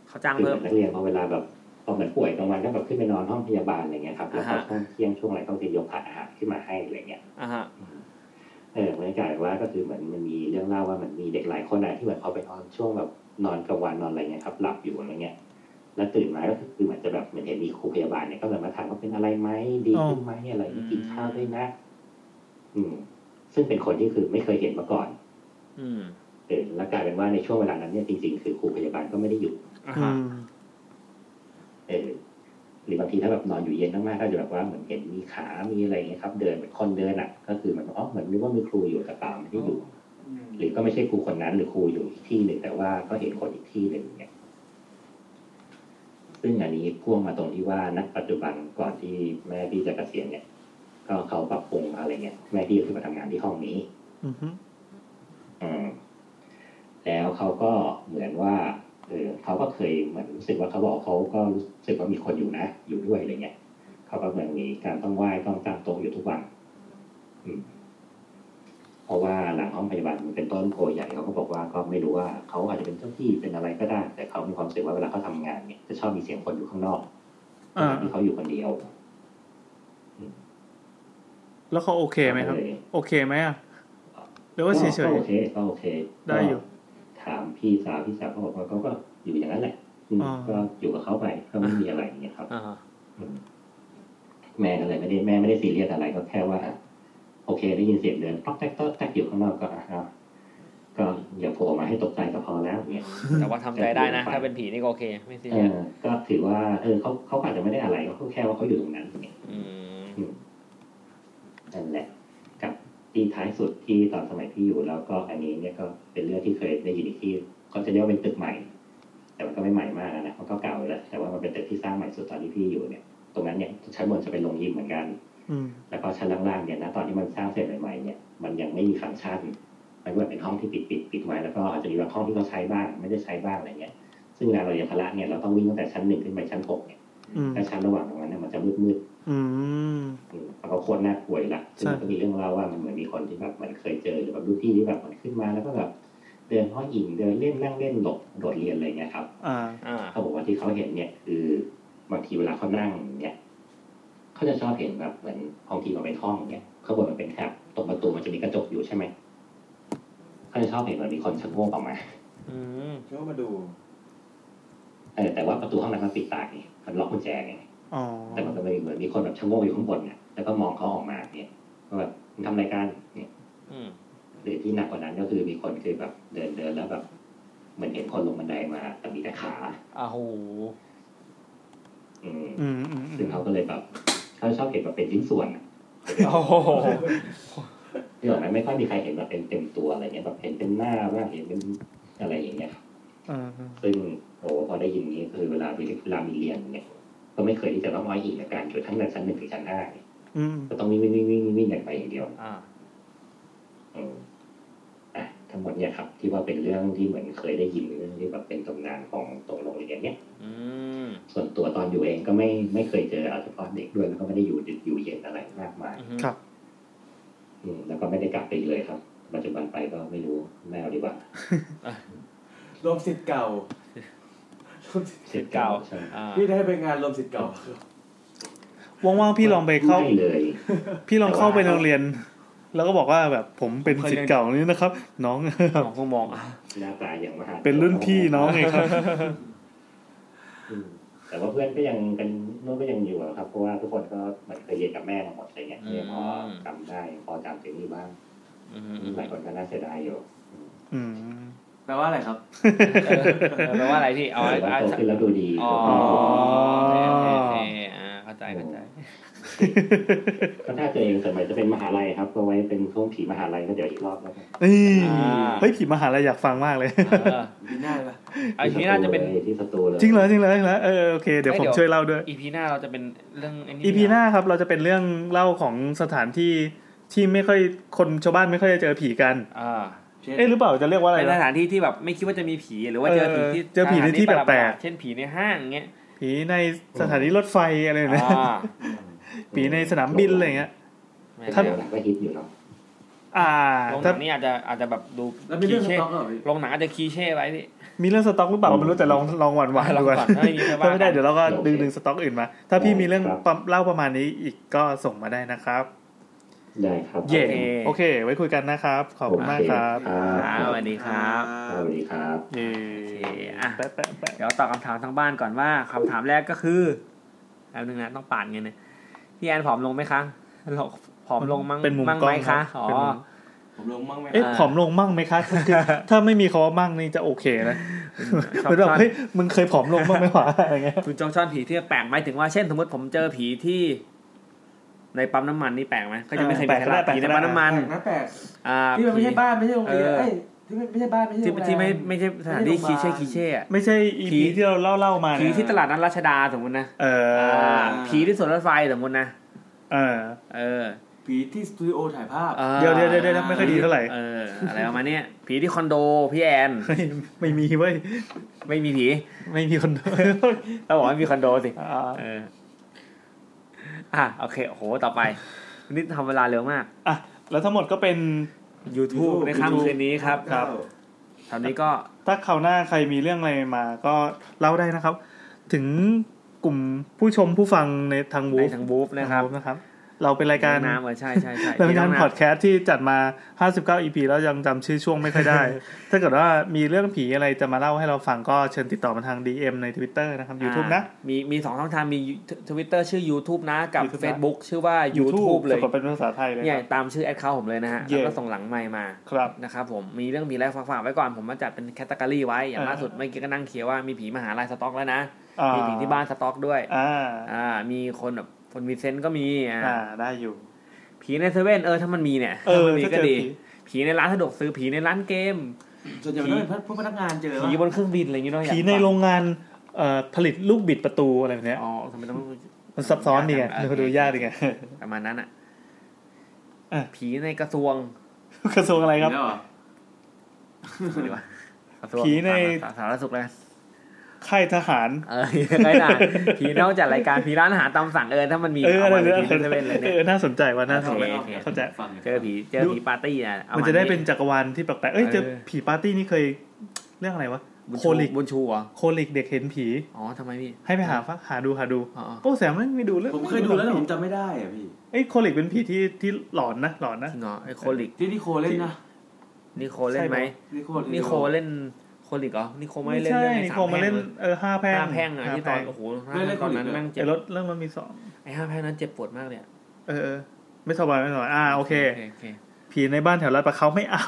S1: เขาจ้าง
S11: คือ
S1: เพิ่ม
S11: แบบนักเรียนพอเวลาแบบพอเหมือนป่วยกลางวันก็แบบขึ้นไปนอนห้องพยาบาลอะไรเงี้ยครับแล้วพอ
S1: อ่าฮะ
S11: ช่วงเที่ยงช่วงอะไรต้องจะยกถาดอาหารขึ้นมาให้อะไรเงี้ย
S1: อ่าฮะ
S11: เออบรรยากาศว่าก็คือเหมือนมันมีเรื่องเล่าว่ามันมีเด็กหลายคนนะที่เหมือนพอไปนอนช่วงแบบนอนกลางวันนอนอะไรเงี้ยครับหลับอยู่อะไรเงี้ย แล้วตื่นมาก็คือเหมือนจะแบบเหมือนเห็นมีครูพยาบาลเนี่ยก็เลยมาถามว่าเป็นอะไรไหมดีขึ้นไหมอะไรอย่างเงี้ยกินข้าวด้วยนะ อืม ซึ่งเป็นคนที่คือไม่เคยเห็นมาก่อน
S1: อืม
S11: เออแล้วกลายเป็นว่าในช่วงเวลานั้นเนี่ยจริงๆ คือครูพยาบาลก็ไม่ได้อยู่
S1: อ่า
S2: อื
S1: ฮะ
S2: ม
S11: เออหรือบางทีถ้าแบบนอนอยู่เย็นมากๆก็จะแบบว่าเหมือนเห็นมีขามีอะไรอย่างเงี้ยครับ เดินเหมือนคนเดินอ่ะ ก็คือเหมือนอ๋อเหมือนนึกว่ามีครูอยู่แต่เปล่าไม่ได้อยู่ หรือก็ไม่ใช่ครูคนนั้น หรือครูอยู่อีกที่หนึ่งแต่ว่าก็เห็นคนอีกที่หนึ่งเนี่ยซึ่งอันนี้พ่วงมาตรงที่ว่านักปัจจุบันก่อนที่แม่พี่จะเกษียณเนี่ย ก็เขาปรับปรุงอะไรเงี้ยแม่พี่ก็คือมาทำงานที่ห้องนี้
S2: อือฮึ
S11: อืมแล้วเขาก็เหมือนว่า เออเขาก็เคยเหมือนรู้สึกว่าเขาบอกเขาก็รู้สึกว่ามีคนอยู่นะ อยู่ด้วยอะไรเงี้ยเขาก็เหมือนมีการต้องไหว้ต้องตั้งโต๊ะอยู่ทุกวัน อืม เพราะว่าหลังห้องพยาบาลมันเป็นต้นโพใหญ่เขาก็บอกว่าก็ไม่รู้ว่าเขาอาจจะเป็นเจ้าที่เป็นอะไรก็ได้ แต่เขามีความรู้สึกว่าเวลาเขาทำงานเนี่ยจะชอบมีเสียงคนอยู่ข้างนอก
S2: อ่า
S11: ที่เขาอยู่คนเดียว
S2: แล้วเขาโอเคไหมครับ โอเคไหมอ่ะหรือว่าเฉยเฉ
S11: ก็
S2: ย
S11: โอเคก็โอเค
S2: ได้อยู่
S11: ก็ถามพี่สาวพี่สาวเขาบอกว่าเขาก็อยู่อย่างนั้นแหละอืม
S2: อ่า
S11: ก็อยู่กับเขาไปก็ไม่มีอะไรอย่างเงี้ยครับ
S1: อ่าฮะ
S11: แม่ก็เลยไม่ได้แม่ไม่ได้ซีเรียสอะไรก็แค่ว่าอ่ะโอเคได้ยินเสียงเดินต๊อกแต๊กต๊อกแต๊กอยู่ข้างนอกก็อ่ะเอาก็อย่าโผล่มาให้ตกใจก็พอแล้วอย่างเงี้ย
S1: แต่ว่าทำใจได้นะ ถ้าเป็นผีนี่ก็โอเค ไม่ซี
S11: เอ
S1: เรียส
S11: อก็ถือว่าเออเขาเขาอาจจะไม่ได้อะไรเขาแค่ว่าเขาอยู่ตรงนั้นอย่างเงี้ย
S1: อืม
S11: อืมนั่นแหละกับที่ท้ายสุดที่ตอนสมัยที่อยู่แล้วก็อันนี้เนี่ยก็เป็นเรื่องที่เคยได้ยินอีกที่เขาจะเรียกว่าเป็นตึกใหม่ แต่มันก็ไม่ใหม่มากนะมันก็เก่าอยู่แล้ว แต่ว่ามันเป็นตึกที่สร้างใหม่สุดตอนที่พี่อยู่เนี่ย ตรงนั้นเนี่ยชั้นบนจะเป็นโรงยิมเหมือนกัน
S2: ๆอืม
S11: แล้วก็ชั้นล่างๆเนี่ยนะตอนที่มันสร้างเสร็จใหม่ๆเนี่ยมันยังไม่มีฟังก์ชันมันก็แบบเป็นห้องที่ปิดปิดปิดไว้แล้วก็อาจจะมีบางห้องที่เขาใช้บ้างไม่ได้ใช้บ้างอะไรเงี้ย ซึ่งเวลาเราเรียนพละเนี่ยเราต้องวิ่งตั้งแต่ชั้นหนึ่งขึ้นไปชั้นหกเนี่ย
S2: อืม
S11: และชั้นระหว่างตรงนั้นเนี่ยมันจะมืดๆ
S2: อืม
S11: อืมแล้วก็โคตรน่ากลัวอยู่ละซึ่ง
S2: ใช่
S11: ก็มีเรื่องเล่าว่ามันเหมือนมีคนที่แบบเหมันเคยเจอหรือแบบรุ่นพี่ที่แบบเหมันขึ้นมาแล้วก็แบบเดินห้อยอิงเดินเล่นนั่งเล่นหลบโดดเรียนอะไรเงี้ยครับ
S2: อ่า
S1: อ่า
S11: เขาบอกว่าที่เขาเห็นเนี่ยคือบางทีเวลาเขานั่งอย่างเนี่ยเขาจะชอบเห็นแบบเหมือนบางทีมันเป็นห้องเนี่ยข้างบนมันเป็นแถบตรงประตูมันจะมีกระจกอยู่ใช่ไหมเขาจะชอบเห็นเหมือนมีคนชักโงกออกมา
S1: อืม
S12: เดี๋ยวมาดู
S11: เออแต่ว่าประตูห้องนั้นมันปิดตายไงมันล็อกกุญแจไง
S2: อ๋อ
S11: แต่มันก็ไม่เหมือนมีคนแบบชะโงกอยู่ข้างบนเนี่ยแล้วก็มองเขาออกมาเนี่ยว่าแบบมึงทำรายการเนี่ย
S1: อืม
S11: หรือที่หนักกว่านั้นก็คือมีคนคือแบบเดินเดินแล้วแบบเหมือนเห็นคนลงบันไดมาแต่มีแต่ขา
S1: อ้าวโห
S11: อืม
S2: อืมอืมอื
S11: ซึ่ง
S2: ม
S11: เขาก็เลยแบบเขาชอบเห็นแบบเป็นชิ้นส่วนอะ
S1: โอ้โห
S11: ที่หลังนั้นไม่ค่อยมีใครเห็นแบบเป็นเต็มตัวอะไรเงี้ยแบบเห็นเป็นหน้าบ้างเห็นเป็นอะไรอย่างเงี้ย
S2: อ่า
S11: ซึ่งโอ้พอได้ยินอย่างนี้คือเวลาเวลามีเรียนเนี่ยก็ไม่เคยที่จะต้องอ้อยอิงกับการอยู่ทั้งแต่ชั้นหนึ่งถึงชั้นห้าเนี่ย
S2: อืม
S11: ก็ต้องวิ่งวิ่งวิ่งวิ่งวิ่งอย่างไปอย่างเดียว
S1: อ่า
S11: อืมอ่ะทั้งหมดเนี่ยครับที่ว่าเป็นเรื่องที่เหมือนเคยได้ยินเรื่องที่แบบเป็นตำนานของตรงโรงเรียนเนี่ย
S1: อืม
S11: ส่วนตัวตอนอยู่เองก็ไม่ไม่เคยเจอเอาเฉพาะเด็กด้วยแล้วก็ไม่ได้อยู่ดึกอยู่เย็นอะไรมากมาย
S1: อืม
S2: ครับ
S11: อืมแล้วก็ไม่ได้กลับไปอีกเลยครับ ปัจจุบันไปก็ไม่รู้ไม่เอาดีกว่าร
S12: วมสิทธิ์เก่า
S1: สิทธิ์เก่า
S11: ใช่
S1: อ่า
S12: พี่ได้ไปงานรวมสิทธิ์เก่า
S2: ว่างๆพี่ลองไปเข้า
S11: ม่เลย
S2: พี่ลองเข้าไปในโรงเรียน แล้วก็บอกว่าแบบผมเป็นสิทธิ์เก่านี่นะครับ น้อง
S1: มองคงมองอ่ะ
S11: หน้าตาอย่างมหา
S2: เป็นรุ่นพี่น้องเองครับ
S11: อืมแต่ว่าเพื่อนก็ยังเป็นนู้นก็ยังอยู่อะครับเพราะว่าทุกคนก็เหมือนเคยเรียนกับแม่มาหมดอะไรเงี้ยเลยพอจำได้พอจำถึงนี่บ้าง
S1: อืม
S11: หลายคนก็น่าเสียดายอยู่
S2: อืม
S6: แปลว่าอะไรครับ
S1: เออเออแปลว่าอะไรพี่เอา
S11: เอา
S1: ไว้
S11: แล้ว
S1: อ่ะ
S11: โตขึ้นแล้วดูดี
S1: อ๋อโอเคโอเคอ่าเข้าใจเข้าใจ
S11: ก็ถ้าตัวเองสมัยจะเป็นมหาลัยครับก็ไว้เป็นช่วงผีมหาลัยก็เดี๋ยวอีกรอบแล้วกัน
S2: นี่
S1: อ่า
S2: เฮ้ยผีมหาลัยอยากฟังมากเลย
S1: เออ
S12: มีหน้าปะ
S1: ไอพีหน้าจะเป็น
S11: ที่สตูเลย
S2: จริงเหรอจริงเหรอจริงเหรอเออโอเคเดี๋ยวผมช่วยเล่าด้วย
S1: อีพีหน้าเราจะเป็นเรื่องไ
S2: อีพีหน้าครับเราจะเป็นเรื่องเล่าของสถานที่ที่ไม่ค่อยคนชาวบ้านไม่ค่อยจะเจอผีกัน
S1: อ่า
S2: เอ๊ะหรือเปล่าจะเรียกว่าอะไร
S1: เป็นส
S2: นะ
S1: ถานที่ที่แบบไม่คิดว่าจะมีผีหรือว่าเจอผีที่
S2: เออเจอผีในที่แปลกๆ
S1: สถานระหาดเช่นผีในห้างเงี้ย
S2: ผีในสถานีรถไฟอะไรแบบเนะ
S1: อ่า
S2: ผีในสนามบินอะไรอย่างเงี้ย
S11: ท่า
S1: ท่าน น
S11: ก็ฮิตอยู่เนาะ
S2: อ่า
S1: โรงห
S2: ถ้า
S1: นังนี่อาจจะอาจจะแบบดู
S12: แล้วมีเรื่องส
S1: คลี
S12: ต็อกเหรอพี่
S1: ช่โรงหนังอาจจะคลีเช่ไว้พี่
S2: มีเรื่องสต็อกหรือเปล่าก็ไม่รู้แต่ลองลองหวานหวาน
S1: ล
S2: ดู
S1: อง
S2: ก่อน
S1: หวานให้มีใครว่า
S2: ถ้าไม่ได้เดี๋ยวเราก็ดึงดึงสต็อกอื่นมา ถ้าพี่มีเรื่องปั๊มเล่าประมาณนี้อีกก็ส่งมาได้นะครับ
S11: ได้ครับ
S2: เย่โอเค ไว้คุยกันนะครับ ขอบคุณมากครับ
S1: ครับสวัสดีครับ
S11: สวัสดีครับ
S2: เย่
S1: อ่ะเดี๋ยวตอบคำถามทั้งบ้านก่อนว่าคำถามแรกก็คือแป๊บนึงนะต้องป่านเงินเนี่ยพี่แอนผอมลงไหมคะเราผอมลงมั้ง
S2: เป็นมุม
S1: มั้ง
S2: กล้
S1: ไหม
S2: อง
S1: คะ
S2: รับ
S1: อ๋อ
S2: เป็นมุม
S9: ผมลงมั่งไหม
S2: เอ๊ะ
S9: ครับ
S2: ผอมลงมั่งไหมคะคือถ้าไม่มีคำว่ามั่งนี่จะโอเค นะ
S1: ชอบ
S2: เป็นแบบ
S1: ชอบ
S2: เฮ้ยมึงเคยผอมลงบ้างไหมวะอะไรเงี้ย
S1: คุณจองชอบผีที่แปลกไหมถึงว่าเช่นสมมติผมเจอผีที่ ในปั๊มน้ำมันนี่แปลกไหมก็จะไม่เคยมีใครล่าผีในปั๊มน้ำมัน
S9: นะแปลก
S1: อ่า
S9: ที่มันไม่ใช่บ้านไม่ใช่โรงเรียน
S1: เออ
S9: เอ้ยที่ไม่ไม่ใช่บ้านไม่ใช่
S1: ที่
S9: โรงแรม
S1: ที่ไม่ไม่ใช่สถานที่คีเช่คีเช่อะ
S2: ไม่ใช่อี
S1: ผี
S2: พีที่เราเล่าเล่ามา
S1: ผี
S2: เนี่ย
S1: ที่ตลาดนัดรัชดาสมมตินะ
S2: เออ
S1: อ่าผีที่สวนรถไฟสมมตินะ
S2: เออ
S1: เออ
S9: ผีที่สตูดิโอถ่ายภาพ
S1: อ่า
S2: เดี๋ยวเดี๋ยวเดี๋ยวเดี๋ยวไม่ค่อยดีเท่าไหร่
S1: เอออะไรประมาณเนี้ยผีที่คอนโดพี่แอน
S2: เฮ้ยไม่มีเว้ย
S1: ไม่มีผี
S2: ไม่มีคน
S1: เราบอกว่ามีคอนโดสิ
S2: อ่า
S1: เอออ่ะโอเคโอ้โหต่อไปวันนี่ทำเวลาเร็วมาก
S2: อ่ะแล้วทั้งหมดก็เป็น
S1: YouTube ในค่ำคืนนี้ครับ
S2: ครับ
S1: ตอนนี้ก็
S2: ถ้าคราวหน้าใครมีเรื่องอะไรมา ก็เล่าได้นะครับ ถึงกลุ่มผู้ชมผู้ฟังในทางวู
S1: ใน
S2: ฟ
S1: ทางบูฟนะครับ
S2: นะครับ เราเป็นรายการ
S1: น้ำเออใช่ใช่ใช่
S2: รายการ
S1: ที่
S2: พ
S1: น้ำ
S2: อดแคสต์ที่จัดมา 59 EP แล้วยังจำชื่อช่วงไม่ค่อยได้ ถ้าเกิดว่ามีเรื่องผีอะไรจะมาเล่าให้เราฟังก็เชิญติดต่อมาทาง DM ใน Twitter นะครับ YouTube นะ
S1: มีมีสองช่องทางมีทวิตเตอร์ชื่อ YouTube นะกับ
S2: YouTube นะ
S1: Facebook ชื่อว่า
S2: YouTube
S1: YouTube เลย
S2: สะกดเป็นภาษาไทยเลย
S1: เนี่
S2: ค
S1: ย
S2: รับ
S1: ตามชื่อแอดเคาผมเลยนะฮะ
S2: เย่
S1: แล้วก็ส่งหลังไมค์มา
S2: ครับ
S1: นะครับผมมีเรื่องผีอะไรฝากๆไว้ก่อนผมมาจัดเป็นแคตตาล็อไว้ อย่าง
S2: อ่า
S1: ล่าสุดเมื่อกี้ก็นั่งเขียวว่ามีผีมหาลัยสต็อกแล้วนะ
S2: อ่
S1: มีผีที่บ้านสต็อกด้วย
S2: อ่า
S1: อ่า มีคนแบบคนมีเซนต์ก็มีอ่า
S2: อ่าได้อยู่
S1: ผีในเซเว่นเออถ้ามันมีเนี่ย
S2: เออ
S1: ถ้ามันมี
S2: ถ้า
S1: ก็
S2: เจอ
S1: ดี
S2: ผี
S1: ผีในร้านสะดวกซื้อผีในร้านเกม
S9: ส่วนใหญ่มันต้องเป็นพวกพนักงานเจอ
S1: ผีบนเครื่องบินอะไรอย่างเงี้ยเนาะอยาก
S2: ผีในโรงงานเอ่อผลิตลูกบิดประตูอะไรแบบเนี้ย
S1: อ๋อทำไมต้อง
S2: มันซับซ้อนดีไง
S1: โอเค
S2: ดูยากดีไง
S1: ประมาณนั้นอ่ะ
S2: อ่ะ
S1: ผีในกระทรวง
S2: กระทรวงอะไรครับ
S9: แล้วเหรอ
S1: ดีวะกระทรวง
S2: ผีใน
S1: สาธารณสุขแล้วกัน
S2: ค่ายทหาร
S1: เออไม่ได้ ผีนอกจากรายการผีร้านอาหารตามสั่งเออถ้ามันมี
S2: เอออะไร
S1: มา
S2: เน
S1: ใน
S2: ย
S1: ผีในเซเว่นเลย
S2: เอ
S1: เนี่ย
S2: อน่าสนใจว่าน่าส
S1: โอน เค
S2: ใจ
S1: โอเค
S2: เข้าใจ
S9: ฟังลย
S1: เจอผีเจอผีปาร์ตี้อ่ะเอา
S2: มั
S1: มัน
S2: จะได้เป็นจักรวาลที่แปลกๆเอ้ยเจอผีปาร์ตี้นี่เคยเรื่องอะไรวะ
S1: บุญ
S2: โค
S1: ชู
S2: ลิก
S1: บุญชูเหรอ
S2: โคลิกเด็กเห็นผี
S1: อ๋อทำไมพี่
S2: ให้ไปหาฟังหาดูหาดู
S1: อ๋อ
S2: โป้แสมไม่ดูเรื่อง
S9: ผมเคยดูแล้วแต่ผมจำไม่ได้อะพี่
S2: เอ้ยโคลิกเป็นผีที่ที่หลอนนะหลอนนะ
S1: จริงเหรอไอ้โคลิก
S9: ที่นิโคเล่นนะ
S1: นิโคเล่นไหม
S2: ใช่
S9: นิโค
S1: นิโคเล่นโคลิกเหรอนิโคไม่
S2: ไม่
S1: เล่น
S2: ใช่
S1: เรื่องไอ้
S2: นิ
S1: สา
S2: โค
S1: ม
S2: มา
S1: แพร่
S2: เล่
S1: ง
S2: นเออห้าแพร่ง
S1: ห้าแพร่งอ่ะ
S2: ห้า
S1: ที่ต
S2: แพ
S1: อน
S2: ร่ง
S1: โอ้โหห้าแพร่งตอนนั้นแม่งเจ็
S2: ไอ้
S1: บ
S2: รถเรื่องรถมีสอง
S1: ไอ้ห้าแพร่งนั้นเจ็บปวดมากเลยอะ
S2: เออเออไม่สบายไม่สบายอ่าโอเค
S1: โอเค
S2: ผีในบ้านแถวลาดประเขาไม่เอา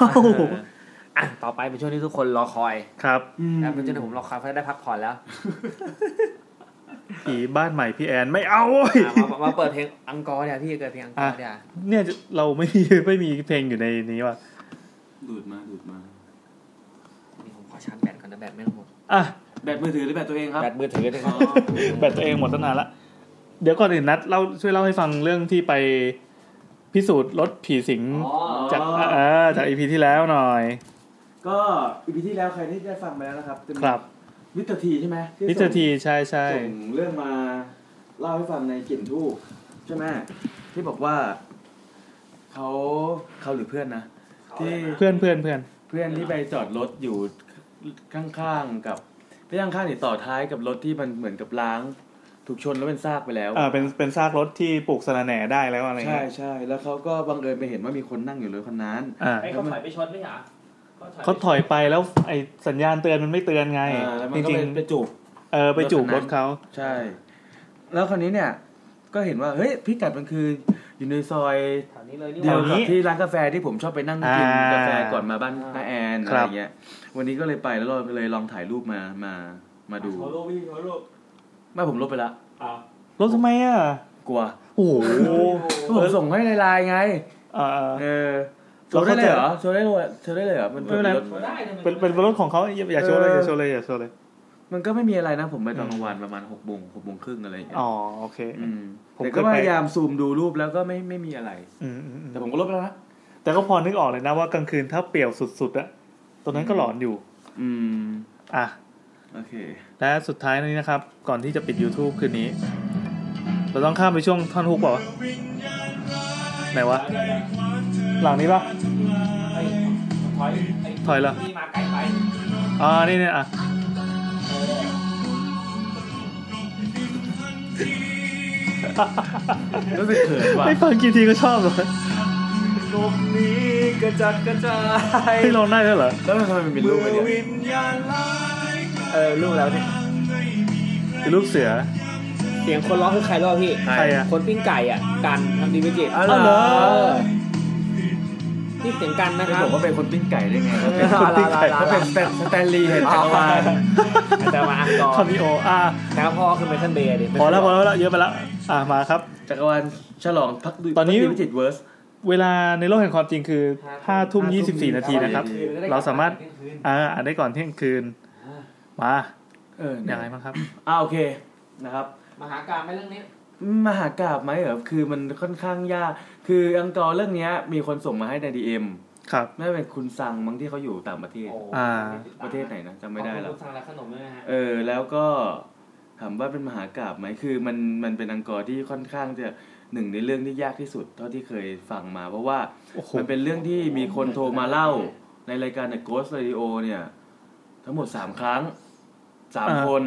S1: อ่ะต่อไปเป็นช่วงที่ทุกคนรอคอย
S2: ครับ
S1: แล้วเป็นช่วงที่ผมรอคอยเพราะได้พักผ่อนแล้ว
S2: ผีบ้านใหม่พี่แอนไม่เอาเว้ย
S1: อ่ะมามามาเปิดเพลงอังกอร์เดี๋ยวพี่เกิดเพลงอังกอร์เดี๋ยว
S2: เนี่ยเราไม่มีไม่มีเพลงอยู่ในนี้ว่ะ
S9: ดูดมาดูดมา
S1: นี่ผมขอชาร์จแบตก่อนนะแบตไม่งหมด
S2: อ่ะ
S9: แบตมือถือหรือแบตตัวเองครับ
S1: แบตมือถือเลย
S9: อ๋อ
S2: แบตตัวเองหมดตั้งนานละ เดี๋ยวก่อนอื่นนัดเล่าช่วยเล่าให้ฟังเรื่องที่ไปพิสูจน์รถผีสิง
S9: อ๋อ
S2: จากเออจากอีพีที่แล้วหน่อย
S9: ก็อีพีที่แล้วใครที่ได้ฟังไปแล้วนะครับจะมี
S2: ครับ
S9: มิสเตอร์ทีใช่ไหมที่
S2: พิ
S9: ส่
S2: จ
S9: ง
S2: ทีใช่ใช่
S9: ส่งเรื่องมาเล่าให้ฟังในกลิ่นทูบใช่ไหมที่บอกว่าเขาเขาหรือเพื่อนนะที่
S2: เพื่อนเพื่อนเพื่อน
S9: เพื่อนที่ไปจอดรถอยู่ข้างๆกับไม่ใช่ข้างๆนี่ต่อท้ายกับรถที่มันเหมือนกับล้าง ถูกชนแล้วเป็นซากไปแล้ว
S2: อ่าเป็นเป็นซากรถที่ปลูกสระแหน่ได้แล้วอะไร
S9: ใช่
S2: เงี้ย
S9: ใช่แล้วเขาก็บังเอิญไปเห็นว่ามีคนนั่งอยู่รถคันนั้น
S2: อ่า
S1: ไอ้เขาถอยไปชนไม่หรอ
S2: เขาถอยไปแล้วไอสัญญาณเตือนมันไม่เตือนไง
S9: อ่าแล้วมั
S2: จ
S9: นก็
S2: ริง
S9: ไปไปจูบ
S2: ๆเออไปจูบรถเขา
S9: ใช่ แล้วคราวนี้เนี่ย ก็เห็นว่าเฮ้ยพิกัดมันคืออยู่ในซอย
S1: แถวนี้เลยนี่ห
S9: เดียว
S1: ว่า
S9: กับที่ร้านกาแฟที่ผมชอบไปนั่งกินกาแฟก่อนมาบ้าน
S1: อ่า
S9: น้าแอนอะไรเงี้ย วันนี้ก็เลยไปแล้วเราก็เลยลองถ่ายรูปมามามาดู
S8: ขอรูปพี่ขอรูป
S9: ไม่ผมลบไปละ
S8: อ่ะ
S2: รถทำไมอ่ะ
S9: กลัว
S2: โอ้โห
S9: ผมส่งให้ในไลน์ไง
S2: เออ
S9: เออโช
S2: เรา
S9: ว์ได้
S2: เข้า
S9: เล
S2: ใจ
S9: ยเหรอโชว์ได้เลยโชว์ได้เลยเหรอมัน
S2: ไม่เป็นไร
S9: ถ
S2: เป็นเป็นรถของเขาอย่าอย่าโชว์เลยอย่าโชว์เลยอย่าโชว์เลย
S9: มันก็ไม่มีอะไรนะ ผมไปตอนกลางวันประมาณหกโมงหกโมงครึ่งอะไรอย่างเงี้ย
S2: อ๋อโอเค
S9: ม
S2: ผม
S9: แต่
S2: เค
S9: ก็
S2: ยไป
S9: พยายามซูมดูรูปแล้วก็ไม่ไม่มีอะไร
S2: อืมอืมอืม
S9: แต่ผมก็ลบไปแล้วนะ
S2: แต่ก็พอนึกออกเลยนะว่ากลางคืนถ้าเปลี่ยวสุดๆอะตอนนั้นก็หลอนอยู่
S9: อืม
S2: อ่ะ
S9: โอเค
S2: และสุดท้ายนี้นะครับ ก่อนที่จะปิด YouTube คืนนี้ เราต้องข้ามไปช่วงท่อนฮุกเปล่าวะไหนวะ หลังนี้ปะ
S1: ถอยไอ้
S2: ถอยเหรอ
S1: ที่มาไกลไป
S2: อ่านี่เนี่ยอ่ะ
S9: รู้สึกเขินว่ะ
S2: ไม่ฟังกี่ทีก็ชอบเลย
S13: นกนี้กระจัดกระจาย
S2: เฮ้ยเราได้ด้วยเหรอ
S9: แล้วทำไมมันเป็นรูปไอ้เนี่ย
S13: วิญญาณร้าย
S1: เออรูปแล้วเนี่ย
S2: เป็นรูปเสือ
S1: เสียงคนร้องคือใครร้องพี่
S2: ใครอะ
S1: คนปิ้งไก่อ่ะกันทำดีวิจิตร
S9: อ๋อเหรอ
S1: เออนี่เสียงกันนะ
S9: ไม่
S1: ครับ
S9: บอกว่าเป็นคนปิ้งไก่ได้ไงเขาเป็น
S1: ลาลาลาลา
S9: เขาเป็นสแตนสแตนลีย์แห่งจักรวาล
S1: แต่มาอ่านก่อ
S2: คาน มิโออ่ะ
S1: แต่พ่อคือไมเคิลเบย์ดิ
S2: พอแล้วพอแล้วพอแล้วเยอะไปละอ่ะมาครับ
S9: จักรวาลฉลองพักดื่ม
S2: ตอนนี้
S9: พักดื่มวิจิตรเวิร์ส
S2: เวลาในโลกแห่งความจริงคือ5ทุ่ม24 นาทีนะครับ เราสามารถอ่าอ่านได้ก่อนเที่ยงคืน มา
S9: เออ
S2: อ
S9: ยั
S2: ย่าง
S9: ง
S2: ไร
S9: ไง
S2: บ้างครับ
S9: อ่าโอเคนะครับ
S1: มหาการไม่เรื่องนี้
S9: มหากราบไหมเหรอคือมันค่อนข้างยาก คืออังกอร์เรื่องเนี้ย มีคนส่งมาให้ในดีเอ็ม
S2: ครับ
S9: น่าจะเป็นคุณซังมั้งที่เขาอยู่ต่างประเทศ
S1: โอ้
S2: อ่า
S9: ประเทศไหนนะจำไม่ได้
S1: ข
S9: แล้
S1: อบ
S9: ว
S1: คุณสั่งร้านขนมด้วยนะฮะ
S9: เออแล้วก็ถามว่าเป็นมหากราบไหมคือมันมันเป็นอังกอร์ที่ค่อนข้างจะหนึ่งในเรื่องที่ยากที่สุด เท่าที่เคยฟังมา เพราะว่า
S2: โอ้โห
S9: มันเป็นเรื่องที่มีคนโทรมาเล่า ในรายการ The Ghost Radio เนี่ย ทั้งหมดสามครั้งสาม
S2: อ่า
S9: คน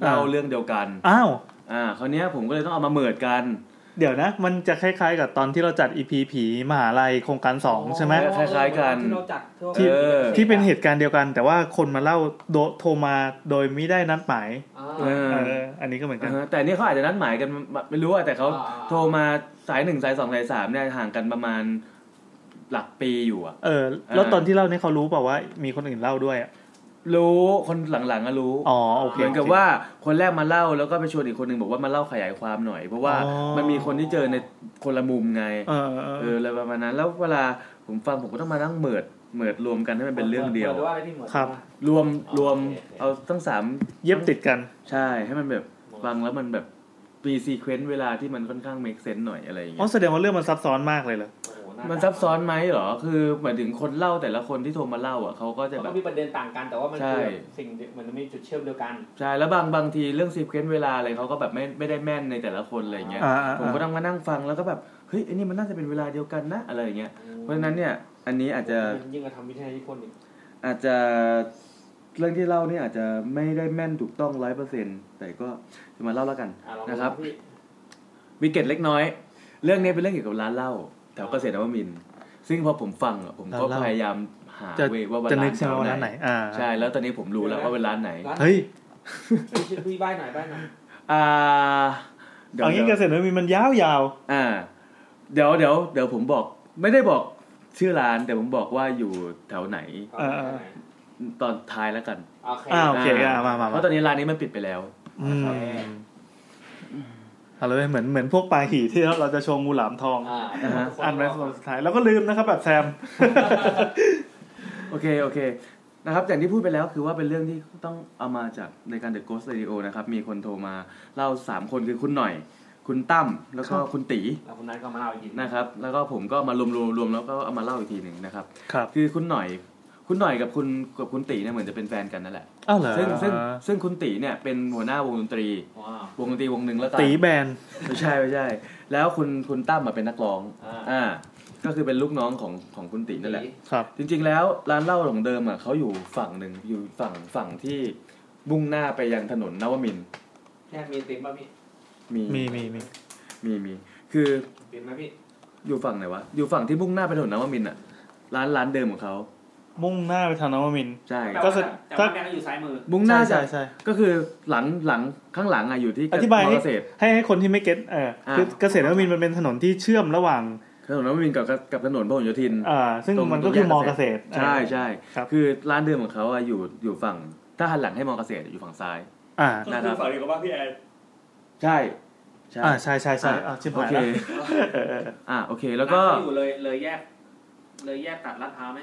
S9: เล่า
S2: อ่า
S9: เรื่องเดียวกัน
S2: อ้าว
S9: อ่าคราวเนี้ยผมก็เลยต้องเอามาเหมิดกัน
S2: เดี๋ยวนะ มันจะคล้ายๆ กับตอนที่เราจัดอีพีผีมหาลัยโครงการ 2 ใช่ไหม
S9: คล้ายๆกัน
S1: ที่เราจัดทั่ว
S2: ที่
S1: ประทศ
S9: เออ
S2: ที่เป็นเหตุการณ์เดียวกัน แต่ว่าคนมาเล่าโดโทรมาโดยไม่ได้นัดหมาย
S1: อ่า
S9: เออ
S2: เอออันนี้ก็เหมือนกัน
S9: อ่าฮะแต่เนี่ยเขาอาจจะนัดหมายกันมาไม่รู้อะแต่เขา
S1: อ่า
S9: โทรมาสายหนึ่งสายสองสายสามเนี่ยห่างกันประมาณหลักปีอยู่อะ
S2: เออ แล้ว
S9: อ่า
S2: ตอนที่เล่าเนี่ยเขารู้เปล่าว่ามีคนอื่นเล่าด้วยอะ
S9: รู้คนหลังๆก็รู้
S2: อ๋อโอเค
S9: เหมือนกับ
S2: โค
S9: ว่าคนแรกมาเล่าแล้วก็ไปชวนอีกคนหนึ่งบอกว่ามาเล่าขยายความหน่อย เพราะว่า
S2: อ๋อ
S9: มันมีคนที่เจอในคนละมุมไง
S2: เออเออ
S9: เอ
S2: เอ
S9: อ
S2: อ
S9: อะไรประมาณนั้นแล้วเวลาผมฟังผมก็ต้องมานั่งเหมิดเหมิดรวมกันให้มันเป็นเรื่องเดียว
S1: หรือว่าอะไรที่เหมือน
S2: ครับ
S9: รวมรวม
S1: โอเค
S9: เอาทั้งสาม
S2: เย็บติดกัน
S9: ใช่ให้มันแบบฟังแล้วมันแบบมีซีเควนต์เวลาที่มันค่อนข้างเมคเซนต์หน่อยอะไรอย่างเงี้ย
S2: อ๋อแสดงว่าเรื่องมันซับซ้อนมากเลยเหรอ
S1: โอ้โหา
S9: มันซับซ้อนไหมเหรอ คือหมายถึงคนเล่าแต่ละคนที่โทรมาเล่าอ่ะเขาก็จะ
S1: มัน
S9: แบ
S1: ก็
S9: บ
S1: มีประเด็นต่างกันแต่ว่ามันคือ
S9: ใช่
S1: สิ่งเดียวเหมือนมันมีจุดเชื่อมเดียวกัน
S9: ใช่ แล้วบางบางทีเรื่องซีเควนต์เวลาอะไรเขาก็แบบไม่ไม่ได้แม่นในแต่ละคนอะไรอย่างเงี้ย
S2: อ่าอ่าอ่า
S9: ผมก็ต้องมานั่งฟังแล้วก็แบบ เฮ้ยอันนี้มันน่าจะเป็นเวลาเดียวกันนะอะไรอย่างเงี้ย เพราะฉะนั้นเนี่ย อันนี้อาจจะ
S1: มันยิ่งกระทำวิทยานิพนธ์อีก
S9: อาจจะเรื่องที่เล่าเนี่ยอาจจะไม่ได้แม่นถูกต้องร้อยเปอร์เซ็นต์แต่ก็จะมาเล่าแล้วกัน
S1: อ่ลองดู
S9: นะครับ
S1: พี่
S9: วิกเก็ตเล็กน้อย เรื่องนี้เป็นเรื่องเกี่ยวกับร้านเหล้าแถวเกษตรนวมินทร์ซึ่งพอผมฟังอะผมก็
S2: ร้านเหล้า
S9: พยายามหา
S2: จะ
S9: เวยว่า
S2: จะ
S9: ร้า
S2: นึ
S9: น
S2: กใช่ไหมว่าร้านไหน อ่า
S9: ใช่แล้วตอนนี้ผมรู้แล้วว่าเป็นร้านไหน
S1: ร้าน
S2: เฮ้ย
S1: พี่ชื่อพี่ใบ้หน่อยใบ้หน่อย
S9: อ่าเดี๋ยว
S2: เอางี้เก
S9: เดี๋ยว
S2: ษตรนวมินทร์มันยาวยาว
S9: อ่า เดี๋ยวเดี๋ยวเดี๋ยวผมบอกไม่ได้บอกชื่อร้านแต่ผมบอกว่าอยู่แถวไหน
S2: ๆอ่าอ่า
S9: ตอนท้ายแล้วกัน
S1: โอเค
S2: อ่าโอเคอ่ามามา
S9: เพ
S2: มา
S9: ราะตอนนี้ร้านนี้มันปิดไปแล้ว
S2: อืมเอาเลยเหมือนเหมือนพวกปลาหี่ที่เราจะโชว์งูหลามทอง
S1: อ่า
S9: ฮะ
S2: อันไว้ตอนสุดท้ายแล้วก็ลืมนะครับแบบแซม
S9: โอเคโอเคนะครับอย่างที่พูดไปแล้วคือว่าเป็นเรื่องที่ต้องเอามาจากในการ The Ghost Radio นะครับ มีคนโทรมาเล่าสามคนคือคุณหน่อย คุณตั้มแล้วก็คุณตี
S1: แล้วคนนั้นก็มาเล่าอีกที
S9: นะครับ แล้วก็ผมก็มารวมรวมรวมแล้วก็เอามาเล่าอีกทีหนึ่งนะครับ
S2: ครับ
S9: คือคุณหน่อย คุณหน่อยกับคุณกับคุณตีเนี่ยเหมือนจะเป็นแฟนกันนั่นแหละ
S2: อ้าวเหรอ
S9: ซึ่งซึ่งซึ่งคุณตีเนี่ยเป็นหัวหน้าวงดนตรี
S1: ว้าว
S9: วงดนตรีวงหนึ่งแล้วกัน
S2: ตีแบน
S9: ไม่ใช่ไม่ใช่ แล้วคุณคุณตั้มมาเป็นนักร้อง
S1: อ่า
S9: อ่าก็คือเป็นลูกน้องของของคุณตีนั่นแหละ
S2: ครับ
S9: จริงๆแล้วร้านเหล้าของเดิมอ่ะเขาอยู่ฝั่งหนึ่งอยู่ฝั่งฝั่งที่มุ่งหน้าไปยังถนนนวมินทร์
S1: แค่มีติมป่ะพี่
S9: มี
S2: มีมีมี
S9: มีมีคือ
S1: ติมไหมพี่
S9: อยู่ฝั่งไหนวะอยู่ฝั่งที่มุ่งหน้าไปถนนนวมินทร์อ่ะร้านร้านเดิมของเขา
S2: มุ่งหน้าไปทางนวมินทร์
S9: ใช่
S2: ก็คือ
S1: แต่ว่าแม่ก็อยู่ซ้ายมือ
S9: มุ่งหน้า
S2: ใช่
S9: จะ
S2: ใช่
S9: ก็คือหลังหลังข้างหลังอ่ะอยู่ที่
S2: อธิบาย
S9: มเกษตร
S2: ให้ให้คนที่ไม่เก็ตเออคือเกษตรนวมินทร์มันเป็นถนนที่เชื่อมระหว่าง
S9: ถนนนวมินทร์กับกับถนนพหลโยธิน
S2: อ่าซึ่ง
S9: ตรง
S2: มันก็คือ
S9: ตรง
S2: มอ
S9: แยก
S2: เก
S9: เก
S2: ษ
S9: ษ
S2: ตร
S9: ตร ใช่ใช่
S2: ครับ
S9: คือร้านเดิมของเขาอะอยู่อยู่ฝั่งถ้าหันหลังให้มอเกษตรอยู่ฝั่งซ้าย
S2: อ่า
S13: ก็คือฝั่งเดียวกับบ้านพี่แอน
S9: ใช่ใช่
S2: อ่าใช่ใช่ใช่อ่าชิบ
S9: โอ
S2: หาย
S9: เค
S2: แล้วเออเออ
S9: อ่าโอเค แล้วก็
S1: ร้านเขาอยู่เลยเลยแยก เลยแยกตัดลาดพร้าวไหม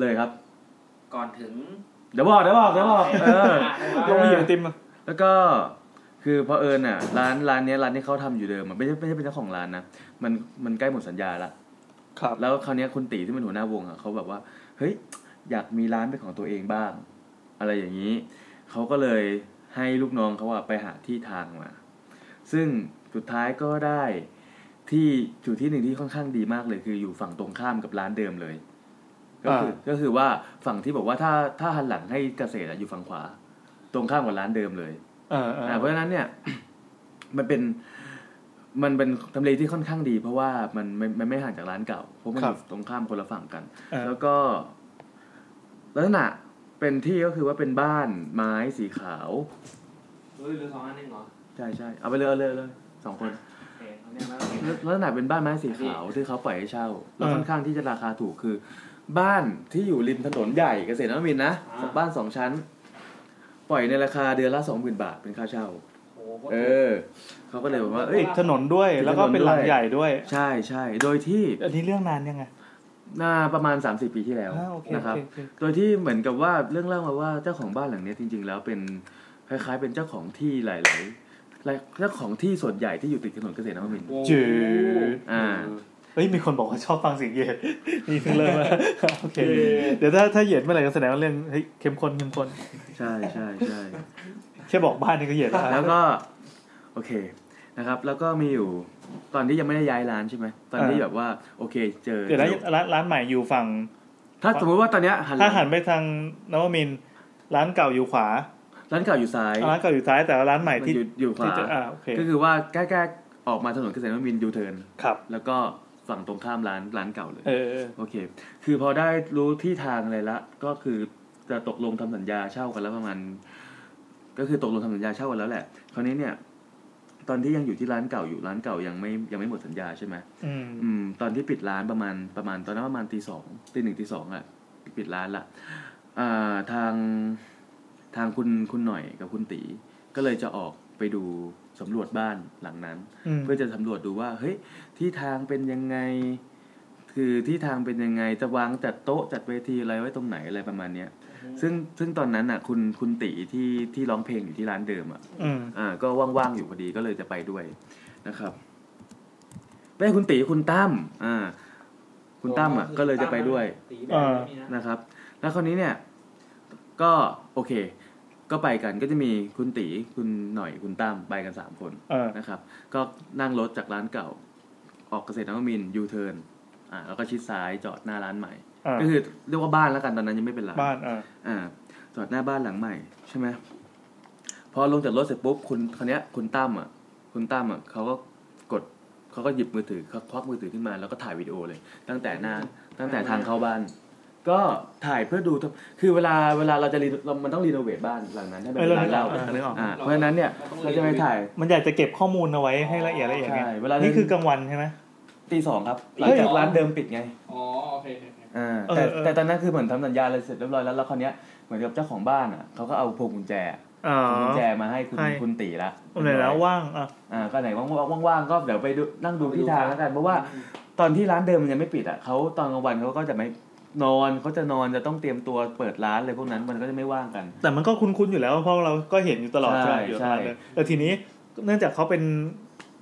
S9: เลยครับ
S1: ก่อนถึง
S9: เดี๋ยวบอกเดี๋ยวบอกเดี๋ยวบอกเออ
S2: ลงไปอยู่ในติมอ่ะ
S9: แล้วก็คือเพอเอิญอ่ะร้านร้านเนี้ยร้านที่เขาทำอยู่เดิมอ่ะไม่ใช่ไม่ใช่เป็นเจ้าของร้านนะมันมันใกล้หมดสัญญาละ
S2: ครับ
S9: แล้วคราวเนี้ยคุณตีที่เป็นหัวหน้าวงอ่ะเขาแบบว่าเฮ้ยอยากมีร้านเป็นของตัวเองบ้าง อะไรอย่างนี้เขาก็เลยให้ลูกน้องเขาอ่ะไปหาที่ทางมา ซึ่งสุดท้ายก็ได้ที่อยู่ที่หนึ่งที่ค่อนข้างดีมากเลย คืออยู่ฝั่งตรงข้ามกับร้านเดิมเลย ก็คือก็คือว่าฝั่งที่บอกว่าถ้าถ้าหันหลังให้เกษตรอ่ะอยู่ฝั่งขวา ตรงข้ามกับร้านเดิมเลย
S2: เออเออ
S9: อ่าเพราะฉะนั้นเนี่ย มันเป็น มันเป็นทำเลที่ค่อนข้างดี เพราะว่ามันมันมันไม่ห่างจากร้านเก่าเพราะมัน
S2: ค
S9: อ
S2: รับ
S9: ยู่ตรงข้ามคนละฝั่งกัน
S2: อ่า
S9: แล้วก็ ลักษณะเป็นที่ก็คือว่าเป็นบ้านไม้สีขาว
S1: เฮ้ยเหลือสองอันเองเหรอ
S9: ใช่ใช่เอาไปเลยเอาเลยเอาเลยสองคน
S1: โอเคเอาเนี่ยมา
S9: ลักษณะเป็นบ้านไม้สีขาวที่เขาปล่อยให้เช่าแล้วค่อนข้างที่จะราคาถูกคือ บ้านที่อยู่ริมถนนใหญ่เกษตรนวมินทร์นะ
S1: อ่า
S9: บ้านสองชั้น ปล่อยในราคาเดือนละสองหมื่นบาทเป็นค่าเช่า
S1: โอ้โห
S9: เออเขาก็เลยบอกว่าเอ้ย
S2: ถนนด้วยแล้วก็เป็นหลังใหญ่ด้วย
S9: ใช่ใช่โดยที่
S2: อันนี้เรื่องนานยังไง
S9: น่าประมาณ 30 ปีที่แล้ว
S2: อ่าโอเค
S9: นะครับ
S2: โอเคโอเค
S9: โดยที่เหมือนกับว่าเรื่องเล่ามาว่าเจ้าของบ้านหลังเนี้ยจริง ๆ แล้วเป็นคล้ายๆ เป็นเจ้าของที่หลายๆหลายเจ้าของที่ส่วนใหญ่ที่อยู่ติดถนนเกษตรนวมินทร์
S2: จืด
S9: อ่า
S2: เฮ้ยมีคนบอกว่าชอบฟังเสียงเหย็ดนี่เพิ่งเริ่ม แล้วโอเค
S1: เหยียด
S2: เดี๋ยวถ้าถ้าเหย็ดเมื่อไหร่ก็แสดงว่าเรื่องเฮ้ยเข้มข้นเข้มข้น
S9: ใช่ใช่ใช่
S2: แค่บอกบ้านนี่ ก็เหย็ดแล้ว
S9: แล้วก็ โอเคนะครับ แล้วก็มีอยู่ตอนที่ยังไม่ได้ย้ายร้านใช่ไหมตอนที่แบบว่า โอเค เจอ
S2: เดี๋ยวนะร้านร้านใหม่อยู่ฝั่ง
S9: ถ้าสมมติว่าตอนเนี้ยหันห
S2: ถ้า
S9: ลัง
S2: หันไปทางนวมินทร์ร้านเก่าอยู่ขวา
S9: ร้านเก่าอยู่ซ้าย
S2: ร้านเก่าอยู่ซ้ายแต่ว่าร้านใหม่
S9: มัน
S2: ที่
S9: อยู่อยู่ขวา
S2: ที่จะอ่าโอเค
S9: ก็คือว่าใกล้ๆออกมาถนนเกษตรนวมินทร์ยูเทิร์น
S2: ครับ
S9: แล้วก็ฝั่งตรงข้ามร้านร้านเก่าเลย
S2: เออเออ
S9: โอเค คือพอได้รู้ที่ทางอะไรละ ก็คือจะตกลงทำสัญญาเช่ากันแล้วประมาณ ก็คือตกลงทำสัญญาเช่ากันแล้วแหละ คราวนี้เนี่ย ตอนที่ยังอยู่ที่ร้านเก่าอยู่ร้านเก่ายังไม่ยังไม่หมดสัญญาใช่ไหม
S2: อืม
S9: อืมตอนที่ปิดร้านประมาณประมาณตอนนั้นประมาณตีสองตีหนึ่งตีสองอะปิดร้านละอ่าทางทางคุณคุณหน่อยกับคุณตีก็เลยจะออกไปดูสำรวจบ้านหลังนั้น
S2: อืม
S9: เพื่อจะสำรวจดูว่าเฮ้ยที่ทางเป็นยังไง คือที่ทางเป็นยังไงจะวางจัดโต๊ะจัดเวทีอะไรไว้ตรงไหนอะไรประมาณเนี้ยซึ่งซึ่งตอนนั้นอ่ะ คุณคุณตีที่ที่ร้องเพลงอยู่ที่ร้านเดิมอ่ะ
S2: อืม
S9: อ่าก็ว่างๆอยู่พอดีก็เลยจะไปด้วยนะครับไม่ใช่คุณตีคุณตั้มอ่า คุณตั้มอ่ะ ก็เลยจะไปด้วย
S1: ตีแบบไม่มีนะ
S9: นะครับ แล้วคราวนี้เนี่ย ก็โอเค ก็ไปกันก็จะมีคุณตีคุณหน่อยคุณตั้มไปกันสามคน
S2: เออ
S9: นะครับ ก็นั่งรถจากร้านเก่า ออกเกษตรนวมินยูเทิร์นอ่า แล้วก็ชิดซ้ายจอดหน้าร้านใหม่
S2: อ่า
S9: ก็คือเรียกว่าบ้านแล้วกันตอนนั้นยังไม่เป็นร้าน
S2: บ้านอ่า
S9: อ่าจอดหน้าบ้านหลังใหม่ใช่ไหมพอลงจากรถเสร็จปุ๊บคุณคนเนี้ยคุณตั้มอ่ะ คุณตั้มอ่ะเขาก็กดเขาก็หยิบมือถือเขาควักมือถือขึ้นมาแล้วก็ถ่ายวิดีโอเลย ตั้งแต่หน้าตั้งแต่ทางเข้าบ้าน ก็ถ่ายเพื่อดูทุกคือเวลาเวลาเราจะรีโนเรามันต้องรีโนเวทบ้านหลังนั้นให้เป็น
S2: เออเรา
S9: ร้าน
S2: เล่า
S9: เรา
S2: เออนึกออก
S9: อ่าเพราะฉะนั้นเนี่ยเราจะไปถ่าย
S2: มันอยากจะเก็บข้อมูลเอาไว้ให้ละเอียดละเอียดไง
S9: ใช่เวลาเดิน
S2: นี่คือกลางวันใช่ไหม
S9: ตีสองครับ
S2: เฮ้ย
S9: หลังจากร้านเดิมปิดไง
S1: อ๋อโอเคโอเคโอเค
S9: อ่าแต่
S2: เออเออ
S9: แต่ตอนนั้นคือเหมือนทำสัญญาอะไรเสร็จเรียบร้อยแล้วแล้วคราวเนี้ยเหมือนกับเจ้าของบ้านอ่ะเขาก็เอาพวงกุญแจ
S2: อ๋อ
S9: กุญแจมาให้คุณ
S2: ให้
S9: คุณตีละ
S2: อะไรแล้วว่างอ่ะ
S9: อ่าก็ไหนว่างๆว่างๆก็เดี๋ยวไปดูนั่งดูที่ทางแล้วกัน เพราะว่าตอนที่ร้านเดิมมันยังไม่ปิดอ่ะเขาตอนกลางวันเขาก็จะไม่นอนเขาจะนอนจะต้องเตรียมตัวเปิดร้านอะไรพวกนั้นมันก็จะไม่ว่างกัน
S2: แต่มันก็คุ้นๆอยู่แล้วเพราะเราก็เห็นอยู่ตลอด
S9: ใช่
S2: ใช่ไหมอยู่ตลอด
S9: ใช่
S2: เลยแต่ทีนี้เนื่องจากเขาเป็น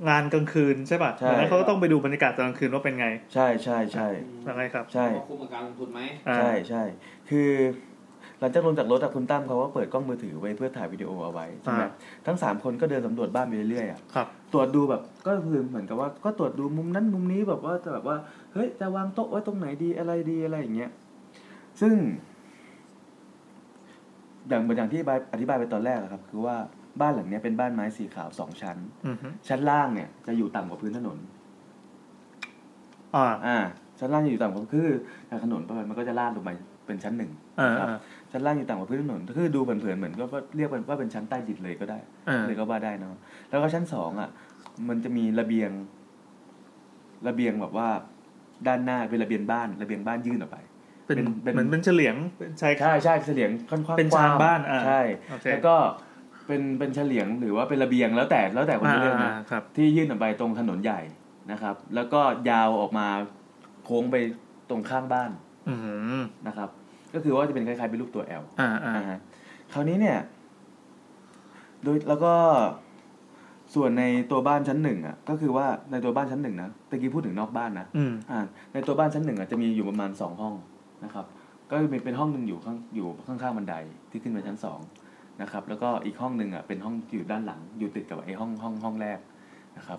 S2: งานกลางคืนใช่ป่ะ
S9: ใช่
S2: ดังนั้นเขาก็ต้องไปดูบรรยากาศตอนกลางคืนว่าเป็นไง
S9: ใช่ใช่ใช่
S2: ยังไงครับ
S9: ใช่
S1: ว่าคุ้มกับการลงทุนไหม
S2: อ่า
S9: ใช่ใช่ คือ หลังจากลงจากรถอะคุณตั้มเขาก็เปิดกล้องมือถือไว้เพื่อถ่ายวิดีโอเอาไว้ใช่ไหมทั้งสามคนก็เดินสำรวจบ้านไปเรื่อยๆอะ
S2: ครับ
S9: ตรวจดูแบบก็คือเหมือนกับว่าก็ตรวจดูมุมนั้นมุมนี้แบบว่าจะแบบว่าเฮ้ยจะวางโต๊ะไว้ตรงไหนดีอะไรดีอะไรอย่างเงี้ยซึ่งอย่างอย่างที่อธิบายอธิบายไปตอนแรกอะครับ คือว่าบ้านหลังเนี้ยเป็นบ้านไม้สีขาวสองชั้น
S2: อือฮึ
S9: ชั้นล่างเนี่ยจะอยู่ต่ำกว่าพื้นถนน
S2: อ่า
S9: อ่า ชั้นล่างจะอยู่ต่ำกว่าคือจากถนนประมาณมันก็จะลาดลงไปเป็นชั้นหนึ่ง
S2: อ่า
S9: ครับ
S2: อ่า
S9: ชั้นล่างอยู่ต่ำกว่าพื้นถนนคือดูเผินๆเหมือนก็เรียกมันว่าเป็นชั้นใต้ดินเลยก็ได้
S2: อ่า
S9: เลยก็ว่าได้เนอะแล้วก็ชั้นสองอ่ะ มันจะมีระเบียง ระเบียงแบบว่า ด้านหน้าเป็นระเบียงบ้าน ระเบียงบ้านยื่นออกไป
S2: เป็น
S9: เป็น
S2: เหมือนเป็นเฉลียงเป็นชายคา
S9: ใช่ใช่เฉลียงค่อนข้าง
S2: เป็น
S9: กว้
S2: ชานบ้านอ่า
S9: ใช่
S2: โอเค
S9: แล้วก็เป็นเป็นเฉลียงหรือว่าเป็นระเบียงแล้วแต่แล้วแต่คน
S2: อ่า
S9: จะเลือก
S2: อ่า
S9: นะ
S2: ครับ
S9: ที่ยื่นออกไปตรงถนนใหญ่นะครับ แล้วก็ยาวออกมาโค้งไปตรงข้างบ้าน
S2: อืม
S9: นะครับ ก็คือว่าจะเป็นคล้ายๆเป็นรูปตัวแอล
S2: อ่าอ่า
S9: อ่าฮะคราวนี้เนี่ย โดยแล้วก็ส่วนในตัวบ้านชั้นหนึ่งอ่ะ ก็คือว่าในตัวบ้านชั้นหนึ่งนะตะกี้พูดถึงนอกบ้านนะ
S2: อืม
S9: อ่า ในตัวบ้านชั้นหนึ่งอ่ะจะมีอยู่ประมาณสองห้องนะครับ ก็จะมีเป็นห้องหนึ่งอยู่ข้างอยู่ข้างๆบันไดที่ขึ้นไปชั้นสองนะครับ แล้วก็อีกห้องหนึ่งอ่ะเป็นห้องอยู่ด้านหลัง อยู่ติดกับไอ้ห้องห้องห้องแรกนะครับ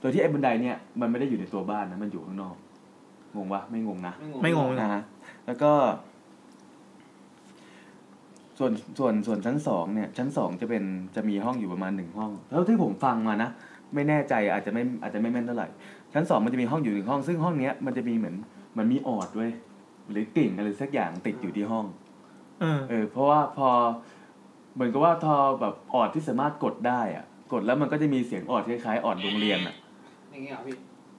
S9: โดยที่ไอ้บันไดเนี่ยมันไม่ได้อยู่ในตัวบ้านนะมันอยู่ข้างนอกงงวะไม่งงนะ
S1: งง
S2: ไม่งง
S9: นะฮะแล้วก็ ส่วนส่วนส่วนชั้นสองเนี่ย ชั้นสองจะเป็นจะมีห้องอยู่ประมาณหนึ่งห้อง แล้วที่ผมฟังมานะ ไม่แน่ใจอาจจะไม่อาจจะไม่แม่นเท่าไหร่ ชั้นสองมันจะมีห้องอยู่หนึ่งห้อง ซึ่งห้องเนี้ยมันจะมีเหมือนมันมีออดด้วยหรือกลิ่งอะไรสักอย่างติดอยู่ที่ห้อง
S2: เออ
S9: เออเพราะว่าพอเหมือนกับว่าทอแบบออดที่สามารถกดได้อะกดแล้วมันก็จะมีเสียงออดคล้ายๆออดโรงเรียนอ่ะ
S1: อย่างเงี้ยเหรอพี่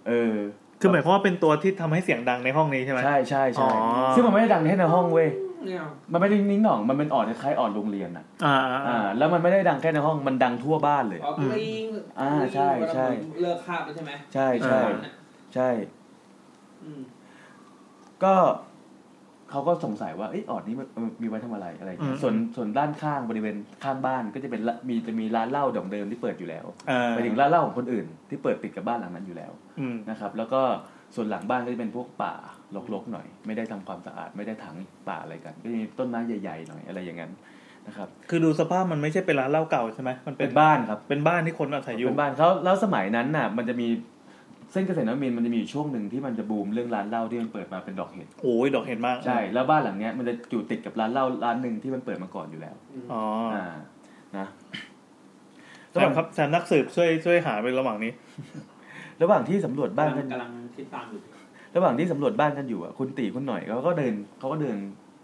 S9: เออ
S2: คือหมายความว่าเป็นตัวที่ทำให้เสียงดังในห้องนี้ใช่ไหม
S9: ใช่ใช่
S2: อ๋
S9: ใช่
S2: อ
S9: ซึ่งมันไม่ได้ดังแค่ในห้องเว้ย
S1: เนี่ย
S9: มันไม่ได้นิ่งหน่องมันเป็นออดคล้ายๆออดโรงเรียนอ่ะ
S2: อ่า
S9: อ่า แล้วมันไม่ได้ดังแค่ในห้องมันดังทั่วบ้านเลย
S1: อ๋อกริ๊ง
S9: อ่าใช่ใช่
S1: เลิกคาบแล้วใช่ไหม
S9: ใช่ใช่ ใช่
S1: อืม
S9: ก็เขาก็สงสัยว่าเออออดนี้มันเออมีไว้ทำอะไรอะไรอย่างเงี้ย
S2: อืม
S9: ส่วนส่วนด้านข้างบริเวณข้างบ้านก็จะเป็นละมีจะมีร้านเหล้าดองเดิมที่เปิดอยู่แล้ว
S2: เออ
S9: หมายถึงร้านเหล้าของคนอื่นที่เปิดติดกับบ้านหลังนั้นอยู่แล้ว
S2: อืม
S9: นะครับ แล้วก็ส่วนหลังบ้านก็จะเป็นพวกป่ารกๆหน่อย ไม่ได้ทำความสะอาดไม่ได้ถังป่าอะไรกัน ก็จะมีต้นไม้ใหญ่ๆหน่อยอะไรอย่างนั้นนะครับ
S2: คือดูสภาพมันไม่ใช่เป็นร้านเหล้าเก่าใช่ไหมมันเป็
S9: เป็น นบ้านครับ
S2: เป็นบ้านที่คนอาศัยอยู่
S9: เป็นบ้านเขาแล้วสมัยนั้นน่ะ มันจะมีเส้นเกษตรนวมินทร์มันจะมีอยู่ช่วงหนึ่งที่มันจะบูมเรื่องร้านเหล้าที่มันเปิดมาเป็นดอกเห็ด
S2: โอ้ยดอกเห็นมาก
S9: ใช่แล้วบ้านหลังเนี้ยมันจะอยู่ติดกับร้านเหล้าร้านหนึ่งที่มันเปิดมาก่อนอยู่แล้ว
S2: อ๋อ
S9: อ่านะ
S2: แซมครับแซมนักสืบช่วยช่วยหาไประหว่างนี้
S9: ระหว่างที่สำรวจบ้านกัน
S1: กำลังคิดตามอยู่
S9: ระหว่างที่สำรวจบ้านกันอยู่อ่ะคุณตีคุณหน่อยเขาก็เดินเขาก็เดิน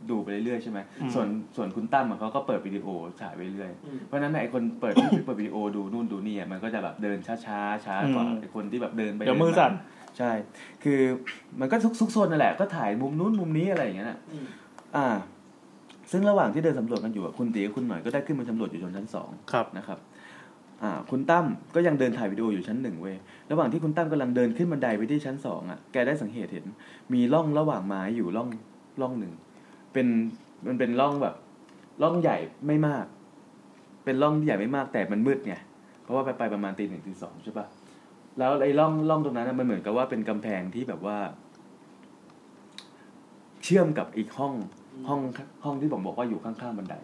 S9: ดูไปเรื่อยๆใช่ไหม
S2: อืม
S9: ส่วนส่วนคุณตั้มอ่ะเขาก็เปิดวิดีโอฉายไปเรื่อย
S1: อืม
S9: เพราะฉะนั้นไอ้คนเปิด เปิดวิดีโอดูนู่นดูนี่อ่ะมันก็จะแบบเดินช้าช้าๆช้ากว่า
S2: อืม
S9: ไอ้คนที่แบบเดินไป
S2: เดี๋ยวมือ
S9: ดิา
S2: สั่น
S9: ใช่ คือมันก็ซุกซนนั่นแหละก็ถ่ายมุมนู้นมุมนี้อะไรอย่างเงี้ยน่ะ
S1: อืม
S9: อ่า ซึ่งระหว่างที่เดินสำรวจกันอยู่อ่ะคุณตีกับคุณหน่อยก็ได้ขึ้นมาสำรวจอยู่บนชั้นสอง
S2: ครับ
S9: นะครับ อ่า คุณตั้มก็ยังเดินถ่ายวิดีโออยู่ชั้นหนึ่งเว้ย ระหว่างที่คุณตั้มกำลังเดินขึ้นบันไดไปที่ชั้นสองอ่ะ แกได้สังเกตเห็น มีร่องระหว่างไม้อยู่ร่องร่องหนึ่ง เป็น มันเป็นร่องแบบ ร่องใหญ่ไม่มาก เป็นร่องใหญ่ไม่มากแต่มันมืดไง เพราะว่าไปไปประมาณตีหนึ่งตีสองใช่ปะแล้วไอ้ร่องร่องตรงนั้นอะมันเหมือนกับว่าเป็นกำแพงที่แบบว่า เชื่อมกับอีกห้อง ห้อง ห้องที่ผมบอกว่าอยู่ข้างๆบันได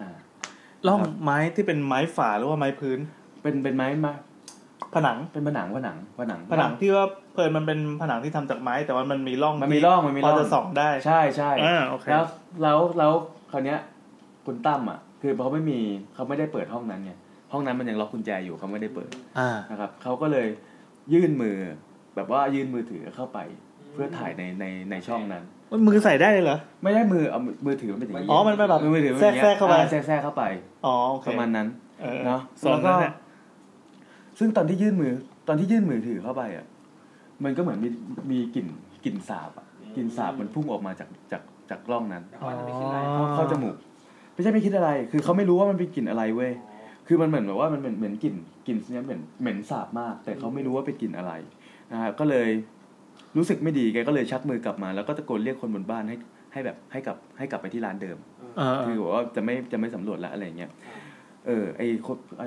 S9: อ่า
S2: ร่องไม้ที่เป็นไม้ฝาหรือว่าไม้พื้น
S9: เป็น เป็นไม้มา
S2: ผนัง
S9: เป็นผนังผนังผนัง
S2: ผนังที่ว่าเพลินมันเป็นผนังที่ทำจากไม้ แต่ว่ามันมีร่อง
S9: มันมี
S2: ที่
S9: ร่องมันมีร่อ
S2: พ
S9: ง
S2: อจะส่องได้
S9: ใช่ใช่
S2: อ่าโอเค
S9: แล้วแล้วแล้วคราวเนี้ยคุณตั้มอ่ะ คือเขาไม่มีเขาไม่ได้เปิดห้องนั้นไงห้องนั้นมันยังล็อกกุญแจอยู่เขาไม่ได้เปิด
S2: อ่า
S9: นะครับเขาก็เลยยื่นมือ แบบว่ายื่นมือถือเข้าไป เพื่อถ่ายในในในช่องนั้น
S2: มือใส่ได้เลยเหรอ
S9: ไม่ได้มือเอามือถือมันเป็นอย่างนี้
S2: อ๋อมันเป็นแบบ
S9: มือถือมันเป็นอย่งงี้ย
S2: แทรกเข้าไป
S9: อ่แทรกแทรกเข้าไป
S2: อ๋อโอเค
S9: ประมาณนั้น
S2: ออ
S9: เนาะ
S2: สองนั้
S9: แล้วก็
S2: นแหละ
S9: ซึ่งตอนที่ยื่นมือ ตอนที่ยื่นมือถือเข้าไปอ่ะมันก็เหมือนมีมีกลิ่นกลิ่นสาบอ่ะกลิ่นสาบมันพุ่งออกมาจากจากจากกล้องนั้น
S1: แล้วก็จะไปคิดอะไร
S9: เข้าเข้าจมูกไม่ใช่ไม่คิดอะไร คือเขาไม่รู้ว่ามันเป็นกลิ่นอะไรเว้ยคือมันเหมือนแบบว่ามันเหมือนเหมือนกลิ่นกลิ่นเนี้ยเหม็นเหม็นสาบมาก แต่เขาไม่รู้ว่าเป็นกลิ่นอะไรนะฮะก็เลยรู้สึกไม่ดีแกก็เลยชักมือกลับมา แล้วก็ตะโกนเรียกคนบนบ้านให้ให้แบบให้กลับให้กลับไปที่ร้านเดิม
S2: อ่า
S9: คือบอกว่าจะไม่จะไม่สำรวจละอะไรอย่างเงี้ย เออไอคนไอ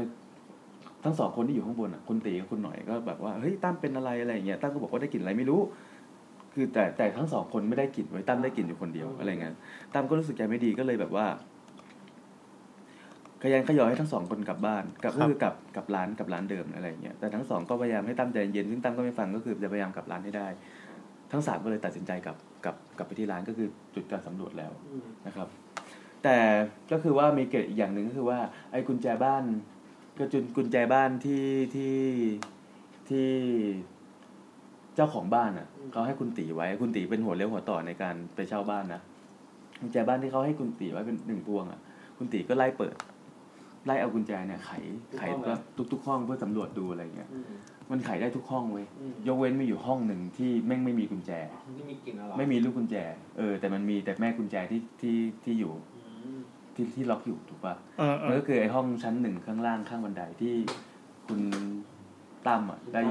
S9: ทั้งสองคนที่อยู่ข้างบนอ่ะคุณตีกับคุณหน่อยก็แบบว่าเฮ้ยตั้มเป็นอะไรอะไรอย่างเงี้ยตั้มก็บอกว่าได้กลิ่นอะไรไม่รู้ คือแต่แต่ทั้งสองคนไม่ได้กลิ่นไว้ยตั้มได้กลิ่นอยู่คนเดียวอะไรเงี้ยตั้มก็รู้สึกใจไม่ดีก็เลยแบบว่าขยันขยอให้ทั้งสองคนกลับบ้านกลับก็คือกลับกลับร้านกลับร้านเดิมอะไรเงี้ยแต่ทั้งสองก็พยายามให้ตั้มใจเย็นซึ่งตั้มก็ไม่ฟังก็คือจะพยายามกลับร้านให้ได้ ทั้งสามก็เลยตัดสินใจกลับกลับกลับไปที่ร้านก็คือจุดการสำรวจแล้ว นะครับ แต่ก็คือว่ามีเกตอีกอย่างหนึ่งก็คือว่า ไอ้กุญแจบ้านก็จุนกุญแจบ้านที่ที่ที่เจ้าของบ้านอ่ะ
S1: อืม
S9: เขาให้คุณตีไว้คุณตีเป็นหัวเลี้ยวหัวต่อในการไปเช่าบ้านนะกุญแจบ้านที่เขาให้คุณตีไว้เป็นหนึ่งพวงอ่ะ คุณตีก็ไล่เปิด ไล่เอากุญแจเนี่ยไขไขแล้วทุกๆห้องเพื่อสำรวจดูอะไรเงี้ย
S1: อืม
S9: มันไขได้ทุกห้องเว้ย
S1: อืม
S9: ยกเว้นมีอยู่ห้องหนึ่งที่แม่งไม่มีกุญแจ
S1: นี่มีกลิ่นอะไร
S9: ไม่มีลูกกุญแจ เออ แต่มันมีแต่แม่กุญแจที่ที่ที่อยู่
S1: อืม
S9: ที่ที่ล็อกอยู่ถูกปะ
S2: เออเอ
S9: มัน
S2: อ
S9: ก็คือไอห้องชั้นหนึ่งข้างล่างข้างบันไดที่คุณตั้มอ่ะได้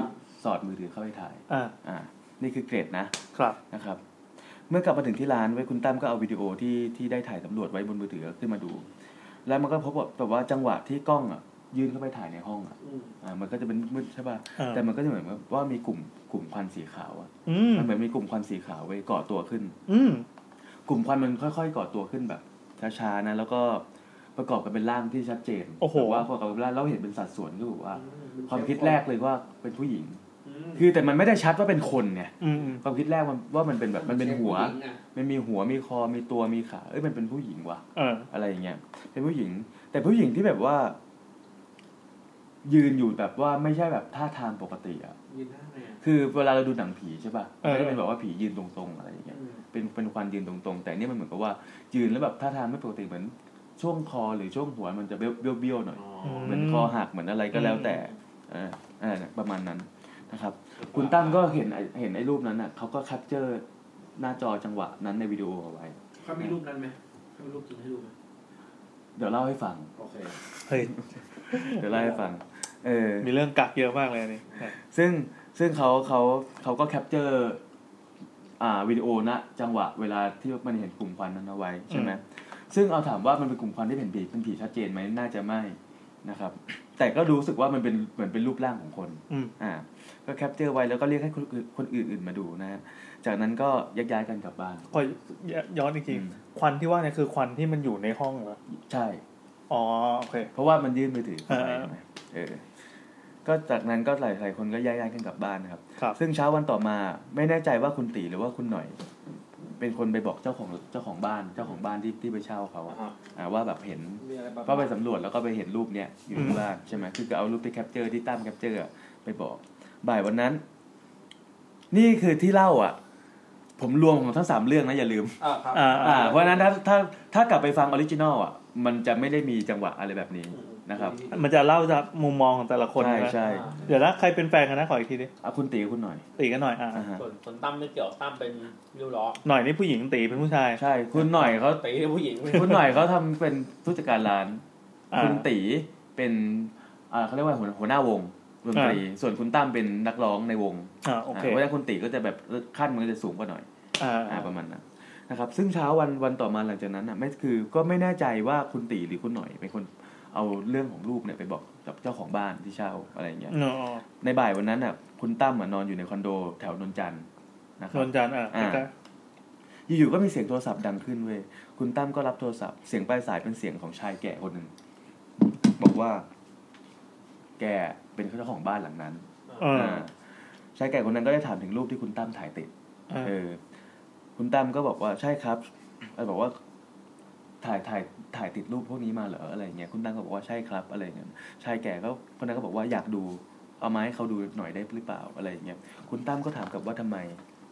S9: สอดมือถือเข้าไปถ่าย
S2: อ่า
S9: อ่า นี่คือเกรดนะครับ นะครับ เมื่อกลับมาถึงที่ร้านไว้ยคุณตั้มก็เอาวิดีโอที่ที่ได้ถ่ายสำรวจไว้บนมือถือขึ้นมาดู แล้วมันก็พบว่าแบบว่าจังหวะที่กล้องอ่ะยื่นเข้าไปถ่ายในห้องอ่ะ
S1: อืม
S9: อ่ามันก็จะเป็นมืดใช่ป่ะ
S2: เออ
S9: แต่มันก็จะเหมือนว่ามีกลุ่มกลุ่มควันสีขาวอ่ะ
S2: อืม
S9: มันเหมือนมีกลุ่มควันสีขาวไว้ยก่อตัวขึ้น
S2: อืม
S9: กลุ่มควันมันค่อยๆก่อตัวขึ้นแบบช้าๆนะแล้วก็ประกอบกันเป็นร่างที่ชัดเจนแบบว่าประกอบกันเป็นร่างแล้วเห็นเป็นสัดส่วนก็แบบว่า ความคิดแรกเลยว่าเป็นผู้หญิง
S1: ม
S9: คือแต่มันไม่ได้ชัดว่าเป็นคนไง
S2: อืมอืม
S9: ความคิดแรกมันว่ามันเป็นแบบมันเป็นหัว
S1: ผู้ญิงอะ
S9: มันมีหัวมีคอมีตัวมีขาเอ้ยมันเป็นผู้หญิงว่ะ
S2: เออ
S9: อะไรอย่างเงี้ยเป็นผู้หญิง แต่ผู้หญิงที่แบบว่า ยืนอยู่แบบว่าไม่ใช่แบบท่าทางปกติอ่ะ
S1: ยืนหน้าไงอะ
S9: คือเวลาเราดูหนังผีใช่ป่ะ
S2: เออ
S9: ก็จะเป็นแบบว่าผียืนตรงๆอะไรอย่างเงี้ย เป็นเป็นควันยืนตรงๆ แต่เนี่ยมันเหมือนกับว่ายืนแล้วแบบท่าทางไม่ปกติเหมือนช่วงคอหรือช่วงหัวมันจะเบี้ยวๆหน่อย เหมือนคอหักเหมือนอะไรก็แล้วแต่เออเออประมาณนั้นนะครับ คุณตั้มก็เห็นไอ้เห็นไอ้รูปนั้นอ่ะเขาก็แคปเจอร์หน้าจอจังหวะนั้นในวิดีโอเอาไว้
S1: เขามีรูปนั้นไหมเขามีรูปจริงให้ดูไหม
S9: เดี๋ยวเล่าให้ฟัง
S1: โอเค
S2: เฮ้ย
S9: เดี๋ยวเล่าให้ฟัง เออ
S2: มีเรื่องกักเยอะมากเลยอันนี่
S9: ซึ่งซึ่งเขาเขาเขาก็แคปเจอร์อ่าวิดีโอนะจังหวะเวลาที่มันเห็นกลุ่มควันนั้นเอาไว้ใช่ไหมซึ่งเอาถามว่ามันเป็นกลุ่มควันที่เป็นผีเป็นผีชัดเจนไหมน่าจะไม่นะครับ แต่ก็รู้สึกว่ามันเป็นเหมือนเป็นรูปร่างของคน
S2: อืม
S9: อ่าก็แคปเจอร์ไว้แล้วก็เรียกให้คนอื่นคนอื่นๆมาดูนะฮะจากนั้นก็แยกย้ายกันกลับบ้าน
S2: พอย้อนอีกที
S9: อืม
S2: ควันที่ว่าเนี่ยคือควันที่มันอยู่ในห้องเหรอ
S9: ใช่
S2: อ๋อโอเค
S9: เพราะว่ามันยื่นมือถือเข้า
S2: เอ
S9: ไป
S2: อ
S9: ใช่ไหมเออ ก็จากนั้นก็หลายหลายคนก็แยกย้ายกันกลับบ้านนะครับ
S2: ครับ
S9: ซึ่งเช้าวันต่อมาไม่แน่ใจว่าคุณตีหรือว่าคุณหน่อย เป็นคนไปบอกเจ้าของเจ้าของบ้านเจ้าของบ้านที่ที่ไปเช่าเขาอะอ่าว่าแบบเห็น
S1: มีอะไรบ้าง
S9: ก็ไปสำรวจแล้วก็ไปเห็นรูปเนี้ยอยู่
S2: อื
S9: ที่
S2: ม
S9: บ้านใช่ไหมคือก็เอารูปที่แคปเจอร์ที่ตั้มแคปเจอร์อะไปบอก บ่ายวันนั้น นี่คือที่เล่าอ่ะ ผมรวมของทั้งสามเรื่องนะอย่าลืม
S1: อ่าครับ
S2: อ่า
S9: อ่าเพราะฉะนั้นถ้าถ้าถ้ากลับไปฟังออริจินอลอ่ะ มันจะไม่ได้มีจังหวะอะไรแบบนี้นะครับ
S2: มันจะเล่าจากมุมมองของแต่ละคน
S9: ใช่
S2: ไหม
S9: ใช่
S2: เดี๋ยวนะใครเป็นแฟนกันนะขออีกทีดิ
S9: อ่ะคุณตีกับคุณหน่อย
S2: ตีกันหน่อยอ่า
S9: อ่าฮะ
S1: ส่วนส่วนตั้มไม่เกี่ยวตั้มเป็นริ้วล้อ
S2: หน่อยนี่ผู้หญิงตีเป็นผู้ชาย
S9: ใช่ คุณหน่อยเขา
S1: ตีผู้หญิง
S9: คุณหน่อยเขาทำเป็นผู้จัดการร้าน
S2: อ่า
S9: คุณตีเป็นอ่าเขาเรียกว่าหัวหัวหน้าวงดนตรี ส่วนคุณตั้มเป็นนักร้องในวง
S2: อ่าโอเค
S9: าเพราะฉะนั้นคุณตีก็จะแบบขั้นมันก็จะสูงกว่าหน่อย
S2: อ่า
S9: อ่าประมาณนั้นนะครับ ซึ่งเช้าวันวันต่อมาหลังจากนั้นอ่ะไม่คือก็ไม่แน่ใจว่าคุณตีหรือคุณหน่อยเป็นคนเอาเรื่องของรูปเนี่ยไปบอกกับเจ้าของบ้านที่เช่าอะไรอย่างเงี้ย
S2: เนาะ
S9: ในบ่ายวันนั้นอ่ะคุณตั้มอ่ะนอนอยู่ในคอนโดแถวนนจันทร์นะคน รับ
S2: นจันทร์อ่า
S9: อ่า
S2: ใกล้
S9: อยู่ๆก็มีเสียงโทรศัพท์ดังขึ้นเว้ย คุณตั้มก็รับโทรศัพท์ เสียงปลายสายเป็นเสียงของชายแก่คนหนึ่ง บอกว่า แกเป็นเจ้าของบ้านหลังนั้น
S2: ๆเออ
S9: อ่าชายแก่คนนั้นก็ได้ถามถึงรูปที่คุณตั้มถ่ายติด
S2: อ่า
S9: เออ คุณตั้มก็บอกว่าใช่ครับเออบอกว่า ถ่ายถ่ายถ่ายติดรูปพวกนี้มาเหรออะไรอย่างเงี้ย คุณตั้มก็บอกว่าใช่ครับอะไรอย่างเงี้ย ชายแก่ก็คนนั้นก็บอกว่าอยากดู เอาไมาให้เขาดูหน่อยได้หรือเปล่าอะไรอย่างเงี้ย คุณตั้มก็ถามกลับว่าทำไม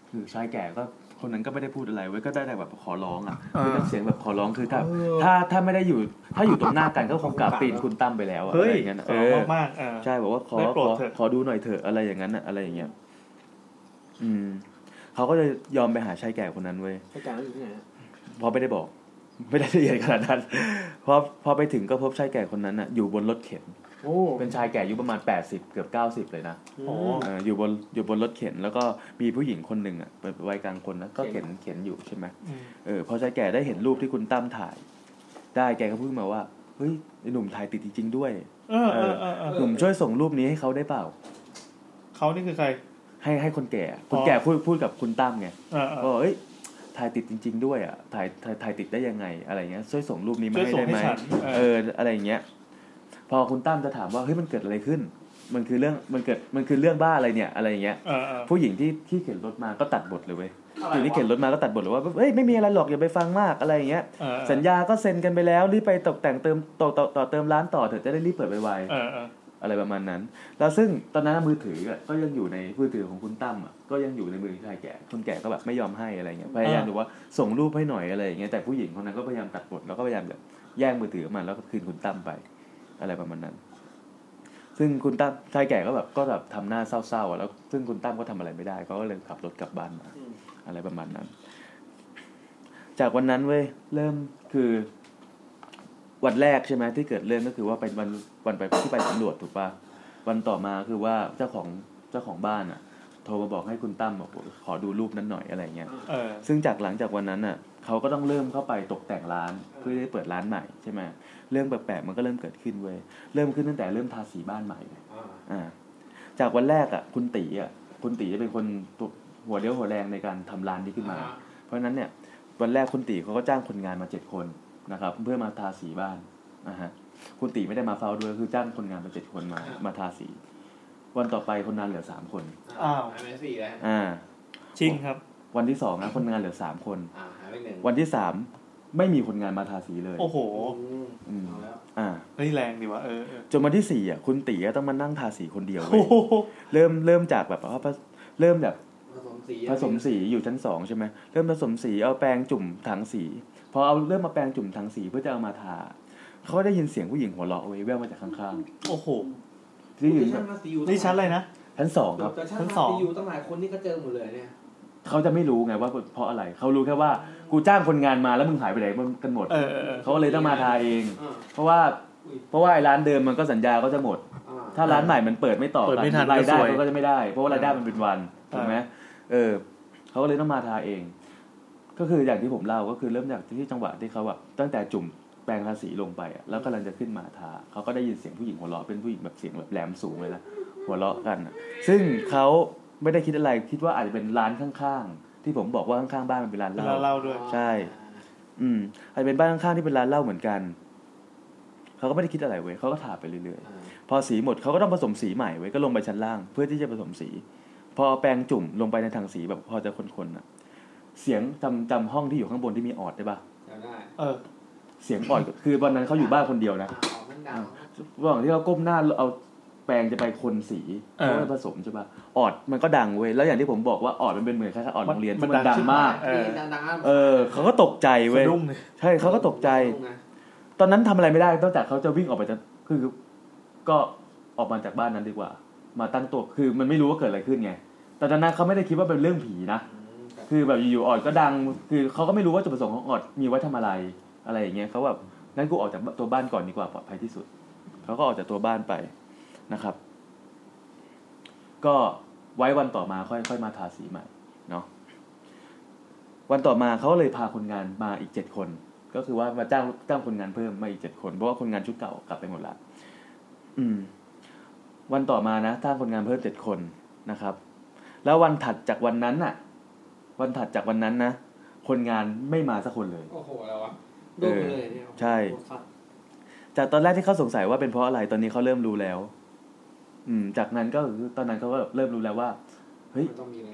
S9: คือชายแก่ก็คนนั้นก็ไม่ได้พูดอะไรเว้ยก็ได้แต่แบบขอร้องอ่ะคือน้ำเสียงแบบขอร้องคือถ้าถ้าถ้าไม่ได้อยู่ ถ้าอยู่ตรงหน้ากันก็คงกราบตีนคุณตั้มไปแล้วอะ
S2: เฮ้
S9: อะไร
S2: ย
S9: อย่างเงี้ยนะ
S2: ส
S9: เอ
S2: อง
S9: อ
S2: มากๆอ่า
S9: ใช่บอกว่าขอ
S2: ได้
S9: ข
S2: โปร
S9: อ
S2: ดเถอะ
S9: ขอดูหน่อยเถอะอะไรอย่างนั้นน่ะอะไรอย่างเงี้ย อืมเขาก็จะยอมไปหาชายแก่คนนั้นเว้ย
S1: ชายแก่เขาอยู่ที่ไหนอะ
S9: เพราะไม่ได้บอก ไม่ได้ละเอียดขนาดนั้นพอพอไปถึงก็พบชายแก่คนนั้นอ่ะอยู่บนรถเข็น
S1: โอ้
S9: เป็นชายแก่อายุประมาณแปดสิบเกือบเก้าสิบเลยนะ
S1: อืม
S2: โอ้
S9: เอออยู่บนอยู่บนรถเข็น แล้วก็มีผู้หญิงคนหนึ่งอ่ะเป็นวัยกลางคนนะก็เข็นเข็นอยู่ใช่ไหม
S2: อืม
S9: เออพอชายแก่ได้เห็นรูปที่คุณตั้มถ่าย ได้แกก็พูดมาว่าเฮ้ยไอ้หนุ่มถ่ายติดจริงๆด้วย
S2: เออเออเออเออ
S9: หนุ่มช่วยส่งรูปนี้ให้เขาได้เปล่า
S2: เขานี่คือใคร
S9: ให้ให้คนแก่คน
S2: อ๋อ
S9: แก่พูดพูดกับคุณตั้มไง
S2: เออเออ
S9: ว่าเอ้ยถ่ายติดจริง ๆ ด้วยอ่ะถ่ายถ่ายถ่ายติดได้ยังไงอะไรเงี้ยช่วยส่งรูปนี้มา
S2: ช่วยส่ง
S9: ให้ได้ไหม
S2: ให้ฉันเออ
S9: เอออะไรอย่างเงี้ย พอคุณตั้มจะถามว่าเฮ้ยมันเกิดอะไรขึ้น มันคือเรื่องมันเกิดมันคือเรื่องบ้าอะไรเนี่ยอะไรอย่างเงี้ย
S2: เออเออ
S9: ผู้หญิงที่ที่เข็นรถมาก็ตัดบทเลยเว้ยอยู่ที่เข็นรถมาก็ตัดบทเลยว่าเอ้ยไม่มีอะไรหรอกอย่าไปฟังมากอะไรอย่างเงี้ย
S2: เออเออ
S9: สัญญาก็เซ็นกันไปแล้วรีบไปตกแต่งเติมต่อต่อต่อเติมร้านต่อเถอะจะได้รีบเปิดไว
S2: เออเออ
S9: ๆอะไรประมาณนั้น แล้วซึ่งตอนนั้นมือถืออะก็ยังอยู่ในมือถือของคุณตั้มอะก็ยังอยู่ในมือชายแก่คนแก่ก็แบบไม่ยอมให้อะไรเงี้ยพยายามดูว่าส่งรูปให้หน่อยอะไรอย่างเงี้ยแต่ผู้หญิงคนนั้นก็พยายามตัดบทแล้วก็พยายามแบบแย่งมือถือมาแล้วก็คืนคุณตั้มไป อะไรประมาณนั้น ซึ่งคุณตั้มชายแก่ก็แบบก็แบบทำหน้าเศร้าๆอะแล้ว ซึ่งคุณตั้มก็ทำอะไรไม่ได้เขาก็เลยขับรถกลับบ้านมา
S1: อืม
S9: อะไรประมาณนั้น จากวันนั้นเว้ยเริ่มคือ วันแรกใช่ไหมที่เกิดเรื่องก็คือว่าเป็นวันวันไปที่ไปสำรวจถูกปะวันต่อมาคือว่าเจ้าของเจ้าของบ้านอะโทรมาบอกให้คุณตั้มบอกขอดูรูปนั้นหน่อยอะไรเงี้ย
S2: เออ
S9: ซึ่งจากหลังจากวันนั้นน่ะเขาก็ต้องเริ่มเข้าไปตกแต่งร้านเพื่อที่จะเปิดร้านใหม่ใช่ไหมเรื่องแปลกๆมันก็เริ่มเกิดขึ้นเว้ยเริ่มขึ้นตั้งแต่เริ่มทาสีบ้านใหม่เลยอ่าจากวันแรกอ่ะคุณตีอ่ะคุณตีจะเป็นคนตัวหัวเลี้ยวหัวแรงในการทำร้านนี้ขึ้นมา เพราะฉะนั้นเนี่ยวันแรกคุณตีเขาก็จ้างคนงานมาเจ็ดคนนะครับเพื่อมาทาสีบ้านนะฮะคุณตีไม่ได้มาเฝ้าด้วยคือจ้างคนงานมาเจ็ดคนมา
S1: ครับ
S9: มาทาสีวันต่อไปคนงานเหลือสามคน
S2: อ้าว
S1: หายไปสี่แล้ว
S9: อ่า
S2: ชิงครับ
S9: วันที่สองนะคนงานเหลือสามคน
S1: อ่าหายไปหนึ่ง
S9: วันที่สาม ไม่มีคนงานมาทาสีเลย
S2: โอ้โห
S9: อืมอ่า
S2: นี่แรงดีวะเออเออ
S9: จนวันที่สี่อ่ะคุณตีอะต้องมานั่งทาสีคนเดียวเว้
S2: โอ้
S9: ย
S2: โห
S9: เริ่มเริ่มจากแบบว่าเริ่มแบบ
S14: ผสมสี
S9: ผสมสีอยู่ชั้นสองใช่ไหมเริ่มผสมสีเอาแปรงจุ่มถังสีพอเอาเริ่มมาแปรงจุ่มถังสีเพื่อจะเอามาทาเขาได้ยินเสียงผู้หญิงหัวเราะเว้ยแว่วมาจากข้าง
S2: โอ้โห
S9: ๆที่อยู่
S14: ชั้นภาษีอยู่
S2: นี่ชั้นอะไรนะ
S9: ชั้นสองครับ
S14: แต่ชั้นภาษีอยู่ตั้งหลายคนนี่ก็เจอหมดเลยเนี่ย
S9: เขาจะไม่รู้ไงว่าเพราะอะไรเขารู้แค่ว่ากูจ้างคนงานมาแล้วมึงหายไปไหนมันกันหมด
S2: เออเออเออ
S9: เขาเลยต้องมาทาเอง
S14: เออ
S9: เพราะว่าเพราะว่าไอ้ร้านเดิมมันก็สัญญาก็จะหมด
S14: อ่า
S9: ถ้าร้านใหม่มันเปิดไม่ต่อ
S2: เปิดไม่ทัน
S9: รายได้
S2: ก็ซวย
S9: เขาก็จะไม่ได้ เพราะว่ารายได้มันเป็นวันถูกไหมเออเขาก็เลยต้องมาทาเอง ก็คืออย่างที่ผมเล่าก็คือเริ่มจากที่จังหวะที่เขาแบบตั้งแต่จุ่มแปรงทาสีลงไปอะแล้วกำลังจะขึ้นมาทาเขาก็ได้ยินเสียงผู้หญิงหัวเราะเป็นผู้หญิงแบบเสียงแบบแหลมสูงเลยละหัวเราะกันอะซึ่งเขาไม่ได้คิดอะไรคิดว่าอาจจะเป็นร้านข้างๆ ที่ผมบอกว่าข้างๆบ้านมันเป็นร้านเหล้า
S2: เป็นร้านเหล้าด้วย
S9: ใช่ อืมอาจจะเป็นบ้านข้างๆที่เป็นร้านเหล้าเหมือนกัน เขาก็ไม่ได้คิดอะไรเว้ยเขาก็ถาไปเรื่อยๆ พอสีหมดเขาก็ต้องผสมสีใหม่เว้ยก็ลงไปชั้นล่าง เพื่อที่จะผสมสี พอเอาแปรงจุ่มลงไปในถังสีแบบพอจะคนๆน่ะ เสียงจำจำห้องที่อยู่ข้างบนที่มีออดได้ปะ
S14: จำได้
S2: เออ
S9: เสียงออด คือวันนั้นเขาอยู่บ้านคนเดียวนะระหว่างที่เขาก้มหน้าเอาแปรงจะไปคนสี
S2: เออ
S9: เขาไปผสมใช่ปะออดมันก็ดังเว้ยแล้วอย่างที่ผมบอกว่าออดมันเป็นเหมือนคล้ายๆออดโรงเรียนที่มันดังมาก
S14: เออดังๆ
S9: เออเขาก็ตกใจเว้ย
S2: สะดุ้งเลย
S9: ใช่เขาก็ตกใจ ตอนนั้นทำอะไรไม่ได้นอกจากเขาจะวิ่งออกไปจากคือ ก็ออกมาจากบ้านนั้นดีกว่า มาตั้งตัวคือมันไม่รู้ว่าเกิดอะไรขึ้นไงแต่ตอนนั้นเขาไม่ได้คิดว่าเป็นเรื่องผีนะคือแบบอยู่ๆออดก็ดัง คือเขาก็ไม่รู้ว่าจุดประสงค์ของออดมีไว้ทำอะไรอะไรอย่างเงี้ยเขาแบบงั้นกูออกจากตัวบ้านก่อนดีกว่าปลอดภัยที่สุดเขาก็ออกจากตัวบ้านไปนะครับ ก็ไว้วันต่อมาค่อยค่อยมาทาสีใหม่เนาะวันต่อมาเขาเลยพาคนงานมาอีกเจ็ดคน ก็คือว่ามาจ้างจ้างคนงานเพิ่มมาอีกเจ็ดคนเพราะว่าคนงานชุดเก่ากลับไปหมดละอืม วันต่อมานะจ้างคนงานเพิ่มเจ็ดคนนะครับ แล้ววันถัดจากวันนั้นน่ะ วันถัดจากวันนั้นนะคนงานไม่มาสักคนเลย
S14: โอ้โหแล้ววะโดนเลยเนี่ย
S9: ใช่ จากตอนแรกที่เขาสงสัยว่าเป็นเพราะอะไรตอนนี้เขาเริ่มรู้แล้ว อืม จากนั้นก็คือตอนนั้นเขาก็เริ่มรู้แล้วว่า เฮ้ย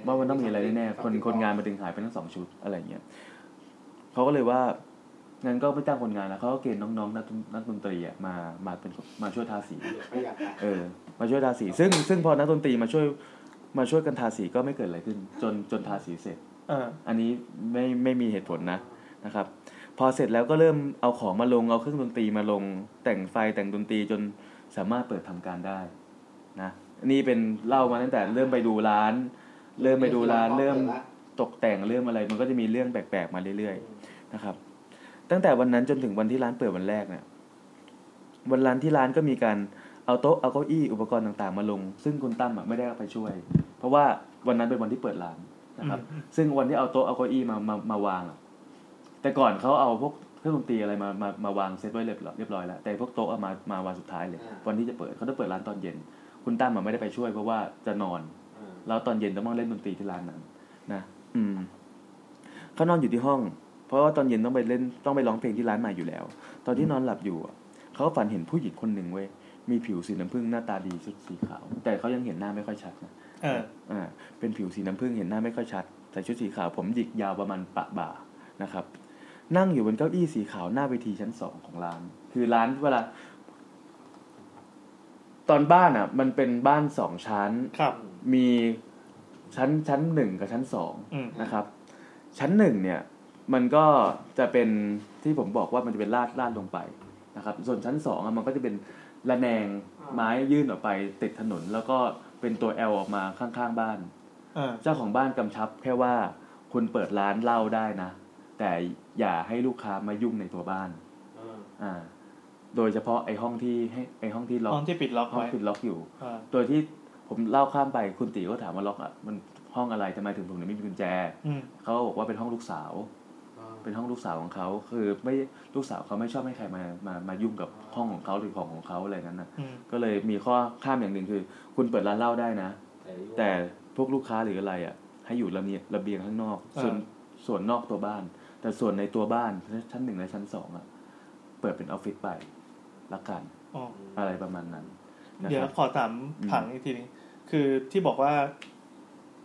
S9: ว่ามันต้องมีอะไรแน่ๆคนคนงานมันถึงหายไปทั้งสองชุดอะไรเงี้ยเขาก็เลยว่างั้นก็ไม่จ้างคนงานแล้วเขาก็เกณฑ์น้องๆนักดนนักดนตรีอะมามาเป็นมาช่วยทาสี
S14: ประหยัด
S9: เออ มาช่วยทาสี ซึ่งซึ่งพอนักดนตรีมาช่วยมาช่วยกันทาสีก็ไม่เกิดอะไรขึ้น จนจนทาสีเสร็จ
S2: เออ
S9: อันนี้ไม่ไม่มีเหตุผลนะนะครับ พอเสร็จแล้วก็เริ่มเอาของมาลงเอาเครื่องดนตรีมาลง แต่งไฟแต่งดนตรีจนสามารถเปิดทำการได้นะนี่เป็นเล่ามาตั้งแต่เริ่มไปดูร้าน เริ่มไปดูร้านเริ่มตกแต่งเริ่มอะไร มันก็จะมีเรื่องแปลกๆมาเรื่อยๆนะครับ ตั้งแต่วันนั้นจนถึงวันที่ร้านเปิดวันแรกเนี่ยวันร้านที่ร้านก็มีการเอาโต๊ะเอาเก้าอี้อุปกรณ์ต่างๆ มาลง ซึ่งคุณตั้มอะไม่ได้เอาไปช่วย เพราะว่าวันนั้นเป็นวันที่เปิดร้านนะครับ ซึ่งวันที่เอาโต๊ะเอาเก้าอี้มามามาวางอะแต่ก่อนเขาเอาพวกเครื่องดนตรีอะไรมามามาวางเซตไว้เรียบร้อยเรียบร้อยแล้วแต่พวกโต๊ะเอามามาวันสุดท้ายเลย วันที่จะเปิดเขาจะเปิดร้านตอนเย็น คุณตั้มอะไม่ได้ไปช่วยเพราะว่าจะนอน แล้วตอนเย็นต้องมาเล่นดนตรีที่ร้านนั้น นะอืมเขานอนอยู่ที่ห้อง เพราะว่าตอนเย็นต้องไปเล่นต้องไปร้องเพลงที่ร้านใหม่อยู่แล้ว ตอนที่นอนหลับอยู่อะเขาฝันเห็นผู้หญิงคนหนึ่งเว้ยมีผิวสีน้ำผึ้งหน้าตาดีชุดสีขาว แต่เขายังเห็นหน้าไม่ค่อยชัดนะ
S2: เออ
S9: อ่าเป็นผิวสีน้ำผึ้งเห็นหน้าไม่ค่อยชัดใส่ชุดสีขาวผมหยิกยาวประมาณปะบ่านะครับ นั่งอยู่บนเก้าอี้สีขาวหน้าเวทีชั้นสองของร้าน คือร้านเวลา ตอนบ้านอ่ะ มันเป็นบ้านสองชั้นมีชั้นชั้นหนึ่งกับชั้นสอง
S2: อืม
S9: นะครับ ชั้นหนึ่งเนี่ย มันก็จะเป็นที่ผมบอกว่ามันจะเป็นลาดลาดลงไปนะครับ ส่วนชั้นสองอะมันก็จะเป็นระแนงไม้ยื่นออกไปติดถนน แล้วก็เป็นตัว L ออกมาข้างๆบ้าน
S2: เออ
S9: เจ้าของบ้านกำชับแค่ว่าคุณเปิดร้านเหล้าได้นะ แต่อย่าให้ลูกค้ามายุ่งในตัวบ้าน อ่า โดยเฉพาะไอ้ห้องที่ให้ไอ้ห้องที่ล็อก
S2: ห้องที่ปิดล็อกไว้
S9: ห้องปิดล็อกอยู่
S2: เออ
S9: โดยที่ผมเล่าข้ามไปคุณตีก็ถามว่าล็อกอ่ะมันห้องอะไรทำไมถึงผมถึงไม่มีกุญแจ
S2: อืม
S9: เขาก็บอกว่าเป็นห้องลูกสาว เป็นห้องลูกสาวของเขาคือไม่ลูกสาวเขาไม่ชอบให้ใครมามามายุ่งกับห้องของเขาหรือของของเขาอะไรนั้นนะ
S2: อืม
S9: ก็เลยมีข้อข้ามอย่างหนึ่งคือ คุณเปิดร้านเหล้าได้นะ แต่พวกลูกค้าหรืออะไรอ่ะ ให้อยู่ระเบียงระเบียงข้างนอก ส่วน
S2: เออ
S9: ส่วนนอกตัวบ้าน แต่ส่วนในตัวบ้านชั้นหนึ่งและชั้นสองอ่ะ เปิดเป็นออฟฟิศไปละกัน
S2: อ๋อ
S9: อะไรประมาณนั้นนะ
S2: เดี๋ย
S9: คว รับ
S2: ขอถามผังอีกทีนึงคือที่บอกว่า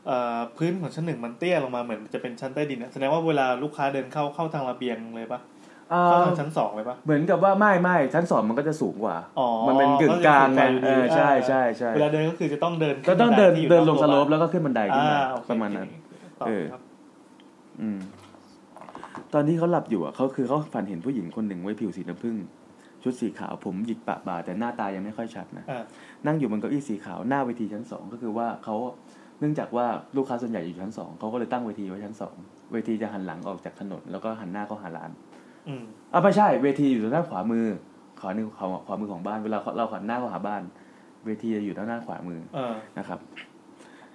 S2: เอ่อพื้นของชั้นหนึ่งมันเตี้ยลงมาเหมือนจะเป็นชั้นใต้ดินอะแสดงว่าเวลาลูกค้าเดินเข้าเข้าทางระเบียงเลยปะ
S9: อ่า
S2: เข้าทางชั้นสองเลยปะ
S9: เหมือนกับว่าไม่ไม่ชั้นสองมันก็จะสูงกว่า
S2: อ๋อ
S9: มันเป็นกึ่งกลางไง
S2: ก็จะสูงกว่าอยู่ดี
S9: เออใช่
S2: อ่า
S9: ใช่ใช่
S2: เวลาเดินก็คือจะต้องเดินขึ้
S9: ก็
S2: น
S9: ต้อง
S2: บั
S9: เดิน
S2: ไที่อยู่
S9: เดิน
S2: รอบ
S9: ลง
S2: ตัว
S9: สโลป
S2: บ้าน
S9: แล้วก็ขึ้นบันไดขึ้นมา
S2: อ่าโอเค
S9: ประมาณนั้น
S2: ต่อ
S9: เออ
S2: ครับ
S9: อืม ตอนที่เขาหลับอยู่อ่ะเขาคือเขาฝันเห็นผู้หญิงคนหนึ่งไว้ผิวสีน้ำผึ้งชุดสีขาวผมหยิกปะบ่าแต่หน้าตายังไม่ค่อยชัดนะ
S2: อ่า
S9: นั่งอยู่บนเก้าอี้สีขาวหน้าเวทีชั้นสองก็คือว่าเขาเนื่องจากว่าลูกค้าส่วนใหญ่อยู่ชั้นสองเขาก็เลยตั้งเวทีไว้ชั้นสองเวทีจะหันหลังออกจากถนนแล้วก็หันหน้าเข้าหาร้าน
S2: อืม
S9: อ่ะไม่ใช่เวทีอยู่ด้านขวามือขวาหนึ่งขวาขวามือของบ้านเวลาเราหันหน้าเข้าหาบ้าน เวทีจะอยู่ด้านหน้าขวามือ
S2: เออ
S9: นะครับ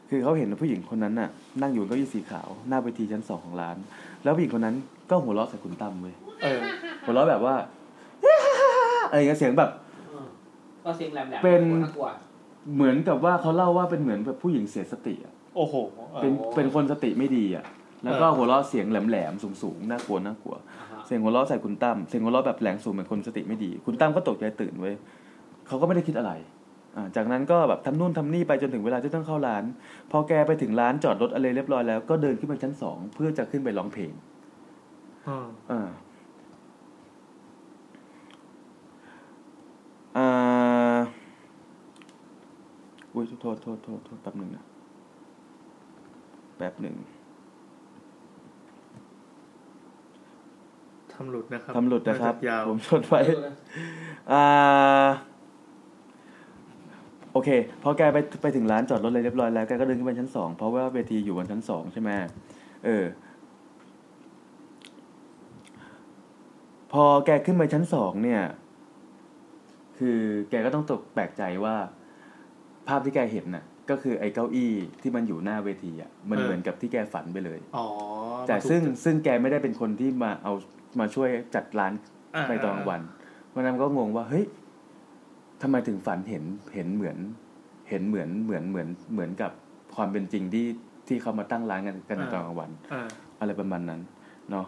S9: คือเขาเห็นผู้หญิงคนนั้นน่ะ นั่งอยู่บนเก้าอี้สีขาวหน้าเวทีชั้นสองของร้าน แล้วผู้หญิงคนนั้นก็หัวเราะใส่คุณตั้มเว้ย
S2: เออ
S9: หัวเราะแบบว่า อะไรอย่างเงี้ยเสียงแบบ
S14: ก็เสียงแหลมแหลม
S9: เป็น
S14: น่ากลัว
S9: เหมือนกับว่าเขาเล่าว่าเป็นเหมือนแบบผู้หญิงเสียสติอะ
S2: โอ้โห
S9: เป็นเป็นคนสติไม่ดีอ่ะ แล้วก็
S2: เออ
S9: หัวเราะเสียงแหลมๆสูงๆน่ากลัวน่ากลัว เสียงหัวเราะใส่คุณตั้มเสียงหัวเราะแบบแหลงสูงเหมือนคนสติไม่ดี คุณตั้มก็ตกใจตื่นเว้ยเขาก็ไม่ได้คิดอะไรอ่าจากนั้นก็แบบทำนู่นทำนี่ไปจนถึงเวลาที่ต้องเข้าร้าน พอแกไปถึงร้านจอดรถอะไรเรียบร้อยแล้วก็เดินขึ้นไปชั้นสองเพื่อจะขึ้นไปร้องเพลง
S2: อืม
S9: อ่าอ่าอุ้ยโทษโทษโทษโทษแป๊บหนึ่งนะ แป๊บหนึ่ง
S2: ทำหลุดนะครับ
S9: ทำหลุดนะครับ
S2: น่าจยาว
S9: ผมจดไว้อ่า โอเค พอแกไปไปถึงร้านจอดรถเลยเรียบร้อยแล้ว แกก็เดินขึ้นไปชั้นสองเพราะว่าเวทีอยู่บนชั้นสองใช่ไหมเออ พอแกขึ้นไปชั้นสองเนี่ย คือแกก็ต้องตกแปลกใจว่า ภาพที่แกเห็นน่ะ ก็คือไอ้เก้าอี้ที่มันอยู่หน้าเวทีอ่ะ มัน
S2: เออ
S9: เหมือนกับที่แกฝันไปเลย
S2: อ๋อ
S9: แต่
S2: มาถูก
S9: ซึ่ง
S2: จุด
S9: ซึ่งแกไม่ได้เป็นคนที่มาเอามาช่วยจัดร้าน
S2: อ่า
S9: ในตอนกลางวันวันนั้นก็งงว่า เฮ้ยทำไมถึงฝันเห็นเห็นเหมือน เห็นเหมือนเหมือนเหมือนเหมือนกับความเป็นจริงที่ที่เขามาตั้งร้านกันกันใน
S2: อ่า
S9: ตอนกลางวัน
S2: อ่า
S9: อะไรประมาณนั้นเนาะ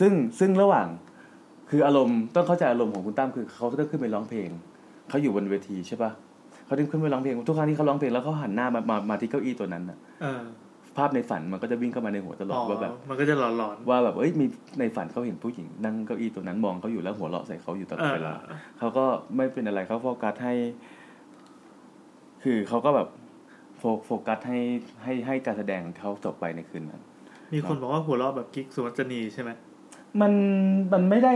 S9: ซึ่งซึ่งระหว่างคืออารมณ์ต้องเข้าใจอารมณ์ของคุณตั้มคือเขาต้องขึ้นไปร้องเพลงเขาอยู่บนเวทีใช่ปะเขาต้องขึ้นไปร้องเพลงทุกครั้งที่เขาร้องเพลงแล้วเขาหันหน้ามามามาที่เก้าอี้ตัวนั้นน่ะ
S2: เออ
S9: ภาพในฝันมันก็จะวิ่งเข้ามาในหัวตลอ
S2: อ๋
S9: ด
S2: อ
S9: ว่าแบบ
S2: มันก็จะหลอนหลอน
S9: ว่าแบบเอ้ยมีในฝันเขาเห็นผู้หญิงนั่งเก้าอี้ตัวนั้นมองเขาอยู่แล้วหัวเราะใส่เขาอยู่ตลอดเวลา
S2: เออ
S9: เขาก็ไม่เป็นอะไรเขาโฟกัสให้ คือเขาก็แบบโฟโฟกัสให้ให้ให้การแสดงเขาจบไปในคืนนั้น
S2: ๆมีคนบอกว่าหัวเราะแบบกิ๊กสุวัจนีใช่ไหม
S9: มันมันไม่ได้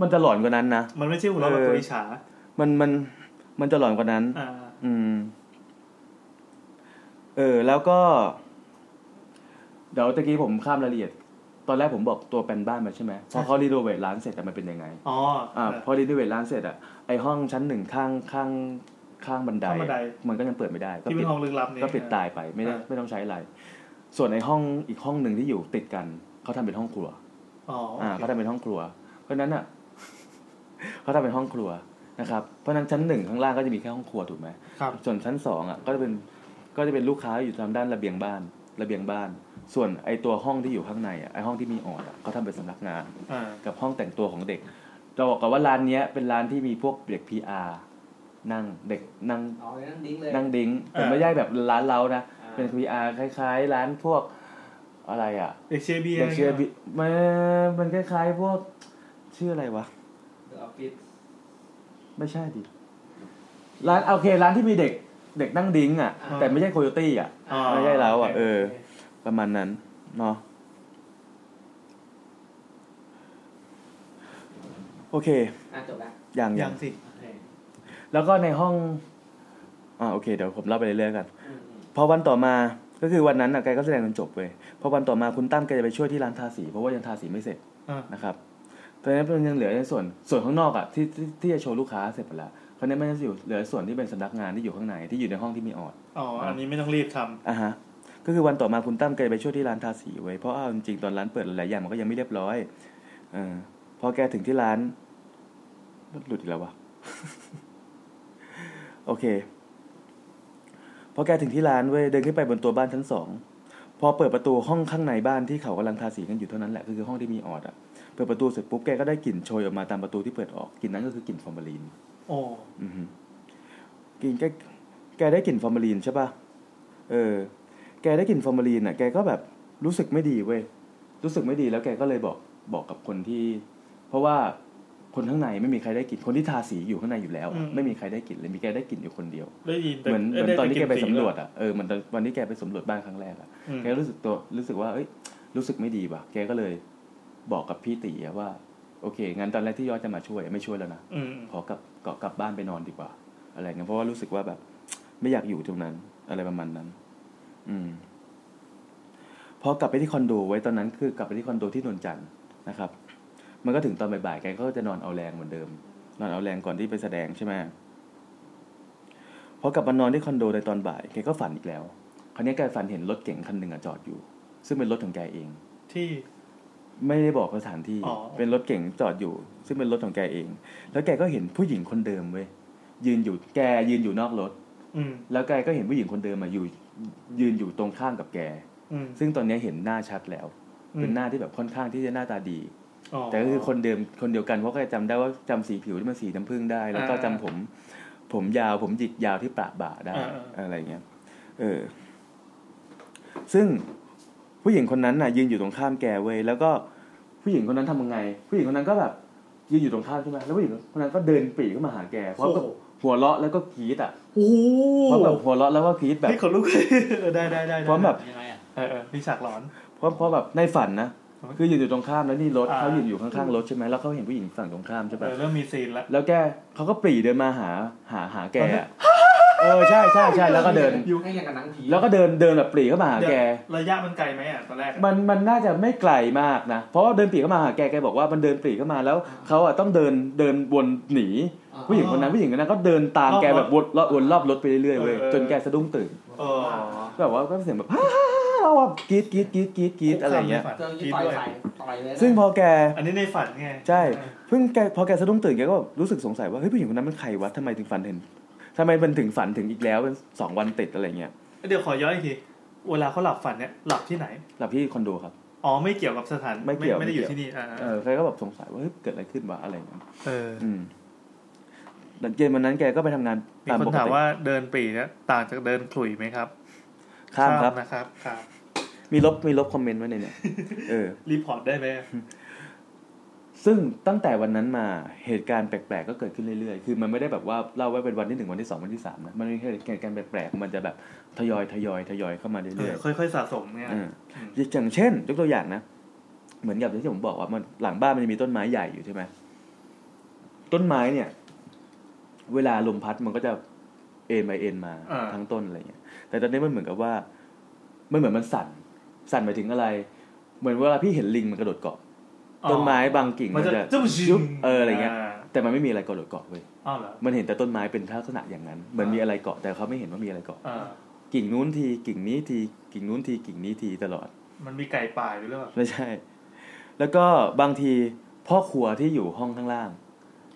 S9: มันจะหลอนกว่านั้นนะ
S2: มันไม่ใช่หัวเราะแบบตัวอิจฉา
S9: มันมันมันจะหลอนกว่านั้น
S2: อ่า
S9: อืม เออ แล้วก็ เดี๋ยวตะกี้ผมข้ามรายละเอียด ตอนแรกผมบอกตัวแปลนบ้านมาใช่ไหมพอเขารีโนเวทร้านเสร็จแต่มันเป็นยังไง
S2: อ๋อ
S9: อ่า
S2: เออ
S9: พอรีโนเวทร้านเสร็จอ่ะไอห้องชั้นหนึ่งข้างข้างข้างบันได
S2: ข้างบันได
S9: มันก็ยังเปิดไม่ได้
S2: ที่เป็น
S9: ปิด
S2: ห้องลึกลับนี่
S9: ก็ปิดตายไปไม่ได้
S2: อ่า
S9: ไม่ต้องใช้อะไร ส่วนไอห้องอีกห้องหนึ่งที่อยู่ติดกันเขาทำเป็นห้องครัว
S2: อ๋อ
S9: อ่า
S2: โอ
S9: เขา
S2: เค
S9: ทำเป็นห้องครัว เพราะฉะนั้นอ่ะ เขาทำเป็นห้องครัวนะครับ เพราะฉะนั้นชั้นหนึ่งข้างล่างก็จะมีแค่ห้องครัวถูกไหม
S2: ครับ
S9: ส่วนชั้นสองอ่ะก็จะเป็นก็จะเป็นลูกค้าอยู่ตามด้านระเบียงบ้าน ระเบียงบ้าน ส่วนไอตัวห้องที่อยู่ข้างในอ่ะไอห้องที่มีออดอ่ะเขาทำเป็นสำนักงาน
S2: อ่า
S9: กับห้องแต่งตัวของเด็กเราบอกกันว่าร้านเนี้ยเป็นร้านที่มีพวกเด็ก PR นั่งเด็กนั่ง
S14: อ๋อนั่งดิ้งเลย
S9: นั่งดิ้ง
S14: อ่า
S9: แต่ไม่ได้แบบร้านเรานะ
S14: อ่า
S9: เป็น VR คล้ายๆ ร้านพวกอะไรอ่ะ
S2: เด็กเชียร์เบียร์
S9: เด็กเชียร์บิมันมันคล้ายๆพวกชื่ออะไรวะ
S14: เดอะออฟฟิศ
S9: ไม่ใช่ดิ ร้านโอเค ร้านที่มีเด็ก เด็กนั่งดิ้งอ่ะ
S2: อ่า
S9: แต่ไม่ใช่โคโยตี้อ่ะ
S2: อ่า
S9: ไม่ใช่แล้วอ่ะ
S2: โอเค
S9: เออ ประมาณนั้นเนาะโอเค
S14: อ่ะจบละ
S9: อย่างอ
S2: ยั
S9: ย่าง ง
S2: สิ
S14: โอเค
S9: แล้วก็ในห้อง อ่าโอเค เดี๋ยวผมเล่าไปเรื่อยๆกัน
S14: อืม
S9: พอวันต่อมาก็คือวันนั้นน่ะแกก็แสดงจนจบเลยพอวันต่อมาคุณตั้มแกจะไปช่วยที่ร้านทาสี เพราะว่ายังทาสีไม่เสร็จ
S2: อ่า
S9: นะครับตอนนั้นมันยังเหลือในส่วนส่วนข้างนอกอ่ะที่ที่ที่จะโชว์ลูกค้าเสร็จไปแล้วคราวนี้มันจะอยู่เหลือส่วนที่เป็นสำนักงานที่อยู่ข้างในที่อยู่ในห้องที่มีออด
S2: อ๋อ อันนี้ไม่ต้องรีบทำ
S9: อ่ะฮะก็คือวันต่อมาคุณตั้มแกไปช่วยที่ร้านทาสีไว้ยเพราะเอาจริงๆตอนร้านเปิดหลายๆอย่างมันก็ยังไม่เรียบร้อยเออพอแกถึงที่ร้านหลุดอีกแล้ววะ โอเค พอแกถึงที่ร้านเว้ยเดินขึ้นไปบนตัวบ้านชั้นสองพอเปิดประตูห้องข้างในบ้านที่เขากำลังทาสีกันอยู่เท่านั้นแหละก็คือห้องที่มีออดอ่ะเปิดประตูเสร็จปุ๊บแกก็ได้กลิ่นโชยออกมาตามประตูที่เปิดออกกลิ่นนั้นก็คือกลิ่นฟอร์มาลีน
S2: โอ้
S9: อือฮึกลิ่นแกแกได้กลิ่นฟอร์มาลีนใช่ป่ะเออ แกได้กลิ่นฟอร์มาลีนอ่ะแกก็แบบรู้สึกไม่ดีเว้ยรู้สึกไม่ดีแล้วแกก็เลยบอก บอกกับคนที่ เพราะว่าคนข้างในไม่มีใครได้กลิ่นคนที่ทาสีอยู่ข้างในอยู่แล้วอะ
S2: อืม
S9: ไม่มีใครได้กลิ่นเลยมีแกได้กลิ่นอยู่คนเดียว
S2: ได้ยินแต่
S9: เหมือน
S2: เอ้ย
S9: เหมือน
S2: ได้
S9: ตอนที่แก
S2: ได้
S9: ไป
S2: กลิ่นเสียง
S9: สำรวจอ่ะเออเหมือนตอนวันที่แกไปสำรวจบ้านครั้งแรกอ่ะ
S2: อืม
S9: แกรู้สึกตัวรู้สึกว่าเอ้ยรู้สึกไม่ดีว่ะ แกก็เลยบอกกับพี่ตีอะว่า โอเค งั้นตอนแรกที่ยอดจะมาช่วยไม่ช่วยแล้วนะ
S2: อืม
S9: ขอกลับขอกลับบ้านไปนอนดีกว่า อะไรเงี้ยเพราะว่ารู้สึกว่าแบบ ไม่อยากอยู่ตรงนั้น อะไรประมาณนั้น อืม พอกลับไปที่คอนโดไว้ตอนนั้นคือกลับไปที่คอนโดที่นนจันทร์นะครับ มันก็ถึงตอนบ่ายๆแกก็จะนอนเอาแรงเหมือนเดิม นอนเอาแรงก่อนที่ไปแสดงใช่ไหมพอกลับมานอนที่คอนโดในตอนบ่ายแกก็ฝันอีกแล้ว คราวนี้แกฝันเห็นรถเก๋งคันหนึ่งอะจอดอยู่ ซึ่งเป็นรถของแกเอง
S2: ที่
S9: ไม่ได้บอกสถานที่
S2: อ๋อ
S9: เป็นรถเก๋งจอดอยู่ ซึ่งเป็นรถของแกเอง แล้วแกก็เห็นผู้หญิงคนเดิมเว้ย ยืนอยู่ แกยืนอยู่นอกรถ
S2: อืม
S9: แล้วแกก็เห็นผู้หญิงคนเดิมมาอยู่ ยืนอยู่ตรงข้ามกับแก
S2: อืม
S9: ซึ่งตอนนี้เห็นหน้าชัดแล้ว
S2: อืม
S9: เป็นหน้าที่แบบค่อนข้างที่จะหน้าตาดี
S2: อ๋อ
S9: แต่ก็คือคนเดิม คนเดียวกันเพราะแกจำได้ว่าจำสีผิวที่มันสีน้ำผึ้งได้ แล้วก็
S2: อ่า
S9: จำผม ผมยาวผมหยิกยาวที่ประบ่าได้
S2: อ่าอ่
S9: อะไรเงี้ย เออ ซึ่งผู้หญิงคนนั้นน่ะ ยืนอยู่ตรงข้ามแกเว้ยแล้วก็ผู้หญิงคนนั้นทำยังไง ผู้หญิงคนนั้นก็แบบยืนอยู่ตรงข้ามใช่ไหมแล้วผู้หญิงคนนั้นก็เดินปรีเข้ามาหาแกพร้อมกับ
S2: โอ้
S9: หัวเราะแล้วก็กรี๊ดอ่ะ
S2: โอ้โห
S9: พร้อมกับหัวเราะแล้วก็กรี๊ดแบบ
S2: พี่ขนลุก เออได้ได้ได้ได้
S9: พร้อมแบบ
S14: ยังไงอ่ะ
S2: เออเออมีฉากหลอน
S9: เพราะเพราะแบบในฝันนะคือยืนอยู่ตรงข้ามแล้วนี่รถ
S2: อ่า
S9: เขายืนอยู่ข้างๆรถใช่ไหมแล้วเขาเห็นผู้หญิงฝั่งตรงข้ามใช่
S2: เอ
S9: ปะ
S2: อเริ่มมีซีนละ
S9: แล้วแกเขาก็ปรีเดินมาหาหาหาแกอะเอ อใช่ใช่ใช่แล้วก็เดิน
S14: อยู่ให้อย่างกับหนังผี
S9: แล้วก็เดินเดินแบบปรีเข้ามาหา
S2: เดี๋ยว
S9: แก
S2: ระยะมันไกลไหมอ่ะตอนแรกอะ
S9: มันมันน่าจะไม่ไกลมากนะเพราะว่าเดินปรีเข้ามาหาแกแกบอกว่ามันเดินปรีเข้ามาแล้วเขาอะต้องเดินเดินวนหนี ผู้หญิงคนนั้นผู้หญิงคนนั้นก็เดินตามแกแบบวนรอบวนรอบรถไปเรื่อยๆเว้ยจนแกสะดุ้งตื่น
S2: เออ
S9: แบบว่าก็เสียงแบบ เราแบบกรี๊ดกรี๊ดกรี๊ดกรี๊ดกรี๊ดอะไรเงี้ย
S14: เจอยี่ต่อยใส่ต่อยเลยนะ
S9: ซึ่งพอแก
S2: อันนี้ในฝันไง
S9: ใช่เพิ่งแกพอแกสะดุ้งตื่นแกก็แบบรู้สึกสงสัยว่าเฮ้ยผู้หญิงคนนั้นมันใครวะทำไมถึงฝันเห็นทำไมมันถึงฝันถึงอีกแล้วเป็นสองวันติดอะไรเงี้ย
S2: เดี๋ยวขอย้อนอีกทีเวลาเขาหลับฝันเนี่ยหลับที่ไหน
S9: หลับที่คอนโดครับ
S2: อ๋อไม่เกี่ยวกับสถาน
S9: ไม่เกี่ยว
S2: ไม่ได้อยู่
S9: เกี่
S2: ที่นี่อ่า
S9: เออแกก็แบบสงสัยว่าเฮ้ยเกิดอะไรขึ้นวะอะไรเงี้ย
S2: เออ
S9: อืมหลังเย็นวันนั้นแกก็ไปทำงาน
S2: มี
S9: ตาม
S2: คน
S9: ปก
S2: ถาม
S9: ติ
S2: ว่าเดินปรีเนี่ยต่างจากเดินขลุ่ยไหมครับ
S9: ข้ามครับ
S2: นะครับครับ
S9: มีลบมีลบคอมเมนต์ไว้ในเนี่ยเออ
S2: รีพอร์ตได้ไหม
S9: ซึ่งตั้งแต่วันนั้นมาเหตุการณ์แปลกๆก็เกิดขึ้นเรื่อยๆ คือมันไม่ได้แบบว่าเล่าไว้เป็นวันที่หนึ่งวันที่สองวันที่สามนะมันเป็นเหตุการณ์แปลกๆมันจะแบบทยอยทยอยทยอยเข้ามา
S2: เอ
S9: เรื่อ
S2: อย
S9: ๆ
S2: ค่อยๆสะสมเนี่ย
S9: อ่าอย่างเช่น ยกตัวอย่างนะ เหมือนกับที่ผมบอกว่ามันหลังบ้านมันจะมีต้นไม้ใหญ่อยู่ใช่ไหมต้นไม้เนี่ย เวลาลมพัดมันก็จะเอ็นไปเอ็นมา
S2: อ่า
S9: ทั้งต้นอะไรเงี้ย แต่ตอนนี้มันเหมือนกับว่ามันเหมือนมันสั่น สั่นหมายถึงอะไร เหมือนเวลาพี่เห็นลิงมันกระโดดเกาะต้นไม้บางกิ่ง
S2: มันจะจุ๊บ
S9: ยุบเอออะไรเงี้ย
S2: อ่า
S9: แต่มันไม่มีอะไรกระโดดเกาะเว้ย
S2: อ้าวเหรอ
S9: มันเห็นแต่ต้นไม้เป็นลักษณะอย่างนั้นเหมือนมีอะไรเกาะแต่เขาไม่เห็นว่ามีอะไรเกาะ
S2: อ่า
S9: กิ่งนู้นทีกิ่งนี้ทีกิ่งนู้นทีกิ่งนี้ทีตลอด
S2: มันมีไก่ป่าอยู่หรือเปล่า
S9: ไม่ใช่ แล้วก็บางทีพ่อครัวที่อยู่ห้องข้างล่าง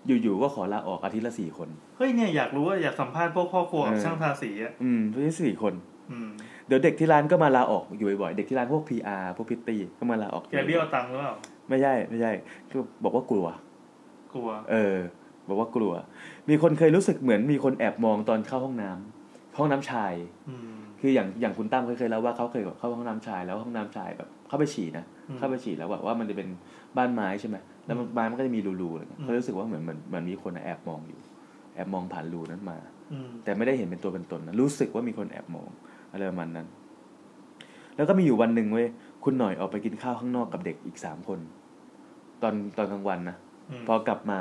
S9: อยู่ๆก็ขอลาออกอาทิตย์ละสี่คน
S2: เฮ้ยเนี่ยอยากรู้ว่าอยากสัมภาษณ์พวกพ่อครัวกับ
S9: เออ
S2: ช่างทาสีอ่ะ
S9: อืมอาทิตย์ละสี่คน
S2: อืม
S9: เดี๋ยวเด็กที่ร้านก็มาลาออกอยู่บ่อยๆ เด็กที่ร้านพวก PR พวกพิตตี้ก็มาลาออก
S2: แกเบี้ยวตังค์หรือเปล่า
S9: ไม่ใช่ ไม่ใช่ก็บอกว่ากลัว
S2: กลัว
S9: เออ บอกว่ากลัว มีคนเคยรู้สึกเหมือนมีคนแอบมองตอนเข้าห้องน้ำห้องน้ำชาย
S2: อืม
S9: คืออย่างอย่างคุณตั้มเคยเคยเล่าว่าเขาเคยแบบเข้าห้องน้ำชายแล้วห้องน้ำชายแบบ เข้าไปฉี่นะ
S2: อืม
S9: เข้าไปฉี่แล้วแบบว่ามันจะเป็นบ้านไม้ใช่ไหมแล้วมันไม้มันก็จะมีรูๆอะไรเงี้ย
S2: อืม
S9: เขารู้สึกว่าเหมือนเหมือนเหมือนมีคนแอบมองอยู่ แอบมองผ่านรูนั้นมา
S2: อืม
S9: แต่ไม่ได้เห็นเป็นตัวเป็นตนนะรู้สึกว่ามีคนแอบมองอะไรประมาณนั้น แล้วก็มีอยู่วันหนึ่งเว้ยคุณหน่อยออกไปกินข้าวข้างนอกกับเด็กอีกสามคน ตอนตอนกลางวันนะ
S2: อืม
S9: พอกลับมา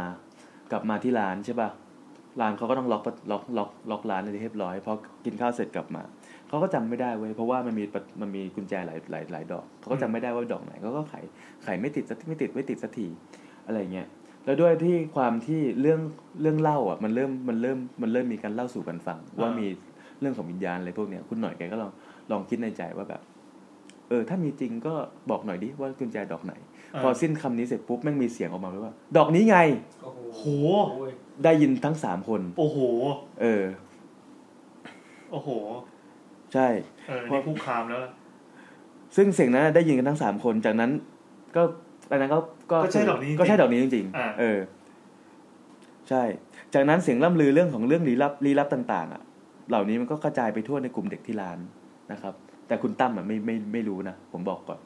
S9: กลับมาที่ร้านใช่ป่ะร้านเขาก็ต้องล็อกประล็อกล็อกล็อกร้านเลยเรียบร้อยพอกินข้าวเสร็จกลับมาเขาก็จำไม่ได้เว้ยเพราะว่ามันมีประมันมีกุญแจหลายหลายหลายดอกเขาก็จำไม่ได้ว่าดอกไหนเขาก็ไขไขไม่ติดสักไม่ติดไม่ติดสักทีอะไรเงี้ย แล้วด้วยที่ความที่เรื่องเรื่องเล่าอ่ะมันเริ่มมันเริ่มมันเริ่มมีการเล่าสู่กันฟัง ว่ามีเรื่องของวิญญาณอะไรพวกเนี้ยคุณหน่อยแกก็ลองลองคิดในใจว่าแบบ เออ ถ้ามีจริงก็บอกหน่อยดิว่ากุญแจดอกไหน
S2: า
S9: พอสิ้นคำนี้เสร็จปุ๊บแม่งมีเสียงออกมาเลยว่า ดอกนี้ไง
S14: โอ้โห
S2: โห
S9: ได้ยินทั้งสามคน
S2: โอ้โห
S9: เออ
S2: โอ้โห
S9: ใช่
S2: เออนี่คุกคามแล้วล่ะ
S9: ซึ่งเสียงนั้นนะได้ยินกันทั้งสามคน จากนั้น ก็อันนั้นก็
S2: ก็ใช่ดอกนี้จริง
S9: ก็ใช่ดอกนี้จริง
S2: อ่า
S9: เออ ใช่ จากนั้นเสียงล่ำลือเรื่องของเรื่องลี้ลับลี้ลับต่าง ๆ อ่ะ เหล่านี้มันก็กระจายไปทั่วในกลุ่มเด็กที่ร้านนะครับ แต่คุณตั้มอ่ะไม่ไม่ไม่รู้นะผมบอกก่อน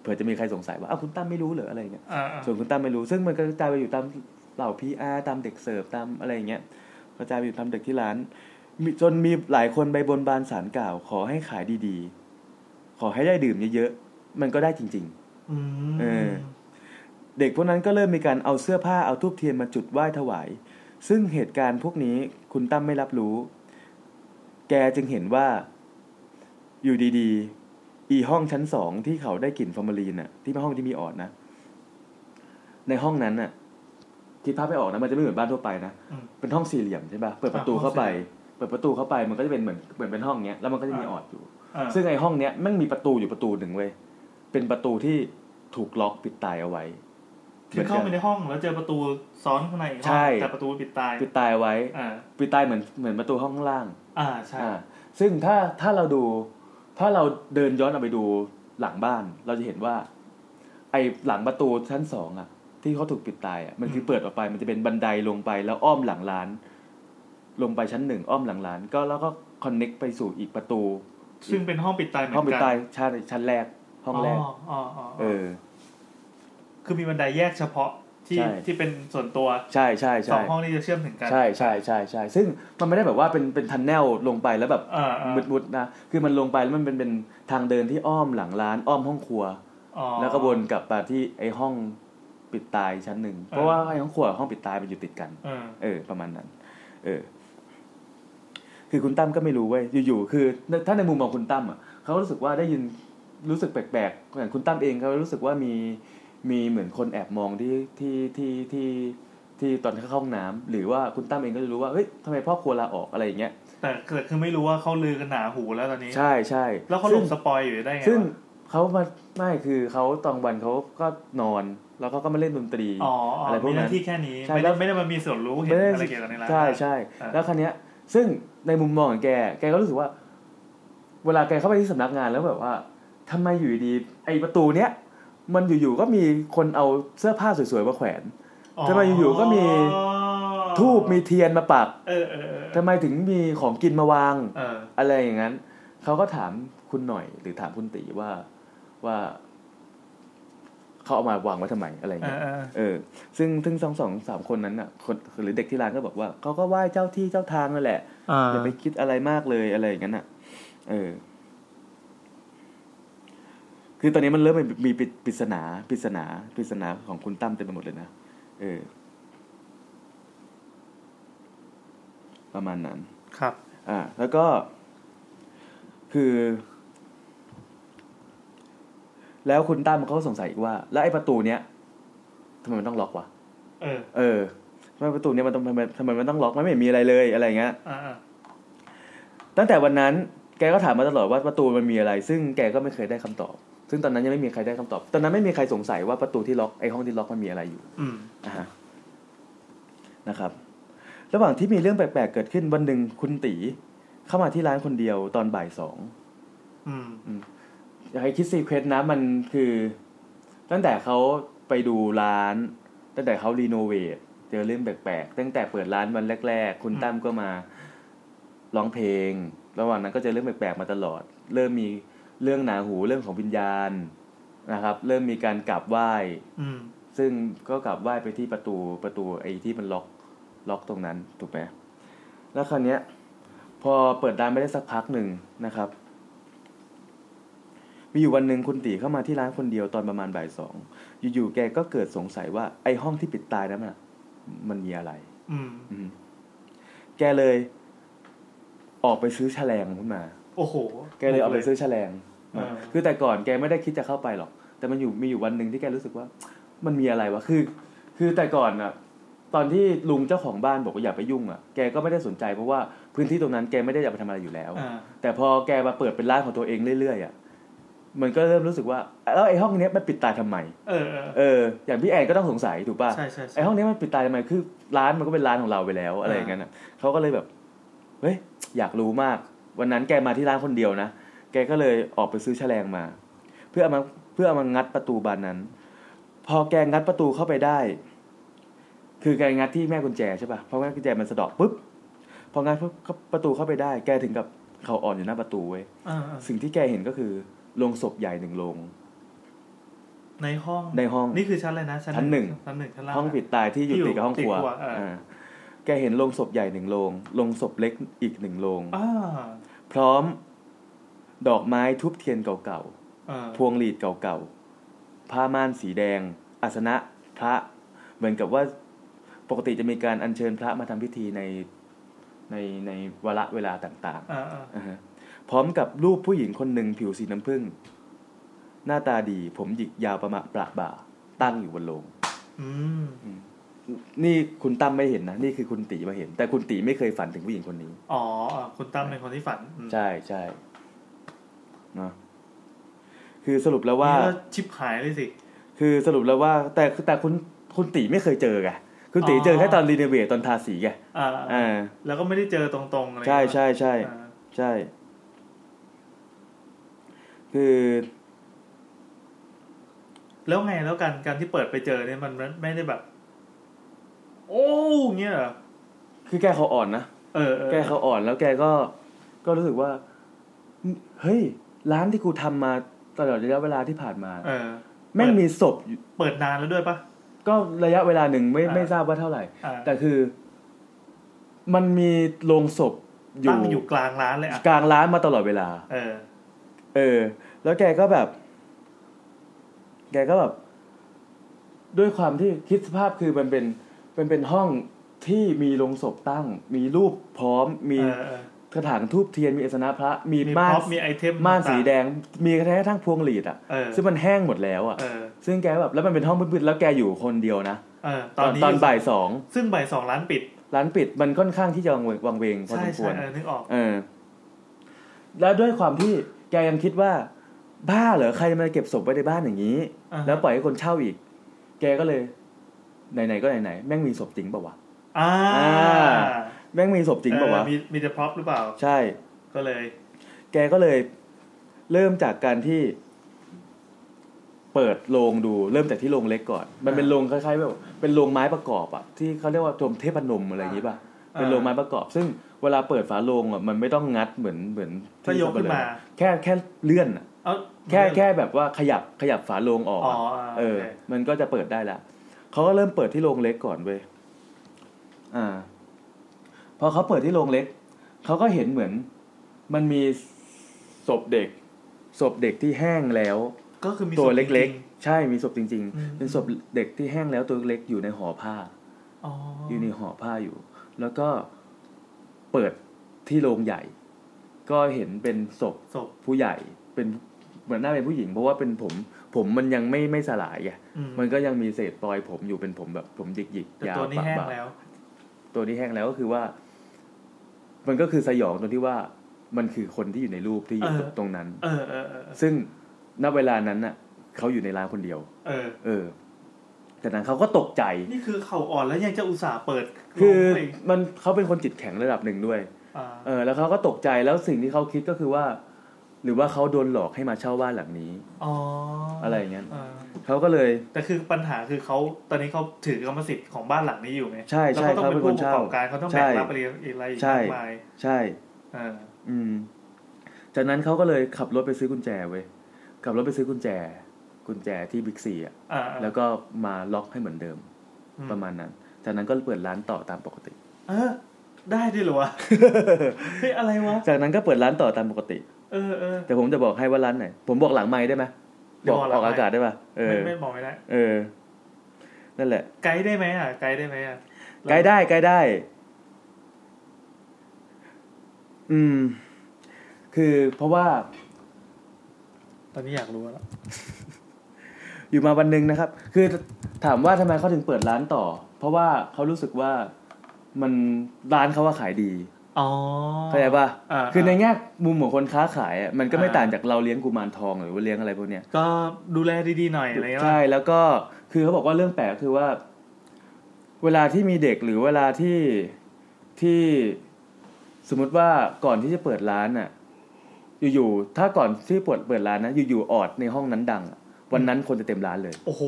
S9: เผื่อจะมีใครสงสัยว่าอ้าวคุณตั้มไม่รู้เหรออะไรเงี้ย
S2: อ่าอ่า
S9: ส่วนคุณตั้มไม่รู้ ซึ่งมันก็กระจายไปอยู่ตามเหล่าพีอาร์ตามเด็กเสิร์ฟตามอะไรอย่างเงี้ยกระจายไปอยู่ตามเด็กที่ร้านมีจนมีหลายคนไปบนบานสารกล่าว ขอให้ขายดีๆ ขอให้ได้ดื่มเยอะๆมันก็ได้จริง ๆ
S2: อืม
S9: เออเด็กพวกนั้นก็เริ่มมีการเอาเสื้อผ้าเอาทูบเทียนมาจุดไหว้ถวาย ซึ่งเหตุการณ์พวกนี้คุณตั้มไม่รับรู้ แกจึงเห็นว่า อยู่ดีๆ อีห้องชั้นสองที่เขาได้กลิ่นฟอร์มาลีนน่ะ ที่เป็นห้องที่มีออดนะ ในห้องนั้นน่ะคิดภาพไม่ออกนะมันจะไม่เหมือนบ้านทั่วไปนะ
S2: อืม
S9: เป็นห้องสี่เหลี่ยมใช่ปะเปิดประตูเข้าไป เปิดประตูเข้าไป มันก็จะเป็นเหมือนเหมือนเป็นห้องเนี้ยแล้วมันก็จะมีออดอยู่
S2: อ่า
S9: ซึ่งไอห้องเนี้ยแมันมีประตูอยู่ประตูหนึ่งเว้ยเป็นประตูที่ถูกล็อกปิดตายเอาไว้
S2: คือเข้าไปในห้องแล้วเจอประตูซ้อนข้างในห้อง
S9: ใช่
S2: แต่ประตูปิดตาย
S9: ปิดตายไว้
S2: อ่า
S9: ปิดตายเหมือนเหมือนประตูห้องข้างล่าง
S2: อ่าใช่
S9: อ่าซึ่งถ้าถ้าเราดู ถ้าเราเดินย้อนออกไปดูหลังบ้าน เราจะเห็นว่า ไอหลังประตูชั้นสองอะที่เขาถูกปิดตายอะมันคือเปิดออกไป มันจะเป็นบันไดลงไปแล้วอ้อมหลังร้าน ลงไปชั้นหนึ่งอ้อมหลังร้าน ก็แล้วก็คอนเน็กไปสู่อีกประตู
S2: ซึ่งเป็นห้องปิดตายเหมือน
S9: ห้
S2: กั
S9: องปิดตายชั้นชั้นแรกห้องแรก
S2: อ๋ออ๋ออ๋อ
S9: เออ
S2: คือมีบันไดแยกเฉพาะที่
S9: ใช่
S2: ที่เป็นส่วนตัว
S9: ใช่ใช่ใช่
S2: สองห้องนี้จะเชื่อมถึงกัน
S9: ใช่ใช่ใช่ใช่ซึ่งมันไม่ได้แบบว่าเป็นเป็นทันแนลลงไปแล้วแบบ
S2: อ่าอ่ามุ
S9: มุดๆนะ คือมันลงไปแล้วมันเป็นเป็นทางเดินที่อ้อมหลังร้านอ้อมห้องครัว
S2: อ๋อ
S9: แล้วก็วนกลับมาที่ไอ้ห้องปิดตายชั้นหนึ่ง เพราะว่าไอ้ห้องครัวกับห้องปิดตายมันอยู่ติดกัน
S2: อ่า
S9: เออ ประมาณนั้น เออ คือคุณตั้มก็ไม่รู้เว้ยอยู่ๆคือ ถ้าในมุมมองคุณตั้มอ่ะเขารู้สึกว่าได้ยินรู้สึกแปลกๆอย่างคุณตั้มเองเขารู้สึกว่ามีมีเหมือนคนแอบมองที่ที่ที่ที่ที่ตอนเข้าห้องน้ำหรือว่าคุณตั้มเองก็จะรู้ว่าเฮ้ยทำไมพ่อครัวลาออกอะไรอย่างเงี้ย
S2: แต่เกิดคือไม่รู้ว่าเขาลือกันหนาหูแล้วตอนนี้
S9: ใช่ใช่
S2: แล้วเขาหล
S9: ซึ่
S2: บ
S9: ง
S2: สปอยอยู่ได้ไง
S9: ซึ่ง
S2: วะ
S9: เขามาไม่คือเขาตอนวันเขาก็นอน แล้วเขาก็มาเล่นดนตรี
S2: อ๋ออ๋ออ
S9: ไรพวก
S2: มีห
S9: นั้
S2: น้าน ที่แค่นี้
S9: ใช่
S2: ไม่ได้
S9: แล้ว
S2: ไม่ได้มามีส่วนรู้เห็น
S9: ม่ด้
S2: อะไรเกี่ยวกับในร้าน
S9: ใช่ใช่
S2: อ่า
S9: แล้วคันเนี้ย ซึ่งในมุมมองของแก แกก็รู้สึกว่า เวลาแกเข้าไปที่สำนักงานแล้วแบบว่าทำไมอยู่ดีๆไอประตูเนี้ยมันอยู่ๆก็มีคนเอาเสื้อผ้าสวยๆมาแขวนทำไมอยู่ๆก็มีทูบมีเทียนมาปัก
S2: เออเออเออ
S9: ทำไมถึงมีของกินมาวาง
S2: เออ
S9: อะไรอย่างนั้น เขาก็ถามคุณหน่อย หรือถามคุณตีว่าว่า เขาเอามาวางไว้ทำไมอะไรอย่างเงี้ย
S2: เออเออ
S9: เออ ซึ่งซึ่งสองสองสามคนนั้นอ่ะ คนหรือเด็กที่ร้านก็บอกว่า เขาก็ไหว้เจ้าที่เจ้าทางนั่นแหละ
S2: อ่า
S9: อย่าไปคิดอะไรมากเลยอะไรอย่างนั้นอ่ะ เออ คือตอนนี้มันเริ่มมีมีปริปริศนาปริศนาปริศนาของคุณตั้มเต็มไปหมดเลยนะเออ ประมาณนั้น
S2: ครับ
S9: อ่าแล้วก็คือ แล้วคุณตั้มเขาก็สงสัยอีกว่า แล้วไอ้ประตูเนี้ยทำไมมันต้องล็อกวะ
S2: เออ
S9: เออทำไมประตูเนี้ยมันต้องทำไมทำไมมันต้องล็อกมันไม่เห็นมีอะไรเลยอะไรอย่างเงี้ย
S2: อ่าอ่า
S9: ตั้งแต่วันนั้นแกก็ถามมาตลอดว่าประตูมันมีอะไร ซึ่งแกก็ไม่เคยได้คำตอบ ซึ่งตอนนั้นยังไม่มีใครได้คำตอบ ตอนนั้นไม่มีใครสงสัยว่าประตูที่ล็อกไอ้ห้องที่ล็อกมันมีอะไรอยู่
S2: อืม
S9: อ่าฮะนะครับ ระหว่างที่มีเรื่องแปลกๆเกิดขึ้นวันหนึ่งคุณตีเข้ามาที่ร้านคนเดียวตอนบ่ายสอง
S2: อืม
S9: อยากให้คิดซีเครตนะมันคือ ตั้งแต่เขาไปดูร้าน ตั้งแต่เขารีโนเวทเจอเรื่องแปลกๆตั้งแต่เปิดร้านวันแรก ๆ คุณตั้มก็มาร้องเพลง ระหว่างนั้นก็เจอเรื่องแปลกๆมาตลอด เริ่มมีเรื่องหนาหูเรื่องของวิญญาณนะครับ เริ่มมีการกราบไหว้
S2: อืม
S9: ซึ่งก็กลับไหว้ไปที่ประตูประตูไอ้ที่มันล็อกล็อกตรงนั้นถูกไหมแล้วคราวเนี้ย พอเปิดร้านไปได้สักพักหนึ่งนะครับ มีอยู่วันหนึ่งคุณตีเข้ามาที่ร้านคนเดียวตอนประมาณบ่ายสองอยู่ๆแกก็เกิดสงสัยว่าไอ้ห้องที่ปิดตายนั้นน่ะ มันมีอะไร
S2: อืม
S9: อืมแกเลย ออกไปซื้อแฉลงขึ้นมา
S2: โอ้โห
S9: แกเลยออกไปซื้อแฉลง
S2: อ่า
S9: คือแต่ก่อนแกไม่ได้คิดจะเข้าไปหรอก แต่มันอยู่มีอยู่วันหนึ่งที่แกรู้สึกว่า มันมีอะไรวะ คือ คือแต่ก่อนอะตอนที่ลุงเจ้าของบ้านบอกว่าอย่าไปยุ่งอะแกก็ไม่ได้สนใจเพราะว่าพื้นที่ตรงนั้นแกไม่ได้จะไปทำอะไรอยู่แล้ว
S2: อ่า
S9: แต่พอแกมาเปิดเป็นร้านของตัวเองเรื่อยๆอะมันก็เริ่มรู้สึกว่าแล้วไอ้ห้องเนี้ยมันปิดตายทำไม
S2: เออเออ
S9: เออ อย่างพี่แอนก็ต้องสงสัยถูกป่ะ
S2: ใช่ใช่ใช่
S9: ไอห้องนี้มันปิดตายทำไมคือร้านมันก็เป็นร้านของเราไปแล้ว อะไร
S2: อ่า
S9: อย่างนั้นอ่ะเขาก็เลยแบบ เฮ้ย อยากรู้มาก วันนั้นแกมาที่ร้านคนเดียวนะ แกก็เลยออกไปซื้อแฉลงมา เพื่อเอามาเพื่อเอามางัดประตูบานนั้น พอแกงัดประตูเข้าไปได้ คือแกงัดที่แม่กุญแจใช่ป่ะพอแม่กุญแจมันสะเดอกปุ๊บ พองัดปุ๊บก็ประตูเข้าไปได้ แกถึงกับเขาอ่อนอยู่หน้าประตูเว้ย
S2: อ่าอ่า
S9: สิ่งที่แกเห็นก็คือโรงศพใหญ่หนึ่งโรง
S2: ในห้อง
S9: ในห้อง
S2: นี่คือชั้นอะไรนะชั้น
S9: ชั้นหนึ่ง
S2: ชั้นหนึ่งชั้นล่าง
S9: ห้องปิดตายที่อยู่
S2: ที่อยู่
S9: ติดกับห้องครัว
S2: ติดครัวเอออ่
S9: าแกเห็นโลงศพใหญ่หนึ่งโลงโลงศพเล็กอีกหนึ่งโลง
S2: อ่า
S9: พร้อมดอกไม้ทุบเทียนเก่า
S2: เออ
S9: ๆ พวงหลีดเก่าๆ ผ้าม่านสีแดง อาสนะพระ เหมือนกับว่าปกติจะมีการอัญเชิญพระมาทำพิธีในในในวาระเวลาต่างๆ
S2: อ่าอ่า
S9: อ่าฮะพร้อมกับรูปผู้หญิงคนหนึ่งผิวสีน้ำผึ้งหน้าตาดีผมหยิกยาวประมาประบ่า ตั้งอยู่บนโลง
S2: อืม
S9: นี่คุณตั้มไม่เห็นนะ นี่คือคุณตีมาเห็น แต่คุณตีไม่เคยฝันถึงผู้หญิงคนนี้
S2: อ๋ออ่ะคุณตั้มเป็นคนที่ฝันอืม
S9: ใช่ใช่เนอะคือสรุปแล้วว่า
S2: นี่ก็ชิบหายเลยสิ
S9: คือสรุปแล้วว่า แต่แต่คุณคุณตีไม่เคยเจอไงคุณตี
S2: อ๋อ
S9: เจอแค่ตอนรีโนเวทตอนทาสีไง
S2: อ่าอ่า
S9: อ่า
S2: แล้วก็ไม่ได้เจอตรงๆอะไร
S9: ใช่ใช่ใช่
S2: อ่า
S9: ใช่ คือ
S2: แล้วไงแล้วกันการที่เปิดไปเจอเนี่ยมันไม่ได้แบบ โอ้เงี้ยเหรอ
S9: คือแกเขาอ่อนนะ
S2: เออเออ
S9: แกเขาอ่อนแล้วแกก็ก็รู้สึกว่า เฮ้ย ร้านที่กูทำมาตลอดระยะเวลาที่ผ่านมา
S2: เออ
S9: แม่งมีศพอยู่
S2: เปิดนานแล้วด้วยปะ
S9: ก็ระยะเวลาหนึ่งไม่
S2: อ่า
S9: ไม่ทราบว่าเท่าไหร่
S2: อ่า
S9: แต่คือ มันมีโลงศพอยู่
S2: ตั้งอยู่กลางร้านเลยอ่ะ
S9: กลางร้านมาตลอดเวลา
S2: เออ
S9: เออ แล้วแกก็แบบ แกก็แบบ ด้วยความที่คิดสภาพคือมันเป็นมันเป็นห้องที่มีโลงศพตั้ง มีรูปพร้อมมี
S2: เออเออ
S9: กระถางทูบเทียนมีอาสนะพระ มี
S2: มี
S9: ม่าน
S2: พร็อพมีไอเทม
S9: ม่าน
S2: ต่างๆ
S9: สีแดง มีกระทั่งพวงหลีดอ่ะ
S2: เออ
S9: ซึ่งมันแห้งหมดแล้วอ่ะ
S2: เออ
S9: ซึ่งแกแบบแล้วมันเป็นห้องมืดๆแล้วแกอยู่คนเดียวนะ
S2: เออ
S9: ตอนตอนบ่ายสอง
S2: ซึ่งบ่ายสองร้านปิด
S9: ร้านปิดมันค่อนข้างที่จะวังเวงวังเวงพอ
S2: ใช่
S9: สมค
S2: ใช่
S9: วร
S2: เออนึกออก
S9: เออแล้วด้วยความที่แกยังคิดว่า บ้าเหรอใครจะมาเก็บศพไว้ในบ้านอย่างนี้
S2: อ่าฮะ
S9: แล้วปล่อยให้คนเช่าอีก แกก็เลย ไหนๆก็ไหนๆแม่งมีศพจริงเปล่าวะ
S2: อ่า
S9: อ่า แม่งมีศพจริงเปล่าวะ
S2: เออมีมีแต่พร็อพหรือเปล่า
S9: ใช่
S2: ก็เลย
S9: แกก็เลยเริ่มจากการที่ เปิดโรงดู เริ่มจากที่โรงเล็กก่อน มันเป็นโรงคล้ายๆแบบเป็นโรงไม้ประกอบอะที่เขาเรียกว่าโรงเทพนมอะไรอย่างนี้ป่ะเป็นโรงไม้ประกอบ ซึ่งเวลาเปิดฝาโรงอะมันไม่ต้องงัดเหมือนเหมือน
S2: ก็ยกขึ้นมา
S9: แค่แค่เลื่อนอะ
S2: เอา
S9: แค่แค่แบบว่าขยับขยับฝาโลงออก
S2: อ๋
S9: อะ
S2: ออ่า
S9: เออ
S2: โอเค
S9: มันก็จะเปิดได้ละเขาก็เริ่มเปิดที่โรงเล็กก่อนเว้ยอ่า พอเขาเปิดที่โรงเล็กเขาก็เห็นเหมือน มันมีศพเด็กศพเด็กที่แห้งแล้ว
S2: ก็คือมี
S9: ตัว
S2: ศพ
S9: เล็ก
S2: จริง
S9: ๆ ใช่มีศพจริง
S2: อืม
S9: ๆ เป็นศพเด็กที่แห้งแล้วตัวเล็กอยู่ในห่อผ้า
S2: ๆอ๋ออ
S9: อยู่ในห่อผ้าอยู่ แล้วก็เปิดที่โรงใหญ่ ก็เห็นเป็นศพ
S2: ศพ
S9: ผู้ใหญ่เป็นเหมือนหน้าเป็นผู้หญิง เพราะว่าเป็นผม ผมมันยังไม่ไม่สลายไง
S2: อืม
S9: มันก็ยังมีเศษปลอยผมอยู่เป็นผมแบบ ผมหยิกหยิก
S2: แต่
S9: ยาว
S2: ตัวนี้
S9: ปะ
S2: แห้ง
S9: บ่า
S2: แล้ว
S9: ตัวนี้แห้งแล้วก็คือว่า มันก็คือสยองตรงที่ว่ามันคือคนที่อยู่ในรูปที่อยู่
S2: เออ
S9: ตรงนั้น
S2: เออเออเออ
S9: ซึ่งณเวลานั้นน่ะเขาอยู่ในร้านคนเดียว
S2: เออ
S9: เออ แต่นั้นเขาก็ตกใจ
S2: นี่คือเข่าอ่อนแล้วยังจะอุตส่าห์เปิด
S9: คือ
S2: ลงไปก
S9: มันเขาเป็นคนจิตแข็งระดับหนึ่งด้วย
S2: อ่า
S9: เออแล้วเขาก็ตกใจแล้วสิ่งที่เขาคิดก็คือว่า หรือว่าเขาโดนหลอกให้มาเช่าบ้านหลังนี้
S2: อ๋อ
S9: อะไรอย่างเงี้ย
S2: อ่า
S9: เขาก็เลย
S2: แต่คือปัญหาคือเขาตอนนี้เขาถือกรรมสิทธิ์ของบ้านหลังนี้อยู่ไง
S9: ใช่ใช่
S2: แล้วเขาต้องเป็น
S9: เขาเป็
S2: ผู้
S9: น
S2: ประ
S9: คนเช่าก
S2: อบการเขาต้อง
S9: ใช่
S2: แบกรับอะไรอะไรอีก
S9: ใช่
S2: มากมาย
S9: ใช่
S2: เออ
S9: อืม จากนั้นเขาก็เลยขับรถไปซื้อกุญแจเว้ยขับรถไปซื้อกุญแจ กุญแจที่บิ๊กซีอ่ะ
S2: อ่า
S9: แล้วก็มาล็อกให้เหมือนเดิม
S2: อื
S9: ประมาณนั้น จากนั้นก็เปิดร้านต่อตามปกติ
S2: เออ ได้ด้วยเหรอ วะ เฮ้ยอะไรวะ
S9: จากนั้นก็เปิดร้านต่อตามปกติ
S2: เออเออ
S9: แต่ผมจะบอกให้ว่าร้านไหน ผมบอกหลังไม้ได้ไหม
S2: เดี๋
S9: บ
S2: ยว
S9: อ
S2: บ
S9: ก
S2: อกหลั
S9: อง อก
S2: ไมค์
S9: อากาศได้ป่ะเอ
S2: ไม่
S9: อ
S2: ไม่บอกไม่ได้
S9: เออ นั่นแหละ
S2: ไกด์ได้ไหมอ่ะไกด์ได้ไหมอ่ะ
S9: ใกล้ได้ใกล้ได้ อืม คือเพราะว่า
S2: ตอนนี้อยากรู้แล้ว
S9: อยู่มาวันหนึ่งนะครับ คือถามว่าทำไมเขาถึงเปิดร้านต่อ เพราะว่าเขารู้สึกว่ามันร้านเขาว่าขายดี
S2: อ๋อ
S9: เข้าใจป่ะ
S2: อ่า
S9: คือในแง่มุมของคนค้าขายอะมันก็ไม่
S2: อ่า
S9: ต่างจากเราเลี้ยงกุมารทองหรือว่าเลี้ยงอะไรพวกเนี้ย
S2: ก็ดูแลดีๆหน่อยอะไรเงี้ย
S9: ใช่แล้วก็คือเขาบอกว่าเรื่องแปลกคือว่า เวลาที่มีเด็กหรือเวลาที่ที่สมมติว่าก่อนที่จะเปิดร้านอ่ะ อยู่ๆถ้าก่อนที่เปิดเปิดร้านนะอยู่ๆออดในห้องนั้นดังอะวันนั้นคนจะเต็มร้านเลย
S2: โอ้โห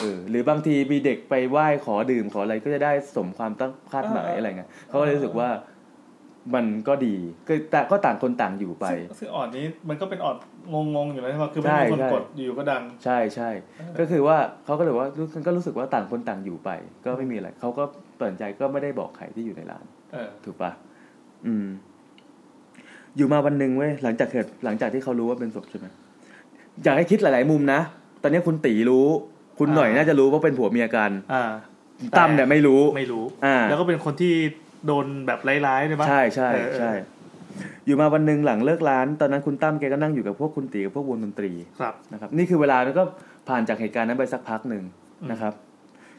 S9: เออหรือบางทีมีเด็กไปไหว้ขอดื่มขออะไรก็จะได้สมความตั้งคาดหมาย
S2: เออเอออ
S9: อะไรเงี้ยเขาก็เลยรู้สึกว่า มันก็ดีก็แต่ก็ต่างคนต่างอยู่ไป
S2: ซึ่งออดนี้มันก็เป็นออดงงๆอยู่แล้วใช่ไหมคือไม่
S9: ใช่
S2: มีคน
S9: ใช่
S2: กดอยู่ก็ดัง
S9: ใช่ใช่
S2: เออ
S9: ก็คือว่าเขาก็เลยว่ารู้ก็รู้สึกว่าต่างคนต่างอยู่ไป ก็ไม่มีอะไรเขาก็ตัดสินใจก็ไม่ได้บอกใครที่อยู่ในร้าน
S2: เออ
S9: ถูกปะอืม อยู่มาวันหนึ่งเว้ยหลังจากเกิดหลังจากที่เขารู้ว่าเป็นศพใช่ไหมอยากให้คิดหลาย ๆ มุมนะ ตอนนี้คุณตีรู้ คุณหน่อยน่าจะรู้ว่าเป็นผัวเมียกัน
S2: อ่า
S9: ตั้มเนี่ยไม่รู้
S2: ไม่รู้
S9: อ่า
S2: แล้วก็เป็นคนที่โดนแบบร้ายๆเลยปะ
S9: ใช่ใช่
S2: เออเออ
S9: ใช่ อยู่มาวันหนึ่งหลังเลิกร้าน ตอนนั้นคุณตั้มแกก็นั่งอยู่กับพวกคุณตีกับพวกวงดนตรี
S2: ครับ
S9: นะครับนี่คือเวลาแล้วก็ผ่านจากเหตุการณ์นั้นไปสักพักหนึ่ง
S2: อืม
S9: นะครับ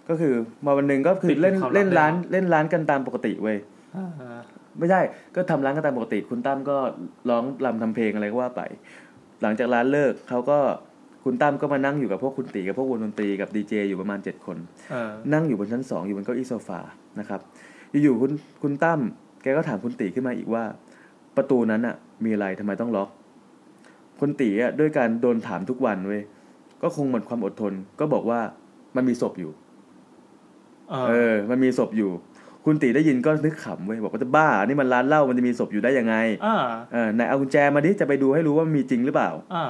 S9: ก็คือมาวันหนึ่งก็คื
S2: ติ
S9: อ
S2: ดกับ
S9: เล่น
S2: ความลับ
S9: เล่น
S2: ได้
S9: ร้านเล่นร้านกันตามปกติเว้ย
S2: อ่า
S9: ไม่ใช่ก็ทำร้านกันตามปกติ คุณตั้มก็ร้องรำทำเพลงอะไรก็ว่าไป หลังจากร้านเลิกเขาก็คุณตั้มก็มานั่งอยู่กับพวกคุณตีกับพวกวงดนตรีกับดีเจอยู่ประมาณเจ็ดคน
S2: เออ
S9: นั่งอยู่บนชั้นสองอยู่บนเก้าอี้โซฟานะครับอยู่ๆคุณคุณตั้มแกก็ถามคุณตีขึ้นมาอีกว่า ประตูนั้นอะมีอะไรทำไมต้องล็อก คุณตีอะด้วยการโดนถามทุกวันเว้ยก็คงหมดความอดทน ก็บอกว่ามันมีศพอยู่
S2: เออ
S9: เออ มันมีศพอยู่ คุณตีได้ยินก็นึกขำเว้ยบอกว่าจะบ้า นี่มันร้านเหล้ามันจะมีศพอยู่ได้ยังไง
S2: อ่า
S9: เออไหนเอากุญแจมาดิจะไปดูให้รู้ว่ามันมีจริงหรือเปล่า
S2: อ่า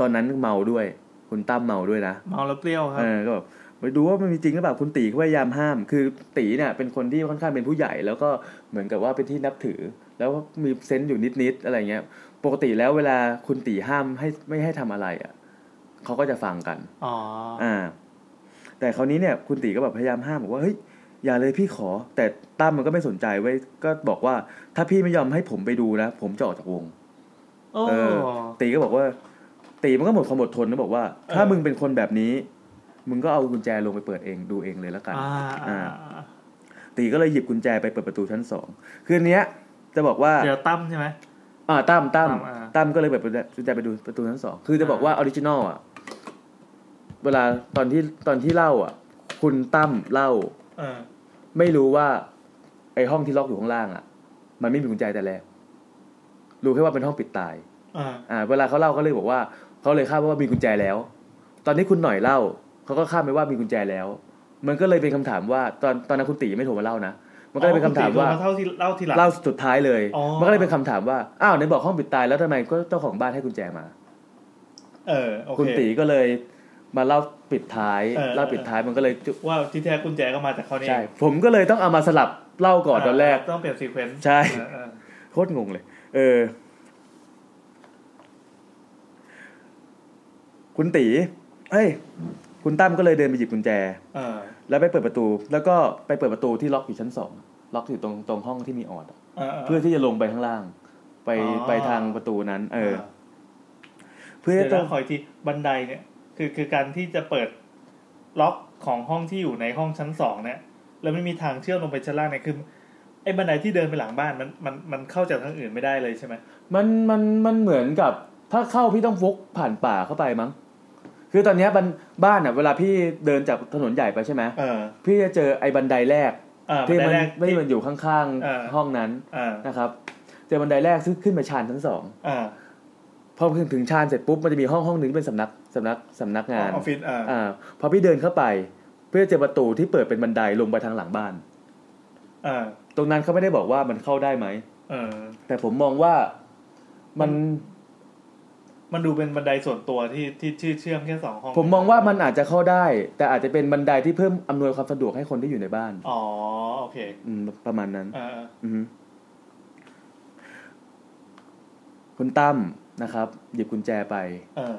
S9: ตอนนั้นเมาด้วย คุณตั้มเมาด้วยนะ
S2: เมาแล้วเปรี้ยวครับ
S9: เออก็แบบไปดูว่ามันมีจริงหรือเปล่าคุณตีก็พยายามห้าม คือตีเนี่ยเป็นคนที่ค่อนข้างเป็นผู้ใหญ่ แล้วก็เหมือนกับว่าเป็นที่นับถือ แล้วมีเซนส์อยู่นิดๆอะไรเงี้ย ปกติแล้วเวลาคุณตีห้ามให้ไม่ให้ทำอะไรอ่ะเขาก็จะฟังกัน
S2: อ๋อ
S9: อ่า แต่คราวนี้เนี่ยคุณตีก็แบบพยายามห้ามบอกว่าเฮ้ยอย่าเลยพี่ขอ แต่ตั้มมันก็ไม่สนใจไว้ยก็บอกว่าถ้าพี่ไม่ยอมให้ผมไปดูนะผมจะออกจากวง
S2: โอ้
S9: เออตีก็บอกว่า ตีมันก็หมดความอดทนนะบอกว่า ถ้ามึงเป็นคนแบบนี้ มึงก็เอากุญแจลงไปเปิดเองดูเองเลยแล้วกัน
S2: อ่าอ่า
S9: อ่าตีก็เลยหยิบกุญแจไปเปิดประตูชั้นสองคืนเนี้ย จะบอกว่า
S2: เดี๋ยวตั้มใช่ไหม
S9: อ่าตั้มตั้ม
S2: ตั้มอ่า
S9: ตั้มก็เลยเปิดกุญแจไปดูประตูชั้นสองคือจะบอกว่าออริจินอลอ่ะ เวลาตอนที่ตอนที่เล่าอ่ะ คุณตั้มเล่า
S2: เออ
S9: ไม่รู้ว่า ไอห้องที่ล็อกอยู่ข้างล่างอ่ะ มันไม่มีกุญแจแต่แรกรู้แค่ว่าเป็นห้องปิดตาย
S2: อ่า
S9: อ่าเวลาเขาเล่าเขาเลยบอกว่าเขาเลยคาดว่ามีกุญแจแล้ว ตอนที่คุณหน่อยเล่าเขาก็คาดไปว่ามีกุญแจแล้ว มันก็เลยเป็นคำถามว่าตอนตอนนั้นคุณตีไม่โทรมาเล่านะมันก็เลยเป็นคำถามว่า
S2: อ๋อคุณตีโทรมาเล่าทีเล่าทีหลัง
S9: เล่าสุดท้ายเลย
S2: อ๋อ
S9: มันก็เลยเป็นคำถามว่าอ้าวในบอกห้องปิดตายแล้วทำไมก็เจ้าของบ้านให้กุญแจมา
S2: เออ โอเค
S9: คุณตีก็เลยมาเล่าปิดท้าย
S2: เออ
S9: เล่าปิดท้ายมันก็เลยจุ
S2: ว่าที่แท้กุญแจก็มาจากเขาเนี่ย
S9: ใช่ผมก็เลยต้องเอามาสลับเล่าก่อนตอนแรก
S2: ต้องเปลี่ยนซีเควนซ์
S9: ใช่
S2: เออเออ
S9: โคตรงงเลย เออ คุณตีเฮ้ย คุณตั้มก็เลยเดินไปหยิบกุญแจ
S2: เออ
S9: แล้วไปเปิดประตู แล้วก็ไปเปิดประตูที่ล็อกอยู่ชั้นสอง ล็อกอยู่ตรงตรงห้องที่มีออดอะ
S2: เออเออ
S9: เพื่อที่จะลงไปข้างล่าง ไป
S2: อ๋อ
S9: ไปทางประตูนั้น เออ เพื่อ
S2: เพื่อ
S9: จะ
S2: จะคอยที่บันไดเนี่ย คือคือการที่จะเปิดล็อกของห้องที่อยู่ในห้องชั้นสองเนี่ย แล้วไม่มีทางเชื่อมลงไปชั้นล่างเนี่ยคือไอ้บันไดที่เดินไปหลังบ้านมันมันมันเข้าจากทางอื่นไม่ได้เลยใช่ไหม
S9: มันมันมันเหมือนกับ ถ้าเข้าพี่ต้องวกผ่านป่าเข้าไปมั้ง คือตอนเนี้ยบ้านบ้านอ่ะ เวลาพี่เดินจากถนนใหญ่ไปใช่ไหม
S2: เออ
S9: พี่จะเจอไอ้บันไดแรก
S2: เออ
S9: ที่
S2: บัน
S9: มั
S2: ได
S9: น
S2: แรก
S9: ไม่มันอยู่ข้าง
S2: เออ
S9: ๆห้องนั้น
S2: เออ
S9: นะครับเจอบันไดแรกซึ่งขึ้นไปชานชั้นสอง
S2: เออ
S9: พอถึงชานเสร็จปุ๊บมันจะมีห้องห้องหนึ่งที่เป็นสำนักสำนักสำนักงาน
S2: ออฟฟิศเอออ่
S9: าพอพี่เดินเข้าไป เพื่อเจอประตูที่เปิดเป็นบันไดลงไปทางหลังบ้าน
S2: เออ
S9: ตรงนั้นเขาไม่ได้บอกว่ามันเข้าได้ไหม
S2: เออ
S9: แต่ผมมองว่ามัน
S2: มันดูเป็นบันไดส่วนตัวที่ที่ชื่อเชื่อมแค่สองห้อง
S9: ผมมองว่ามันอาจจะเข้าได้ แต่อาจจะเป็นบันไดที่เพิ่มอำนวยความสะดวกให้คนที่อยู่ในบ้าน
S2: อ๋อ โอเค
S9: อืมประมาณนั้น
S2: เออ
S9: อือฮึคุณตั้มนะครับ หยิบกุญแจไป
S2: เออ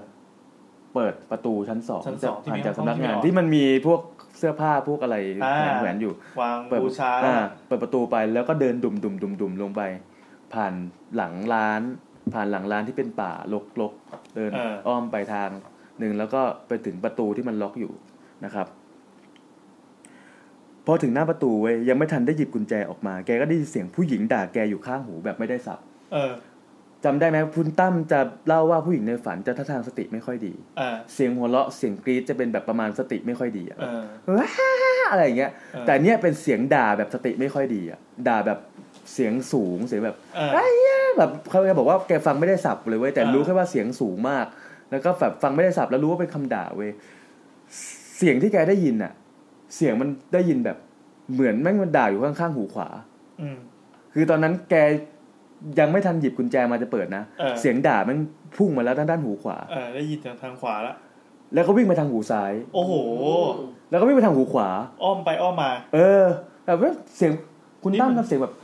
S9: เปิดประตูชั้นสอง
S2: ชั้นสองที่
S9: ผ่าน
S2: มี
S9: จากสำนักงาน
S2: ห้องที่มีออด
S9: ที่มันมีพวกเสื้อผ้าพวกอะไร
S2: อ่า
S9: แขวนๆอยู่
S2: วาง
S9: เปิด
S2: บูชา
S9: อ่าเปิดประตูไปแล้วก็เดินดุมดุมดุมดุมลงไป ผ่านหลังร้าน ผ่านหลังร้านที่เป็นป่าลกลกๆเดินอ้อมไปทางหนึ่งแล้วก็ไปถึงประตูที่มันล็อกอยู่นะครับ พอถึงหน้าประตูเว้ยยังไม่ทันได้หยิบกุญแจออกมา แกก็ได้ยินเสียงผู้หญิงด่าแกอยู่ข้างหูแบบไม่ได้สับ
S2: เออ
S9: จำได้ไหมคุณตั้มจะเล่าว่าผู้หญิงในฝันจะท่าทางสติไม่ค่อยดี
S2: เออ
S9: เสียงหัวเราะเสียงกรี๊ดจะเป็นแบบประมาณสติไม่ค่อยดีอะ
S2: เออ
S9: ว้าอะไรอย่างเงี้ย
S2: เออ
S9: แต่เนี้ยเป็นเสียงด่าแบบสติไม่ค่อยดีอ่ะ ด่าแบบเสียงสูงเสียงแบบ
S2: เออ
S9: ไอ้เหี้ยแบบเขาแกบอกว่าแกฟังไม่ได้สับเลยเว้ยแต่
S2: เออ
S9: รู้แค่ว่าเสียงสูงมาก แล้วก็แบบฟังไม่ได้สับแล้วรู้ว่าเป็นคำด่าเว้ยเสียงที่แกได้ยินอ่ะ เสียงมันได้ยินแบบเหมือนแม่งมันด่าอยู่ข้างๆหูขวา
S2: อืม
S9: คือตอนนั้นแกยังไม่ทันหยิบกุญแจมาจะเปิดนะ
S2: เออ
S9: เสียงด่ามันพุ่งมาแล้วด้านด้านหูขวา
S2: เออได้ยินจากทางขวาละ
S9: แล้วก็วิ่งไปทางหูซ้าย
S2: โอ้โห
S9: แล้วก็วิ่งไปทางหูขวา
S2: อ้อมไปอ้อมมา
S9: เออแบบว่าเสียงคุณตั้มทำเสียงแบบอ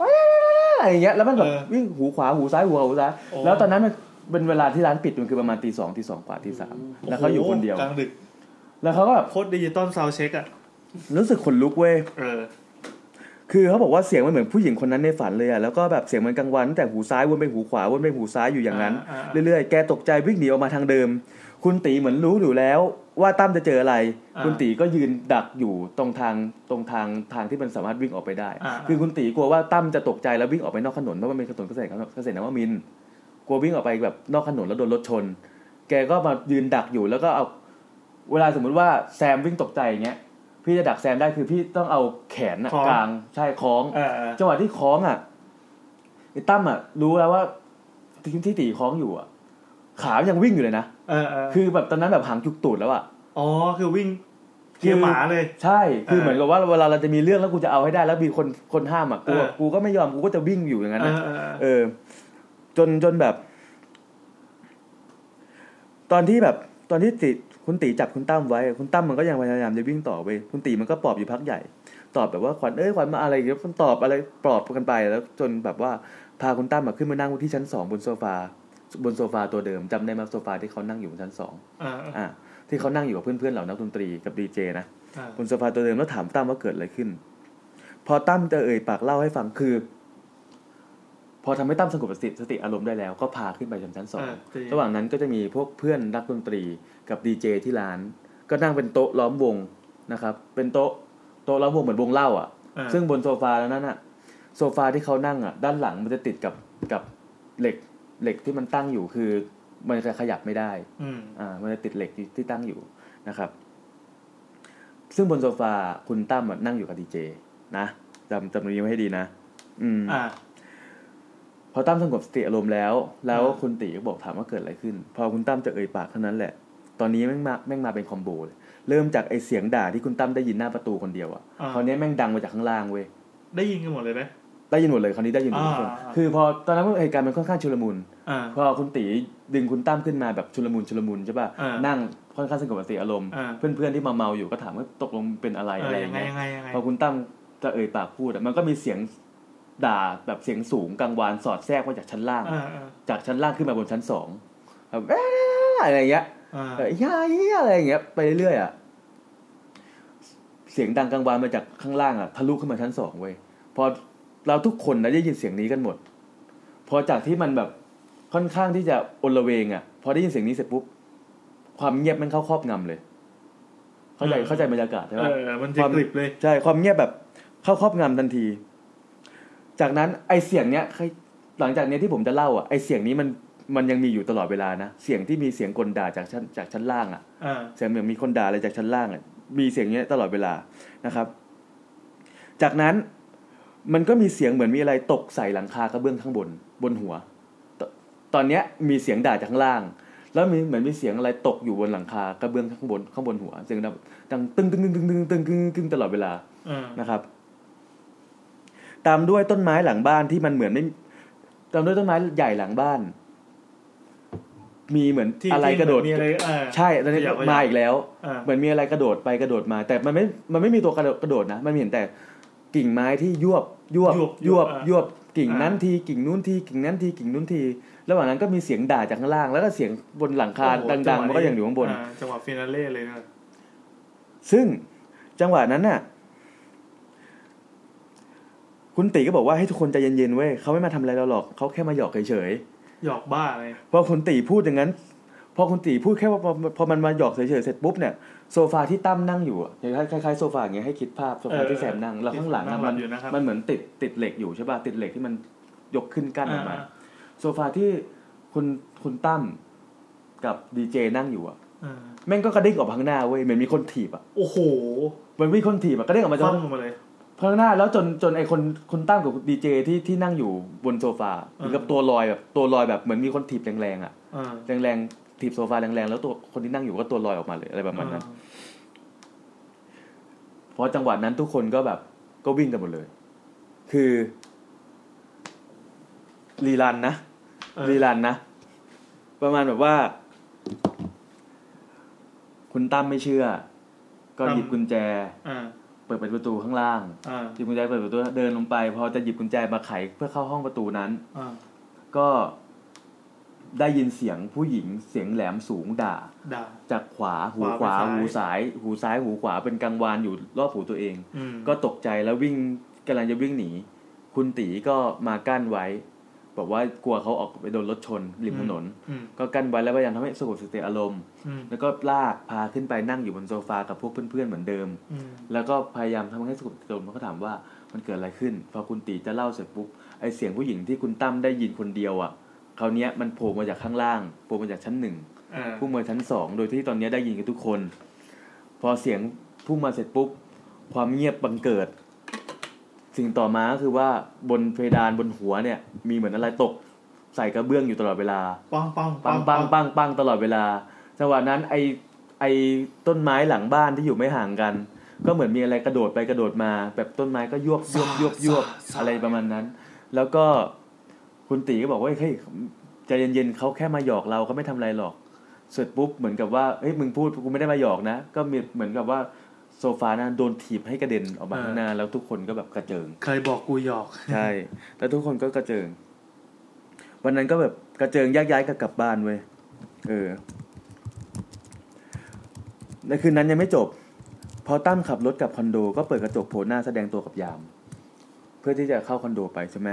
S9: ะไรอย่างเงี้ยแล้วมันแบบวิ่งหูขวาหูซ้ายหูขวาหูซ้าย
S2: โอ้
S9: แล้วตอนนั้นมันเป็นเวลาที่ร้านปิดมันคือประมาณตีสองตีสองกว่าตีสามแล้วเขาอยู่คนเดียว
S2: โโหกลางดึก
S9: แล้วเขาก็แบบ
S2: โคตรดิจิตอลซาวเช็คอะ
S9: รู้สึกขนลุกเว้ย
S2: เออ
S9: คือเขาบอกว่าเสียงมันเหมือนผู้หญิงคนนั้นในฝันเลยอะแล้วก็แบบเสียงมันกังวานตั้งแต่หูซ้ายวนไปหูขวาวนไปหูซ้ายอยู่อย่างนั้น
S2: อ่าอ่า
S9: เรื่อยๆ แกตกใจวิ่งหนีออกมาทางเดิม คุณตีเหมือนรู้อยู่แล้ว ว่าตั้มจะเจออะไร
S2: อ่า
S9: คุณตีก็ยืนดักอยู่ตรงทางตรงทางทางที่มันสามารถวิ่งออกไปได้
S2: อ่าอ่า
S9: คือคุณตีกลัวว่าตั้มจะตกใจแล้ววิ่งออกไปนอกถนนเพราะมันเป็นถนนเกษตรเกษตรนวมินทร์กลัววิ่งออกไปแบบนอกถนนแล้วโดนรถชน แกก็มายืนดักอยู่แล้วก็เอา เวลาสมมุติว่าแซมวิ่งตกใจอย่างเงี้ย พี่จะดักแซมได้คือพี่ต้องเอาแขนน่ะ
S2: คล้อง
S9: กลางใช่คล้อง
S2: เออ
S9: จังหวะที่คล้องอ่ะไอ้ตั้มอ่ะ รู้แล้วว่าที่ที่ตีคล้องอยู่อ่ะ ขามันยังวิ่งอยู่เลยนะ
S2: เออเออ
S9: คือแบบตอนนั้นแบบหางจุกตูดแล้วอ่ะ
S2: อ๋อ คือวิ่งเกียร์หมาเลย
S9: ใช่คือ
S2: เออ
S9: เหมือนกับว่าเวลาเราจะมีเรื่องแล้วกูจะเอาให้ได้แล้วมีคนคนห้ามอ่ะกู
S2: เออ
S9: กูก็ไม่ยอมกูก็จะวิ่งอยู่อย่างนั้นนะ
S2: เออเออ
S9: เออ จนจนแบบ ตอนที่แบบ ตอนที่ติคุณตีจับคุณตั้มไว้ คุณตั้มมันก็ยังพยายามจะวิ่งต่อไปคุณตีมันก็ปลอบอยู่พักใหญ่ ตอบแบบว่าขวัญเอ้ยขวัญมาอะไรอย่างเงี้ยมันตอบอะไรปลอบกันไปแล้ว จนแบบว่าพาคุณตั้มมาขึ้นมานั่งที่ชั้นสองบนโซฟาบนโซฟาตัวเดิมจำได้ไหมโซฟาที่เขานั่งอยู่บนชั้นสอง
S2: อ่า
S9: อ่าที่เขานั่งอยู่กับเพื่อนๆเหล่านักดนตรีกับดีเจนะ
S2: อ่า
S9: บนโซฟาตัวเดิมแล้วถามตั้มว่าเกิดอะไรขึ้น พอตั้มจะเอ่ยปากเล่าให้ฟังคือ พอทำให้ตั้มสงบสติสติอารมณ์ได้แล้วก็พาขึ้นไปชั้นสอง
S2: อ่าจริง
S9: ระหว่างนั้นก็จะมีพวกเพื่อนนักดนตรีกับดีเจที่ร้าน ก็นั่งเป็นโต๊ะล้อมวงนะครับ เป็นโต๊ะโต๊ะล้อมวงเหมือนวงเล่าอ่ะ
S2: อ่า
S9: ซึ่งบนโซฟาแล้วนั้นอ่ะ โซฟาที่เขานั่งอ่ะ ด้านหลังมันจะติดกับกับเหล็กเหล็กที่มันตั้งอยู่คือ มันจะขยับไม่ได้
S2: อืม
S9: อ่ามันจะติดเหล็กที่ที่ตั้งอยู่นะครับ ซึ่งบนโซฟาคุณตั้มอะนั่งอยู่กับดีเจนะจำจำตรงนี้ไว้ให้ดีนะอืม
S2: อ่า
S9: พอตั้มสงบสติอารมณ์แล้ว แล้วคุณตีก็บอกถามว่าเกิดอะไรขึ้น พอคุณตั้มจะเอ่ยปากเท่านั้นแหละ ตอนนี้แม่งมาแม่งมาเป็นคอมโบเลยเริ่มจากไอเสียงด่าที่คุณตั้มได้ยินหน้าประตูคนเดียวอะ
S2: อ่า
S9: คราวนี้แม่งดังมาจากข้างล่างเว้ย
S2: ได้ยินกันหมดเลยไหม
S9: ได้ยินหมดเลยคราวนี้ได้ยินหมดทุกคน
S2: อ่า
S9: คือพอตอนนั้นเหตุการณ์มันค่อนข้างชุลมุน
S2: อ่า
S9: พอคุณตีดึงคุณตั้มขึ้นมาแบบชุลมุนชุลมุนใช่ป่ะ
S2: อ่านั่
S9: นั่งค่อนข้างสงบสติอารมณ์
S2: อ่า
S9: เพื่อนๆที่มาเมาอยู่ก็ถามว่าตกลงเป็นอะไร
S2: เออ
S9: อะไรอย่างเงี้
S2: ยังไงยังไงยังไง
S9: พอคุณตั้มจะเอ่ยปากพูดอะมันก็มีเสียงด่าแบบเสียงสูงกังวานสอดแทรกมาจากชั้นล่าง
S2: อ่าอ่า
S9: จากชั้นล่างขึ้นมาบนชั้นสองแบบเอ๊ะอะไรอย่างเงี้ย
S2: อ่า
S9: เออเหี้ยเหี้ยอะไรอย่างเงี้ยไปเรื่อยๆอ่ะ เสียงดังกังวานมาจากข้างล่างอ่ะทะลุขึ้นมาชั้นสองเว้ยพอเราทุกคนนะได้ยินเสียงนี้กันหมด พอจากที่มันแบบค่อนข้างที่จะอลเวงอ่ะ พอได้ยินเสียงนี้เสร็จปุ๊บความเงียบมันเข้าครอบงำเลย เข้าใจ
S2: เออ
S9: เข้าใจบรรยากาศใช่ไหม
S2: เออมันจะ
S9: ความ
S2: กริบเลย
S9: ใช่ความเงียบแบบเข้าครอบงำทันที จากนั้นไอเสียงเนี้ยใครหลังจากเนี้ยที่ผมจะเล่าอ่ะไอเสียงนี้มันมันยังมีอยู่ตลอดเวลานะเสียงที่มีเสียงกลด่าจากชั้นจากชั้นล่างอ่ะ
S2: อ่า
S9: เสียงเหมือนมีคนด่าอะไรจากชั้นล่างอะมีเสียงเนี้ยตลอดเวลานะครับ จากนั้นมันก็มีเสียงเหมือนมีอะไรตกใส่หลังคากระเบื้องข้างบนบนหัวตตอนเนี้ยมีเสียงด่าจากข้างล่าง แล้วมีเหมือนมีเสียงอะไรตกอยู่บนหลังคากระเบื้องข้างบนข้างบนหัวเสียงดังดังตึ้งตึ้งตึ้งตึ้งตึ้งตึ้งตึ้งตึ้งตลอดเวลา
S2: อ่า
S9: นะครับ ตามด้วยต้นไม้หลังบ้านที่มันเหมือนไม่ตามด้วยต้นไม้ใหญ่หลังบ้าน มีเหมือน
S2: ที่
S9: อะไรกระโดด
S2: ที่เหมือนมีอะไรอ่า
S9: ใช่ตอนนี้
S2: ขยับขยับ
S9: มาอีกแล้ว
S2: อ่า
S9: เหมือนมีอะไรกระโดดไปกระโดดมา แต่มันไม่มันไม่มีตัวกระโดดกระโดดนะมันเห็นแต่กิ่งไม้ที่ยวบยวบ
S2: ยวบ
S9: ยวบ
S2: อ่า
S9: ยวบกิ่ง
S2: อ่า
S9: นั้นทีกิ่งนู้นทีกิ่งนั้นทีกิ่งนู้นทีระหว่างนั้นก็มีเสียงด่าจากข้างล่าง แล้วก็เสียงบนหลังคา
S2: โอ้โห
S9: ดังๆมันก็ยังอยู่ข้างบน
S2: จังหวะฟินาเล่เลยนะ
S9: ซึ่งจังหวะนั้นน่ะ คุณติก็บอกว่าให้ทุกคนใจเย็นๆเว้ยเขาไม่มาทำอะไรเราหรอกเขาแค่มาหยอกเฉย
S2: หยอกบ้าเลย
S9: ๆพอคุณติพูดอย่างนั้น พอคุณติพูดแค่ว่าพอพอมันมาหยอกเฉยๆเสร็จปุ๊บเนี่ยโซฟาที่ตั้มนั่งอยู่อะอย่างคล้ายๆโซฟาอย่างเงี้ยให้คิดภาพโซฟาที่แสมนั่งแล้วข้างหลัง
S2: นั่
S9: อะ
S2: งหลั
S9: มั
S2: บ
S9: น
S2: อยู่นะครับ
S9: มันเหมือนติดติดเหล็กอยู่ใช่ป่ะติดเหล็กที่มันยกขึ้นกั้นออกมา โซฟาที่คุณคุณตั้มกับดีเจนั่งอยู่อะ
S2: อ่า
S9: แม่งก็กระเด้งออกไปข้างหน้าเว้ยเหมือนมีคนถีบอะ
S2: โอ้โห
S9: มันวิ่งคนถีบอะก็เด้งออกมาจ
S2: ฟั
S9: น
S2: งออกมาเลย
S9: ข้างหน้าแล้วจนจนไอคนคนตั้มกับดีเจที่ที่นั่งอยู่บนโซฟาเหมือนกับตัวลอยแบบตัวลอยแบบเหมือนมีคนถีบแรงๆอ่ะ
S2: อ่า
S9: แรงๆถีบโซฟาแรงๆแล้วตัวคนที่นั่งอยู่ก็ตัวลอยออกมาเลยอะไรประมาณนั้นพอจังหวะนั้นทุกคนก็แบบก็วิ่งกันหมดเลย คือ รีรันนะรีรันนะ ประมาณแบบว่า คุณตั้มไม่เชื่อ ก็หยิบกุญแจ
S2: อ่า
S9: เปิดประตูข้างล่าง
S2: อ่า
S9: หยิบกุญแจเปิดประตูเดินลงไป พอจะหยิบกุญแจมาไขเพื่อเข้าห้องประตูนั้น
S2: อ่า
S9: ก็ได้ยินเสียงผู้หญิงเสียงแหลมสูงด่า
S2: ด่า
S9: จากขวาหู
S2: ข
S9: ข
S2: วาว
S9: า
S2: ไปซ้าย
S9: หูซ้าย หูซ้ายหูขวาเป็นกังวานอยู่รอบหูตัวเอง
S2: อืม
S9: ก็ตกใจแล้ววิ่งกำลังจะวิ่งหนี คุณตีก็มากั้นไว้ บอกว่ากลัวเขาออกไปโดนรถชนริมถนน
S2: อืม
S9: ก็กั้นไว้แล้วพยายามทำให้สงบสติอารมณ์
S2: อืม
S9: แล้วก็ลากพาขึ้นไปนั่งอยู่บนโซฟากับพวกเพื่อนๆเหมือนเดิม
S2: อืม
S9: แล้วก็พยายามทำให้สงบสติอารมณ์เขาก็ถามว่ามันเกิดอะไรขึ้น พอคุณตีจะเล่าเสร็จปุ๊บไอเสียงผู้หญิงที่คุณตั้มได้ยินคนเดียวอ่ะคราวเนี้ยมันโผล่มาจากข้างล่างโผล่มาจากชั้นหนึ่ง
S2: อ่า
S9: พุ่งมาชั้นสองโดยที่ตอนนี้ได้ยินกันทุกคน พอเสียงพุ่งมาเสร็จปุ๊บ ความเงียบบังเกิด สิ่งต่อมาก็คือว่าบนเพดานบนหัวเนี่ย มีเหมือนอะไรตก ใส่กระเบื้องอยู่ตลอดเวลา
S2: ปังปัง
S9: ปังปังปังปังตลอดเวลาจังหวะนั้นไอไอต้นไม้หลังบ้านที่อยู่ไม่ห่างกัน ก็เหมือนมีอะไรกระโดดไปกระโดดมา แบบต้นไม้ก็ยวบยวบยวบยวบอะไรประมาณนั้น แล้วก็คุณตีก็บอกว่าเฮ้ยใจเย็นๆเขาแค่มาหยอกเราเขาไม่ทำอะไรหรอก เสร็จปุ๊บเหมือนกับว่าเฮ้ยมึงพูดกูไม่ได้มาหยอกนะ ก็มีเหมือนกับว่าโซฟานะโดนถีบให้กระเด็นออกมาข้างหน้าแล้วทุกคนก็แบบกระเจิง
S2: เคยบอกกูหยอก
S9: ใช่ แล้วทุกคนก็กระเจิง วันนั้นก็แบบกระเจิงแยกย้ายกันกลับบ้านเว้ย เออ ในคืนนั้นยังไม่จบ พอตั้มขับรถกลับคอนโด ก็เปิดกระจกโผล่หน้าแสดงตัวกับยาม เพื่อที่จะเข้าคอนโดไปใช่ไหม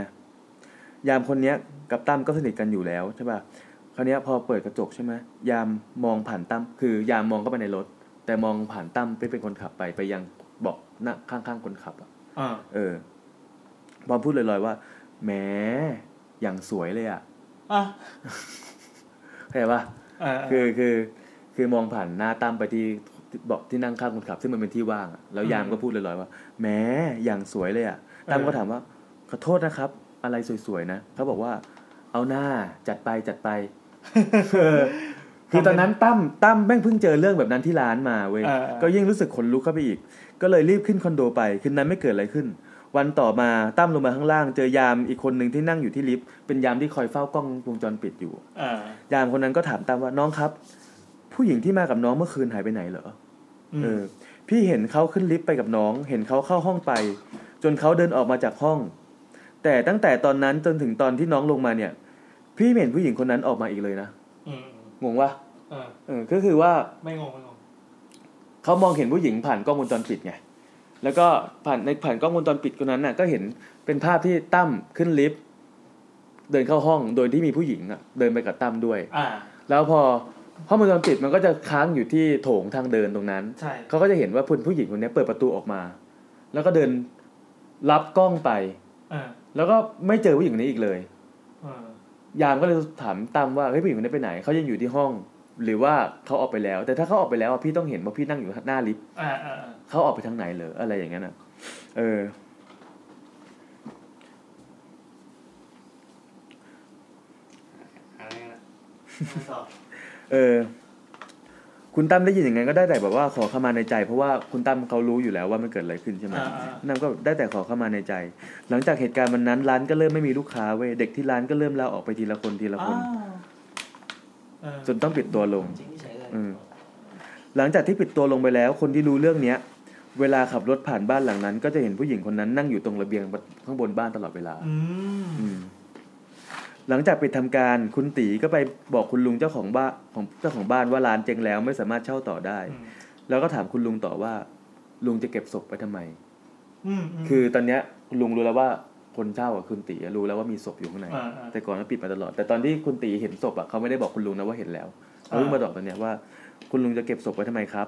S9: ยามคนเนี้ยกับตั้มก็สนิทกันอยู่แล้วใช่ป่ะ คราวเนี้ยพอเปิดกระจกใช่ไหมยามมองผ่านตั้ม คือยามมองเข้าไปในรถ แต่มองผ่านตั้มไปเป็นคนขับไปไปยังเบอกหน้าข้างๆคนขับอะ
S2: อ่า
S9: เออ บอมพูดลอยๆว่าแหมอย่างสวยเลยอ่ะ
S2: อ่ะ
S9: เข้าใจปะ
S2: เออเออ
S9: คือคือคือมองผ่านหน้าตั้มไปที่เบอกที่นั่งข้างคนขับ ซึ่งมันเป็นที่ว่างอะแล้วยาม
S2: อืม
S9: ก็พูดลอยๆว่าแหมอย่างสวยเลยอ่ะตั้ม
S2: เออ
S9: ก็ถามว่าขอโทษนะครับ อะไรสวยๆนะเขาบอกว่า เอาหน้าจัดไปจัด ไป เออคือตอนนั้นตั้มตั้มแม่งเพิ่งเจอเรื่องแบบนั้นที่ร้านมาเว้ย
S2: เออเออ
S9: ก็ยิ่งรู้สึกขนลุกเข้าไปอีก ก็เลยรีบขึ้นคอนโดไปคืนนั้นไม่เกิดอะไรขึ้น วันต่อมาตั้มลงมาข้างล่าง เจอยามอีกคนหนึ่งที่นั่งอยู่ที่ลิฟต์เป็นยามที่คอยเฝ้ากล้องวงจรปิดอยู่
S2: อ่า
S9: ยามคนนั้นก็ถามตั้มว่าน้องครับ ผู้หญิงที่มากับน้องเมื่อคืนหายไปไหนเหรออ
S2: ม
S9: เออ พี่เห็นเขาขึ้นลิฟต์ไปกับน้อง เห็นเขาเข้าห้องไป จนเขาเดินออกมาจากห้อง แต่ตั้งแต่ตอนนั้นจนถึงตอนที่น้องลงมาเนี่ย พี่ไม่เห็นผู้หญิงคนนั้นออกมาอีกเลยนะ
S2: อืม
S9: งงวะ
S2: อ่า
S9: เออก็คือว่า
S2: ไม่งงไม่งง
S9: เขามองเห็นผู้หญิงผ่านกล้องวงจรปิดไง แล้วก็ผ่านในผ่านกล้องวงจรปิดคนนั้นน่ะก็เห็นเป็นภาพที่ตั้มขึ้นลิฟต์เดินเข้าห้องโดยที่มีผู้หญิงอ่ะเดินไปกับตั้มด้วย
S2: อ่า
S9: แล้วพอห้องวงจรปิดมันก็จะค้างอยู่ที่โถงทางเดินตรงนั้น
S2: ใช่
S9: เขาก็จะเห็นว่าผู้ผู้หญิงคนเนี้ยเปิดประตูออกมา แล้วก็เดินรับกล้องไป
S2: อ่า
S9: แล้วก็ไม่เจอผู้หญิงคนนี้อีกเลย
S2: อ่า
S9: ยามก็เลยถามตั้มว่าเฮ้ยผู้หญิงคนนี้ไปไหนเขายังอยู่ที่ห้อง หรือว่าเขาออกไปแล้ว แต่ถ้าเขาออกไปแล้วอะพี่ต้องเห็นว่าพี่นั่งอยู่หน้าลิฟต์
S2: อ่าอ่าอ่า
S9: เขาออกไปทางไหนเหรออะไรอย่างนั้นอ่ะ เออ
S2: อะไรนะ
S9: เออ คุณตั้มได้ยินอย่างนั้นก็ได้แต่แบบว่าขอเข้ามาในใจ เพราะว่าคุณตั้มเขารู้อยู่แล้วว่ามันเกิดอะไรขึ้นใช่ไหม
S2: อ่าอ่า
S9: นั่นก็ได้แต่ขอเข้ามาในใจ หลังจากเหตุการณ์วันนั้นร้านก็เริ่มไม่มีลูกค้าเว้ยเด็กที่ร้านก็เริ่มลาออกไปทีละคนทีละคน จนต้องปิดตัวลงอืมหลังจากที่ปิดตัวลงไปแล้ว คนที่รู้เรื่องเนี้ย เวลาขับรถผ่านบ้านหลังนั้น ก็จะเห็นผู้หญิงคนนั้นนั่งอยู่ตรงระเบียงข้างบนบ้านตลอดเวลา
S2: อืม
S9: อืมหลังจากปิดทำการคุณตีก็ไปบอกคุณลุงเจ้าของบ้านของเจ้าของบ้านว่าร้านเจ๊งแล้วไม่สามารถเช่าต่อได้
S2: อืม
S9: แล้วก็ถามคุณลุงต่อว่า ลุงจะเก็บศพไปทำไม
S2: อืมม
S9: คือตอนเนี้ยคุณลุงรู้แล้วว่าคนเช่าอ่ะคุณตีรู้แล้วว่ามีศพอยู่ข้างใน
S2: อ่าอ่า
S9: แต่ก่อนก็ปิดมาตลอด แต่ตอนที่คุณตีเห็นศพอ่ะเขาไม่ได้บอกคุณลุงนะว่าเห็นแล้วเขาเพิ่ง
S2: อ่าม
S9: มาบอกตอนเนี้ยว่า คุณลุงจะเก็บศพไว้ทำไมครับ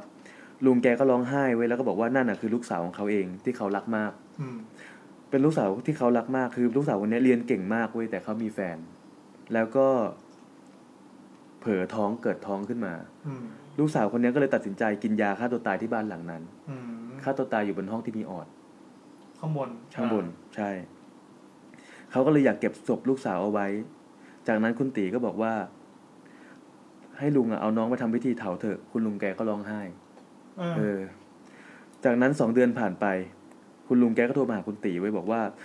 S9: ลุงแกก็ร้องไห้ไว้ยแล้วก็บอกว่านั่นอ่ะคือลูกสาวของเขาเองที่เขารักมาก
S2: อืม
S9: เป็นลูกสาวที่เขารักมากคือลูกสาวคนเนี้ยเรียนเก่งมากเว้ยแต่เขามีแฟน แล้วก็ เผลอท้องเกิดท้องขึ้นมา
S2: อืม
S9: ลูกสาวคนเนี้ยก็เลยตัดสินใจกินยาฆ่าตัวตายที่บ้านหลังนั้น
S2: อืม
S9: ฆ่าตัวตายอยู่บนห้องที่มีออด
S2: ข้างบน
S9: ข้างบน ใช่ เขาก็เลยอยากเก็บศพลูกสาวเอาไว้ จากนั้นคุณตีก็บอกว่า ให้ลุงอะเอาน้องไปทำพิธีเผาเถอะ คุณลุงแกก็ร้องไห้
S2: อ่า
S9: เออ จากนั้นสองเดือนผ่านไป คุณลุงแกก็โทรมาหาคุณตีไว้บอกว่า เ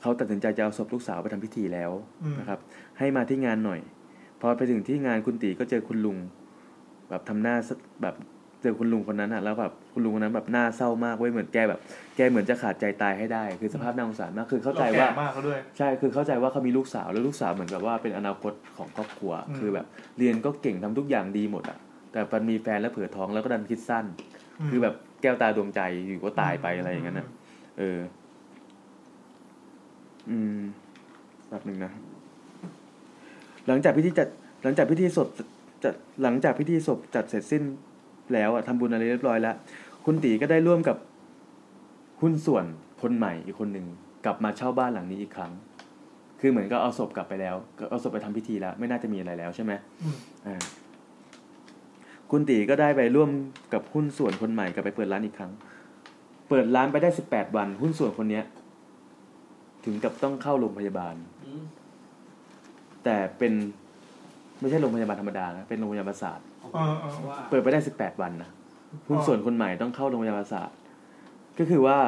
S9: เขาตัดสินใจจะเอาศพลูกสาวไปทำพิธีแล้ว
S2: อืม
S9: นะครับ ให้มาที่งานหน่อย พอไปถึงที่งานคุณตีก็เจอคุณลุง แบบทำหน้าสแบบเจอคุณลุงคนนั้นอะแล้วแบบคุณลุงคนนั้นแบบหน้าเศร้ามากเว้ยเหมือนแกแบบ แกเหมือนจะขาดใจตายให้ได้ คือสภาพน่าสงสารมากคือเข้าใจว่า
S2: แก่มากเขาด้วย
S9: ใช่ คือเข้าใจว่าเขามีลูกสาว แล้วลูกสาวเหมือนแบบว่าเป็นอนาคตของครอบครัว
S2: อืม
S9: คือแบบเรียนก็เก่งทำทุกอย่างดีหมดอะแต่มันมีแฟนแล้วเผลอท้องแล้วก็ดันคิดสั้น
S2: อืม
S9: คือแบบแก้วตาดวงใจอยู่ก็ตายไปอะไรอย่างนั้นนะเออ อืมแบบหนึ่งนะ หลังจากพิธีจัด หลังจากพิธีศพจัด หลังจากพิธีศพจัดเสร็จสิ้นแล้วอะทำบุญอะไรเรียบร้อยแล้ว คุณตีก็ได้ร่วมกับหุ้นส่วนคนใหม่อีกคนหนึ่งกลับมาเช่าบ้านหลังนี้อีกครั้ง คือเหมือนก็เอาศพกลับไปแล้ว ก็เอาศพไปทำพิธีแล้ว ไม่น่าจะมีอะไรแล้วใช่ไหมอ่าคุณตีก็ได้ไปร่วมกับหุ้นส่วนคนใหม่กลับไปเปิดร้านอีกครั้ง เปิดร้านไปได้สิบแปดวัน หุ้นส่วนคนเนี้ย ถึงกับต้องเข้าโรงพยาบาล แต่เป็นไม่ใช่โรงพยาบาลธรรมดานะเป็นโรงพยาบาลประสาท
S2: เออเออ
S9: เปิดไปได้สิบแปดวันนะหุ้นส่วนคนใหม่ต้องเข้าโรงพยาบาลศาสตร์ก็คือว่า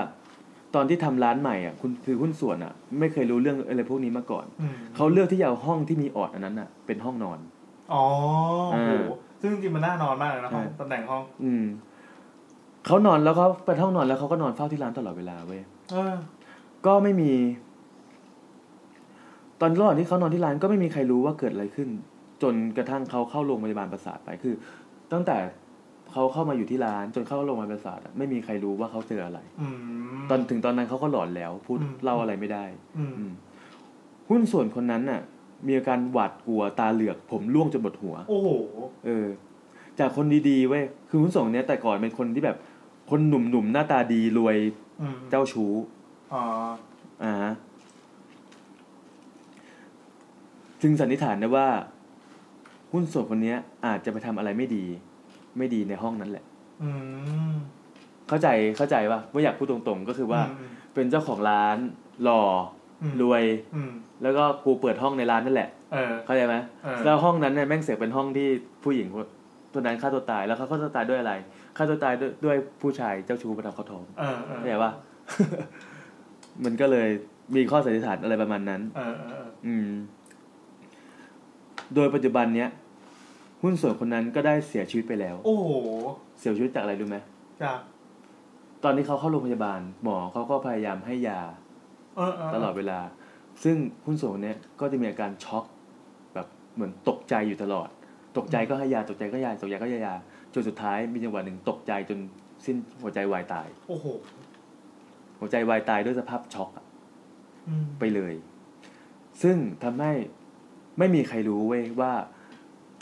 S9: ตอนที่ทำร้านใหม่อ่ะคุณคือหุ้นส่วนอ่ะ ไม่เคยรู้เรื่องอะไรพวกนี้มาก่อน
S2: อืม
S9: เขาเลือกที่จะเอาห้องที่มีออดอันนั้นอ่ะ เป็นห้องนอน
S2: อ๋อโอ้โห
S9: เออ
S2: ซึ่งจริงๆมันน่านอนมากเลยนะห้อง
S9: ใช่
S2: ตำแหน่งห้อง
S9: อืมเขานอนแล้วเขาไปห้องนอนแล้วเขาก็นอนเฝ้าที่ร้านตลอดเวลาเว้ย
S2: เออ
S9: ก็ไม่มี ตอนระหว่างที่เขานอนที่ร้านก็ไม่มีใครรู้ว่าเกิดอะไรขึ้น จนกระทั่งเขาเข้าโรงพยาบาลประสาทไปคือ ตั้งแต่เขาเข้ามาอยู่ที่ร้าน จนเข้าโรงพยาบาลประสาทอะไม่มีใครรู้ว่าเขาเจออะไร
S2: อืม
S9: ตอนถึงตอนนั้นเขาก็หลอนแล้วพูด
S2: อืม
S9: เล่าอะไรไม่ได้
S2: อืม
S9: อืม หุ้นส่วนคนนั้นน่ะ มีอาการหวาดกลัวตาเหลือก ผมร่วงจนหมดหัว
S2: โอ้โห
S9: เออ จากคนดีๆเว้ยคือหุ้นส่วนคนเนี้ยแต่ก่อนเป็นคนที่แบบ คนหนุ่มๆหน้าตาดีรวย
S2: อืม
S9: เจ้าชู้
S2: อ๋อ
S9: อ่าฮะจึงสันนิษฐานได้ว่า หุ้นส่วนคนเนี้ย อาจจะไปทำอะไรไม่ดี ไม่ดีในห้องนั้นแหละ
S2: อืม
S9: เข้าใจเข้าใจป่ะไม่อยากพูดตรงๆ ก็คือว่า
S2: อืม
S9: เป็นเจ้าของร้านหล่ออ
S2: ม
S9: รวย
S2: อืม
S9: แล้วก็กูเปิดห้องในร้านนั่นแหละ
S2: เออ
S9: เข้าใจไหม
S2: เออ
S9: แล้วห้องนั้นเนี่ยแม่งเสกเป็นห้องที่ผู้หญิงคนตัวนั้นฆ่าตัวตาย แล้วเขาฆ่าตัวตายด้วยอะไรฆ่าตัวตายด้วยด้วยผู้ชายเจ้าชู้ไปทำเขาท้อง
S2: เออเออ
S9: เข้าใจป่ะ มันก็เลยมีข้อสันนิษฐานอะไรประมาณนั้น
S2: เออเออเออ
S9: อืม โดยปัจจุบันเนี้ยหุ้นส่วนคนนั้นก็ได้เสียชีวิตไปแล้ว
S2: โอ้โห
S9: เสียชีวิตจากอะไรรู้ไหม
S2: จาก
S9: ตอนที่เขาเข้าโรงพยาบาล หมอเขาก็พยายามให้ยา
S2: เออเออ
S9: ตลอดเวลา ซึ่งหุ้นส่วนคนเนี้ยก็จะมีอาการช็อก แบบเหมือนตกใจอยู่ตลอด ตกใจก็ให้ยา ตกใจก็ยา ตกใจก็ยายา จนสุดท้ายมีจังหวะหนึ่งตกใจจนสิ้นหัวใจวายตาย
S2: โอ้โห
S9: หัวใจวายตายด้วยสภาพช็อกอะ
S2: อืม
S9: ไปเลย ซึ่งทำให้ไม่มีใครรู้เว้ยว่า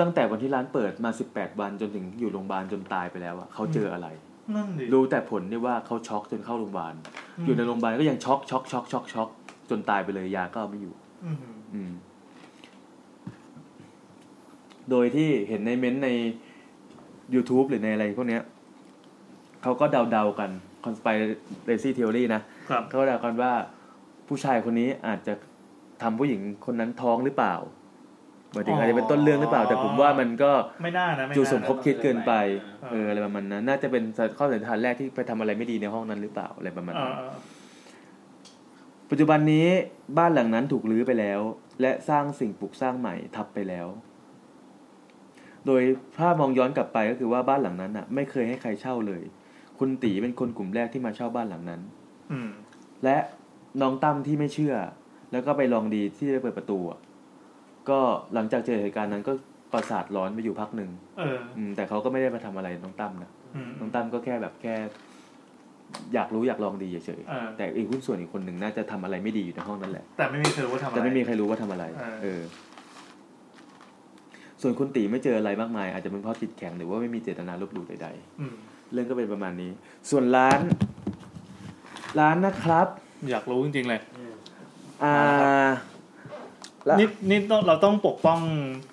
S9: ตั้งแต่วันที่ร้านเปิดมา 18 วันจนถึงอยู่โรงพยาบาลจนตายไปแล้วอะเขาเจออะไร
S2: นั่นดิ
S9: รู้แต่ผลเนี่ยว่าเขาช็อกจนเข้าโรงพยาบาล
S2: อืม
S9: อยู่ในโรงพยาบาลก็ยังช็อกช็อกช็อกช็อกช็อกจนตายไปเลยยาก็เอาไม่อยู่
S2: อืม
S9: อืม โดยที่เห็นในเม้นต์ใน YouTube หรือในอะไรพวกเนี้ยเขาก็เดาๆกัน conspiracy theory นะ
S2: ครับ
S9: เขาเดากันว่าผู้ชายคนนี้อาจจะทำผู้หญิงคนนั้นท้องหรือเปล่าหมายถึง
S2: อ๋ออ
S9: อาจจะเป็นต้นเรื่องหรือเปล่า แต่ผมว่ามันก็
S2: ไม่น่านะ ไม่น่านะ
S9: จูสมคบคิดเกินไป เอออะไรประมาณนั้น น่าจะเป็นข้อสันนิษฐานแรกที่ไปทำอะไรไม่ดีในห้องนั้นหรือเปล่าอะไรประมาณ
S2: เอ
S9: นั้
S2: อน เออ
S9: ปัจจุบันนี้บ้านหลังนั้นถูกรื้อไปแล้ว และสร้างสิ่งปลูกสร้างใหม่ทับไปแล้ว โดยถ้ามองย้อนกลับไปก็คือว่าบ้านหลังนั้นน่ะ ไม่เคยให้ใครเช่าเลย คุณตีเป็นคนกลุ่มแรกที่มาเช่าบ้านหลังนั้น
S2: อืม
S9: และน้องตั้มที่ไม่เชื่อ แล้วก็ไปลองดีที่ได้เปิดประตูอะก็หลังจากเจอเหตุการณ์นั้นก็ประสาทร้อนไปอยู่พักหนึ่ง
S2: เออ
S9: อืมแต่เขาก็ไม่ได้มาทำอะไรน้องตั้มนะ
S2: อืม
S9: น้องตั้มก็แค่แบบแค่ อยากรู้อยากลองดีเฉย
S2: เออ
S9: ๆแต่อีกหุ้นส่วนอีกคนหนึ่งน่าจะทำอะไรไม่ดีอยู่ในห้องนั้นแหละ
S2: แต่ไม่มีใครรู้ว่าทำอะไร
S9: แต่ไม่มีใครรู้ว่าทำอะไร
S2: เออ
S9: เออ ส่วนคุณตีไม่เจออะไรมากมาย อาจจะเป็นเพราะจิตแข็งหรือว่าไม่มีเจตนาลบหลู่ใด
S2: อืม
S9: ๆ เรื่องก็เป็นประมาณนี้ ส่วนร้าน ร้านนะครับ
S2: อยากรู้จริงๆเลย
S9: อ่า
S2: นี่นี่ต้องเราต้องปกป้อง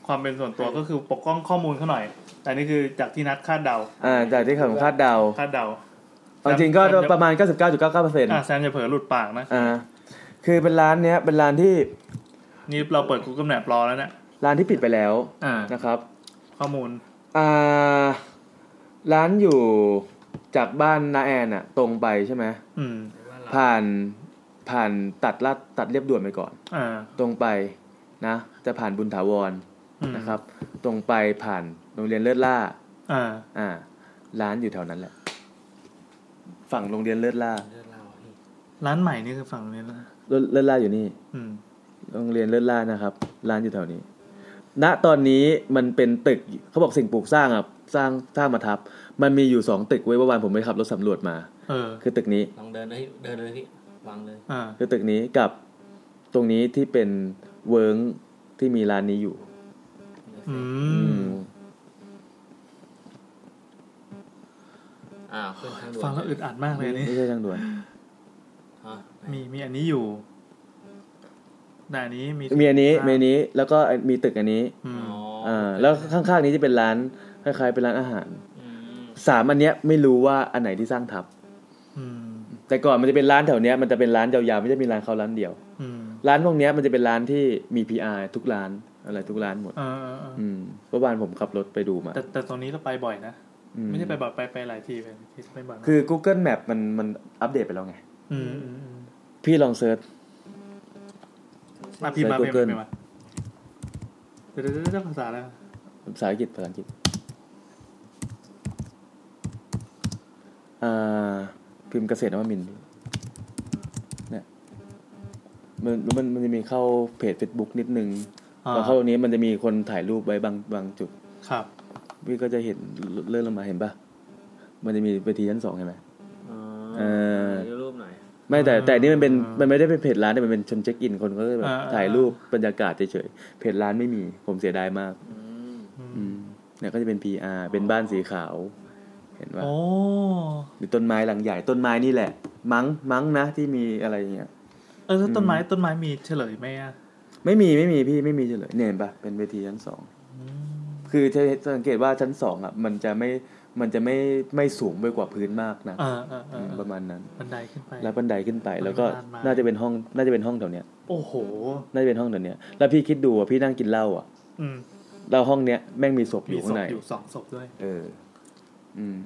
S2: ความเป็นส่วนตัวก็คือปกป้องข้อมูลเขาหน่อย แต่นี่คือจากที่นัดคาดเดา
S9: อ่าจากที่ผมคาดเดา
S2: คาดเดา
S9: เอาจริงก็ประมาณ 99.99เปอร์เซ็นต์
S2: อ่ะแซมอย่าเผลอหลุดปากนะ
S9: อ่า คือเป็นร้านเนี้ย เป็นร้านที่
S2: นี่เราเปิดกูเกิลแมปรอแล้วเนี่ย
S9: ร้านที่ปิดไปแล้ว
S2: อ่า
S9: นะครับ
S2: ข้อมูล
S9: อ่า ร้านอยู่จากบ้านนาแอนอะตรงไปใช่ไหม
S2: อืม
S9: ผ่าน ผ่านตัดลาดตัดเรียบด่วนไปก่อน
S2: อ่า
S9: ตรงไปนะ จะผ่านบุญถาวร
S2: อืม
S9: นะครับ ตรงไปผ่านโรงเรียนเลิศล่า
S2: อ่า
S9: อ่า ร้านอยู่แถวนั้นแหละ ฝั่งโรงเรียนเลิศล่า
S2: ร้านใหม่นี่คือฝั่งนี้นะ
S9: เลิศเลิศล่าอยู่นี่
S2: อืม
S9: โรงเรียนเลิศล่านะครับ ร้านอยู่แถวนี้ ณตอนนี้มันเป็นตึกเขาบอกสิ่งปลูกสร้างอ่ะสร้างสร้างมาทับ มันมีอยู่สองตึกไว้ยเมื่อวานผมไปขับรถสำรวจมา
S2: เออ
S9: คือตึกนี้
S1: ลองเดินเลยเดินเลยพี่วางเลย
S2: อ่า
S9: คือตึกนี้กับตรงนี้ที่เป็นเวิร์งที่มีร้านนี้อยู่
S2: อื
S9: อื
S2: ม
S9: ม
S1: อ่าขึ้นทางด่วน
S2: ฟังแล้วอึดอัดมากเลยอันนี่
S9: ไม่ใช่ทางด่วน
S1: อ่ะ
S2: มีมีอันนี้อยู่แต่อันนี้มี
S9: มีอันนี้มีอันนี้แล้วก็มีตึกอันนี้
S2: อืม
S9: อ่าแล้วข้างๆนี้จะเป็นร้านคล้ายๆเป็นร้านอาหารสามอันเนี้ยไม่รู้ว่าอันไหนที่สร้างทับ
S2: อืม
S9: แต่ก่อนมันจะเป็นร้านแถวเนี้ยมันจะเป็นร้านยาวๆไม่ได้มีร้านเขาร้านเดียว
S2: อืม
S9: ร้านพวกเนี้ยมันจะเป็นร้านที่มี PR ทุกร้านอะไรทุกร้านหมด
S2: เออเออเออ
S9: อืมเมื่อวานผมขับรถไปดูมา
S2: แต่แต่ตรงนี้เราไปบ่อยนะ
S9: อืม
S2: ไม่ใช่ไปบ่อยไปไปหลายทีไปที่ไปบ่อยมาก
S9: คือ Google Map มันมันอัปเดตไปแล้วไง
S2: อืมอืมอืม
S9: พี่ลองเซิร์ช
S2: มาพิมพ์มา
S9: Google
S2: พิมพ์มาพิมพ์มาเดี๋ยวเดี๋ยวเดี๋ยวภาษาอะไรวะ
S9: ภาษาอังกฤษภาษาอังกฤษอ่าพิมพ์เกษตรนวมินทร์เนี่ยมันมันมันจะมีเข้าเพจ Facebook นิดนึง
S2: อ่า
S9: พอเข้าตรงนี้มันจะมีคนถ่ายรูปไว้บางบางจุด
S2: ครับ
S9: พี่ก็จะเห็นเลื่อนลงมาเห็นปะมันจะมีเวทีชั้นสองเห็นไหม เออ
S1: ดูรูปหน่อย
S9: ไม่แต่
S1: อ่า
S9: แต่นี่มันเป็นมันไม่ได้เป็นเพจร้านแต่มันเป็นชนเช็คอินคนเขาก็จะแบบ
S1: อ่า
S9: ถ่ายรูปบรรยากาศเฉยๆเพจร้านไม่มี ผมเสียดายมาก อืมเนี่ยก็จะเป็น PR เป็นบ้านสีขาว เห็นว่า
S2: โอ้
S9: มีต้นไม้หลังใหญ่ต้นไม้นี่แหละ มั้งมั้งนะที่มีอะไรอย่างเงี้ย
S2: เออแล้วต้นไม้
S9: อืม
S2: ต้นไม้มีเฉลยไหมอ่ะ
S9: ไม่มีไม่มีพี่ไม่มีเลยเนี่ยเห็นปะเป็นเวทีชั้นสองคือจะจะสังเกตว่าชั้นสองอ่ะมันจะไม่มันจะไม่ไม่สูงไปกว่าพื้นมากนะ
S2: อ่าอ่าอ่า
S9: อืมประมาณนั้น
S2: บันไดขึ้นไป
S9: แล้วบันไดขึ้นไปแล้วก็
S2: มันเป็นลานไม้
S9: น่าจะเป็นห้องน่าจะเป็นห้องแถวเนี้ย
S2: โอ้โห
S9: น่าจะเป็นห้องแถวเนี้ยแล้วพี่คิดดูว่าพี่นั่งกินเหล้าอ่ะ
S2: อืม
S9: เราห้องเนี้ยแม่งมีศพอ
S2: มี
S9: ยู่
S2: ศ
S9: ข้า
S2: พ
S9: งใน
S2: อยู่สองศพด้วย
S9: เออ อืม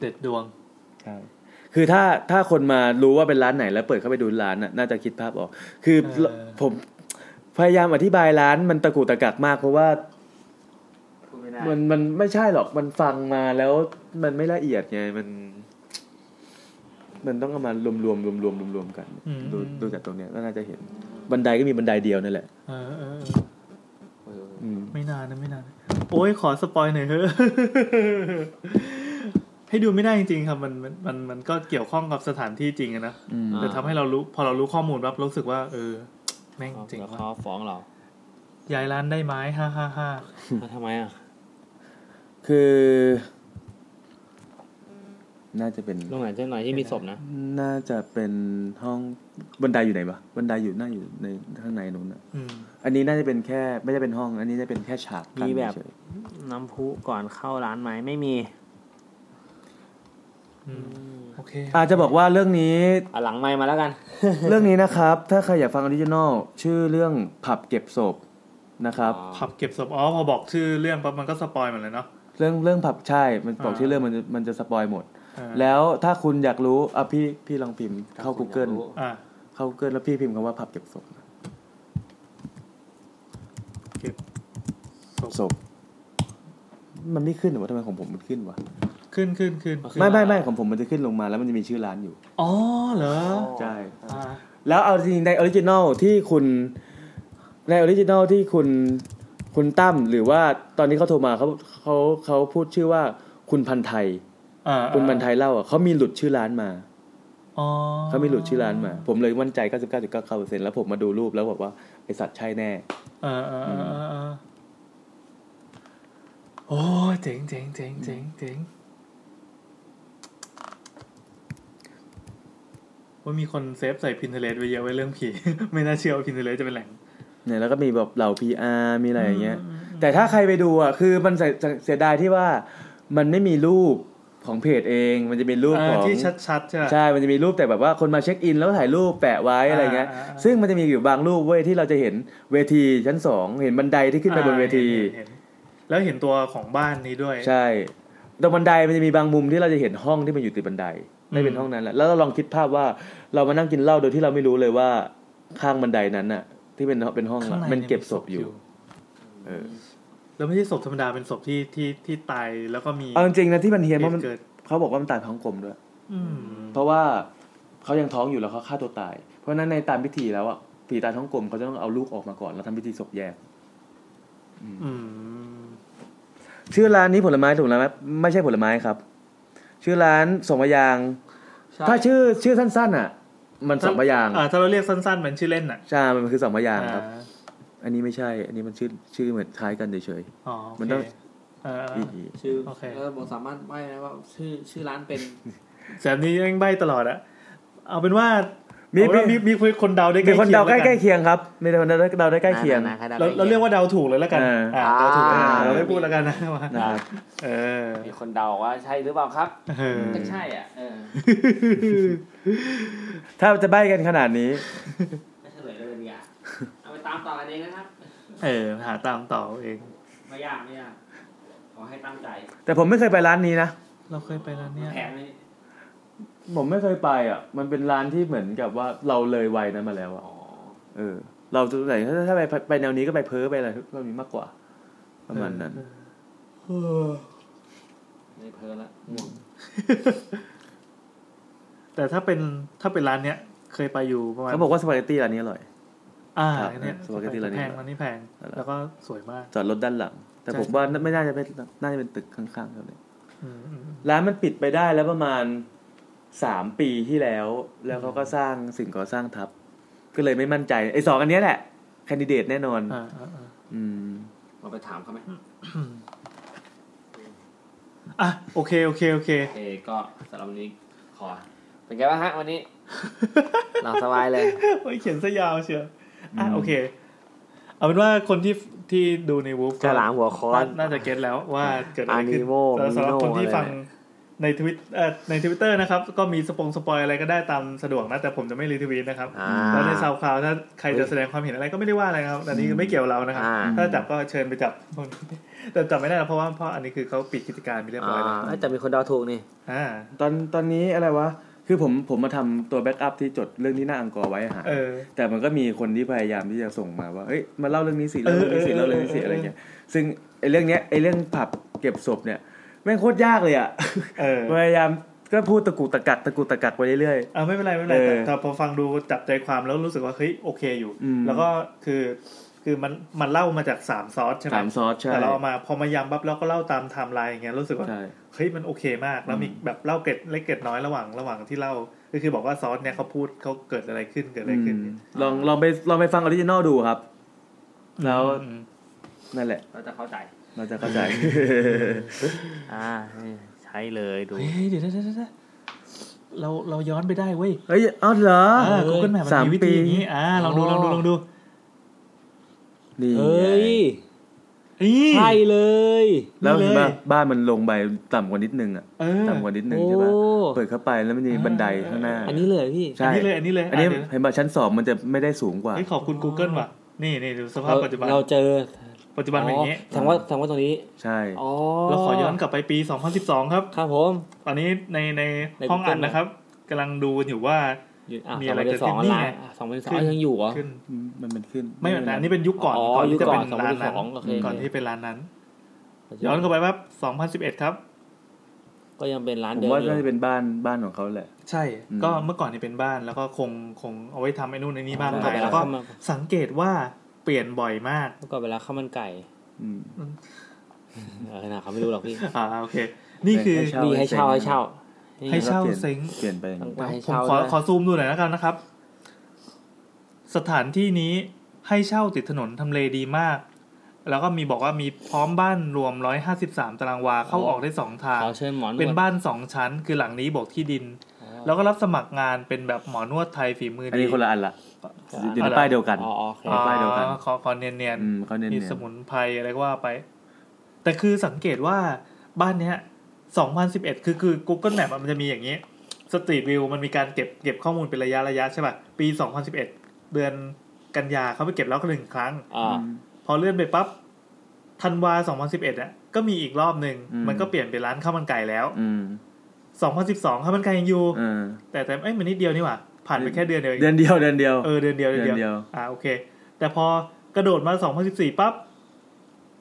S2: เด็ดดวง
S9: ใช่ คือถ้าถ้าคนมารู้ว่าเป็นร้านไหนแล้วเปิดเข้าไปดูร้านน่ะน่าจะคิดภาพออก คือ
S2: เออ
S9: ผมพยายามอธิบายร้านมันตะกุกตะกักมากเพราะว่า
S1: พูดไม่ได้
S9: มันมันไม่ใช่หรอกมันฟังมาแล้วมันไม่ละเอียดไงมัน มันต้องเอามารวมรวมรวมรวมรวมรวมๆกัน
S2: อืม
S9: ดูดูจากตรงเนี้ยก็น่าจะเห็น บันไดก็มีบันไดเดียวนั่นแหละ
S2: เออเออ
S1: เออ
S9: อืม
S2: ไม่นานนะไม่นานนะโอ้ยขอสปอยหน่อยเฮ้อะ ให้ดูไม่ได้จริงๆครับมันมันมันมันก็เกี่ยวข้องกับสถานที่จริงอะนะ
S9: อืม
S2: แต่ทำให้เรารู้ พอเรารู้ข้อมูลปั๊บรู้สึกว่า เออ แม่งจริง
S1: แล้ว
S2: ว่ะ
S1: เขาฟ้องเรา
S2: ย้ายร้านได้ไหมฮ่าฮ่าฮ่า
S1: แล้วทำไมอ่ะ
S9: คือน่าจะเป็น
S1: ตรงไหนเจ้าหน่อยที่มีศพนะ
S9: น่าจะเป็นห้องบันไดอยู่ไหนวะบันไดอยู่น่าอยู่ในข้างในนู้นอะ
S2: อืม
S9: อันนี้น่าจะเป็นแค่ไม่ได้เป็นห้อง อันนี้น่าจะเป็นแค่ฉากกั้น
S1: มีแบบ
S9: เฉย
S1: น้ำพุก่อนเข้าร้านไหมไม่มี
S2: โอเค
S9: ๆอาจจะบอกว่าเรื่องนี้
S1: อ่ะหลังไมค์มาแล้วกัน
S9: เรื่องนี้นะครับ ถ้าใครอยากฟังออริจินอลชื่อเรื่องผับเก็บศพนะครับ
S2: ผับเก็บศพอ๋อพอบอกชื่อเรื่องปั๊บมันก็สปอยหมดเลยเนาะ
S9: เรื่องเรื่องผับใช่ มันบอก
S2: อ่า
S9: ชื่อเรื่องมันจะมันจะสปอยหมด
S2: เออ
S9: แล้วถ้าคุณอยากรู้อ่ะพี่พี่ลองพิมพ์เข้า
S1: ถ้าคุณอยาก
S9: Google
S1: รู้
S2: อ่ะ
S9: เข้า Google แล้วพี่พิมพ์คำว่าผับเก็บศพ
S2: เก็บ
S9: ศพมันไม่ขึ้นหรอวะทำไมของผมมันขึ้นวะ
S2: ขึ้นขึ้นขึ้น
S9: ไม่ไม่ไม่ของผมมันจะขึ้นลงมาแล้วมันจะมีชื่อร้านอยู่
S2: อ๋อเหรอ
S9: ใช่
S2: อ่า
S9: แล้วเอาจริงๆในออริจินอลที่คุณในออริจินอลที่คุณคุณตั้มหรือว่าตอนนี้เขาโทรมาเขาเขาเขาพูดชื่อว่าคุณพันไทย
S2: อ่า
S9: คุณพันไทยเล่าอ่ะเขามีหลุดชื่อร้านมา
S2: อ๋อ
S9: เขามีหลุดชื่อร้านมา ผมเลยมั่นใจ 99.9%แล้วผมมาดูรูปแล้วบอกว่า ไอสัตว์ใช่แน่
S2: เออเออเออเออเออโอ้เจ๋งเจ๋งเจ๋งเจ๋งเจ๋งว่ามีคนเซฟใส่พินเทเลสไว้เยอะไว้เรื่องผี ไม่น่าเชื่อว่าพินเทเลสจะเป็นแหล่ง
S9: เนี่ยแล้วก็มีแบบเหล่า PR มีอะไรอย่างเงี้ย
S2: อืมอืมอืม
S9: แต่ถ้าใครไปดูอ่ะ คือมันเสียเสียดายที่ว่ามันไม่มีรูปของเพจเอง มันจะเป็นรูป
S2: อ่า
S9: ของ
S2: ที่ชัดๆใช่ปะ
S9: ใช่ มันจะมีรูปแต่แบบว่าคนมาเช็คอินแล้วถ่ายรูปแปะไว้อะไรเงี้ย
S2: อ่าอ่า
S9: ซึ่งมันจะมีอยู่บางรูปเว้ยที่เราจะเห็นเวทีชั้นสอง เห็นบันไดที่ขึ้นไปบนเวที
S2: อ่าเห็นเห็นเห็นแล้วเห็นตัวของบ้านนี้ด้วย
S9: ใช่ ตรงบันไดมันจะมีบางมุมที่เราจะเห็นห้องที่มันอยู่ติดบันไดไม่เป็นห้องนั้นแหละแล้วเราลองคิดภาพว่าเรามานั่งกินเหล้าโดยที่เราไม่รู้เลยว่าข้างบันไดนั้นน่ะ ที่เป็นเป็นห้องอะ
S2: ข้างใน
S9: มันเก็บศพอยู่ เออ
S2: แล้วไม่ใช่ศพธรรมดาเป็นศพที่ที่ที่ตายแล้วก็มี
S9: เอาจริงๆนะที่มันเฮียนเพราะมัน
S2: เกิด
S9: เขาบอกว่ามันตายท้องกลมด้วย
S2: อืม
S9: เพราะว่าเขายังท้องอยู่แล้วเขาฆ่าตัวตาย เพราะฉะนั้นในตามพิธีแล้วอ่ะผีตายท้องกลมเขาจะต้องเอาลูกออกมาก่อนแล้วทำพิธีศพแยก
S2: อืม
S9: ชื่อร้านนี้ผลไม้ถูกแล้วไหมไม่ใช่ผลไม้ครับ ชื่อร้านสมยางค์ถ้าชื่อชื่อสั้นๆอ่ะ มันสมยางค์
S2: อ่าถ้าเราเรียกสั้นๆมันชื่อเล่นอ่ะ
S9: ใช่มันคือสมยางค์ครับ
S2: อ่า
S9: อันนี้ไม่ใช่ อันนี้มันชื่อชื่อเหมือนคล้ายกันเฉย
S2: อ๋อ
S9: ๆ
S2: มั
S9: มัน น
S2: ต้
S9: ต้
S2: อ
S9: อง ง
S1: ชื่อ
S2: โอเค
S1: เออผมสามารถใบ้นะว่าชื่อชื่อร้านเป็น
S2: แสบนี้ยังใบ้ตลอดอะเอาเป็นว่า
S9: มี
S2: มีมีมีคุยคนเดาได้
S9: มีคนเดาใกล้
S2: ใกล้
S9: ๆเคียงครับมีคนเดาเดาได้ใกล้เคียง
S2: ๆเราเราเรียกว่าเดาถูกเลยแล้วกัน
S9: เอออ่
S2: าเดาถูก
S9: อ่า
S2: เราไม่พูดแล้วกันนะว่า
S9: นะครับ
S2: เออ
S1: มีคนเดาว่าใช่หรือเปล่าครับ
S2: เออ
S1: ก็ใช่อ่ะเออ
S9: ถ้าจะใบ้กันขนาดนี้
S1: ไม่เฉลยเลยดีกว่าเอาไปตามต่อกันเองนะครับ
S2: เออหาตามต่อเอาเอง
S1: ไม่ยากไม่ยากขอให้ตั้งใจ
S9: แต่ผมไม่เคยไปร้านนี้นะ
S2: เราเคยไปร้านเนี้ย
S1: แถมนี้
S9: ผมไม่เคยไปอ่ะ มันเป็นร้านที่เหมือนกับว่าเราเลยวัยนั้นมาแล้วอ่ะเออ เราจะไหนถ้าถ้าไปไปแนวนี้ก็ไปเพ้อไปอะไรก็มีมากกว่า ประมาณนั้น
S1: ไม่เพลินละง่วง
S2: แต่ถ้าเป็นถ้าเป็นร้านเนี้ย เคยไปอยู่ประมาณ
S9: เขาบอกว่าสปาเกตตี้ร้านนี้อร่อย
S2: อ่า
S9: ครับ
S2: อันเนี้ย
S9: สปาเกตตี้ร้านนี้
S2: แพงมันนี่แพง
S9: อะไร
S2: แล้วก็สวยมาก
S9: จอดรถด้านหลัง แต่
S2: ใช่
S9: ผมว่าไม่น่าจะเป็นน่าจะเป็นตึกข้างๆครับเนี่ย
S2: อืมอืม
S9: ร้านมันปิดไปได้แล้วประมาณสามปีที่แล้ว แล้วเขาก็สร้างสิ่งก่อสร้างทับ ก็เลยไม่มั่นใจไอ้สองอันเนี้ยแหละแคนดิเดตแน่นอน
S2: อ่าอ่าอ่า
S9: อืม
S1: เราไปถามเขาไหม
S2: อ่ะโอเคโอเคโอเค
S1: โอเคก็สำหรับวันนี้ขอ เป็นไงบ้างฮะวันนี้ หลับสบายเลย
S2: โอ้ยเขียนซะยาวเชียวอ่ะ
S1: อืม
S2: โอเค เอาเป็นว่าคนที่ที่ดูในวูฟ
S14: ฉลามหัวค้อน
S2: น่าจะเก็ตแล้วว่าเกิดอะไรขึ้น
S14: Animo
S2: สำหรับ
S14: Mino
S2: คนที่ฟัง
S14: อะไรเนี่ย
S2: ในทวิตเอ่อในทวิตเตอร์นะครับ ก็มีสปงสปอยอะไรก็ได้ตามสะดวกนะ แต่ผมจะไม่รีทวีตนะครับ แล้วในซาวคลาวถ้าใครจะแสดงความเห็นอะไรก็ไม่ได้ว่าอะไรนะครับแต่อันนี้ไม่เกี่ยวเรานะครับ
S14: อ่า
S2: ถ้าจับก็เชิญไปจับ แต่จับไม่ได้นะเพราะว่าเพราะอันนี้คือเขาปิดกิจการไปเรียบร้อยแล้ว
S1: อ่าแต่มีคนเดาถูกนี่
S2: อ่า
S9: ตอนตอนนี้อะไรวะ คือผมผมมาทำตัวแบ็กอัพที่จดเรื่องที่หน้าอังกอร์ไว้อะฮะ
S2: เออ
S9: แต่มันก็มีคนที่พยายามที่จะส่งมาว่าเอ้ยมาเล่าเรื่องนี้สิเล่าเรื่องนี้สิ
S2: เออเออ
S9: เล่าเรื่องนี้สิ
S2: เออเออ
S9: อะไรเงี้ย ซึ่งไอ้เรื่องเนี้ยไอ้เรื่องผับเก็บศพเนี่ยแม่งโคตรยากเลยอ่ะพยายามก็พูดตะกุกตะกักตะกุกตะกักไปเรื่อย
S2: อ่าไม่เป็นไรไม่เป็นไร
S9: เออ
S2: แต่แต่พอฟังดูจับใจความแล้วรู้สึกว่าเฮ้ยโอเคอยู่
S9: อืม
S2: แล้วก็คือคือมันมันเล่ามาจากสามซอสใช่ไหม
S9: สามซอสใช่
S2: แต่เราเอามาพอมายำปั๊บแล้วก็เล่าตามไทม์ไลน์อย่างเงี้ยรู้สึกว่า
S9: ใช่
S2: เฮ้ยมันโอเคมากแล้วมีแบบเล่าเกร็ดเล็กเกร็ดน้อยระหว่างระหว่างที่เล่าก็คือบอกว่าซอสเนี่ยเขาพูดเขาเกิดอะไรขึ้นเกิดอะไรขึ้น
S9: ๆ ลองลองไปลองไปฟังออริจินอลดูครับ แล้ว
S2: อืม
S9: นั่นแหละ
S1: เราจะเข้าใจ
S9: เราจะเข้าใจ
S14: อ่าใช้เลยดู
S2: เฮ้ยเดี๋ยวเดี๋ยวเดี๋ยวเดี๋ยวเราเราย้อนไปได้เว้ย
S9: เฮ้ยอ้าวเหรอ
S2: กูเกิลแมปมัน
S9: สาม
S2: มีวิ
S9: ปี
S2: ธีอย่างนี้อ่าลองดูลองดูลองดู
S9: นี่ไง
S14: เฮ้ย ใช่เลย
S9: แล้วเห็นปะบ้านมันลงไปต่ำกว่านิดนึงอ่ะ
S2: เออ
S9: ต่ำกว่านิดนึงใช่ปะ
S14: โอ้
S9: เปิดเข้าไปแล้วมันจะมีบันไดข้างหน้า
S14: อันนี้เลยพี่
S9: ใช่
S2: อันนี้เลยอันนี้เลย
S9: อันนี้
S2: อ่ะเดี๋ยว
S9: เห็นป่ะชั้นสองมันจะไม่ได้สูงกว่า
S2: เฮ้ยขอบคุณ Google ว่ะ นี่นี่ดูสภาพ
S14: เรา
S2: ปัจจุบัน
S14: เราเจอ
S2: ปัจจุบันเป็นอย่างนี้
S14: แสดงว่าแสดงว่าตรงนี้
S9: ใช่
S14: อ๋อ
S2: เราขอย้อนกลับไปปี 2012 ครับ
S14: ครับผม
S2: ตอนนี้ในใน
S14: ใน
S2: ห้องอ่าน
S14: Google นะ
S2: นะครับกำลังดูกันอยู่ว่า
S14: อ่ะ
S2: มี
S14: สอง
S2: อะ
S14: พัน
S2: ไรเกิด
S14: สอ
S2: ขึ้
S14: งอัน
S2: นนี่
S14: ละ
S2: ไง
S14: สองพันสอง
S2: ขึ้น
S14: ยังอยู่เหรอ
S2: ขึ้น
S9: มันเป็นขึ้น
S2: ไม่แต่อันนี้เป็นยุคก่อน
S14: อ๋อ
S2: ก่อนที่จะเป็น
S14: ยุคก่อน
S2: ร้านนั้น
S14: 2012โอเค
S2: ก่อนที่เป็นร้านนั้น ย้อนกลับไปปั๊บ2011 ครับ
S14: ก็ยังเป็นร้าน
S9: ผ
S14: เดิ
S9: ม
S14: ม
S9: ว่า
S14: อยู่
S9: น่าจะเป็นบ้านบ้านของเขาแหละ
S2: ใช่
S9: อืม
S2: ก็เมื่อก่อนนี่เป็นบ้านแล้วก็คงคงเอาไว้ทำไอ้นู่นไอ้นี่บ้าง
S14: อ๋อ
S2: ไปแล้วก็
S14: เข้ามา
S2: สังเกตว่าเปลี่ยนบ่อยมาก
S14: เมื่อก่อนเวลาข้าวมันไก่
S9: อืม
S14: เออนะเขาไม่รู้หรอกพี่
S2: อ่าโอเค นี่คือ
S14: มีให้เช่าให้เช่า
S2: ให้เช่า
S9: แล้วก็ปลี่ยน
S2: เซ้ง
S9: เปลี่ยนไปอย่าง
S14: ต้อ
S9: นี้
S14: งไปให้
S2: ผม
S14: เช่า
S2: ขอ
S14: ด้วย
S2: ขอซูมดูหน่อยแล้วกันนะครับ สถานที่นี้ให้เช่าติดถนนทำเลดีมาก แล้วก็มีบอกว่ามีพร้อมบ้านรวม 153 ตารางวาเข้าออกได้สองทาง
S14: ขอเชิญหมอนวด
S2: เป็นบ้านสองชั้น คือหลังนี้บอกที่ดิน แล้วก็รับสมัครงานเป็นแบบหมอนวดไทยฝีมือ
S9: อัน
S2: ดี
S9: นี้คนละอันละ
S14: คนละอัน
S9: อยู่ในป้ายเดียวกัน
S14: อ๋อโอเค
S9: ในป้ายเดียวกัน
S2: อ๋อขอขอเนียนเนียน
S9: อืมเขาเน้น
S2: มี
S9: เนี่ย
S2: สมุนไพรอะไรก็ว่าไป แต่คือสังเกตว่าบ้านเนี้ย 2011 คือคือ Google Map อะมันจะมีอย่างนี้ สตรีทวิวมันมีการเก็บเก็บข้อมูลเป็นระยะระยะใช่ป่ะ ปี 2011 เดือนกันยาเขาไปเก็บแล้วก็หนึ่งครั้ง
S14: อ่า
S2: พอเลื่อนไปปั๊บธันวา 2011อ่ะ ก็มีอีกรอบหนึ่ง
S9: อืม
S2: มันก็เปลี่ยนเป็นร้านข้าวมันไก่แล้ว
S9: อืม
S2: สองพันสิบสองข้าวมันไก่ยังอยู่
S9: อ่า
S2: แต่แต่เอ้ยมันนิดเดียวนี่หว่า ผ่านไปแค่เดือนเดียวง
S9: เดือนเดียวเดือนเดียว
S2: เออเดือนเดียวเดือนเดียว
S9: เดือนเดียว
S2: อ่าโอเค แต่พอกระโดดมาสองพันสิบสี่ปั๊บ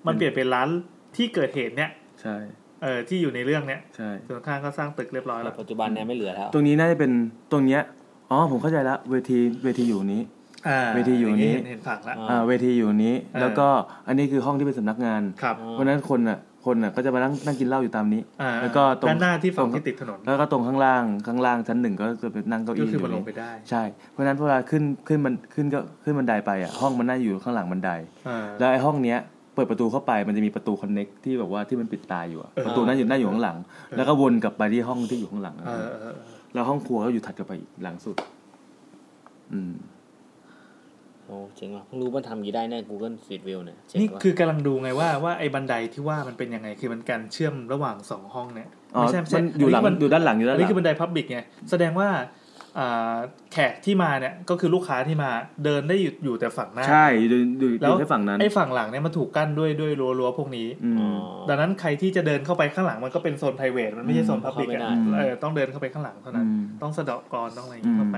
S2: มันเปลี่ยนเป็นร้านที่เกิดเหตุเนี่ย
S9: ใช่
S2: เออที่อยู่ในเรื่องเนี้ย
S9: ใช่
S2: ส่วนข้างก็สร้างตึกเรียบร้อยแล้ว
S1: ปัจจุบันเนี่ยไม่เหลือแล้ว
S9: ตรงนี้น่าจะเป็นตรงเนี้ยอ๋อผมเข้าใจละเวทีเวทีอยู่นี้
S2: อ่า
S9: เวทีอยู่นี้
S2: เห็นเห็นผังละ
S9: อ่าเวทีอยู่นี้
S2: อ่า
S9: แล้วก็อันนี้คือห้องที่เป็นสำนักงาน
S2: ครับ
S9: เพราะฉะนั้นคนอ่ะคนอ่ะก็จะมานั่งนั่งกินเหล้าอยู่ตามนี้
S2: อ่า
S9: แล้วก็ตรง
S2: ด้านหน้าที่ฝั่งที่ติดถนน
S9: แล้วก็ตรงข้างล่างข้างล่างชั้นหนึ่งก็จะเป็นนั่งเก้าอี้
S2: ก็คือมัน
S9: ยู่
S2: ลงไปได้
S9: ใช่เพราะฉะนั้นเวลาขึ้นขึ้นมันขึ้นก็ขึ้นบันไดไปอ่ะห้องมันน่าอยู่ข้างหลังบันได
S2: อ่า
S9: แล้วไอ้ห้องเนี้ยเปิดประตูเข้าไปมันจะมีประตูคอนเน็กที่แบบว่าที่มันปิดตายอยู่อะ
S2: เออ
S9: ประตูนั้นอยู่หน้าอยู่ข้างหลัง
S2: เออ
S9: แล้วก็วนกลับไปที่ห้องที่อยู่ข้างหลัง
S2: เอ
S9: นะครั
S2: อเอ
S9: บ
S2: อเออ
S9: แล้วห้องครัวก็อยู่ถัดกลับไปอีกหลังสุด อืม
S1: โอ้เจ๋งว่ะเพิ่งรู้ว่าทำอยางนี้ได้เนี่ย Google Street View เนี่ยเจ๋ง
S2: นี่
S1: ว่ะ
S2: คือกำลังดูไงว่าว่าไอ้บันไดที่ว่ามันเป็นยังไงคือมันการเชื่อมระหว่างสองห้องเนี่ย
S9: อ๋อ
S2: ไม่ใช่ไม่ใช่
S9: มันอยู่หลั
S2: น
S9: ง
S2: นี้มั
S9: อยู่ด้านหลังอยู่ด้านหลั
S2: น
S9: ง
S2: นี้คือบันไดพับบิกไงแสดงว่าอ่าแขกที่มาเนี่ยก็คือลูกค้าที่มาเดินได้อยู่อยู่แต่ฝั่งหน้า
S9: ใช่ดูดูดู
S2: แล้ว
S9: แค่ฝั่งนั้น
S2: ไอ้ฝั่งหลังเนี่ยมันถูกกั้นด้วยด้วยรั้วรั้วพวกนี้
S9: อืม
S2: ดังนั้นใครที่จะเดินเข้าไปข้างหลังมันก็เป็นโซน p r i v a t มันไม่ใช่โซนพับลิก
S9: เข้าไม่
S2: อ่ะ
S9: ได้
S2: เออต้องเดินเข้าไปข้างหลังเท่านั้น
S9: อืม
S2: ต้องสะเดาะกรอนต้องอะไรอย่างเงี้ยเข้าไป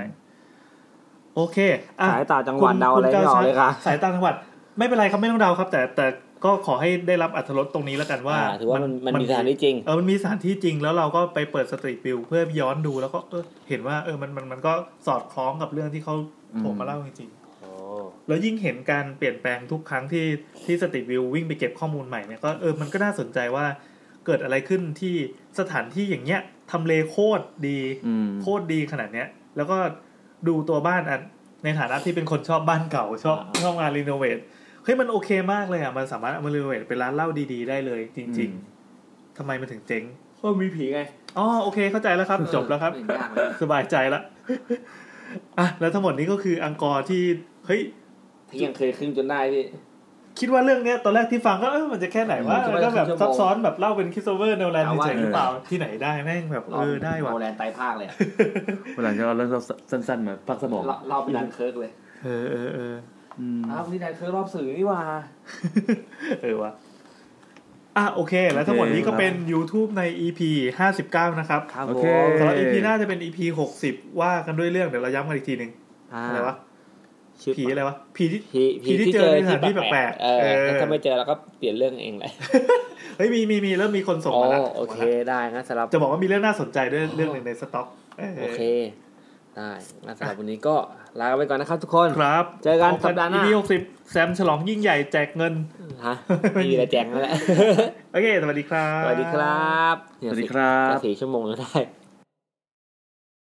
S2: โอเคอ่ะ
S1: สายตาจังหวัด
S2: คุณ
S1: เดาอะไร
S2: คุณ
S1: ไม่
S2: ก้ว
S1: ออก
S2: ชัด
S1: เลยค่ะ
S2: สายตาจังหวัด ไม่เป็นไรครับไม่ต้องเดาครับ แต่แต่ก็ขอให้ได้รับอัธรสตรงนี้แล้วกันว่า
S1: อ่าถือว่ามันมันมีสถานที่จริง
S2: เออมันมีสถานที่จริงแล้วเราก็ไปเปิดสตรีทวิวเพื่อย้อนดูแล้วก็เออเห็นว่าเออมันมันมันก็สอดคล้องกับเรื่องที่เขาโผมมาเล่าจริงๆ แล้วยิ่งเห็นการเปลี่ยนแปลงทุกครั้งที่ที่สตรีทวิววิ่งไปเก็บข้อมูลใหม่เนี่ยก็เออมันก็น่าสนใจว่าเกิดอะไรขึ้นที่สถานที่อย่างเงี้ยทำเลโคตรดี
S9: อืม
S2: โคตรดีขนาดเนี้ย แล้วก็ดูตัวบ้านอ่ะในฐานะที่เป็นคนชอบบ้านเก่าชอบชอบงานรีโนเวทเฮ้ยมันโอเคมากเลยอ่ะมันสามารถเอามารีโนเวทเป็นร้านเหล้าดีๆได้เลย จริง ๆทำไมมันถึงเจ๊งก็มีผีไงอ๋อโอเคเข้าใจแล้วครับ จบแล้วครับ สบายใจ ละอ่ะแล้วทั้งหมดนี้ก็คืออังกอร์ที่เฮ้ย
S1: ที่ยังเคยขึ้นจนได้พี่
S2: คิดว่าเรื่องเนี้ยตอนแรกที่ฟังก็เออมันจะแค่ไหนว่า
S1: อืม
S2: ก็แบบ
S1: ชั่วโมง
S2: ซับซ้อนแบบเล่าเป็นคริสโตเฟอร์โนแลน
S1: เอาว่า
S2: เฉยๆหรือเปล่า
S1: เออ
S2: ที่ไหนได้แม่งแบบเออได้ว่ะ
S1: โบแลนด์ไตรภาคเลยอะ
S9: วันหลังจะเอาเรื่องสั้นๆมาพักสมอง
S1: เราเราเป็นดันเคิร์กเลย
S2: เออเออเออ
S9: อืม
S1: อ้าวนี่ดันเคิร์กรอบสื่อนี่หว่า
S2: เออว่ะอ่ะโอเค แล้วทั้งหมดนี้ก็เป็น YouTube ใน EP 59 นะครับ
S9: โอเค
S2: สำหรับ EP หน่าจะเป็น EP 60 ว่ากันด้วยเรื่องเดี๋ยวเราย้ำกันอีกทีหนึ่ง
S1: อ่า
S2: อะไรวะผีอะไรวะผีที่
S1: ผี
S2: ผีที่เจอในสถานที่แปลก
S1: เอ
S2: ๆเอ
S1: อ
S2: อ
S1: ถ้าไม่เจอเราก็เปลี่ยนเรื่องเองแหละ
S2: เฮ้ยมีมีมีเริ่มมีคนส่ง
S1: อ๋อ
S2: มาแล้ว
S1: โอเคได้งั้นสำหรับ
S2: จะบอกว่ามีเรื่องน่าสนใจด้วยเรื่องหนึ่งในสต็อก
S1: โอเค ได้งั้นสำหรับวันนี้ก็ลาไปก่อนนะครับทุกคน
S2: ครับ
S1: เจอกัน
S2: พบ
S1: สัปดาห์หน้า
S2: EP 60แซมฉลองยิ่งใหญ่แจกเงิน
S1: ฮะไม่มีอะไรแจกแล้วแหละ
S2: โอเค สวัสดีครับ
S1: สวัสดีครับ
S9: สวัสดีครับ
S1: จะสี่ชั่วโมงแล้วได้